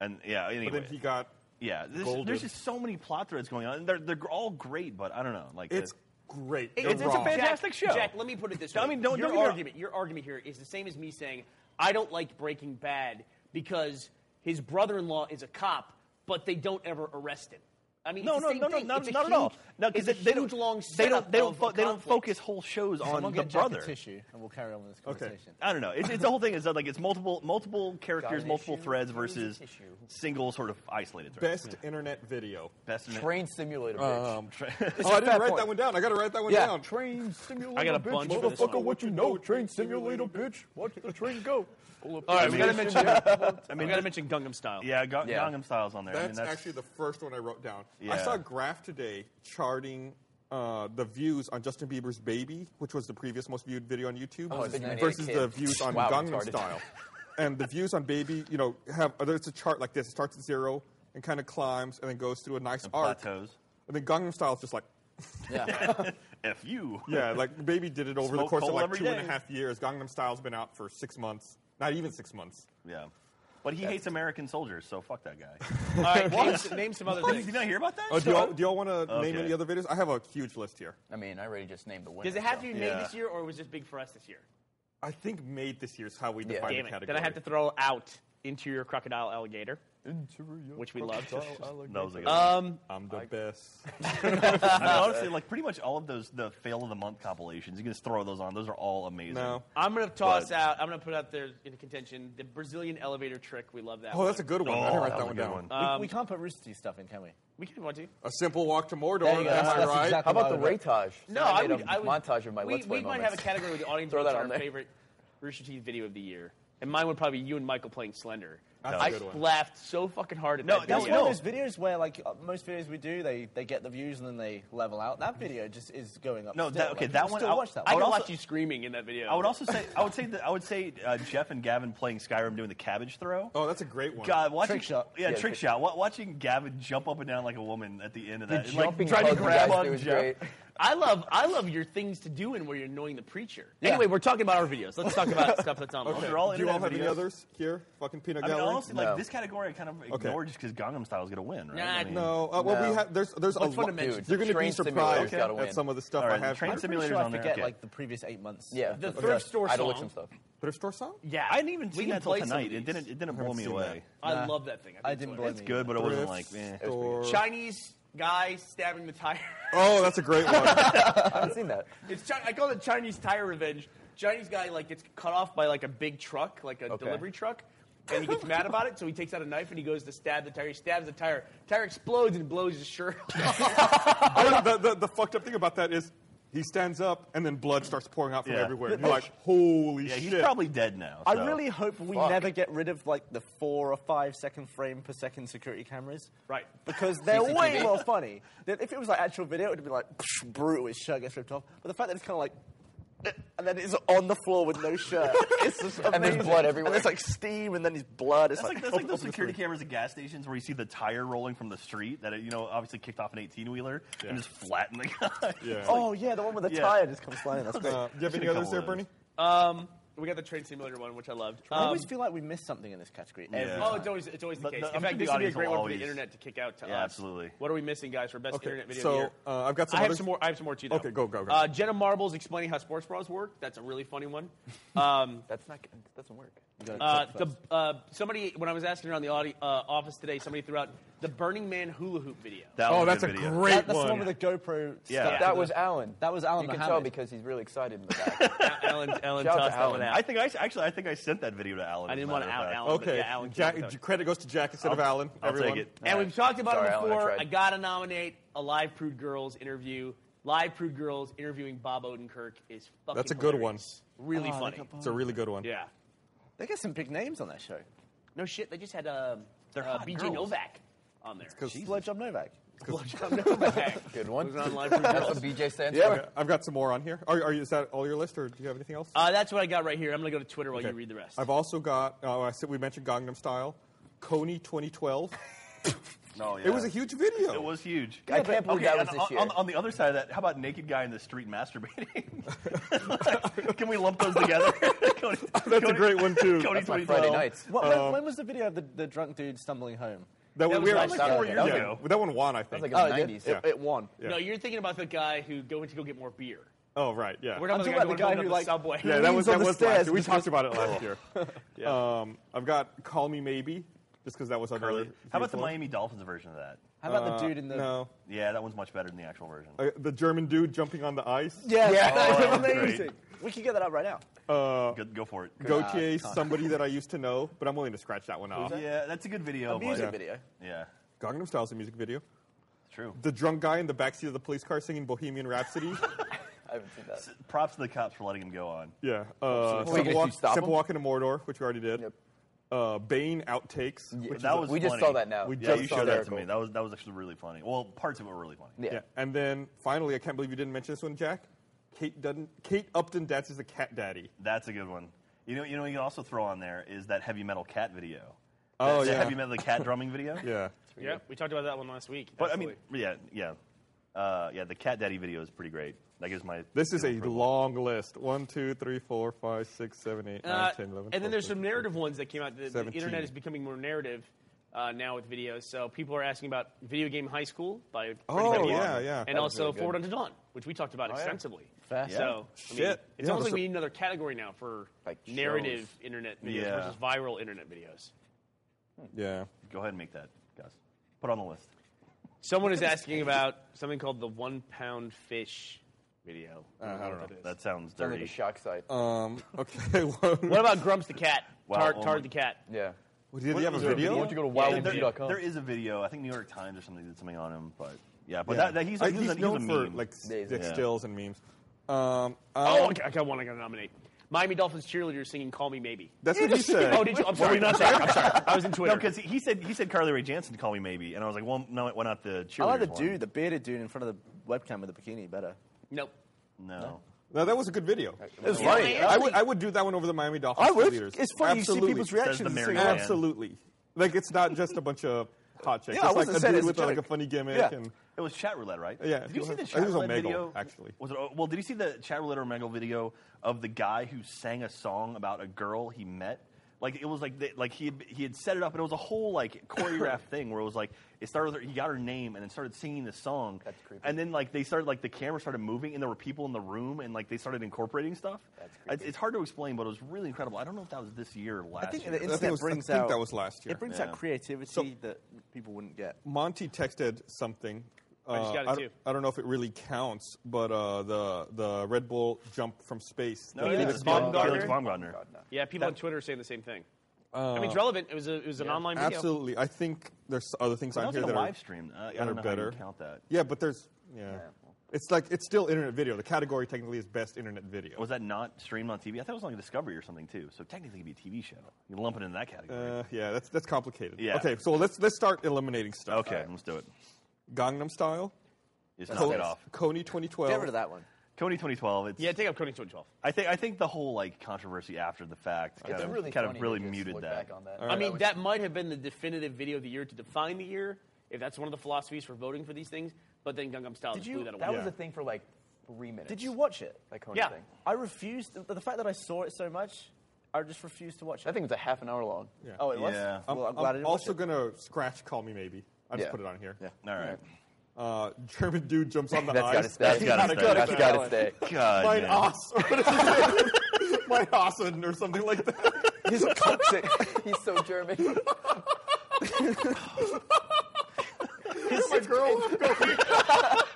[SPEAKER 2] And yeah, Oh, anyway.
[SPEAKER 1] But then he got.
[SPEAKER 2] yeah, there's,
[SPEAKER 1] Golden.
[SPEAKER 2] there's just so many plot threads going on. And they're they're all great, but I don't know. Like
[SPEAKER 1] It's
[SPEAKER 2] the-
[SPEAKER 1] great.
[SPEAKER 4] It-
[SPEAKER 1] You're
[SPEAKER 2] it's a
[SPEAKER 1] wrong.
[SPEAKER 2] fan- fantastic
[SPEAKER 4] Jack,
[SPEAKER 2] show.
[SPEAKER 4] Jack, let me put it this way.
[SPEAKER 2] I mean, don't-
[SPEAKER 4] your
[SPEAKER 2] don't get me wrong.
[SPEAKER 4] argument, your argument here is the same as me saying I don't like Breaking Bad because his brother-in-law is a cop, but they don't ever arrest him. I mean,
[SPEAKER 2] no,
[SPEAKER 4] it's
[SPEAKER 2] no,
[SPEAKER 4] the same
[SPEAKER 2] no, no,
[SPEAKER 4] thing.
[SPEAKER 2] not,
[SPEAKER 4] it's a
[SPEAKER 2] not
[SPEAKER 4] huge,
[SPEAKER 2] at all. No,
[SPEAKER 4] it's
[SPEAKER 2] because they,
[SPEAKER 4] a
[SPEAKER 2] they
[SPEAKER 4] huge
[SPEAKER 2] don't
[SPEAKER 4] long
[SPEAKER 2] they don't they
[SPEAKER 4] setup
[SPEAKER 2] don't
[SPEAKER 4] of
[SPEAKER 2] fo-
[SPEAKER 4] a
[SPEAKER 2] they don't
[SPEAKER 4] conflict.
[SPEAKER 2] focus whole shows
[SPEAKER 11] Someone
[SPEAKER 2] on the
[SPEAKER 11] get Jack a
[SPEAKER 2] brother.
[SPEAKER 11] tissue and we'll carry on with this
[SPEAKER 1] Okay.
[SPEAKER 11] conversation.
[SPEAKER 2] I don't know. It's, it's the whole thing is that like it's multiple multiple characters,
[SPEAKER 11] an
[SPEAKER 2] multiple
[SPEAKER 11] issue?
[SPEAKER 2] threads
[SPEAKER 11] Here's a
[SPEAKER 2] versus
[SPEAKER 11] tissue.
[SPEAKER 2] single sort of isolated threads.
[SPEAKER 1] Best internet video.
[SPEAKER 2] Best in it.
[SPEAKER 3] Train simulator. bitch.
[SPEAKER 1] Um, oh, I didn't
[SPEAKER 3] fat
[SPEAKER 1] write
[SPEAKER 3] point.
[SPEAKER 1] that one down. I got to write that one
[SPEAKER 3] Yeah.
[SPEAKER 1] down.
[SPEAKER 11] Train simulator.
[SPEAKER 4] I got a bitch. bunch for this Motherfucker, one.
[SPEAKER 11] what you know? Train simulator, bitch. Watch the train go.
[SPEAKER 4] All right, we gotta mention. I
[SPEAKER 2] mean,
[SPEAKER 4] we gotta mention Gangnam Style.
[SPEAKER 2] Yeah, Ga-
[SPEAKER 3] Yeah.
[SPEAKER 2] Gangnam Style's on there.
[SPEAKER 1] That's,
[SPEAKER 2] I mean, that's
[SPEAKER 1] actually the first one I wrote down. I
[SPEAKER 2] Yeah.
[SPEAKER 1] saw a graph today charting uh, the views on Justin Bieber's "Baby," which was the previous most viewed video on YouTube,
[SPEAKER 3] Oh, it's a
[SPEAKER 1] versus
[SPEAKER 3] kid.
[SPEAKER 1] the views on
[SPEAKER 3] Wow,
[SPEAKER 1] Gangnam
[SPEAKER 3] retarded.
[SPEAKER 1] uh, Style. and the views on "Baby," you know, have there's a chart like this. It starts at zero, and kind of climbs and then goes through a nice arc.
[SPEAKER 2] plateaus.
[SPEAKER 1] And then Gangnam Style is just like.
[SPEAKER 2] Yeah. F you.
[SPEAKER 1] Yeah, like Baby did it over the
[SPEAKER 2] Smoke
[SPEAKER 1] course of
[SPEAKER 2] coal
[SPEAKER 1] like
[SPEAKER 2] every
[SPEAKER 1] two and a half
[SPEAKER 2] day.
[SPEAKER 1] years. Gangnam Style's been out for six months, not even six months.
[SPEAKER 2] Yeah. But he hates American soldiers, so fuck that guy.
[SPEAKER 4] All right,
[SPEAKER 2] What?
[SPEAKER 4] name, some- name some other
[SPEAKER 2] What?
[SPEAKER 4] things.
[SPEAKER 2] Did you not hear about that?
[SPEAKER 1] Oh, do y'all, do y'all want to name
[SPEAKER 2] Okay.
[SPEAKER 1] any other videos? I have a huge list here.
[SPEAKER 3] I mean, I already just named the winner.
[SPEAKER 4] Does it have to
[SPEAKER 3] so-
[SPEAKER 4] be made this year, or was this big for us this year?
[SPEAKER 1] I think made this year is how we define
[SPEAKER 4] Damn
[SPEAKER 1] the
[SPEAKER 4] it.
[SPEAKER 1] category.
[SPEAKER 4] Then I have to throw out interior crocodile alligator, which we loved.
[SPEAKER 2] That was a good
[SPEAKER 4] um,
[SPEAKER 1] I'm the best.
[SPEAKER 2] I mean, honestly, like pretty much all of those the fail of the month compilations, you can just throw those on. Those are all amazing.
[SPEAKER 1] No.
[SPEAKER 4] I'm gonna toss
[SPEAKER 2] But-
[SPEAKER 4] out. I'm gonna put out there in contention the Brazilian elevator trick. We love that.
[SPEAKER 1] Oh, that's a good one. I didn't write that, one down.
[SPEAKER 4] Um,
[SPEAKER 11] we, we can't put Rooster Teeth stuff in, can we?
[SPEAKER 4] We can want to.
[SPEAKER 1] A simple walk to Mordor.
[SPEAKER 11] There you
[SPEAKER 1] Am
[SPEAKER 11] go.
[SPEAKER 1] I
[SPEAKER 11] That's
[SPEAKER 1] right?
[SPEAKER 11] exactly
[SPEAKER 3] How about the
[SPEAKER 11] what I would-
[SPEAKER 3] Raytage?
[SPEAKER 4] No,
[SPEAKER 3] I
[SPEAKER 4] I
[SPEAKER 3] made
[SPEAKER 4] would.
[SPEAKER 3] a
[SPEAKER 4] I would
[SPEAKER 3] montage of my
[SPEAKER 4] we,
[SPEAKER 3] Let's Play
[SPEAKER 4] we might
[SPEAKER 3] moments.
[SPEAKER 4] have a category where the audience
[SPEAKER 3] Throw
[SPEAKER 4] votes
[SPEAKER 3] that
[SPEAKER 4] our
[SPEAKER 3] on there.
[SPEAKER 4] favorite Rooster Teeth video of the year, and mine would probably be you and Michael playing Slender.
[SPEAKER 1] That's
[SPEAKER 4] I
[SPEAKER 1] a good one.
[SPEAKER 4] laughed so fucking hard at
[SPEAKER 2] No,
[SPEAKER 4] that.
[SPEAKER 2] that's
[SPEAKER 4] video.
[SPEAKER 11] It's one of those videos where, like, uh, most videos we do, they, they get the views and then they level out. That video just is going up.
[SPEAKER 2] No,
[SPEAKER 11] still.
[SPEAKER 2] that- okay,
[SPEAKER 11] Like,
[SPEAKER 2] that
[SPEAKER 11] people
[SPEAKER 2] one-
[SPEAKER 11] Still
[SPEAKER 2] I-
[SPEAKER 11] watch that.
[SPEAKER 2] I
[SPEAKER 4] I could
[SPEAKER 2] would also-
[SPEAKER 4] watch you screaming in that video.
[SPEAKER 2] I would also say I would say that I would say uh, Jeff and Gavin playing Skyrim doing the cabbage throw.
[SPEAKER 1] Oh, that's a great one.
[SPEAKER 2] God, watching
[SPEAKER 11] Trick shot.
[SPEAKER 2] Yeah,
[SPEAKER 3] Yeah,
[SPEAKER 2] trick
[SPEAKER 3] trick-
[SPEAKER 2] shot. Wa- watching Gavin jump up and down like a woman at the end of that, and,
[SPEAKER 3] jumping
[SPEAKER 2] like trying to
[SPEAKER 3] hug you
[SPEAKER 2] grab
[SPEAKER 3] guys do
[SPEAKER 2] on
[SPEAKER 3] is
[SPEAKER 2] Jeff.
[SPEAKER 3] great.
[SPEAKER 4] I love I love your things to do and where you're knowing the preacher. Anyway, we're talking about our videos. Let's talk about stuff that's on.
[SPEAKER 1] Okay.
[SPEAKER 2] Those are all
[SPEAKER 1] do you all have
[SPEAKER 2] internet
[SPEAKER 1] any
[SPEAKER 2] videos.
[SPEAKER 1] others here? Fucking Peanut
[SPEAKER 2] I mean,
[SPEAKER 1] Gallery?
[SPEAKER 2] honestly, like
[SPEAKER 3] No.
[SPEAKER 2] this category, I kind of ignored just because Gangnam Style is going to win, right?
[SPEAKER 4] Nah,
[SPEAKER 2] I mean,
[SPEAKER 1] no. Uh, well, we
[SPEAKER 3] No.
[SPEAKER 1] have. There's there's a
[SPEAKER 4] What's fun
[SPEAKER 1] lot.
[SPEAKER 4] to mention?
[SPEAKER 1] You're going to be
[SPEAKER 3] Train simulator's
[SPEAKER 1] surprised
[SPEAKER 3] gotta
[SPEAKER 1] at
[SPEAKER 3] win.
[SPEAKER 1] some of the stuff
[SPEAKER 2] All right,
[SPEAKER 1] I have.
[SPEAKER 2] the train
[SPEAKER 1] here.
[SPEAKER 11] I'm pretty sure
[SPEAKER 2] simulators
[SPEAKER 11] I
[SPEAKER 2] on there,
[SPEAKER 11] forget,
[SPEAKER 2] okay.
[SPEAKER 11] like, the previous eight months.
[SPEAKER 3] Yeah.
[SPEAKER 11] of
[SPEAKER 4] The
[SPEAKER 11] podcast.
[SPEAKER 4] thrift store
[SPEAKER 3] I had to look
[SPEAKER 4] song.
[SPEAKER 3] some stuff.
[SPEAKER 1] Thrift store song?
[SPEAKER 4] Yeah,
[SPEAKER 2] I didn't even
[SPEAKER 4] We
[SPEAKER 2] see
[SPEAKER 4] can
[SPEAKER 2] that until
[SPEAKER 4] play some of
[SPEAKER 2] tonight. It
[SPEAKER 4] these.
[SPEAKER 2] didn't. It didn't
[SPEAKER 1] haven't
[SPEAKER 2] blow me
[SPEAKER 1] seen
[SPEAKER 2] away.
[SPEAKER 4] I
[SPEAKER 11] Nah.
[SPEAKER 4] love that thing. think
[SPEAKER 11] I
[SPEAKER 4] it's
[SPEAKER 11] didn't
[SPEAKER 4] hilarious.
[SPEAKER 11] believe
[SPEAKER 2] It's good, but it wasn't
[SPEAKER 1] Thrift
[SPEAKER 2] like. eh.
[SPEAKER 1] store.
[SPEAKER 4] Chinese guy stabbing the tire.
[SPEAKER 1] Oh, that's a great one.
[SPEAKER 3] I haven't seen that.
[SPEAKER 4] It's Chi- I call it Chinese tire revenge. Chinese guy like gets cut off by like a big truck, like a
[SPEAKER 3] Okay.
[SPEAKER 4] delivery truck, and he gets mad about it. So he takes out a knife and he goes to stab the tire. He stabs the tire. Tire explodes and blows his shirt. off.
[SPEAKER 1] Oh, the, the, the fucked up thing about that is he stands up and then blood starts pouring out from
[SPEAKER 2] Yeah. Oh.
[SPEAKER 1] everywhere. You're like, holy
[SPEAKER 2] Yeah,
[SPEAKER 1] shit.
[SPEAKER 2] he's probably dead now.
[SPEAKER 11] I
[SPEAKER 2] so.
[SPEAKER 11] really hope we
[SPEAKER 3] Fuck.
[SPEAKER 11] never get rid of like the four or five second frame per second security cameras.
[SPEAKER 4] Right.
[SPEAKER 11] Because they're way
[SPEAKER 3] CCTV.
[SPEAKER 11] more funny. Than if it was like actual video, it would be like psh, brutal. His shirt gets ripped off. But the fact that it's kind of like. eh, And then it's on the floor with no shirt. It's just amazing.
[SPEAKER 3] there's blood everywhere.
[SPEAKER 11] And it's like steam, and then his blood. It's
[SPEAKER 2] That's like,
[SPEAKER 11] like,
[SPEAKER 2] that's like
[SPEAKER 11] up-
[SPEAKER 2] those
[SPEAKER 11] up in the
[SPEAKER 2] security
[SPEAKER 11] screen.
[SPEAKER 2] cameras at gas stations where you see the tire rolling from the street that it, you know obviously kicked off an eighteen wheeler
[SPEAKER 1] Yeah.
[SPEAKER 2] and just flattened the guy.
[SPEAKER 1] Yeah.
[SPEAKER 11] Oh yeah, the one with the
[SPEAKER 2] Yeah.
[SPEAKER 11] tire just comes flying. That's great.
[SPEAKER 1] Uh, do you have
[SPEAKER 2] Seen
[SPEAKER 1] any
[SPEAKER 2] a
[SPEAKER 1] others
[SPEAKER 2] couple
[SPEAKER 1] there,
[SPEAKER 2] of
[SPEAKER 1] Bernie?
[SPEAKER 2] those.
[SPEAKER 4] um, we got the train simulator one, which I loved.
[SPEAKER 11] I
[SPEAKER 4] Um,
[SPEAKER 11] always feel like we miss something in this category.
[SPEAKER 2] Yeah.
[SPEAKER 11] Every
[SPEAKER 4] Oh,
[SPEAKER 11] time.
[SPEAKER 4] it's always, it's always the
[SPEAKER 2] But
[SPEAKER 4] case.
[SPEAKER 2] the- I'm
[SPEAKER 4] In
[SPEAKER 2] sure
[SPEAKER 4] fact,
[SPEAKER 2] the
[SPEAKER 4] this would be a
[SPEAKER 2] audience
[SPEAKER 4] great
[SPEAKER 2] will
[SPEAKER 4] one for the
[SPEAKER 2] always-
[SPEAKER 4] internet to kick out to
[SPEAKER 2] Yeah,
[SPEAKER 4] us.
[SPEAKER 2] absolutely.
[SPEAKER 4] What are we missing, guys, for best
[SPEAKER 1] Okay,
[SPEAKER 4] internet video of
[SPEAKER 1] so,
[SPEAKER 4] the year?
[SPEAKER 1] uh, I've got some
[SPEAKER 4] I have
[SPEAKER 1] others.
[SPEAKER 4] some more. I have some more too. Though.
[SPEAKER 1] Okay, go, go, go.
[SPEAKER 4] Uh, Jenna Marbles explaining how sports bras work. That's a really funny one. Um,
[SPEAKER 3] That's not. That doesn't work.
[SPEAKER 4] uh, the, uh, somebody when I was asking around the audi- uh, office today, somebody threw out the Burning Man hula hoop video.
[SPEAKER 2] That
[SPEAKER 1] Oh,
[SPEAKER 2] was
[SPEAKER 1] that's a
[SPEAKER 2] good video.
[SPEAKER 1] great
[SPEAKER 11] That- that's the
[SPEAKER 1] one.
[SPEAKER 11] one with the GoPro.
[SPEAKER 2] Yeah.
[SPEAKER 11] stuff.
[SPEAKER 2] That
[SPEAKER 3] That was Alan.
[SPEAKER 11] That was Alan
[SPEAKER 3] You can tell
[SPEAKER 11] Mohammed.
[SPEAKER 3] because he's really excited in the back.
[SPEAKER 4] Alan, Alan
[SPEAKER 3] Shout out
[SPEAKER 4] tossed
[SPEAKER 3] to
[SPEAKER 4] that one
[SPEAKER 3] Alan.
[SPEAKER 4] out.
[SPEAKER 2] I think I s- actually I think I sent that video to Alan.
[SPEAKER 4] I
[SPEAKER 2] as a
[SPEAKER 4] didn't
[SPEAKER 2] matter
[SPEAKER 4] want to
[SPEAKER 2] of
[SPEAKER 4] out
[SPEAKER 2] fact.
[SPEAKER 4] Alan. but
[SPEAKER 1] Okay.
[SPEAKER 4] yeah, Alan came
[SPEAKER 1] Jack,
[SPEAKER 4] up with that.
[SPEAKER 1] credit goes to Jack instead of
[SPEAKER 2] I'll-
[SPEAKER 1] Alan.
[SPEAKER 2] I'll take
[SPEAKER 1] everyone.
[SPEAKER 2] it.
[SPEAKER 4] And we've talked about
[SPEAKER 3] Sorry,
[SPEAKER 4] it
[SPEAKER 3] Alan, I
[SPEAKER 4] before.
[SPEAKER 3] tried.
[SPEAKER 4] I, gotta nominate a live prude girls interview. Live prude girls interviewing Bob Odenkirk is fucking.
[SPEAKER 1] That's a good
[SPEAKER 4] hilarious. Really
[SPEAKER 11] Oh,
[SPEAKER 4] funny.
[SPEAKER 11] look at
[SPEAKER 1] It's a really good one.
[SPEAKER 4] Yeah.
[SPEAKER 11] They get some big names on that show.
[SPEAKER 4] No shit. They just had um,
[SPEAKER 2] They're
[SPEAKER 4] uh,
[SPEAKER 2] hot
[SPEAKER 4] BJ
[SPEAKER 2] girls.
[SPEAKER 4] Novak on there.
[SPEAKER 11] Blowjob Novak.
[SPEAKER 4] Blowjob Novak.
[SPEAKER 3] Good one.
[SPEAKER 4] Was on live prude
[SPEAKER 3] That's
[SPEAKER 4] girls.
[SPEAKER 3] what BJ stands
[SPEAKER 1] Yeah.
[SPEAKER 3] for.
[SPEAKER 1] Okay, I've got some more on here. Are, are you, is that all your list, or do you have anything else?
[SPEAKER 4] Uh, that's what I got right here. I'm gonna go to Twitter while
[SPEAKER 1] Okay.
[SPEAKER 4] you read the rest.
[SPEAKER 1] I've also got. Uh, I said we mentioned Gangnam Style, Coney 2012.
[SPEAKER 2] No, yeah.
[SPEAKER 1] It was a huge video.
[SPEAKER 2] It was huge.
[SPEAKER 3] I can't believe
[SPEAKER 2] Okay,
[SPEAKER 3] that
[SPEAKER 2] and
[SPEAKER 3] was this
[SPEAKER 2] on,
[SPEAKER 3] year.
[SPEAKER 2] on- on the other side of that, how about naked guy in the street masturbating? Like, can we lump those together? Cody,
[SPEAKER 1] That's a great one, too.
[SPEAKER 2] Cody
[SPEAKER 1] That's my
[SPEAKER 2] 2012.
[SPEAKER 3] Friday nights.
[SPEAKER 11] What, when, when was the video of the, the drunk dude stumbling home?
[SPEAKER 1] That,
[SPEAKER 4] was
[SPEAKER 1] we were-
[SPEAKER 4] like
[SPEAKER 1] that
[SPEAKER 2] four
[SPEAKER 1] was-
[SPEAKER 2] years
[SPEAKER 1] yeah,
[SPEAKER 2] ago.
[SPEAKER 1] That one won, I think.
[SPEAKER 3] That was like in
[SPEAKER 11] Oh,
[SPEAKER 3] the
[SPEAKER 11] it did?
[SPEAKER 3] 90s.
[SPEAKER 11] It, it won.
[SPEAKER 1] Yeah.
[SPEAKER 4] No, you're thinking about the guy who went to go get more beer.
[SPEAKER 1] oh, right. Yeah.
[SPEAKER 4] We're talking
[SPEAKER 11] talking
[SPEAKER 4] about the
[SPEAKER 11] about
[SPEAKER 4] guy
[SPEAKER 11] the guy
[SPEAKER 4] who
[SPEAKER 11] who,
[SPEAKER 4] the
[SPEAKER 11] like-
[SPEAKER 4] subway.
[SPEAKER 1] Yeah, that was
[SPEAKER 11] on
[SPEAKER 1] that
[SPEAKER 11] the
[SPEAKER 1] was last
[SPEAKER 11] stairs
[SPEAKER 1] year. We
[SPEAKER 11] because-
[SPEAKER 1] talked about it last year. um, I've got "Call Me Maybe" just because that was on the
[SPEAKER 2] Curly.
[SPEAKER 1] other
[SPEAKER 2] How about the
[SPEAKER 1] beautiful.
[SPEAKER 2] Miami Dolphins version of that?
[SPEAKER 11] How about
[SPEAKER 1] Uh,
[SPEAKER 11] the dude in the.
[SPEAKER 1] no,
[SPEAKER 2] Yeah, that one's much better than the actual version.
[SPEAKER 1] Uh, the German dude jumping on the ice.
[SPEAKER 11] Yeah,
[SPEAKER 2] Oh, that
[SPEAKER 11] that
[SPEAKER 2] was
[SPEAKER 11] was
[SPEAKER 2] great.
[SPEAKER 11] amazing. We could get that up right now.
[SPEAKER 2] Go, go for it.
[SPEAKER 1] Gautier, somebody that I used to know, but I'm willing to scratch that one off.
[SPEAKER 2] Yeah, that's a good
[SPEAKER 1] Oh,
[SPEAKER 2] video.
[SPEAKER 11] A
[SPEAKER 2] but-
[SPEAKER 11] music
[SPEAKER 2] yeah.
[SPEAKER 11] video.
[SPEAKER 2] Yeah,
[SPEAKER 1] Gangnam Style's a music video.
[SPEAKER 2] true.
[SPEAKER 1] The drunk guy in the backseat of the police car singing Bohemian Rhapsody.
[SPEAKER 3] I haven't seen that.
[SPEAKER 2] Props to the cops for letting him go on.
[SPEAKER 1] yeah.
[SPEAKER 3] Oh,
[SPEAKER 1] Uh,
[SPEAKER 3] Wait, did
[SPEAKER 1] Simple,
[SPEAKER 3] you
[SPEAKER 1] walk,
[SPEAKER 3] stop
[SPEAKER 1] Simple
[SPEAKER 3] him?
[SPEAKER 1] Walk into Mordor, which we already did.
[SPEAKER 3] Yep.
[SPEAKER 1] Uh, Bane outtakes.
[SPEAKER 2] Which
[SPEAKER 3] that
[SPEAKER 2] is a-
[SPEAKER 3] was we just saw that now.
[SPEAKER 1] We
[SPEAKER 2] Yeah,
[SPEAKER 1] just
[SPEAKER 2] you
[SPEAKER 1] saw
[SPEAKER 2] showed that to
[SPEAKER 3] hysterical.
[SPEAKER 2] me. That was that was actually really funny. Well, parts of it were really funny.
[SPEAKER 3] Yeah.
[SPEAKER 1] Yeah. And then finally, I can't believe you didn't mention this one, Jack. Kate Dun- Kate Upton dances the cat daddy.
[SPEAKER 2] That's a good one. You know, you know, what you can also throw on there is that heavy metal cat video.
[SPEAKER 1] Oh,
[SPEAKER 2] That- that
[SPEAKER 1] yeah.
[SPEAKER 2] heavy metal the cat drumming video.
[SPEAKER 1] Yeah.
[SPEAKER 2] it's
[SPEAKER 3] for
[SPEAKER 4] Yeah,
[SPEAKER 3] you.
[SPEAKER 4] we talked about that one last week.
[SPEAKER 2] But I mean, yeah, yeah, uh, yeah. The cat daddy video is pretty great. That gives my
[SPEAKER 1] This is
[SPEAKER 2] you
[SPEAKER 1] a
[SPEAKER 2] know, approval.
[SPEAKER 1] long list. 1, 2, 3, 4, 5, 6, 7, 8, 9,
[SPEAKER 4] Uh,
[SPEAKER 1] 10, 11,
[SPEAKER 4] and then
[SPEAKER 1] 12,
[SPEAKER 4] there's some narrative ones that came out. The, the
[SPEAKER 1] 17.
[SPEAKER 4] internet is becoming more narrative uh, now with videos. So people are asking about Video Game High School by Freddie
[SPEAKER 1] Oh,
[SPEAKER 4] February.
[SPEAKER 1] yeah, yeah. That
[SPEAKER 4] And
[SPEAKER 1] was
[SPEAKER 4] also
[SPEAKER 1] really good.
[SPEAKER 4] Forward Unto Dawn, which we talked about
[SPEAKER 1] Oh, yeah.
[SPEAKER 4] extensively.
[SPEAKER 1] Fast. Yeah.
[SPEAKER 4] So I mean,
[SPEAKER 1] Shit. Yeah,
[SPEAKER 4] it's almost
[SPEAKER 1] those
[SPEAKER 4] like
[SPEAKER 1] are-
[SPEAKER 4] we need another category now for narrative internet videos
[SPEAKER 2] Yeah.
[SPEAKER 4] versus viral internet videos.
[SPEAKER 1] Yeah.
[SPEAKER 2] Go ahead and make that, Gus. Put on the list.
[SPEAKER 4] Someone is asking about something called the one pound fish video.
[SPEAKER 1] Uh,
[SPEAKER 2] I don't know. That sounds Sounds like a dirty.
[SPEAKER 3] shock site.
[SPEAKER 1] Um, okay. what
[SPEAKER 4] What about Grumps the cat?
[SPEAKER 2] Wow,
[SPEAKER 4] Tard,
[SPEAKER 2] oh
[SPEAKER 4] Tard
[SPEAKER 2] my-
[SPEAKER 4] the cat.
[SPEAKER 3] Yeah.
[SPEAKER 1] Did he have a video?
[SPEAKER 2] Yeah, there- There is a video. I think New York Times or something did something on him, but yeah, but
[SPEAKER 1] Yeah.
[SPEAKER 2] That, that he's,
[SPEAKER 1] I-
[SPEAKER 2] he's, a, he's
[SPEAKER 1] known
[SPEAKER 2] a
[SPEAKER 1] for
[SPEAKER 2] meme.
[SPEAKER 1] like s-
[SPEAKER 2] Yeah.
[SPEAKER 1] dick stills and memes. Um,
[SPEAKER 4] Oh,
[SPEAKER 1] um,
[SPEAKER 4] okay, I got one I got to nominate. Miami Dolphins cheerleaders singing "Call Me Maybe."
[SPEAKER 1] That's what he said.
[SPEAKER 4] oh, did you? I'm
[SPEAKER 2] Were
[SPEAKER 4] sorry.
[SPEAKER 2] we not
[SPEAKER 4] I'm sorry.
[SPEAKER 2] there?
[SPEAKER 4] I'm sorry. I was in Twitter.
[SPEAKER 2] No, because he said he said Carly Rae Jepsen call me maybe, and I was like, well, no, why not the cheerleaders?
[SPEAKER 11] I like the
[SPEAKER 2] one?
[SPEAKER 11] dude, the bearded dude in front of the webcam with the bikini better.
[SPEAKER 4] Nope.
[SPEAKER 2] No.
[SPEAKER 1] No, that was a good video.
[SPEAKER 11] It was Yeah, funny.
[SPEAKER 1] I, would, I would do that one over the Miami Dolphins.
[SPEAKER 11] I would.
[SPEAKER 1] cheerleaders.
[SPEAKER 11] It's funny, you see
[SPEAKER 1] Absolutely.
[SPEAKER 11] people's Says the reactions and married see- man.
[SPEAKER 1] Absolutely. Like, it's not just a bunch of hot chicks.
[SPEAKER 2] Yeah, I
[SPEAKER 1] it's like
[SPEAKER 2] wasn't
[SPEAKER 1] a
[SPEAKER 2] saying
[SPEAKER 1] dude
[SPEAKER 2] it's
[SPEAKER 1] with like a
[SPEAKER 2] joke.
[SPEAKER 1] funny gimmick.
[SPEAKER 2] Yeah.
[SPEAKER 1] and
[SPEAKER 2] It was chat roulette, right?
[SPEAKER 1] Yeah,
[SPEAKER 2] Did you
[SPEAKER 1] it was-
[SPEAKER 2] see the
[SPEAKER 1] it
[SPEAKER 2] chat
[SPEAKER 1] was
[SPEAKER 2] roulette
[SPEAKER 1] Omegle,
[SPEAKER 2] video?
[SPEAKER 1] actually.
[SPEAKER 2] was it? oh, Well, did you see the chat roulette or Omegle video of the guy who sang a song about a girl he met? Like it was like they, like he had, he had set it up, and it was a whole like choreographed thing where it was like it started with her, he got her name and then started singing the song. That's creepy. And then like they started like the camera started moving, and there were people in the room, and like they started incorporating stuff. That's creepy. It's, it's hard to explain, but it was really incredible. I don't know if that was this year or last
[SPEAKER 11] I think
[SPEAKER 2] year.
[SPEAKER 11] the internet brings out. It brings
[SPEAKER 2] Yeah.
[SPEAKER 11] out creativity that people wouldn't get.
[SPEAKER 1] Monty texted something.
[SPEAKER 11] I just
[SPEAKER 1] Uh,
[SPEAKER 11] got it
[SPEAKER 1] don't-
[SPEAKER 11] too.
[SPEAKER 1] I don't know if it really counts, but uh, the the Red Bull jump from space.
[SPEAKER 4] No,
[SPEAKER 1] the
[SPEAKER 4] yeah,
[SPEAKER 1] Felix
[SPEAKER 4] it's
[SPEAKER 1] Baumgartner.
[SPEAKER 4] Baumgartner. Felix Baumgartner. yeah, people on Twitter are saying the same thing. I mean, it's
[SPEAKER 1] Uh,
[SPEAKER 4] relevant. It was a, it was an online video.
[SPEAKER 1] Absolutely. I think there's other things
[SPEAKER 4] Well,
[SPEAKER 1] on
[SPEAKER 4] that's
[SPEAKER 1] here
[SPEAKER 4] like
[SPEAKER 1] that
[SPEAKER 4] a
[SPEAKER 1] are
[SPEAKER 4] live stream.
[SPEAKER 2] Uh, I
[SPEAKER 1] that
[SPEAKER 2] don't
[SPEAKER 1] are
[SPEAKER 2] know how you
[SPEAKER 1] better.
[SPEAKER 2] count that.
[SPEAKER 1] Yeah, but there's yeah. It's like it's still internet video. The category technically is best internet video.
[SPEAKER 2] Was that not streamed on TV? I thought it was on Discovery or something too. So technically, it'd be a TV show. You lump it in that category.
[SPEAKER 1] Uh, yeah, that's that's complicated.
[SPEAKER 2] Yeah.
[SPEAKER 1] Okay, so let's let's start eliminating stuff.
[SPEAKER 2] Okay, let's do it.
[SPEAKER 1] Gangnam Style.
[SPEAKER 2] Just
[SPEAKER 1] Ko-
[SPEAKER 2] knock it off.
[SPEAKER 1] Kony 2012.
[SPEAKER 11] one.
[SPEAKER 2] Coney 2012. It's,
[SPEAKER 4] yeah, take up Coney 2012.
[SPEAKER 2] I think I think the whole like controversy after the fact kind of
[SPEAKER 4] really
[SPEAKER 2] kind of
[SPEAKER 4] funny
[SPEAKER 2] really
[SPEAKER 4] to just
[SPEAKER 2] muted
[SPEAKER 4] look
[SPEAKER 2] that.
[SPEAKER 4] back on I mean, that, might have been the definitive video of the year to define the year, if that's one of the philosophies for voting for these things. But then Gangnam Style just blew that away.
[SPEAKER 3] that was a thing for like three minutes.
[SPEAKER 11] Did you watch it?
[SPEAKER 3] That Coney
[SPEAKER 4] Yeah.
[SPEAKER 3] thing.
[SPEAKER 11] I refused. The, the fact that I saw it so much, I just refused to watch it.
[SPEAKER 3] That thing was a half an hour long.
[SPEAKER 1] Yeah.
[SPEAKER 11] Oh, it was.
[SPEAKER 4] Um,
[SPEAKER 1] I'm,
[SPEAKER 11] Well, I'm glad I
[SPEAKER 1] I'm
[SPEAKER 11] didn't watch
[SPEAKER 1] also gonna scratch Call Me Maybe. I just
[SPEAKER 11] Yeah.
[SPEAKER 1] put it on here.
[SPEAKER 11] Yeah.
[SPEAKER 2] All right.
[SPEAKER 1] Uh, German dude jumps on the
[SPEAKER 3] That's
[SPEAKER 1] ice.
[SPEAKER 3] gotta stay. That's gotta stay. That's gotta stay. God,
[SPEAKER 1] Mein
[SPEAKER 3] man.
[SPEAKER 1] Ass. Mein Assen or something like that.
[SPEAKER 3] He's toxic. He's so German.
[SPEAKER 1] Where'd my girl go?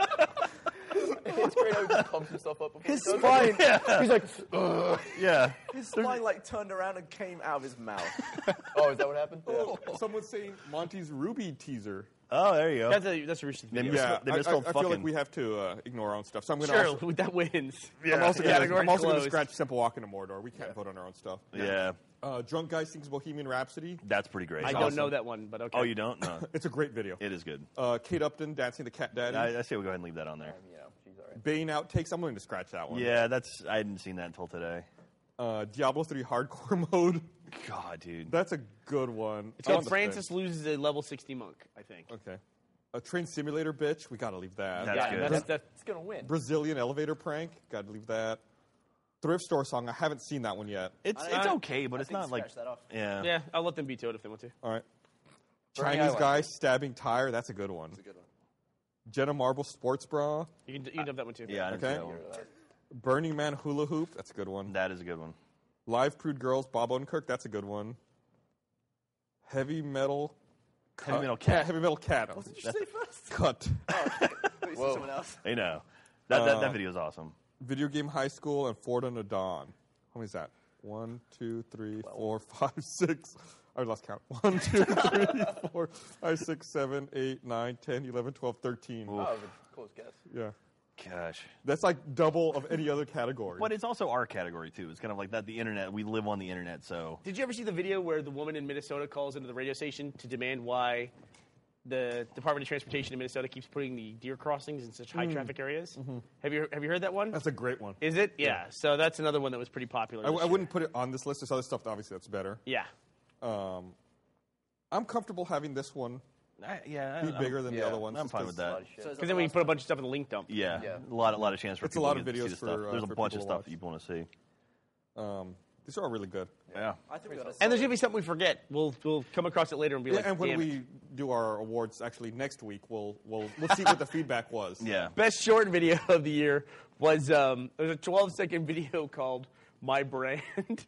[SPEAKER 3] it's great how he just pumps himself up. before
[SPEAKER 11] His
[SPEAKER 3] he does
[SPEAKER 11] spine.
[SPEAKER 3] it.
[SPEAKER 11] He's like,
[SPEAKER 2] yeah.
[SPEAKER 11] His spine like turned around and came out of his mouth.
[SPEAKER 3] oh, is that what happened?
[SPEAKER 1] Oh, someone's saying Monty's Ruby teaser.
[SPEAKER 2] Oh, there you go.
[SPEAKER 4] That's a that's a recent
[SPEAKER 1] Yeah,
[SPEAKER 4] video.
[SPEAKER 1] I, I, I feel like we have to uh, ignore our own stuff. So I'm going to
[SPEAKER 4] Sure,
[SPEAKER 1] also,
[SPEAKER 4] that wins.
[SPEAKER 1] I'm also going
[SPEAKER 4] Category
[SPEAKER 1] to
[SPEAKER 4] closed.
[SPEAKER 1] scratch Simple Walk into Mordor. We can't vote on our own stuff.
[SPEAKER 2] Yeah.
[SPEAKER 1] Uh, Drunk Guy Sings Bohemian Rhapsody.
[SPEAKER 2] That's pretty great.
[SPEAKER 4] I don't know Oh, that one, but okay.
[SPEAKER 2] Oh, you don't? No.
[SPEAKER 1] it's a great video.
[SPEAKER 2] It is good.
[SPEAKER 1] Uh, Kate Upton dancing the Cat Daddy.
[SPEAKER 2] I, I say we go ahead and leave that on there.
[SPEAKER 1] Bane outtakes. I'm going to scratch that one.
[SPEAKER 2] Yeah, that's I hadn't seen that until today.
[SPEAKER 1] Uh, Diablo 3 Hardcore Mode.
[SPEAKER 2] God, dude.
[SPEAKER 1] That's a good one.
[SPEAKER 4] It's
[SPEAKER 1] I
[SPEAKER 4] called
[SPEAKER 1] want the
[SPEAKER 4] Francis
[SPEAKER 1] thing.
[SPEAKER 4] loses a level sixty monk. I think.
[SPEAKER 1] Okay. A train simulator bitch. We got to leave that.
[SPEAKER 4] That's Yeah, good. that's- that's-
[SPEAKER 3] It's gonna win.
[SPEAKER 1] Brazilian elevator prank. Got to leave that. Thrift store song. I haven't seen that one yet.
[SPEAKER 2] It's
[SPEAKER 4] I-
[SPEAKER 2] it's
[SPEAKER 4] I-
[SPEAKER 2] okay, but
[SPEAKER 4] I
[SPEAKER 2] it's
[SPEAKER 4] think
[SPEAKER 2] not like
[SPEAKER 4] scratch that off.
[SPEAKER 2] yeah.
[SPEAKER 4] Yeah, I'll let them be to it if they want to.
[SPEAKER 1] All right.
[SPEAKER 4] Burning
[SPEAKER 1] Chinese
[SPEAKER 4] Island.
[SPEAKER 1] guy stabbing tire. That's a good one. That's a good one. Jenna Marble sports bra.
[SPEAKER 4] You can you can dump that one too.
[SPEAKER 2] Yeah, I didn't see that one.
[SPEAKER 1] Burning Man hula hoop. That's a good one.
[SPEAKER 2] That is a good one.
[SPEAKER 1] Live prude girls. Bob Odenkirk. That's a good one. Heavy metal. Cut.
[SPEAKER 2] Heavy Metal Cat.
[SPEAKER 1] heavy metal cat. What
[SPEAKER 2] did you say
[SPEAKER 1] first? Cut.
[SPEAKER 3] Whoa. Someone else.
[SPEAKER 2] I know. That that,
[SPEAKER 1] Uh,
[SPEAKER 2] that video is awesome.
[SPEAKER 1] Video game high school and Ford under dawn. How many is that? One, two, three, four, five, six. I lost count. One, two, three, four, five, six, seven, eight, nine, ten, eleven, twelve, thirteen.
[SPEAKER 3] Oh, it was a close guess.
[SPEAKER 1] Yeah.
[SPEAKER 2] Gosh.
[SPEAKER 1] That's like double of any other category.
[SPEAKER 2] But it's also our category too. It's kind of like that. The internet. We live on the internet, so
[SPEAKER 4] Did you ever see the video where the woman in Minnesota calls into the radio station to demand why the Department of Transportation in Minnesota keeps putting the deer crossings in such high
[SPEAKER 1] Mm.
[SPEAKER 4] traffic areas? Have you have you heard that one?
[SPEAKER 1] That's a great one.
[SPEAKER 4] Is it? Yeah. So that's another one that was pretty
[SPEAKER 1] I,
[SPEAKER 4] popular.
[SPEAKER 1] w-
[SPEAKER 4] this
[SPEAKER 1] I
[SPEAKER 4] year.
[SPEAKER 1] wouldn't put it on this list. There's other stuff, obviously, that's better.
[SPEAKER 4] Yeah.
[SPEAKER 1] Um, I'm comfortable having this one
[SPEAKER 4] I, yeah,
[SPEAKER 1] Be bigger than the other ones.
[SPEAKER 2] I'm fine
[SPEAKER 1] just
[SPEAKER 2] with that.
[SPEAKER 4] 'Cause then we put a bunch of stuff in the link dump.
[SPEAKER 2] Yeah, a lot, a lot of chance for
[SPEAKER 1] It's a
[SPEAKER 2] people
[SPEAKER 1] lot
[SPEAKER 2] to
[SPEAKER 1] of
[SPEAKER 2] get to see
[SPEAKER 1] videos
[SPEAKER 2] the
[SPEAKER 1] for,
[SPEAKER 2] stuff.
[SPEAKER 1] uh,
[SPEAKER 2] There's a
[SPEAKER 1] for
[SPEAKER 2] bunch of
[SPEAKER 1] people to
[SPEAKER 2] stuff that you want to see.
[SPEAKER 1] Um, these are all really good.
[SPEAKER 2] Yeah.
[SPEAKER 11] I think we got
[SPEAKER 4] And there's gonna be something we forget. We'll we'll come across it later and be
[SPEAKER 1] Yeah,
[SPEAKER 4] like,
[SPEAKER 1] and when
[SPEAKER 4] "Damn it."
[SPEAKER 1] we do our awards actually next week, we'll we'll we'll see what the feedback was.
[SPEAKER 2] Yeah.
[SPEAKER 4] best short video of the year was um, there's a 12 second video called My Brand, and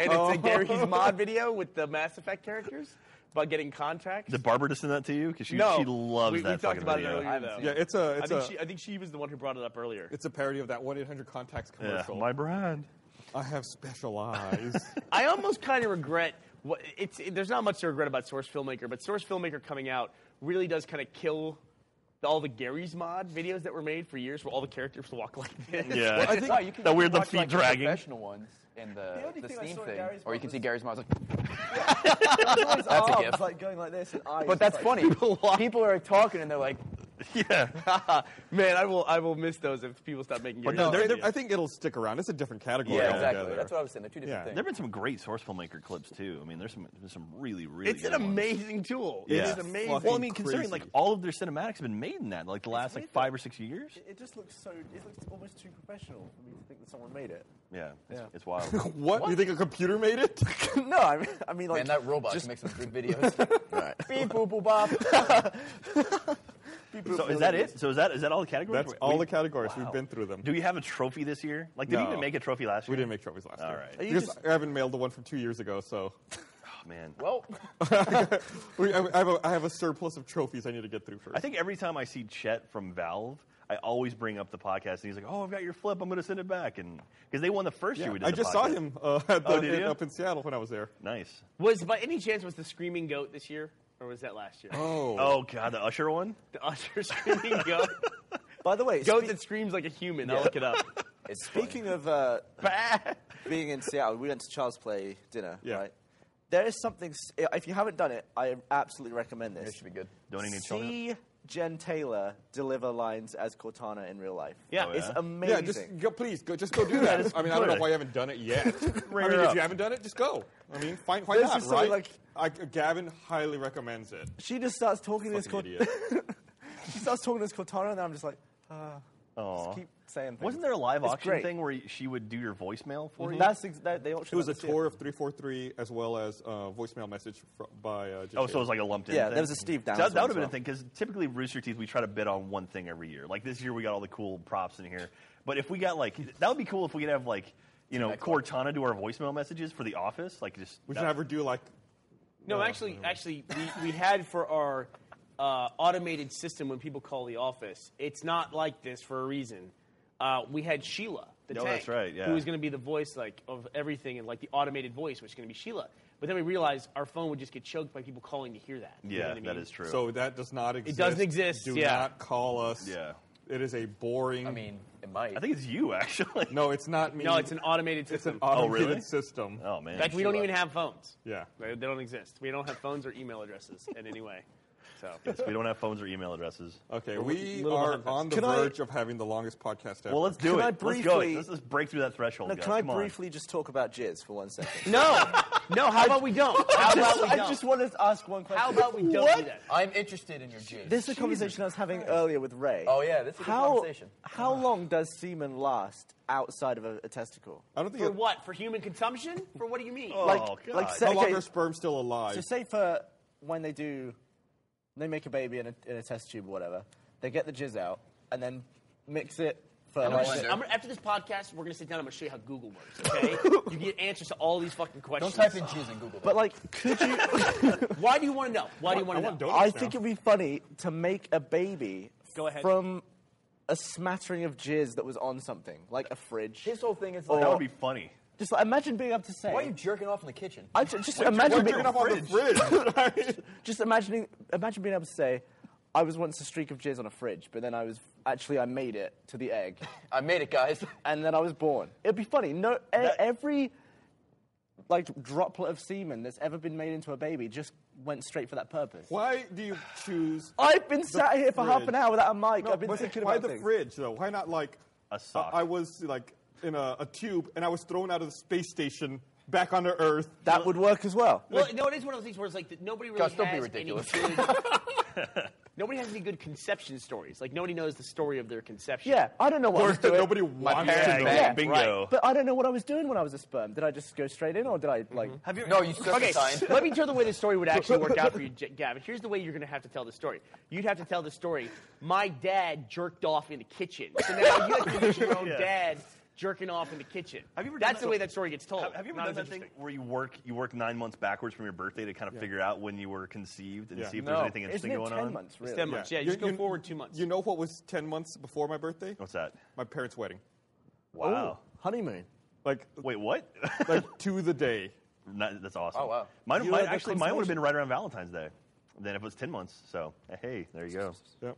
[SPEAKER 4] it's
[SPEAKER 1] Oh.
[SPEAKER 4] a Gary's Mod video with the Mass Effect characters about getting contracts.
[SPEAKER 2] Did Barbara just send that to you? Because she,
[SPEAKER 4] no,
[SPEAKER 2] she loves
[SPEAKER 4] we,
[SPEAKER 2] that
[SPEAKER 4] we talked
[SPEAKER 2] fucking
[SPEAKER 4] about
[SPEAKER 2] video.
[SPEAKER 4] it earlier. Though.
[SPEAKER 1] Yeah, it's a-
[SPEAKER 4] I
[SPEAKER 1] it's
[SPEAKER 4] think
[SPEAKER 1] a-
[SPEAKER 4] she I think she was the one who brought it up earlier.
[SPEAKER 1] It's a parody of that 1 800 Contacts
[SPEAKER 2] Yeah,
[SPEAKER 1] commercial.
[SPEAKER 2] my brand.
[SPEAKER 1] I have special eyes.
[SPEAKER 4] I almost kind of regret. What, it's it, there's not much to regret about Source Filmmaker, but Source Filmmaker coming out really does kind of kill all the Gary's Mod videos that were made for years, where all the characters walk like this.
[SPEAKER 2] Yeah. Well, I think-
[SPEAKER 3] No, you can
[SPEAKER 2] That
[SPEAKER 3] you
[SPEAKER 2] weird,
[SPEAKER 3] can
[SPEAKER 2] the
[SPEAKER 3] watch,
[SPEAKER 2] feet
[SPEAKER 3] like,
[SPEAKER 2] dragging.
[SPEAKER 3] professional ones and the,
[SPEAKER 11] only
[SPEAKER 3] the
[SPEAKER 11] thing I
[SPEAKER 3] Steam
[SPEAKER 11] saw in
[SPEAKER 3] thing,
[SPEAKER 11] Gary's
[SPEAKER 3] or you
[SPEAKER 11] mod
[SPEAKER 3] can
[SPEAKER 11] was-
[SPEAKER 3] see Gary's mouth. Like,
[SPEAKER 11] That's
[SPEAKER 3] That's a
[SPEAKER 11] arms,
[SPEAKER 3] gift.
[SPEAKER 11] like going like this and eyes.
[SPEAKER 3] but that's
[SPEAKER 11] like-
[SPEAKER 3] funny. People, are talking and they're like,
[SPEAKER 2] Yeah.
[SPEAKER 4] Man, I will I will miss those if people stop making Gary's
[SPEAKER 1] no,
[SPEAKER 4] Mod
[SPEAKER 1] they're-
[SPEAKER 4] videos.
[SPEAKER 1] they're- I think it'll stick around. It's a different category
[SPEAKER 3] yeah,
[SPEAKER 1] altogether.
[SPEAKER 3] exactly. That's what I was saying. They're two different
[SPEAKER 1] Yeah.
[SPEAKER 3] things.
[SPEAKER 2] There have been some great source filmmaker clips too. I mean, there's some there's some really really.
[SPEAKER 4] It's
[SPEAKER 2] good
[SPEAKER 4] an amazing tool.
[SPEAKER 2] Ones.
[SPEAKER 4] It is amazing.
[SPEAKER 1] fucking
[SPEAKER 2] Well, I mean, considering
[SPEAKER 1] crazy.
[SPEAKER 2] like all of their cinematics have been made in that, like the last like
[SPEAKER 11] made
[SPEAKER 2] five or six years.
[SPEAKER 11] It just looks so. It looks almost too professional for me to think that someone made it.
[SPEAKER 2] Yeah, it's, it's wild.
[SPEAKER 1] What? You think a computer made it?
[SPEAKER 11] no, I mean, I mean, like
[SPEAKER 3] Man, that robot can make some good videos. Beep, boop, boop, bop.
[SPEAKER 2] so is that it? So is that is that all the categories?
[SPEAKER 1] That's all the categories. We've been through them.
[SPEAKER 2] Do we have a trophy this year? Like, did we
[SPEAKER 1] No.
[SPEAKER 2] even make a trophy last year?
[SPEAKER 1] we didn't make trophies last
[SPEAKER 2] All
[SPEAKER 1] year.
[SPEAKER 2] right.
[SPEAKER 1] Because I haven't mailed the one from two years ago, so
[SPEAKER 2] Oh, man.
[SPEAKER 3] well,
[SPEAKER 1] we, I, I have a, I have a surplus of trophies I need to get through first.
[SPEAKER 2] I think every time I see Chet from Valve, I always bring up the podcast, and he's like, "Oh, I've got your flip. I'm going to send it back," and because they won the first
[SPEAKER 1] Yeah,
[SPEAKER 2] year we did.
[SPEAKER 1] I
[SPEAKER 2] the
[SPEAKER 1] just saw
[SPEAKER 2] podcast.
[SPEAKER 1] him uh, at
[SPEAKER 2] Oh,
[SPEAKER 1] the-
[SPEAKER 2] did
[SPEAKER 1] in-
[SPEAKER 2] you?
[SPEAKER 1] up in Seattle when I was there.
[SPEAKER 2] Nice.
[SPEAKER 4] Was by any chance was the screaming goat this year, or was that last year?
[SPEAKER 1] Oh,
[SPEAKER 2] Oh God, the Usher one.
[SPEAKER 4] The Usher screaming goat,
[SPEAKER 11] by the way,
[SPEAKER 4] goat
[SPEAKER 11] spe-
[SPEAKER 4] that screams like a human. I'll look it up.
[SPEAKER 3] it's
[SPEAKER 11] speaking of uh, being in Seattle, we went to Child's Play dinner.
[SPEAKER 1] Yeah.
[SPEAKER 11] Right. There is something. s- If you haven't done it, I absolutely recommend this.
[SPEAKER 3] It should be good.
[SPEAKER 2] Don't need children.
[SPEAKER 11] See Jen Taylor deliver lines as Cortana in real life.
[SPEAKER 2] Yeah. Oh,
[SPEAKER 11] it's
[SPEAKER 2] yeah?
[SPEAKER 11] amazing.
[SPEAKER 1] yeah, just go, please go, just go do that. I mean, I don't know
[SPEAKER 2] good.
[SPEAKER 1] why you haven't done it yet. I
[SPEAKER 2] her
[SPEAKER 1] mean, if
[SPEAKER 2] up.
[SPEAKER 1] you haven't done it, just go. I mean, fine, why
[SPEAKER 11] This
[SPEAKER 1] not?
[SPEAKER 11] is something
[SPEAKER 1] Right?
[SPEAKER 11] like-
[SPEAKER 1] I, Gavin highly recommends it.
[SPEAKER 11] she just starts talking to this
[SPEAKER 1] Fucking
[SPEAKER 11] Cortana.
[SPEAKER 1] idiot.
[SPEAKER 11] she starts talking to this Cortana, and I'm just like, ah.
[SPEAKER 2] Aw.
[SPEAKER 11] Just keep saying things.
[SPEAKER 2] Wasn't there a live
[SPEAKER 11] It's
[SPEAKER 2] auction
[SPEAKER 11] great.
[SPEAKER 2] thing where she would do your voicemail for
[SPEAKER 1] Mm-hmm.
[SPEAKER 2] you?
[SPEAKER 11] That's ex- that, they
[SPEAKER 1] It was a tour of 343 as well as uh, voicemail message fr- by. Uh,
[SPEAKER 2] Oh, so it was like a lumped in.
[SPEAKER 11] Yeah,
[SPEAKER 2] thing?
[SPEAKER 11] there was a Steve Downs
[SPEAKER 2] So that, that
[SPEAKER 11] one
[SPEAKER 2] would have
[SPEAKER 11] as
[SPEAKER 2] been a
[SPEAKER 11] well.
[SPEAKER 2] thing because typically Rooster Teeth we try to bid on one thing every year. Like this year we got all the cool props in here, but if we got like that would be cool if we could have like you know Cortana do our voicemail messages for the office. Like just
[SPEAKER 1] We should
[SPEAKER 2] that-
[SPEAKER 1] have her do like.
[SPEAKER 4] No,
[SPEAKER 2] Oh,
[SPEAKER 4] actually, actually, we, we had for our uh, automated system when people call the office. It's not like this for a reason. Uh, we had Sheila, the
[SPEAKER 2] Oh,
[SPEAKER 4] tank,
[SPEAKER 2] that's right, yeah.
[SPEAKER 4] who was going to be the voice like of everything, and like the automated voice was going to be Sheila. But then we realized our phone would just get choked by people calling to hear that. You know
[SPEAKER 2] Yeah,
[SPEAKER 4] what I
[SPEAKER 2] that
[SPEAKER 4] mean?
[SPEAKER 2] is true.
[SPEAKER 1] So that does not exist.
[SPEAKER 4] doesn't exist,
[SPEAKER 1] Do
[SPEAKER 4] yeah.
[SPEAKER 1] not call us.
[SPEAKER 2] Yeah.
[SPEAKER 1] It is a boring.
[SPEAKER 3] I mean, it might.
[SPEAKER 2] I think it's you actually.
[SPEAKER 1] no, it's not me.
[SPEAKER 4] No, it's an automated
[SPEAKER 1] It's
[SPEAKER 4] system.
[SPEAKER 1] an automated
[SPEAKER 2] really?
[SPEAKER 1] system.
[SPEAKER 2] Oh man.
[SPEAKER 4] In fact, we don't even have phones.
[SPEAKER 1] Yeah.
[SPEAKER 4] They, they don't exist. We don't have phones or email addresses in any way. So
[SPEAKER 2] we don't have phones or email addresses.
[SPEAKER 1] Okay,
[SPEAKER 4] We're
[SPEAKER 1] we
[SPEAKER 4] little
[SPEAKER 1] are
[SPEAKER 4] behind
[SPEAKER 1] on the
[SPEAKER 11] Can I-
[SPEAKER 1] verge of having the longest podcast ever.
[SPEAKER 2] Well, let's do
[SPEAKER 11] Can
[SPEAKER 2] it.
[SPEAKER 11] I
[SPEAKER 2] let's go.
[SPEAKER 11] briefly-
[SPEAKER 2] Let's just break through that threshold.
[SPEAKER 11] No,
[SPEAKER 2] guys.
[SPEAKER 11] can I
[SPEAKER 2] Come on.
[SPEAKER 11] briefly just talk about jizz for one second?
[SPEAKER 4] no, no. How about we don't? How about we
[SPEAKER 11] I
[SPEAKER 4] don't?
[SPEAKER 11] just wanted to ask one question.
[SPEAKER 4] how about we don't do that?
[SPEAKER 3] I'm interested in your jizz.
[SPEAKER 11] This is a conversation I was having earlier with Ray.
[SPEAKER 3] Oh, yeah, this is a good
[SPEAKER 11] how,
[SPEAKER 3] conversation.
[SPEAKER 11] How long does semen last outside of a, a testicle?
[SPEAKER 1] I don't think
[SPEAKER 4] For
[SPEAKER 1] it-
[SPEAKER 4] what? For human consumption? For what do you mean?
[SPEAKER 2] Oh,
[SPEAKER 11] Like,
[SPEAKER 2] God.
[SPEAKER 11] like
[SPEAKER 1] how
[SPEAKER 11] say,
[SPEAKER 1] long
[SPEAKER 11] okay,
[SPEAKER 1] are sperm still alive?
[SPEAKER 11] so say for when they do, they make a baby in a, in a test tube or whatever. They get the jizz out and then mix it for
[SPEAKER 4] I'm gonna-
[SPEAKER 11] like,
[SPEAKER 4] I'm gonna- after this podcast, we're gonna sit down. I'm gonna show you how Google works. Okay? you get answers to all these fucking
[SPEAKER 3] Don't
[SPEAKER 4] questions.
[SPEAKER 3] type in jizz in Google.
[SPEAKER 11] But like, could you?
[SPEAKER 4] Why do you want to know? Why do you
[SPEAKER 1] I
[SPEAKER 4] want to know?
[SPEAKER 1] want donuts
[SPEAKER 11] I
[SPEAKER 1] now.
[SPEAKER 11] think it'd be funny to make a baby
[SPEAKER 4] Go ahead.
[SPEAKER 11] from a smattering of jizz that was on something, like a fridge.
[SPEAKER 3] his whole thing is
[SPEAKER 11] Or-
[SPEAKER 3] like,
[SPEAKER 2] That would be funny.
[SPEAKER 11] Just like, imagine being able to say.
[SPEAKER 3] why are you jerking off in the kitchen?
[SPEAKER 11] I ju- just
[SPEAKER 1] Why
[SPEAKER 11] imagine
[SPEAKER 1] are you
[SPEAKER 11] being
[SPEAKER 1] jerking off on the fridge?
[SPEAKER 11] just imagining imagine being able to say, I was once a streak of jizz on a fridge, but then I was actually I made it to the egg,
[SPEAKER 3] I made it, guys.
[SPEAKER 11] and then I was born. It'd be funny. No, e- every like droplet of semen that's ever been made into a baby just went straight for that purpose.
[SPEAKER 1] Why do you choose?
[SPEAKER 11] I've been sat here for half
[SPEAKER 1] fridge.
[SPEAKER 11] an hour without a mic. I've been
[SPEAKER 1] but
[SPEAKER 11] thinking
[SPEAKER 1] why
[SPEAKER 11] about
[SPEAKER 1] the
[SPEAKER 11] things.
[SPEAKER 1] fridge though? Why not like
[SPEAKER 2] A sock.
[SPEAKER 1] I, I was like in a, a tube and I was thrown out of the space station back onto Earth.
[SPEAKER 11] That would work as well.
[SPEAKER 4] Well, no, it is one of those things where it's like that nobody really
[SPEAKER 11] Gosh,
[SPEAKER 4] has
[SPEAKER 11] don't be
[SPEAKER 4] any
[SPEAKER 11] ridiculous.
[SPEAKER 4] good- nobody has any good conception stories. Like nobody knows the story of their conception.
[SPEAKER 11] Yeah, I don't know what I was doing.
[SPEAKER 4] parents
[SPEAKER 11] Yeah,
[SPEAKER 4] know.
[SPEAKER 11] yeah,
[SPEAKER 4] Bingo.
[SPEAKER 11] right. But I don't know what I was doing when I was a sperm. Did I just go straight in, or did I
[SPEAKER 1] Mm-hmm.
[SPEAKER 11] like?
[SPEAKER 4] Have you- No, you okay, let me tell the way this story would actually work out for you, J- Gavin. Here's the way you're going to have to tell the story. You'd have to tell the story. My dad jerked off in the kitchen. So now you have to picture your own
[SPEAKER 2] Yeah.
[SPEAKER 4] dad jerking off in the kitchen. Have you ever That's
[SPEAKER 2] done
[SPEAKER 4] the
[SPEAKER 2] that-
[SPEAKER 4] way that story gets told.
[SPEAKER 2] Have, have you ever
[SPEAKER 4] Not
[SPEAKER 2] done that
[SPEAKER 4] as
[SPEAKER 2] thing where you work you work nine months backwards from your birthday to kind of
[SPEAKER 4] Yeah.
[SPEAKER 2] figure out when you were conceived and
[SPEAKER 4] Yeah.
[SPEAKER 2] see if
[SPEAKER 4] No.
[SPEAKER 2] there's anything interesting
[SPEAKER 4] Isn't it
[SPEAKER 2] going
[SPEAKER 4] 10
[SPEAKER 2] on?
[SPEAKER 4] months, Oh. It's really? 10 months, yeah, you just go forward two months.
[SPEAKER 1] You know what was 10 months before my birthday?
[SPEAKER 2] What's that?
[SPEAKER 1] My parents' wedding.
[SPEAKER 2] Wow.
[SPEAKER 11] honeymoon.
[SPEAKER 1] Like
[SPEAKER 2] wait, what?
[SPEAKER 1] like to the day.
[SPEAKER 2] that's awesome.
[SPEAKER 1] Oh, wow.
[SPEAKER 2] Mine,
[SPEAKER 1] You
[SPEAKER 2] mine-
[SPEAKER 1] had the
[SPEAKER 2] actually, mine would have
[SPEAKER 1] consolation.
[SPEAKER 2] been right around Valentine's Day. Then if it was ten months, so hey, there you go.
[SPEAKER 1] Yep.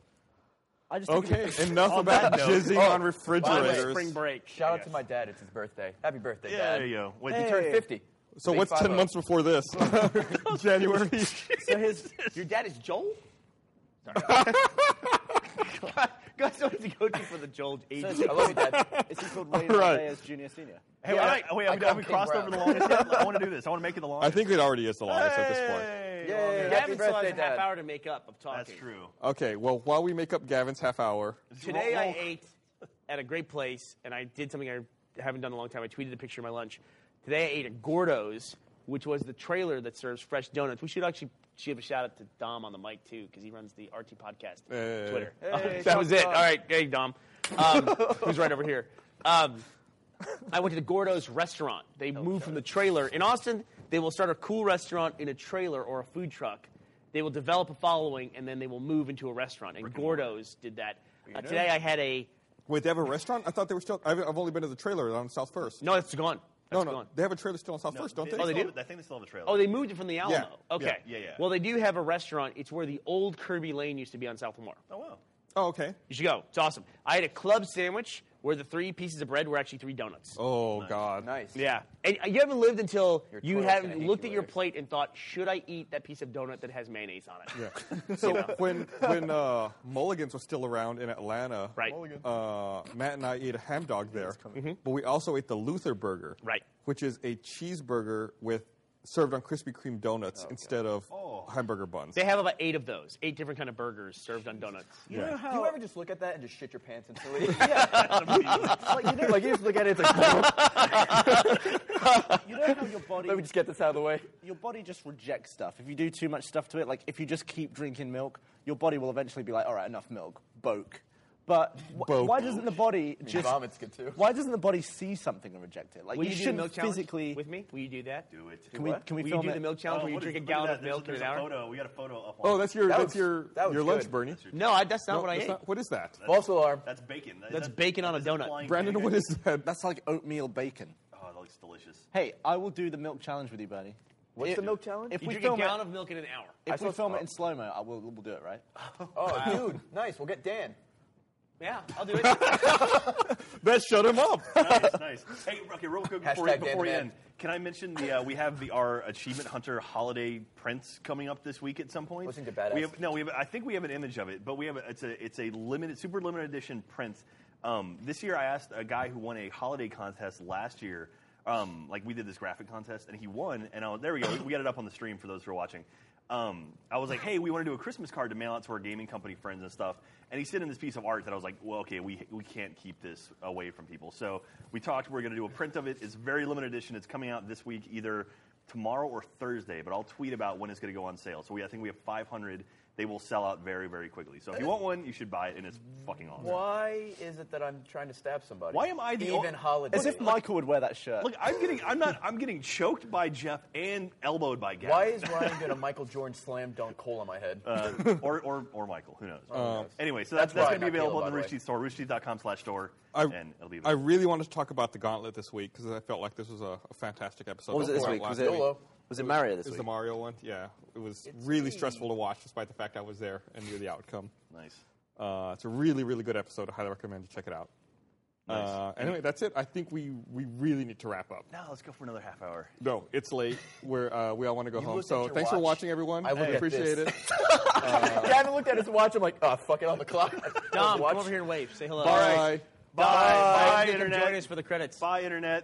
[SPEAKER 11] I
[SPEAKER 2] just think
[SPEAKER 1] Okay,
[SPEAKER 2] it's-
[SPEAKER 1] enough
[SPEAKER 2] On
[SPEAKER 1] about
[SPEAKER 2] that note-
[SPEAKER 1] jizzing
[SPEAKER 2] Oh,
[SPEAKER 1] on refrigerators.
[SPEAKER 3] Spring
[SPEAKER 4] break.
[SPEAKER 3] Shout out to my dad. It's his birthday. Happy birthday,
[SPEAKER 1] Yeah,
[SPEAKER 3] dad.
[SPEAKER 1] there you go. Wait,
[SPEAKER 3] he
[SPEAKER 1] Hey.
[SPEAKER 3] turned 50.
[SPEAKER 1] So
[SPEAKER 3] Big
[SPEAKER 1] what's 10
[SPEAKER 3] 5-0.
[SPEAKER 1] months before this? January.
[SPEAKER 4] so his your dad is Joel. God, someone to go to for the Joel age.
[SPEAKER 11] So is he- I love you, Dad. Is he called Ray
[SPEAKER 1] Alright.
[SPEAKER 11] Reyes Junior Senior?
[SPEAKER 2] Hey, all right, wait, have we- have we crossed over the longest yet? I want to do this. I want to make it the
[SPEAKER 1] I
[SPEAKER 2] longest.
[SPEAKER 1] think it already is the longest at this point.
[SPEAKER 4] Gavin
[SPEAKER 2] Happy
[SPEAKER 4] still has
[SPEAKER 2] birthday,
[SPEAKER 4] a half
[SPEAKER 2] Dad.
[SPEAKER 4] hour to make up of talking. That's true.
[SPEAKER 1] Okay, well, while we make up Gavin's half hour,
[SPEAKER 4] Today I ate at a great place, and I did something I haven't done in a long time. I tweeted a picture of my lunch. Today I ate at Gordo's, which was the trailer that serves fresh donuts. We should actually give a shout out to Dom on the mic too, because he runs the RT podcast
[SPEAKER 10] Hey.
[SPEAKER 4] Twitter.
[SPEAKER 10] Hey,
[SPEAKER 4] that was it.
[SPEAKER 10] Dom.
[SPEAKER 4] All right, hey Dom, um, who's right over here. Um, I went to the Gordo's restaurant. They
[SPEAKER 1] Oh,
[SPEAKER 4] moved from the trailer. In Austin, they will start a cool restaurant in a trailer or a food truck. They will develop a following and then they will move into a restaurant. And Gordo's did that. Uh,
[SPEAKER 1] know.
[SPEAKER 4] today I had a.
[SPEAKER 1] Wait, they have a restaurant? I thought they were still. I've, I've only been to the trailer on South First.
[SPEAKER 4] No, it's gone.
[SPEAKER 1] no, no, they have a trailer still on South First, don't they?
[SPEAKER 4] oh, they do?
[SPEAKER 2] think they still have a trailer.
[SPEAKER 4] Oh, they moved it from the Alamo.
[SPEAKER 1] Yeah.
[SPEAKER 4] Okay.
[SPEAKER 1] Yeah, yeah, yeah.
[SPEAKER 4] Well, they do have a restaurant. It's where the old Kirby Lane used to be on South Lamar.
[SPEAKER 2] Oh, wow.
[SPEAKER 1] Oh, okay.
[SPEAKER 4] You should go. It's awesome. I had a club sandwich where the three pieces of bread were actually three donuts.
[SPEAKER 1] Oh
[SPEAKER 4] Uh,
[SPEAKER 1] God.
[SPEAKER 3] Nice.
[SPEAKER 4] Yeah. And you haven't lived until you
[SPEAKER 3] toilet's gonna
[SPEAKER 4] haven't
[SPEAKER 3] hate
[SPEAKER 4] looked
[SPEAKER 3] you
[SPEAKER 4] at your plate and thought, should I eat that piece of donut that has mayonnaise on it?
[SPEAKER 1] Yeah. So when when uh, Mulligans was still around in Atlanta, right. uh, Matt and I ate a ham dog there,
[SPEAKER 11] Mm-hmm.
[SPEAKER 1] but we also ate the Luther Burger,
[SPEAKER 4] right.
[SPEAKER 1] which is a cheeseburger with served on Krispy Kreme
[SPEAKER 11] Oh,
[SPEAKER 1] donuts instead of hamburger buns.
[SPEAKER 4] They have about eight of those, eight different kind of burgers served on donuts.
[SPEAKER 1] You know Yeah.
[SPEAKER 3] Do you ever just look at that and just shit your pants instantly?
[SPEAKER 11] like, you know, like you just look at it, it's like. you know how your body. Let me
[SPEAKER 3] just get this out of the way.
[SPEAKER 11] Your body just rejects stuff. If you do too much stuff to it, like if you just keep drinking milk, your body will eventually be like, all right, enough milk, boke. But wh-
[SPEAKER 3] Boke.
[SPEAKER 11] why doesn't the
[SPEAKER 3] mean,
[SPEAKER 11] body just
[SPEAKER 3] vomit's good too.
[SPEAKER 11] Why doesn't the body see something and reject it? Like
[SPEAKER 4] Will
[SPEAKER 11] you,
[SPEAKER 4] do the
[SPEAKER 11] shouldn't
[SPEAKER 4] milk challenge
[SPEAKER 11] physically.
[SPEAKER 4] with me? Will you do that?
[SPEAKER 2] Do it.
[SPEAKER 11] Can we- What? can we
[SPEAKER 4] Will
[SPEAKER 11] film
[SPEAKER 4] you do
[SPEAKER 11] it?
[SPEAKER 4] the milk challenge
[SPEAKER 11] Oh,
[SPEAKER 4] where you
[SPEAKER 11] what
[SPEAKER 4] drink a
[SPEAKER 11] is-
[SPEAKER 2] Look
[SPEAKER 4] gallon of
[SPEAKER 2] at that. There's-
[SPEAKER 4] milk in
[SPEAKER 2] there's
[SPEAKER 4] an
[SPEAKER 2] a
[SPEAKER 4] hour?
[SPEAKER 2] Photo. We got a photo up.
[SPEAKER 1] Oh, that's your
[SPEAKER 4] That
[SPEAKER 1] that's
[SPEAKER 4] was-
[SPEAKER 1] your
[SPEAKER 4] that was
[SPEAKER 1] your lunch,
[SPEAKER 4] good.
[SPEAKER 1] Bernie.
[SPEAKER 4] No, I, that's not
[SPEAKER 1] No,
[SPEAKER 4] what I
[SPEAKER 1] that's
[SPEAKER 4] ate.
[SPEAKER 1] not- what is that?
[SPEAKER 11] False alarm.
[SPEAKER 2] That's bacon. That-
[SPEAKER 4] That's bacon on a donut.
[SPEAKER 1] Brandon, what is that?
[SPEAKER 11] That's like oatmeal bacon.
[SPEAKER 2] Oh, that looks delicious.
[SPEAKER 11] Hey, I will do the milk challenge with you, Bernie.
[SPEAKER 3] What's the milk challenge?
[SPEAKER 11] If
[SPEAKER 4] You
[SPEAKER 11] we
[SPEAKER 4] drink a
[SPEAKER 11] film
[SPEAKER 4] gallon
[SPEAKER 11] it,
[SPEAKER 4] of milk in an hour.
[SPEAKER 11] if we film it in slow mo, we'll, we'll do it, right?
[SPEAKER 3] Oh, dude, nice. We'll get Dan.
[SPEAKER 4] Yeah, I'll do it.
[SPEAKER 1] That shut him up.
[SPEAKER 2] nice, nice. Hey, okay, real quick before,
[SPEAKER 3] Hashtag
[SPEAKER 2] before we
[SPEAKER 3] Dan
[SPEAKER 2] end, can I mention the uh, we have the our Achievement Hunter holiday prints coming up this week at some point.
[SPEAKER 3] Listen to Badass.
[SPEAKER 2] We have, no, we have. I think we have an image of it, but we have a, it's a it's a limited, super limited edition print. Um, this year, I asked a guy who won a holiday contest last year. Um, like we did this graphic contest, and he won. And I was, there we go. We got it up on the stream for those who are watching. Um, I was like, "Hey, we want to do a Christmas card to mail out to our gaming company friends and stuff." And he sent in this piece of art that I was like, "Well, okay, we we can't keep this away from people." So we talked. We're going to do a print of it. It's very limited edition. It's coming out this week, either tomorrow or Thursday, but I'll tweet about when it's going to go on sale. So we, I think we have 500. They will sell out very, very quickly. So if you want one, you should buy it, and it's fucking awesome.
[SPEAKER 3] Why is it that I'm trying to stab somebody?
[SPEAKER 2] Why am I the
[SPEAKER 3] even holiday?
[SPEAKER 11] As if Michael would wear that shirt.
[SPEAKER 2] Look, I'm getting, I'm not, I'm getting choked by Jeff and elbowed by Gavin.
[SPEAKER 3] Why is Ryan gonna Michael Jordan slam dunk hole on my head?
[SPEAKER 2] Uh, or, or, or Michael, who knows?
[SPEAKER 4] Oh,
[SPEAKER 3] Um,
[SPEAKER 2] anyway, so that's,
[SPEAKER 3] That's
[SPEAKER 2] that's
[SPEAKER 3] Ryan,
[SPEAKER 2] going to be
[SPEAKER 3] not
[SPEAKER 2] available
[SPEAKER 3] Caleb,
[SPEAKER 2] on the
[SPEAKER 3] by the
[SPEAKER 2] Rooster Teeth store, roosterteeth.com slash store,
[SPEAKER 1] I,
[SPEAKER 2] and it'll be
[SPEAKER 1] I
[SPEAKER 2] available.
[SPEAKER 1] really wanted to talk about the Gauntlet this week because I felt like this was a, a fantastic episode.
[SPEAKER 11] What was it this
[SPEAKER 1] Last
[SPEAKER 11] week? Was it- YOLO. was it Mario this
[SPEAKER 1] It was the
[SPEAKER 11] week?
[SPEAKER 1] Mario one. Yeah, it was really stressful to watch, despite the fact I was there and knew the outcome.
[SPEAKER 2] Nice.
[SPEAKER 1] Uh, it's a really, really good episode. I highly recommend you check it out.
[SPEAKER 2] Nice.
[SPEAKER 1] Uh, anyway, that's it. I think we, we really need to wrap up.
[SPEAKER 2] Now let's go for another half hour.
[SPEAKER 1] No, it's late. We're, uh, we all want to go
[SPEAKER 3] You
[SPEAKER 1] home.
[SPEAKER 3] looked
[SPEAKER 1] So
[SPEAKER 3] at your
[SPEAKER 1] thanks for
[SPEAKER 3] watch.
[SPEAKER 1] watching, everyone.
[SPEAKER 3] I looked at
[SPEAKER 1] appreciate
[SPEAKER 3] this.
[SPEAKER 1] it.
[SPEAKER 3] Gavin looked at his watch. I'm like, oh, fuck it, on the clock.
[SPEAKER 4] Dom,
[SPEAKER 3] Watch.
[SPEAKER 4] come over here and wave. Say hello.
[SPEAKER 1] Bye.
[SPEAKER 4] Bye.
[SPEAKER 2] Bye,
[SPEAKER 4] You can
[SPEAKER 2] Internet.
[SPEAKER 4] Join us for the credits.
[SPEAKER 2] Bye, Internet.